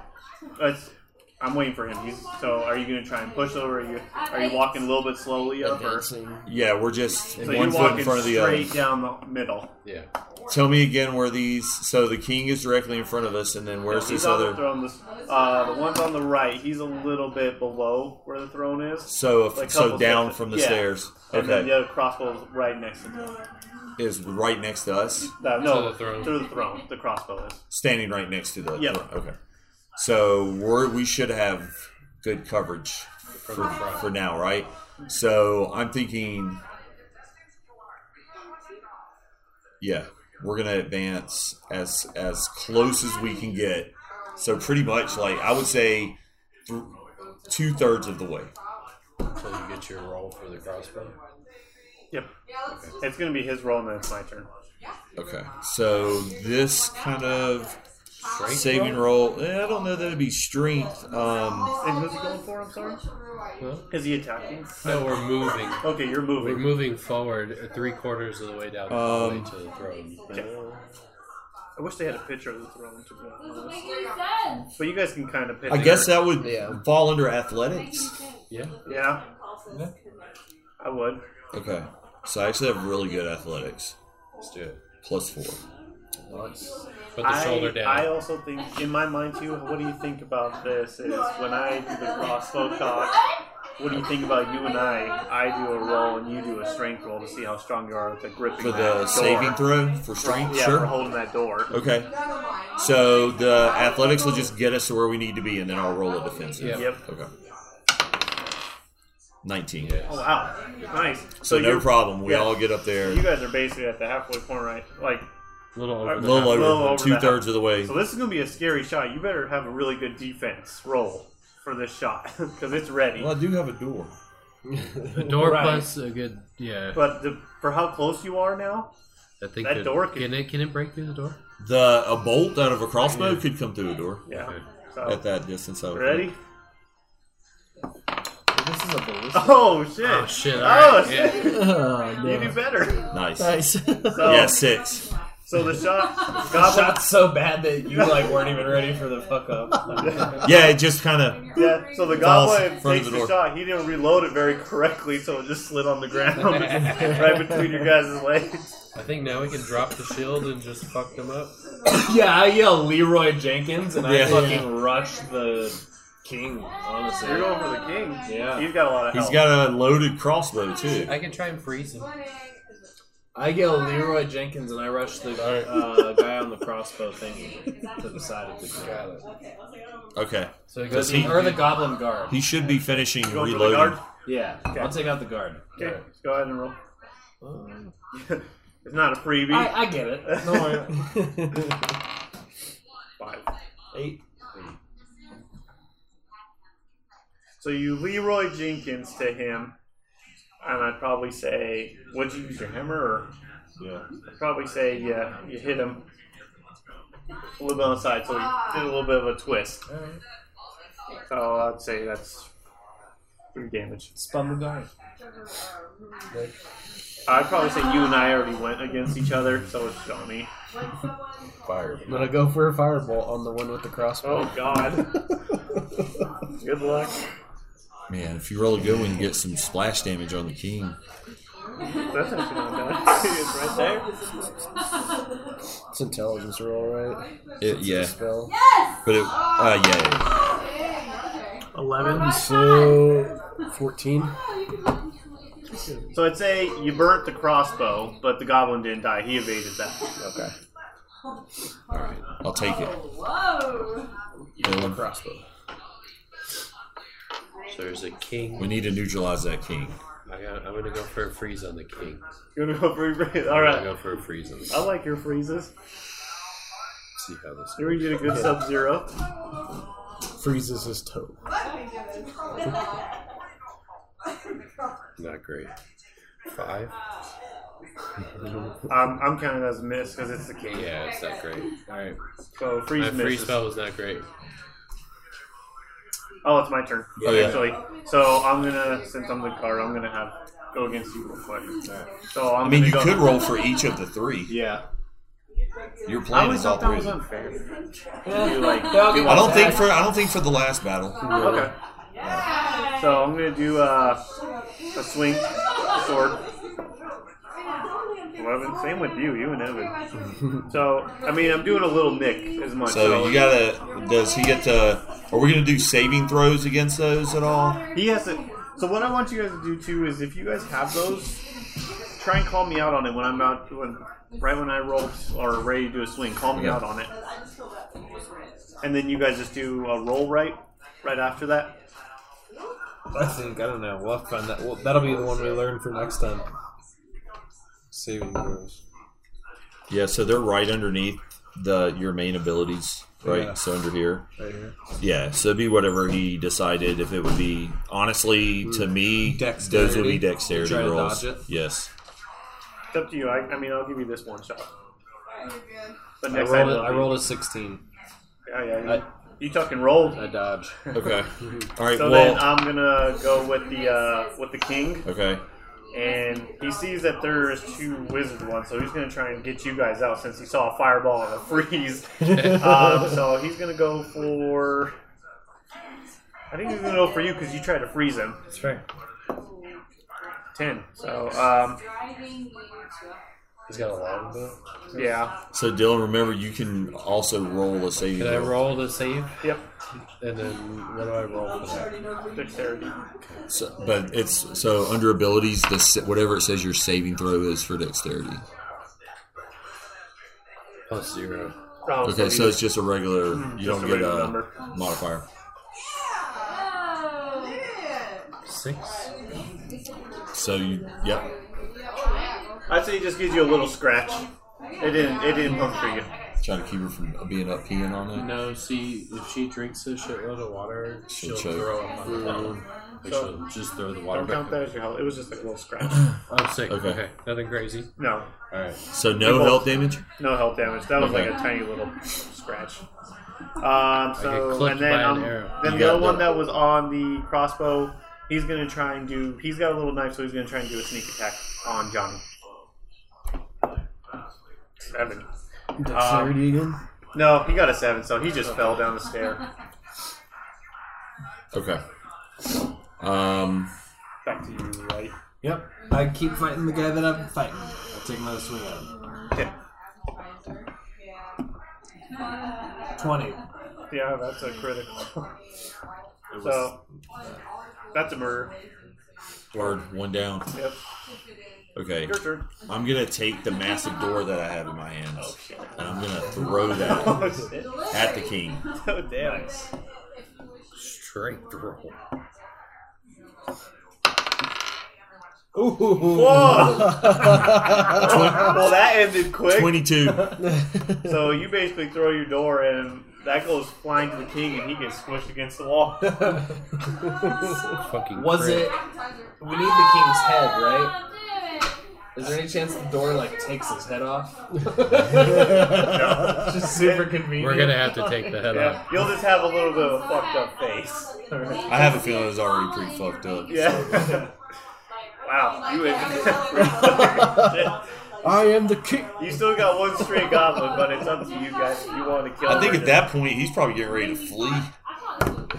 Speaker 1: That's- I'm waiting for him. He's, so are you gonna try and push over? Are you are you walking a little bit slowly up or? So
Speaker 5: Yeah, we're just
Speaker 1: you're
Speaker 5: one foot
Speaker 1: walking
Speaker 5: in front of the other.
Speaker 1: straight down the middle.
Speaker 10: Yeah.
Speaker 5: Tell me again where these. So the king is directly in front of us, and then where's
Speaker 1: he's
Speaker 5: this
Speaker 1: on the
Speaker 5: other?
Speaker 1: throne. This, uh, the one's on the right. He's a little bit below where the throne is.
Speaker 5: So if-
Speaker 1: Like a
Speaker 5: so
Speaker 1: couple
Speaker 5: down
Speaker 1: steps-
Speaker 5: from the
Speaker 1: yeah.
Speaker 5: stairs.
Speaker 1: And then
Speaker 5: Okay.
Speaker 1: the other crossbow is right next to him.
Speaker 5: Is right next to us,
Speaker 1: No, no,
Speaker 10: the throne.
Speaker 1: through the throne. The crossbow is.
Speaker 5: standing right next to the.
Speaker 1: Yeah.
Speaker 5: Okay. So we're we should have good coverage for for now, right? So I'm thinking. Yeah, we're gonna advance as as close as we can get. So pretty much, like I would say, th- two thirds of the way.
Speaker 10: So you get your roll for the crossbow.
Speaker 1: Yep. It's gonna be his roll, and then it's my turn.
Speaker 5: Okay. So this kind of
Speaker 10: Strength
Speaker 5: saving roll, eh, I don't know that it'd be strength. Um,
Speaker 1: And who's he going for? I'm sorry. Is he attacking?
Speaker 10: No, we're moving.
Speaker 1: Okay, you're moving.
Speaker 10: We're moving forward uh, three quarters of the way down all the way
Speaker 5: Um,
Speaker 10: to the throne.
Speaker 1: I wish they had a picture of the throne to be honest.
Speaker 4: Making sense.
Speaker 1: But you guys can kind of pick.
Speaker 5: I guess
Speaker 1: your-
Speaker 5: that would fall under athletics.
Speaker 10: Yeah.
Speaker 1: Yeah. I would.
Speaker 5: Okay. So I actually have really good athletics,
Speaker 10: Let's do it.
Speaker 5: plus four.
Speaker 10: Put the
Speaker 1: I,
Speaker 10: shoulder down.
Speaker 1: I also think, in my mind too, what do you think about this? Is when I do the crossbow cock, what do you think about you and I? I do a roll and you do a strength roll to see how strong you are with the gripping
Speaker 5: For
Speaker 1: that
Speaker 5: the
Speaker 1: door.
Speaker 5: saving throw for strength,
Speaker 1: Yeah, for
Speaker 5: sure.
Speaker 1: holding that door.
Speaker 5: Okay. So the athletics will just get us to where we need to be, and then I'll roll a defensive.
Speaker 10: Yeah.
Speaker 1: Yep.
Speaker 5: Okay. Nineteen.
Speaker 1: Oh wow, nice.
Speaker 5: So, no
Speaker 1: you're-
Speaker 5: problem. We
Speaker 1: yeah.
Speaker 5: all get up there.
Speaker 1: You guys are basically at the halfway point, right? Like
Speaker 10: little
Speaker 1: a
Speaker 10: over
Speaker 5: the Little over,
Speaker 1: the half-
Speaker 5: two-thirds of the way.
Speaker 1: So this is gonna be a scary shot. You better have a really good defense roll for this shot (laughs) because it's ready.
Speaker 5: Well, I do have a door.
Speaker 3: The door
Speaker 1: Right.
Speaker 3: plus a good yeah.
Speaker 1: But the, for how close you are now,
Speaker 3: I think
Speaker 1: that
Speaker 3: the-
Speaker 1: door
Speaker 3: can,
Speaker 1: can-
Speaker 3: it can it break through the door?
Speaker 5: The a bolt out of a crossbow could come through a door
Speaker 1: yeah.
Speaker 5: at
Speaker 1: So
Speaker 5: that distance. I would think.
Speaker 1: Oh. ready?
Speaker 6: This is a ballista.
Speaker 1: (laughs) Oh shit!
Speaker 5: Ah,
Speaker 3: Oh shit! all right,
Speaker 1: Oh,
Speaker 3: yeah.
Speaker 1: shit. You do
Speaker 5: (laughs)
Speaker 1: better.
Speaker 5: Nice.
Speaker 7: (laughs) Nice.
Speaker 1: So,
Speaker 5: Yeah, six.
Speaker 1: so the shot, goblin,
Speaker 6: Shot so bad that you like weren't even ready for the fuck
Speaker 3: (laughs)
Speaker 6: up.
Speaker 5: Yeah, it just kind of.
Speaker 1: yeah. So the
Speaker 5: Falls
Speaker 1: goblin
Speaker 5: in front
Speaker 1: takes
Speaker 5: of the
Speaker 1: the,
Speaker 5: door.
Speaker 1: shot. He didn't reload it very correctly, so it just slid on the
Speaker 5: (laughs)
Speaker 1: ground, (laughs) right between your guys' legs.
Speaker 10: I think now we can drop the shield and just fuck them up.
Speaker 6: yeah, I yell Leroy Jenkins and I
Speaker 5: Yeah.
Speaker 6: fucking rush the king. Honestly,
Speaker 1: You're going for the king.
Speaker 6: Yeah.
Speaker 1: He's got a lot of help.
Speaker 5: He's got a loaded crossbow too.
Speaker 10: I can try and freeze him.
Speaker 6: I yell Leroy Jenkins and I rush the uh, guy on the crossbow thingy to the side of the king.
Speaker 10: Got it.
Speaker 5: Okay.
Speaker 10: So it goes.
Speaker 5: Does he-
Speaker 6: Or the goblin guard.
Speaker 5: He should be finishing
Speaker 1: You going for the guard?
Speaker 5: reloading.
Speaker 6: Yeah, I'll take out the guard.
Speaker 1: Okay, let's go ahead and roll. it's not a freebie.
Speaker 6: I, I get it. Don't worry. (laughs)
Speaker 1: Five.
Speaker 6: Eight.
Speaker 1: So you Leroy Jenkins to him, and I'd probably say, would you use your hammer? Or
Speaker 5: Yeah.
Speaker 1: I'd probably say, yeah, you hit him a little bit on the side, so he did a little bit of a twist. So I'd say that's three damage.
Speaker 6: Spun the guard.
Speaker 1: I'd probably say you and I already went against each other, so it's just on me.
Speaker 5: Fire.
Speaker 7: I'm gonna go for a fireball on the one with the crossbow.
Speaker 1: Oh God, good luck.
Speaker 5: Man, if you roll a good one, you get some splash damage on the king.
Speaker 1: That's actually not bad. (laughs) it's right there.
Speaker 7: It's intelligence roll, right?
Speaker 5: It, yeah.
Speaker 7: Spell.
Speaker 5: But it. Uh, yeah.
Speaker 7: Eleven. So fourteen.
Speaker 1: So I'd say you burnt the crossbow, but the goblin didn't die. He evaded that.
Speaker 7: Okay.
Speaker 5: All right. I'll take it.
Speaker 4: Whoa.
Speaker 5: Dylan,
Speaker 7: Crossbow.
Speaker 10: So there's a king.
Speaker 5: We need to neutralize that king.
Speaker 10: I got, I'm gonna go for a freeze on the king.
Speaker 1: You wanna go for a freeze? (laughs)
Speaker 10: I'm
Speaker 1: All
Speaker 10: gonna
Speaker 1: right.
Speaker 10: go for a freeze on the
Speaker 1: I like your freezes.
Speaker 10: See how this.
Speaker 1: You already did a good
Speaker 10: Yeah.
Speaker 1: sub zero.
Speaker 7: Freezes his toe.
Speaker 10: Not great. Five.
Speaker 1: I'm, I'm counting as a miss because it's the king.
Speaker 10: Yeah, it's not great.
Speaker 1: All right. So freeze
Speaker 10: My
Speaker 1: misses.
Speaker 10: free spell was not great.
Speaker 1: Oh, it's my turn.
Speaker 10: Yeah. Okay.
Speaker 1: Actually, so I'm gonna since I'm the card, I'm gonna have go against you real quick. So I'm
Speaker 5: I mean,
Speaker 1: gonna
Speaker 5: you
Speaker 1: go-
Speaker 5: could roll for each of the three.
Speaker 1: Yeah.
Speaker 5: Your
Speaker 1: I
Speaker 5: plan
Speaker 1: always
Speaker 5: is all
Speaker 1: thought that was
Speaker 5: three.
Speaker 1: unfair.
Speaker 8: Yeah.
Speaker 1: You, like, do
Speaker 5: I don't
Speaker 1: all
Speaker 5: think
Speaker 1: that.
Speaker 5: for I don't think for the last battle.
Speaker 1: Okay. So I'm gonna do uh, a swing sword. Eleven. Same with you, you and Evan. (laughs) so I mean, I'm doing a little nick as much.
Speaker 5: So you gotta. Does he get to? Are we gonna do saving throws against those at all?
Speaker 1: He has to. So what I want you guys to do too is if you guys have those, try and call me out on it when I'm not when right when I roll or ready to do a swing. Call me
Speaker 5: Yeah.
Speaker 1: out on it, and then you guys just do a roll right right after that.
Speaker 6: I think I don't know. We'll have to find that. Well, that'll be the one we learn for next time. Saving throws.
Speaker 5: Yeah. So they're right underneath the your main abilities, right?
Speaker 6: Yeah.
Speaker 5: So under here.
Speaker 6: Right here.
Speaker 5: Yeah. So it'd be whatever he decided. If it would be honestly to me, those would
Speaker 6: Hmm. Dexterity.
Speaker 5: be dexterity
Speaker 6: Try to
Speaker 5: rolls.
Speaker 6: dodge it. (laughs)
Speaker 5: Yes.
Speaker 1: It's up to you. I, I mean, I'll give you this one shot. But
Speaker 6: I
Speaker 1: next time
Speaker 6: rolled, a,
Speaker 1: it'll
Speaker 6: I
Speaker 1: be-
Speaker 6: rolled a 16.
Speaker 1: Yeah, yeah. You,
Speaker 6: I-
Speaker 1: you tuck and roll.
Speaker 6: I dodge.
Speaker 5: Okay. All right.
Speaker 1: so
Speaker 5: well.
Speaker 1: then I'm gonna go with the uh, with the king,
Speaker 5: okay.
Speaker 1: and he sees that there is two wizard ones, so he's gonna try and get you guys out since he saw a fireball and
Speaker 6: (laughs)
Speaker 1: a freeze. um, so he's gonna go for. I think he's gonna go for you because you tried to freeze him.
Speaker 3: That's right.
Speaker 1: Ten. So um,
Speaker 10: He's got a long bow.
Speaker 1: yeah.
Speaker 5: So Dylan, remember you can also roll a saving.
Speaker 10: Can I
Speaker 5: throw.
Speaker 10: roll to save?
Speaker 1: Yep.
Speaker 10: And then what do I roll for that?
Speaker 1: Dexterity.
Speaker 5: So, but it's so under abilities, the sa- whatever it says your saving throw is for dexterity.
Speaker 10: Plus zero.
Speaker 1: Oh,
Speaker 5: Okay, so
Speaker 1: he-
Speaker 5: it's just a regular. You
Speaker 1: just
Speaker 5: don't
Speaker 1: a
Speaker 5: get
Speaker 1: regular
Speaker 5: a
Speaker 1: number.
Speaker 5: modifier.
Speaker 3: Six.
Speaker 5: So you, yep.
Speaker 1: I'd say he just gives you a little scratch. It didn't. It didn't puncture you.
Speaker 5: Try to keep her from being up peeing on it.
Speaker 10: No, see, if she drinks a shitload of water, she'll,
Speaker 5: choke.
Speaker 10: throw up on the bottom. Or she'll just throw the water
Speaker 1: Don't
Speaker 10: back. up.
Speaker 1: count that as your health. It was just like a little scratch.
Speaker 10: Oh, sick.
Speaker 5: Okay.
Speaker 10: Okay. Nothing crazy.
Speaker 1: No,
Speaker 10: All right.
Speaker 5: So no health damage.
Speaker 1: No health damage. That was
Speaker 5: Okay.
Speaker 1: like a tiny little scratch. Um, so
Speaker 10: clipped
Speaker 1: and then
Speaker 10: by an
Speaker 1: um,
Speaker 10: arrow.
Speaker 1: then
Speaker 5: You
Speaker 1: the
Speaker 5: got
Speaker 1: other one
Speaker 5: the-
Speaker 1: that was on the crossbow, he's gonna try and do. He's got a little knife, so he's gonna try and do a sneak attack on Johnny. Seven.
Speaker 7: Dexterity again?
Speaker 1: No, he got a seven, so he just fell down the stair.
Speaker 5: Okay. Um.
Speaker 1: Back to you, right?
Speaker 8: Yep. I keep fighting the guy that I've been fighting. I take another swing at him.
Speaker 1: Okay.
Speaker 8: 20.
Speaker 1: Yeah, that's a critical. so that's a murder.
Speaker 5: Word one down.
Speaker 1: Yep.
Speaker 5: Okay.
Speaker 1: Your turn.
Speaker 5: I'm gonna take the massive door that I have in my hands,
Speaker 1: shit.
Speaker 5: and I'm gonna throw that
Speaker 1: (laughs) Oh shit.
Speaker 5: at the king.
Speaker 1: Oh damn.
Speaker 10: Strength roll.
Speaker 1: Whoa! well, that ended quick.
Speaker 5: Twenty-two.
Speaker 1: So you basically throw your door, and that goes flying to the king, and he gets squished against the wall.
Speaker 10: (laughs)
Speaker 1: (laughs)
Speaker 10: Fucking
Speaker 6: Was
Speaker 10: crit.
Speaker 6: it? We need the king's head, right?
Speaker 4: Oh, Damn it.
Speaker 6: Is there any chance the door like takes his head off?
Speaker 8: (laughs) Just super convenient.
Speaker 10: We're gonna have to take the head
Speaker 1: Yeah,
Speaker 10: off.
Speaker 1: you'll just have a little bit of a fucked up
Speaker 8: (laughs)
Speaker 1: face.
Speaker 5: I have a feeling it's already pretty fucked
Speaker 8: (laughs)
Speaker 5: up.
Speaker 1: Yeah. wow, you (laughs) ended.
Speaker 7: I am the king.
Speaker 1: you still got one stray goblin, but it's up to you guys. if You want to kill?
Speaker 5: I think
Speaker 1: him or
Speaker 5: at that point he's probably getting ready to flee.
Speaker 8: I would,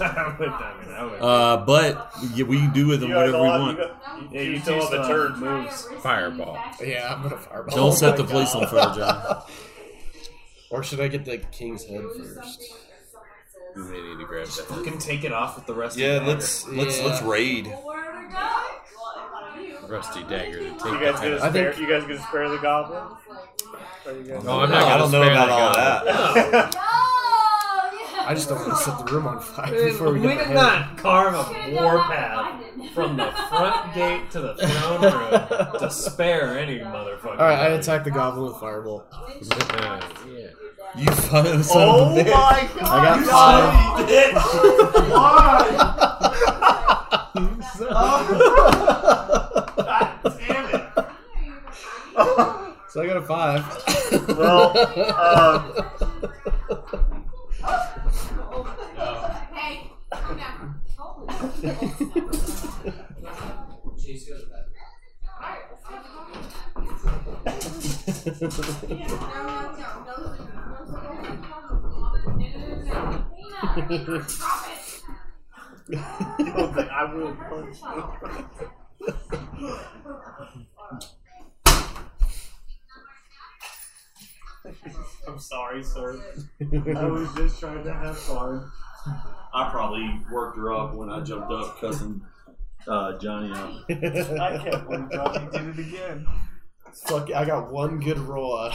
Speaker 8: I mean, I would.
Speaker 5: Uh, but y- we can do with (laughs)
Speaker 1: not. (laughs)
Speaker 5: them
Speaker 1: You guys
Speaker 5: whatever we
Speaker 1: all-
Speaker 5: want.
Speaker 1: You, got-
Speaker 8: Yeah,
Speaker 1: you
Speaker 8: you
Speaker 1: still
Speaker 8: two
Speaker 1: have a
Speaker 8: still
Speaker 1: turn.
Speaker 8: moves.
Speaker 10: Fireball.
Speaker 7: Yeah, I'm gonna fireball. Oh
Speaker 5: Don't set the police on fire, John.
Speaker 7: (laughs) Or should I get the king's head first?
Speaker 10: They need to grab that.
Speaker 8: You can take it off with the rest
Speaker 5: Yeah,
Speaker 8: of the (laughs)
Speaker 5: let's let's let's raid.
Speaker 10: rusty dagger to take
Speaker 1: You
Speaker 10: the
Speaker 1: guys gonna
Speaker 10: head
Speaker 1: spare?
Speaker 10: off.
Speaker 1: you guys gonna spare the goblin? Are you
Speaker 5: (laughs)
Speaker 1: guys?
Speaker 10: No, Oh, I'm
Speaker 5: No,
Speaker 10: not
Speaker 5: I
Speaker 10: gonna
Speaker 5: don't know
Speaker 10: spare
Speaker 5: about
Speaker 10: the
Speaker 5: all
Speaker 10: goblin.
Speaker 5: that.
Speaker 4: Oh, yeah.
Speaker 7: I just don't want to set the room on fire
Speaker 8: We
Speaker 7: before we get the
Speaker 8: did
Speaker 7: head.
Speaker 8: not carve a
Speaker 4: Should've done that
Speaker 8: war path.
Speaker 4: with
Speaker 2: From
Speaker 4: (laughs)
Speaker 2: the front gate to the throne room to spare any motherfucker.
Speaker 7: All right, I attack the goblin with fireball.
Speaker 10: Uh, yeah.
Speaker 5: (laughs)
Speaker 7: You fucking son
Speaker 1: Oh
Speaker 7: of a
Speaker 1: my
Speaker 7: bitch.
Speaker 1: god!
Speaker 7: I
Speaker 1: you
Speaker 7: got
Speaker 1: already did. Why? God damn it!
Speaker 7: five. So I got a (laughs) five.
Speaker 5: (laughs)
Speaker 1: Well, um,
Speaker 4: Hey, come down.
Speaker 1: you don't think I will punch you? I'm sorry, sir. I was just trying to have fun.
Speaker 5: I probably worked her up when I jumped up cussing uh, Johnny out.
Speaker 1: I can't believe Johnny did it again.
Speaker 7: Fuck, I got one good roll out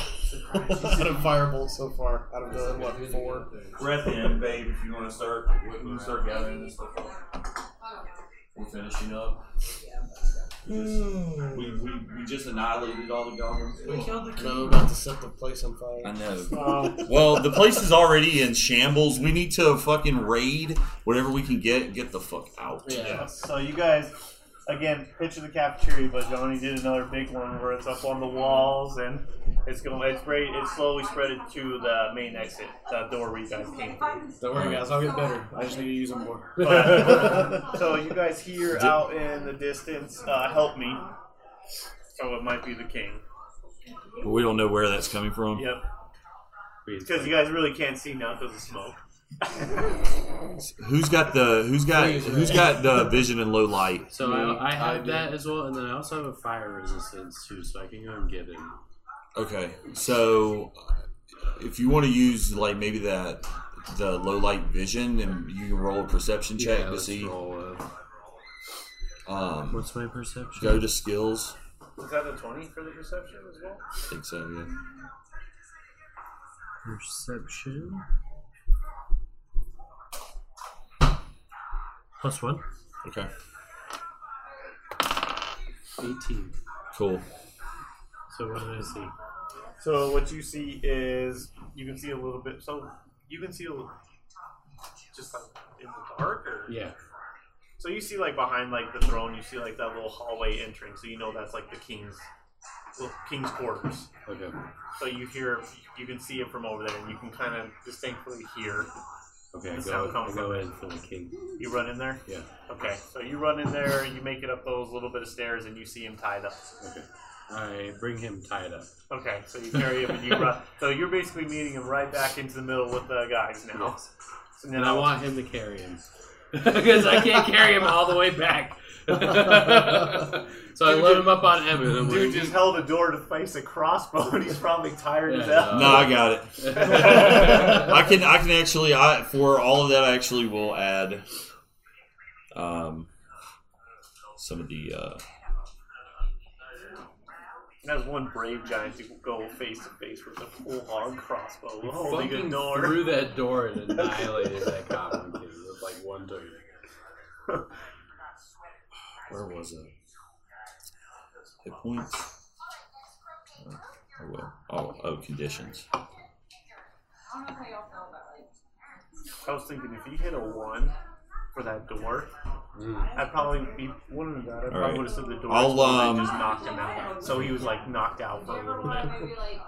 Speaker 7: of, (laughs) out of fireball so far. Out of the what four?
Speaker 5: Breath in, babe, if you want to start, we can start gathering this stuff up. We're finishing up. Just- we, we, we just annihilated all the goblins.
Speaker 7: No, I'm about to set the place on fire.
Speaker 5: I know.
Speaker 1: Um,
Speaker 5: Well, the place is already in shambles. We need to fucking raid whatever we can get. Get the fuck out.
Speaker 7: Yeah.
Speaker 1: So you guys, again, picture the cafeteria, but Johnny did another big one where it's up on the walls and it's going. It's right. It's slowly spreaded to the main exit, the door where you guys came. through.
Speaker 7: Don't worry, guys. I'll get better. I just need to use them more.
Speaker 5: (laughs)
Speaker 1: But- so you guys hear out in the distance, uh, "Help me!" So it might be the king.
Speaker 5: But we don't know where that's coming from.
Speaker 1: Yep. Because you guys really can't see now because of smoke.
Speaker 5: Who's got the Who's got
Speaker 7: Please,
Speaker 5: Who's got the vision in low light?
Speaker 10: So I, I have
Speaker 7: I do.
Speaker 10: that as well, and then I also have a fire resistance too, so I can go and get him.
Speaker 5: Okay, so if you want to use like maybe that the low light vision, and you can roll a perception check
Speaker 10: Yeah,
Speaker 5: to
Speaker 10: let's
Speaker 5: see.
Speaker 10: roll, uh,
Speaker 5: Um,
Speaker 10: what's my perception?
Speaker 5: go to skills.
Speaker 1: Is that the twenty for the perception as well?
Speaker 5: I think so. Yeah.
Speaker 10: Perception. Plus one.
Speaker 5: Okay.
Speaker 10: 18.
Speaker 5: Cool.
Speaker 10: So what did I see?
Speaker 1: So what you see is you can see a little bit. So you can see a little, just like in the dark. Or?
Speaker 10: Yeah.
Speaker 1: So you see like behind like the throne, you see like that little hallway entering. So you know that's like the king's well, king's quarters.
Speaker 10: Okay.
Speaker 1: So you hear, you can see it from over there, and you can kind of distinctly hear.
Speaker 10: Okay, I
Speaker 1: That's how it
Speaker 10: go, I
Speaker 1: comes
Speaker 10: go
Speaker 1: up.
Speaker 10: in for the king.
Speaker 1: You run in there.
Speaker 10: Yeah.
Speaker 1: Okay. So you run in there, you make it up those little bit of stairs, and you see him tied up.
Speaker 10: Okay. I bring him tied up.
Speaker 1: Okay. So you carry him and you run. So you're basically meeting him right back into the middle with the guys now.
Speaker 10: Yes.
Speaker 1: So
Speaker 10: And I want him to carry (laughs) him. Because I can't carry him all the way back. (laughs) so I
Speaker 1: Dude,
Speaker 10: load him up on Evan. I'm
Speaker 1: Dude
Speaker 10: like,
Speaker 1: just held a door to face a crossbow, and he's probably tired as
Speaker 10: Yeah.
Speaker 1: hell.
Speaker 5: No, I got it. I can I can actually I for all of that I actually will add um some of the uh
Speaker 1: And That's one brave giant to go face to face with a full hog crossbow holding a
Speaker 10: fucking
Speaker 1: door.
Speaker 10: through that door and annihilated that goblin king with like one turn.
Speaker 5: where was it? Hit points. Oh well. Oh, oh conditions.
Speaker 1: I was thinking if you hit a one for that door, I'd probably be one of that. I probably
Speaker 5: Mm. right.
Speaker 1: would have said the door
Speaker 5: I'll,
Speaker 1: exploded and
Speaker 5: um,
Speaker 1: just knocked him out. So he was like knocked out for a little
Speaker 4: Maybe
Speaker 5: (laughs)
Speaker 4: like.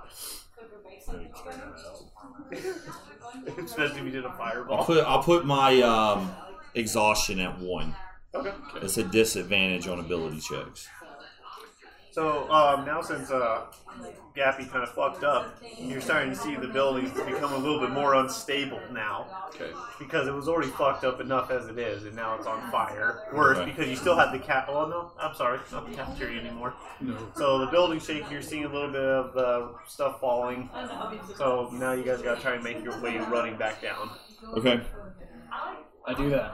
Speaker 1: bit, especially if you did a
Speaker 5: I'll
Speaker 1: fireball.
Speaker 5: put I'll put my um exhaustion at one.
Speaker 1: Okay.
Speaker 5: It's a disadvantage on ability checks.
Speaker 1: So um, now since uh, Gappy kind of fucked up, you're starting to see the buildings become a little bit more unstable now
Speaker 10: Okay.
Speaker 1: because it was already fucked up enough as it is, and now it's on fire. Worse
Speaker 5: Okay.
Speaker 1: because you still have the cat. Oh no, I'm sorry, it's not the cafeteria anymore. So the building shake. You're seeing a little bit of the stuff falling. So now you guys gotta try and make your way running back down.
Speaker 5: Okay.
Speaker 2: I do that.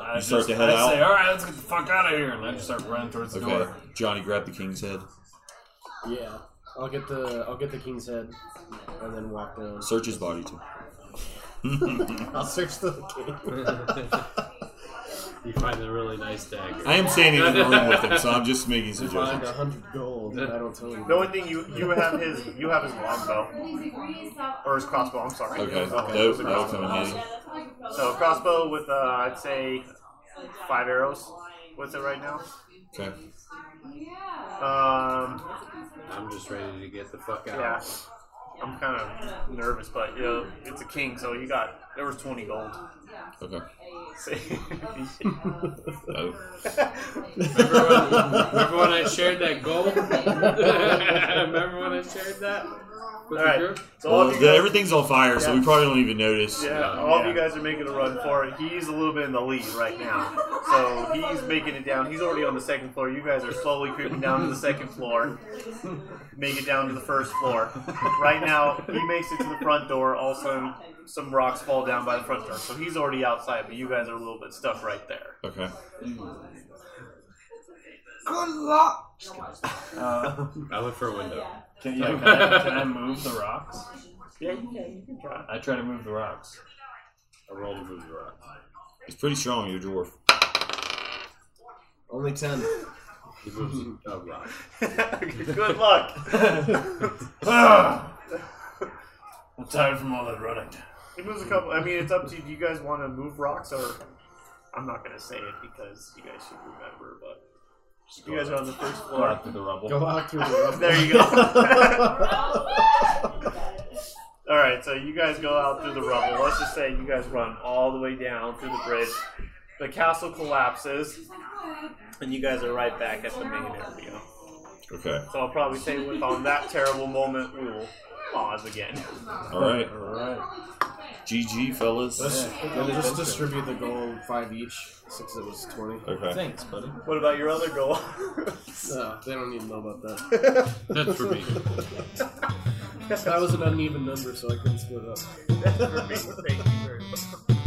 Speaker 2: I
Speaker 5: You start
Speaker 2: just-
Speaker 5: to head
Speaker 2: I
Speaker 5: out?
Speaker 2: say, all right, let's get the fuck out of here, and I just start running towards the
Speaker 5: Okay.
Speaker 2: door.
Speaker 5: Johnny grab the king's head.
Speaker 7: "Oh, Yeah. I'll get the I'll get the king's head and then walk down.
Speaker 5: Search his body too.
Speaker 7: (laughs) I'll search the king.
Speaker 10: You find a really nice dagger.
Speaker 5: I am standing in the room with him, so I'm just making
Speaker 7: Find
Speaker 5: suggestions.
Speaker 7: a hundred gold. I don't tell you.
Speaker 1: The only thing you you have his you have his longbow or his crossbow. I'm sorry.
Speaker 5: Okay,
Speaker 1: It was a-
Speaker 5: dope.
Speaker 1: it was a
Speaker 5: That'll come in
Speaker 1: crossbow.
Speaker 5: handy.
Speaker 1: So (laughs) crossbow with uh, I'd say five arrows. What's it right now?
Speaker 5: Okay.
Speaker 1: Um,
Speaker 10: I'm just ready to get the fuck out.
Speaker 1: yeah. I'm kind of nervous, but you know, it's a king, so you got there was twenty gold.
Speaker 5: Okay.
Speaker 1: (laughs) So-
Speaker 5: Dope.
Speaker 10: Remember
Speaker 8: uh, (laughs)
Speaker 10: when, (laughs) remember when I shared that goal? (laughs) remember when I shared that? With
Speaker 1: all
Speaker 10: the
Speaker 1: right.
Speaker 10: group?
Speaker 1: So all
Speaker 5: Well,
Speaker 1: of you
Speaker 5: the-
Speaker 1: guys,
Speaker 5: everything's on fire, so we probably don't even notice.
Speaker 1: yeah, all of you guys are making a run for it. He's a little bit in the lead right now, so he's making it down. He's already on the second floor. You guys are slowly creeping down to the second floor. Make it down to the first floor. Right now, he makes it to the front door. All of a sudden, some rocks fall down by the front door, so he's already outside. But you guys are a little bit stuck right there.
Speaker 5: Okay.
Speaker 2: Uh,
Speaker 10: I look for a window.
Speaker 2: can, yeah, can, I, (laughs) can I move the rocks?
Speaker 1: Yeah, you can, you can try.
Speaker 2: I try to move the rocks.
Speaker 10: I roll to move the rock.
Speaker 5: It's pretty strong, your dwarf.
Speaker 7: Only ten.
Speaker 10: He moves a rock.
Speaker 1: (laughs) Good luck.
Speaker 2: Ah! (laughs) I'm tired from all that running.
Speaker 1: He moves a couple. I mean, it's up to you. Do you guys want to move rocks or? I'm not gonna say it because you guys should remember, but you guys are on the first
Speaker 2: Go
Speaker 1: floor.
Speaker 2: out through the rubble.
Speaker 7: Go out (laughs) through the rubble.
Speaker 1: There you go. (laughs) all right, so you guys go out through the rubble. Let's just say you guys run all the way down through the bridge. The castle collapses, and you guys are right back at the main area.
Speaker 5: Okay.
Speaker 1: So I'll probably say with on that terrible moment, we will pause again.
Speaker 5: All right.
Speaker 7: All right.
Speaker 5: GG, fellas.
Speaker 7: just distribute the gold five each. Since it was twenty.
Speaker 5: Okay.
Speaker 2: Thanks, buddy.
Speaker 1: What about your other goal?
Speaker 7: No, they don't need to know about that. (laughs)
Speaker 10: That's for me.
Speaker 7: That was an uneven number, so I couldn't split it up.
Speaker 1: Thank you very much.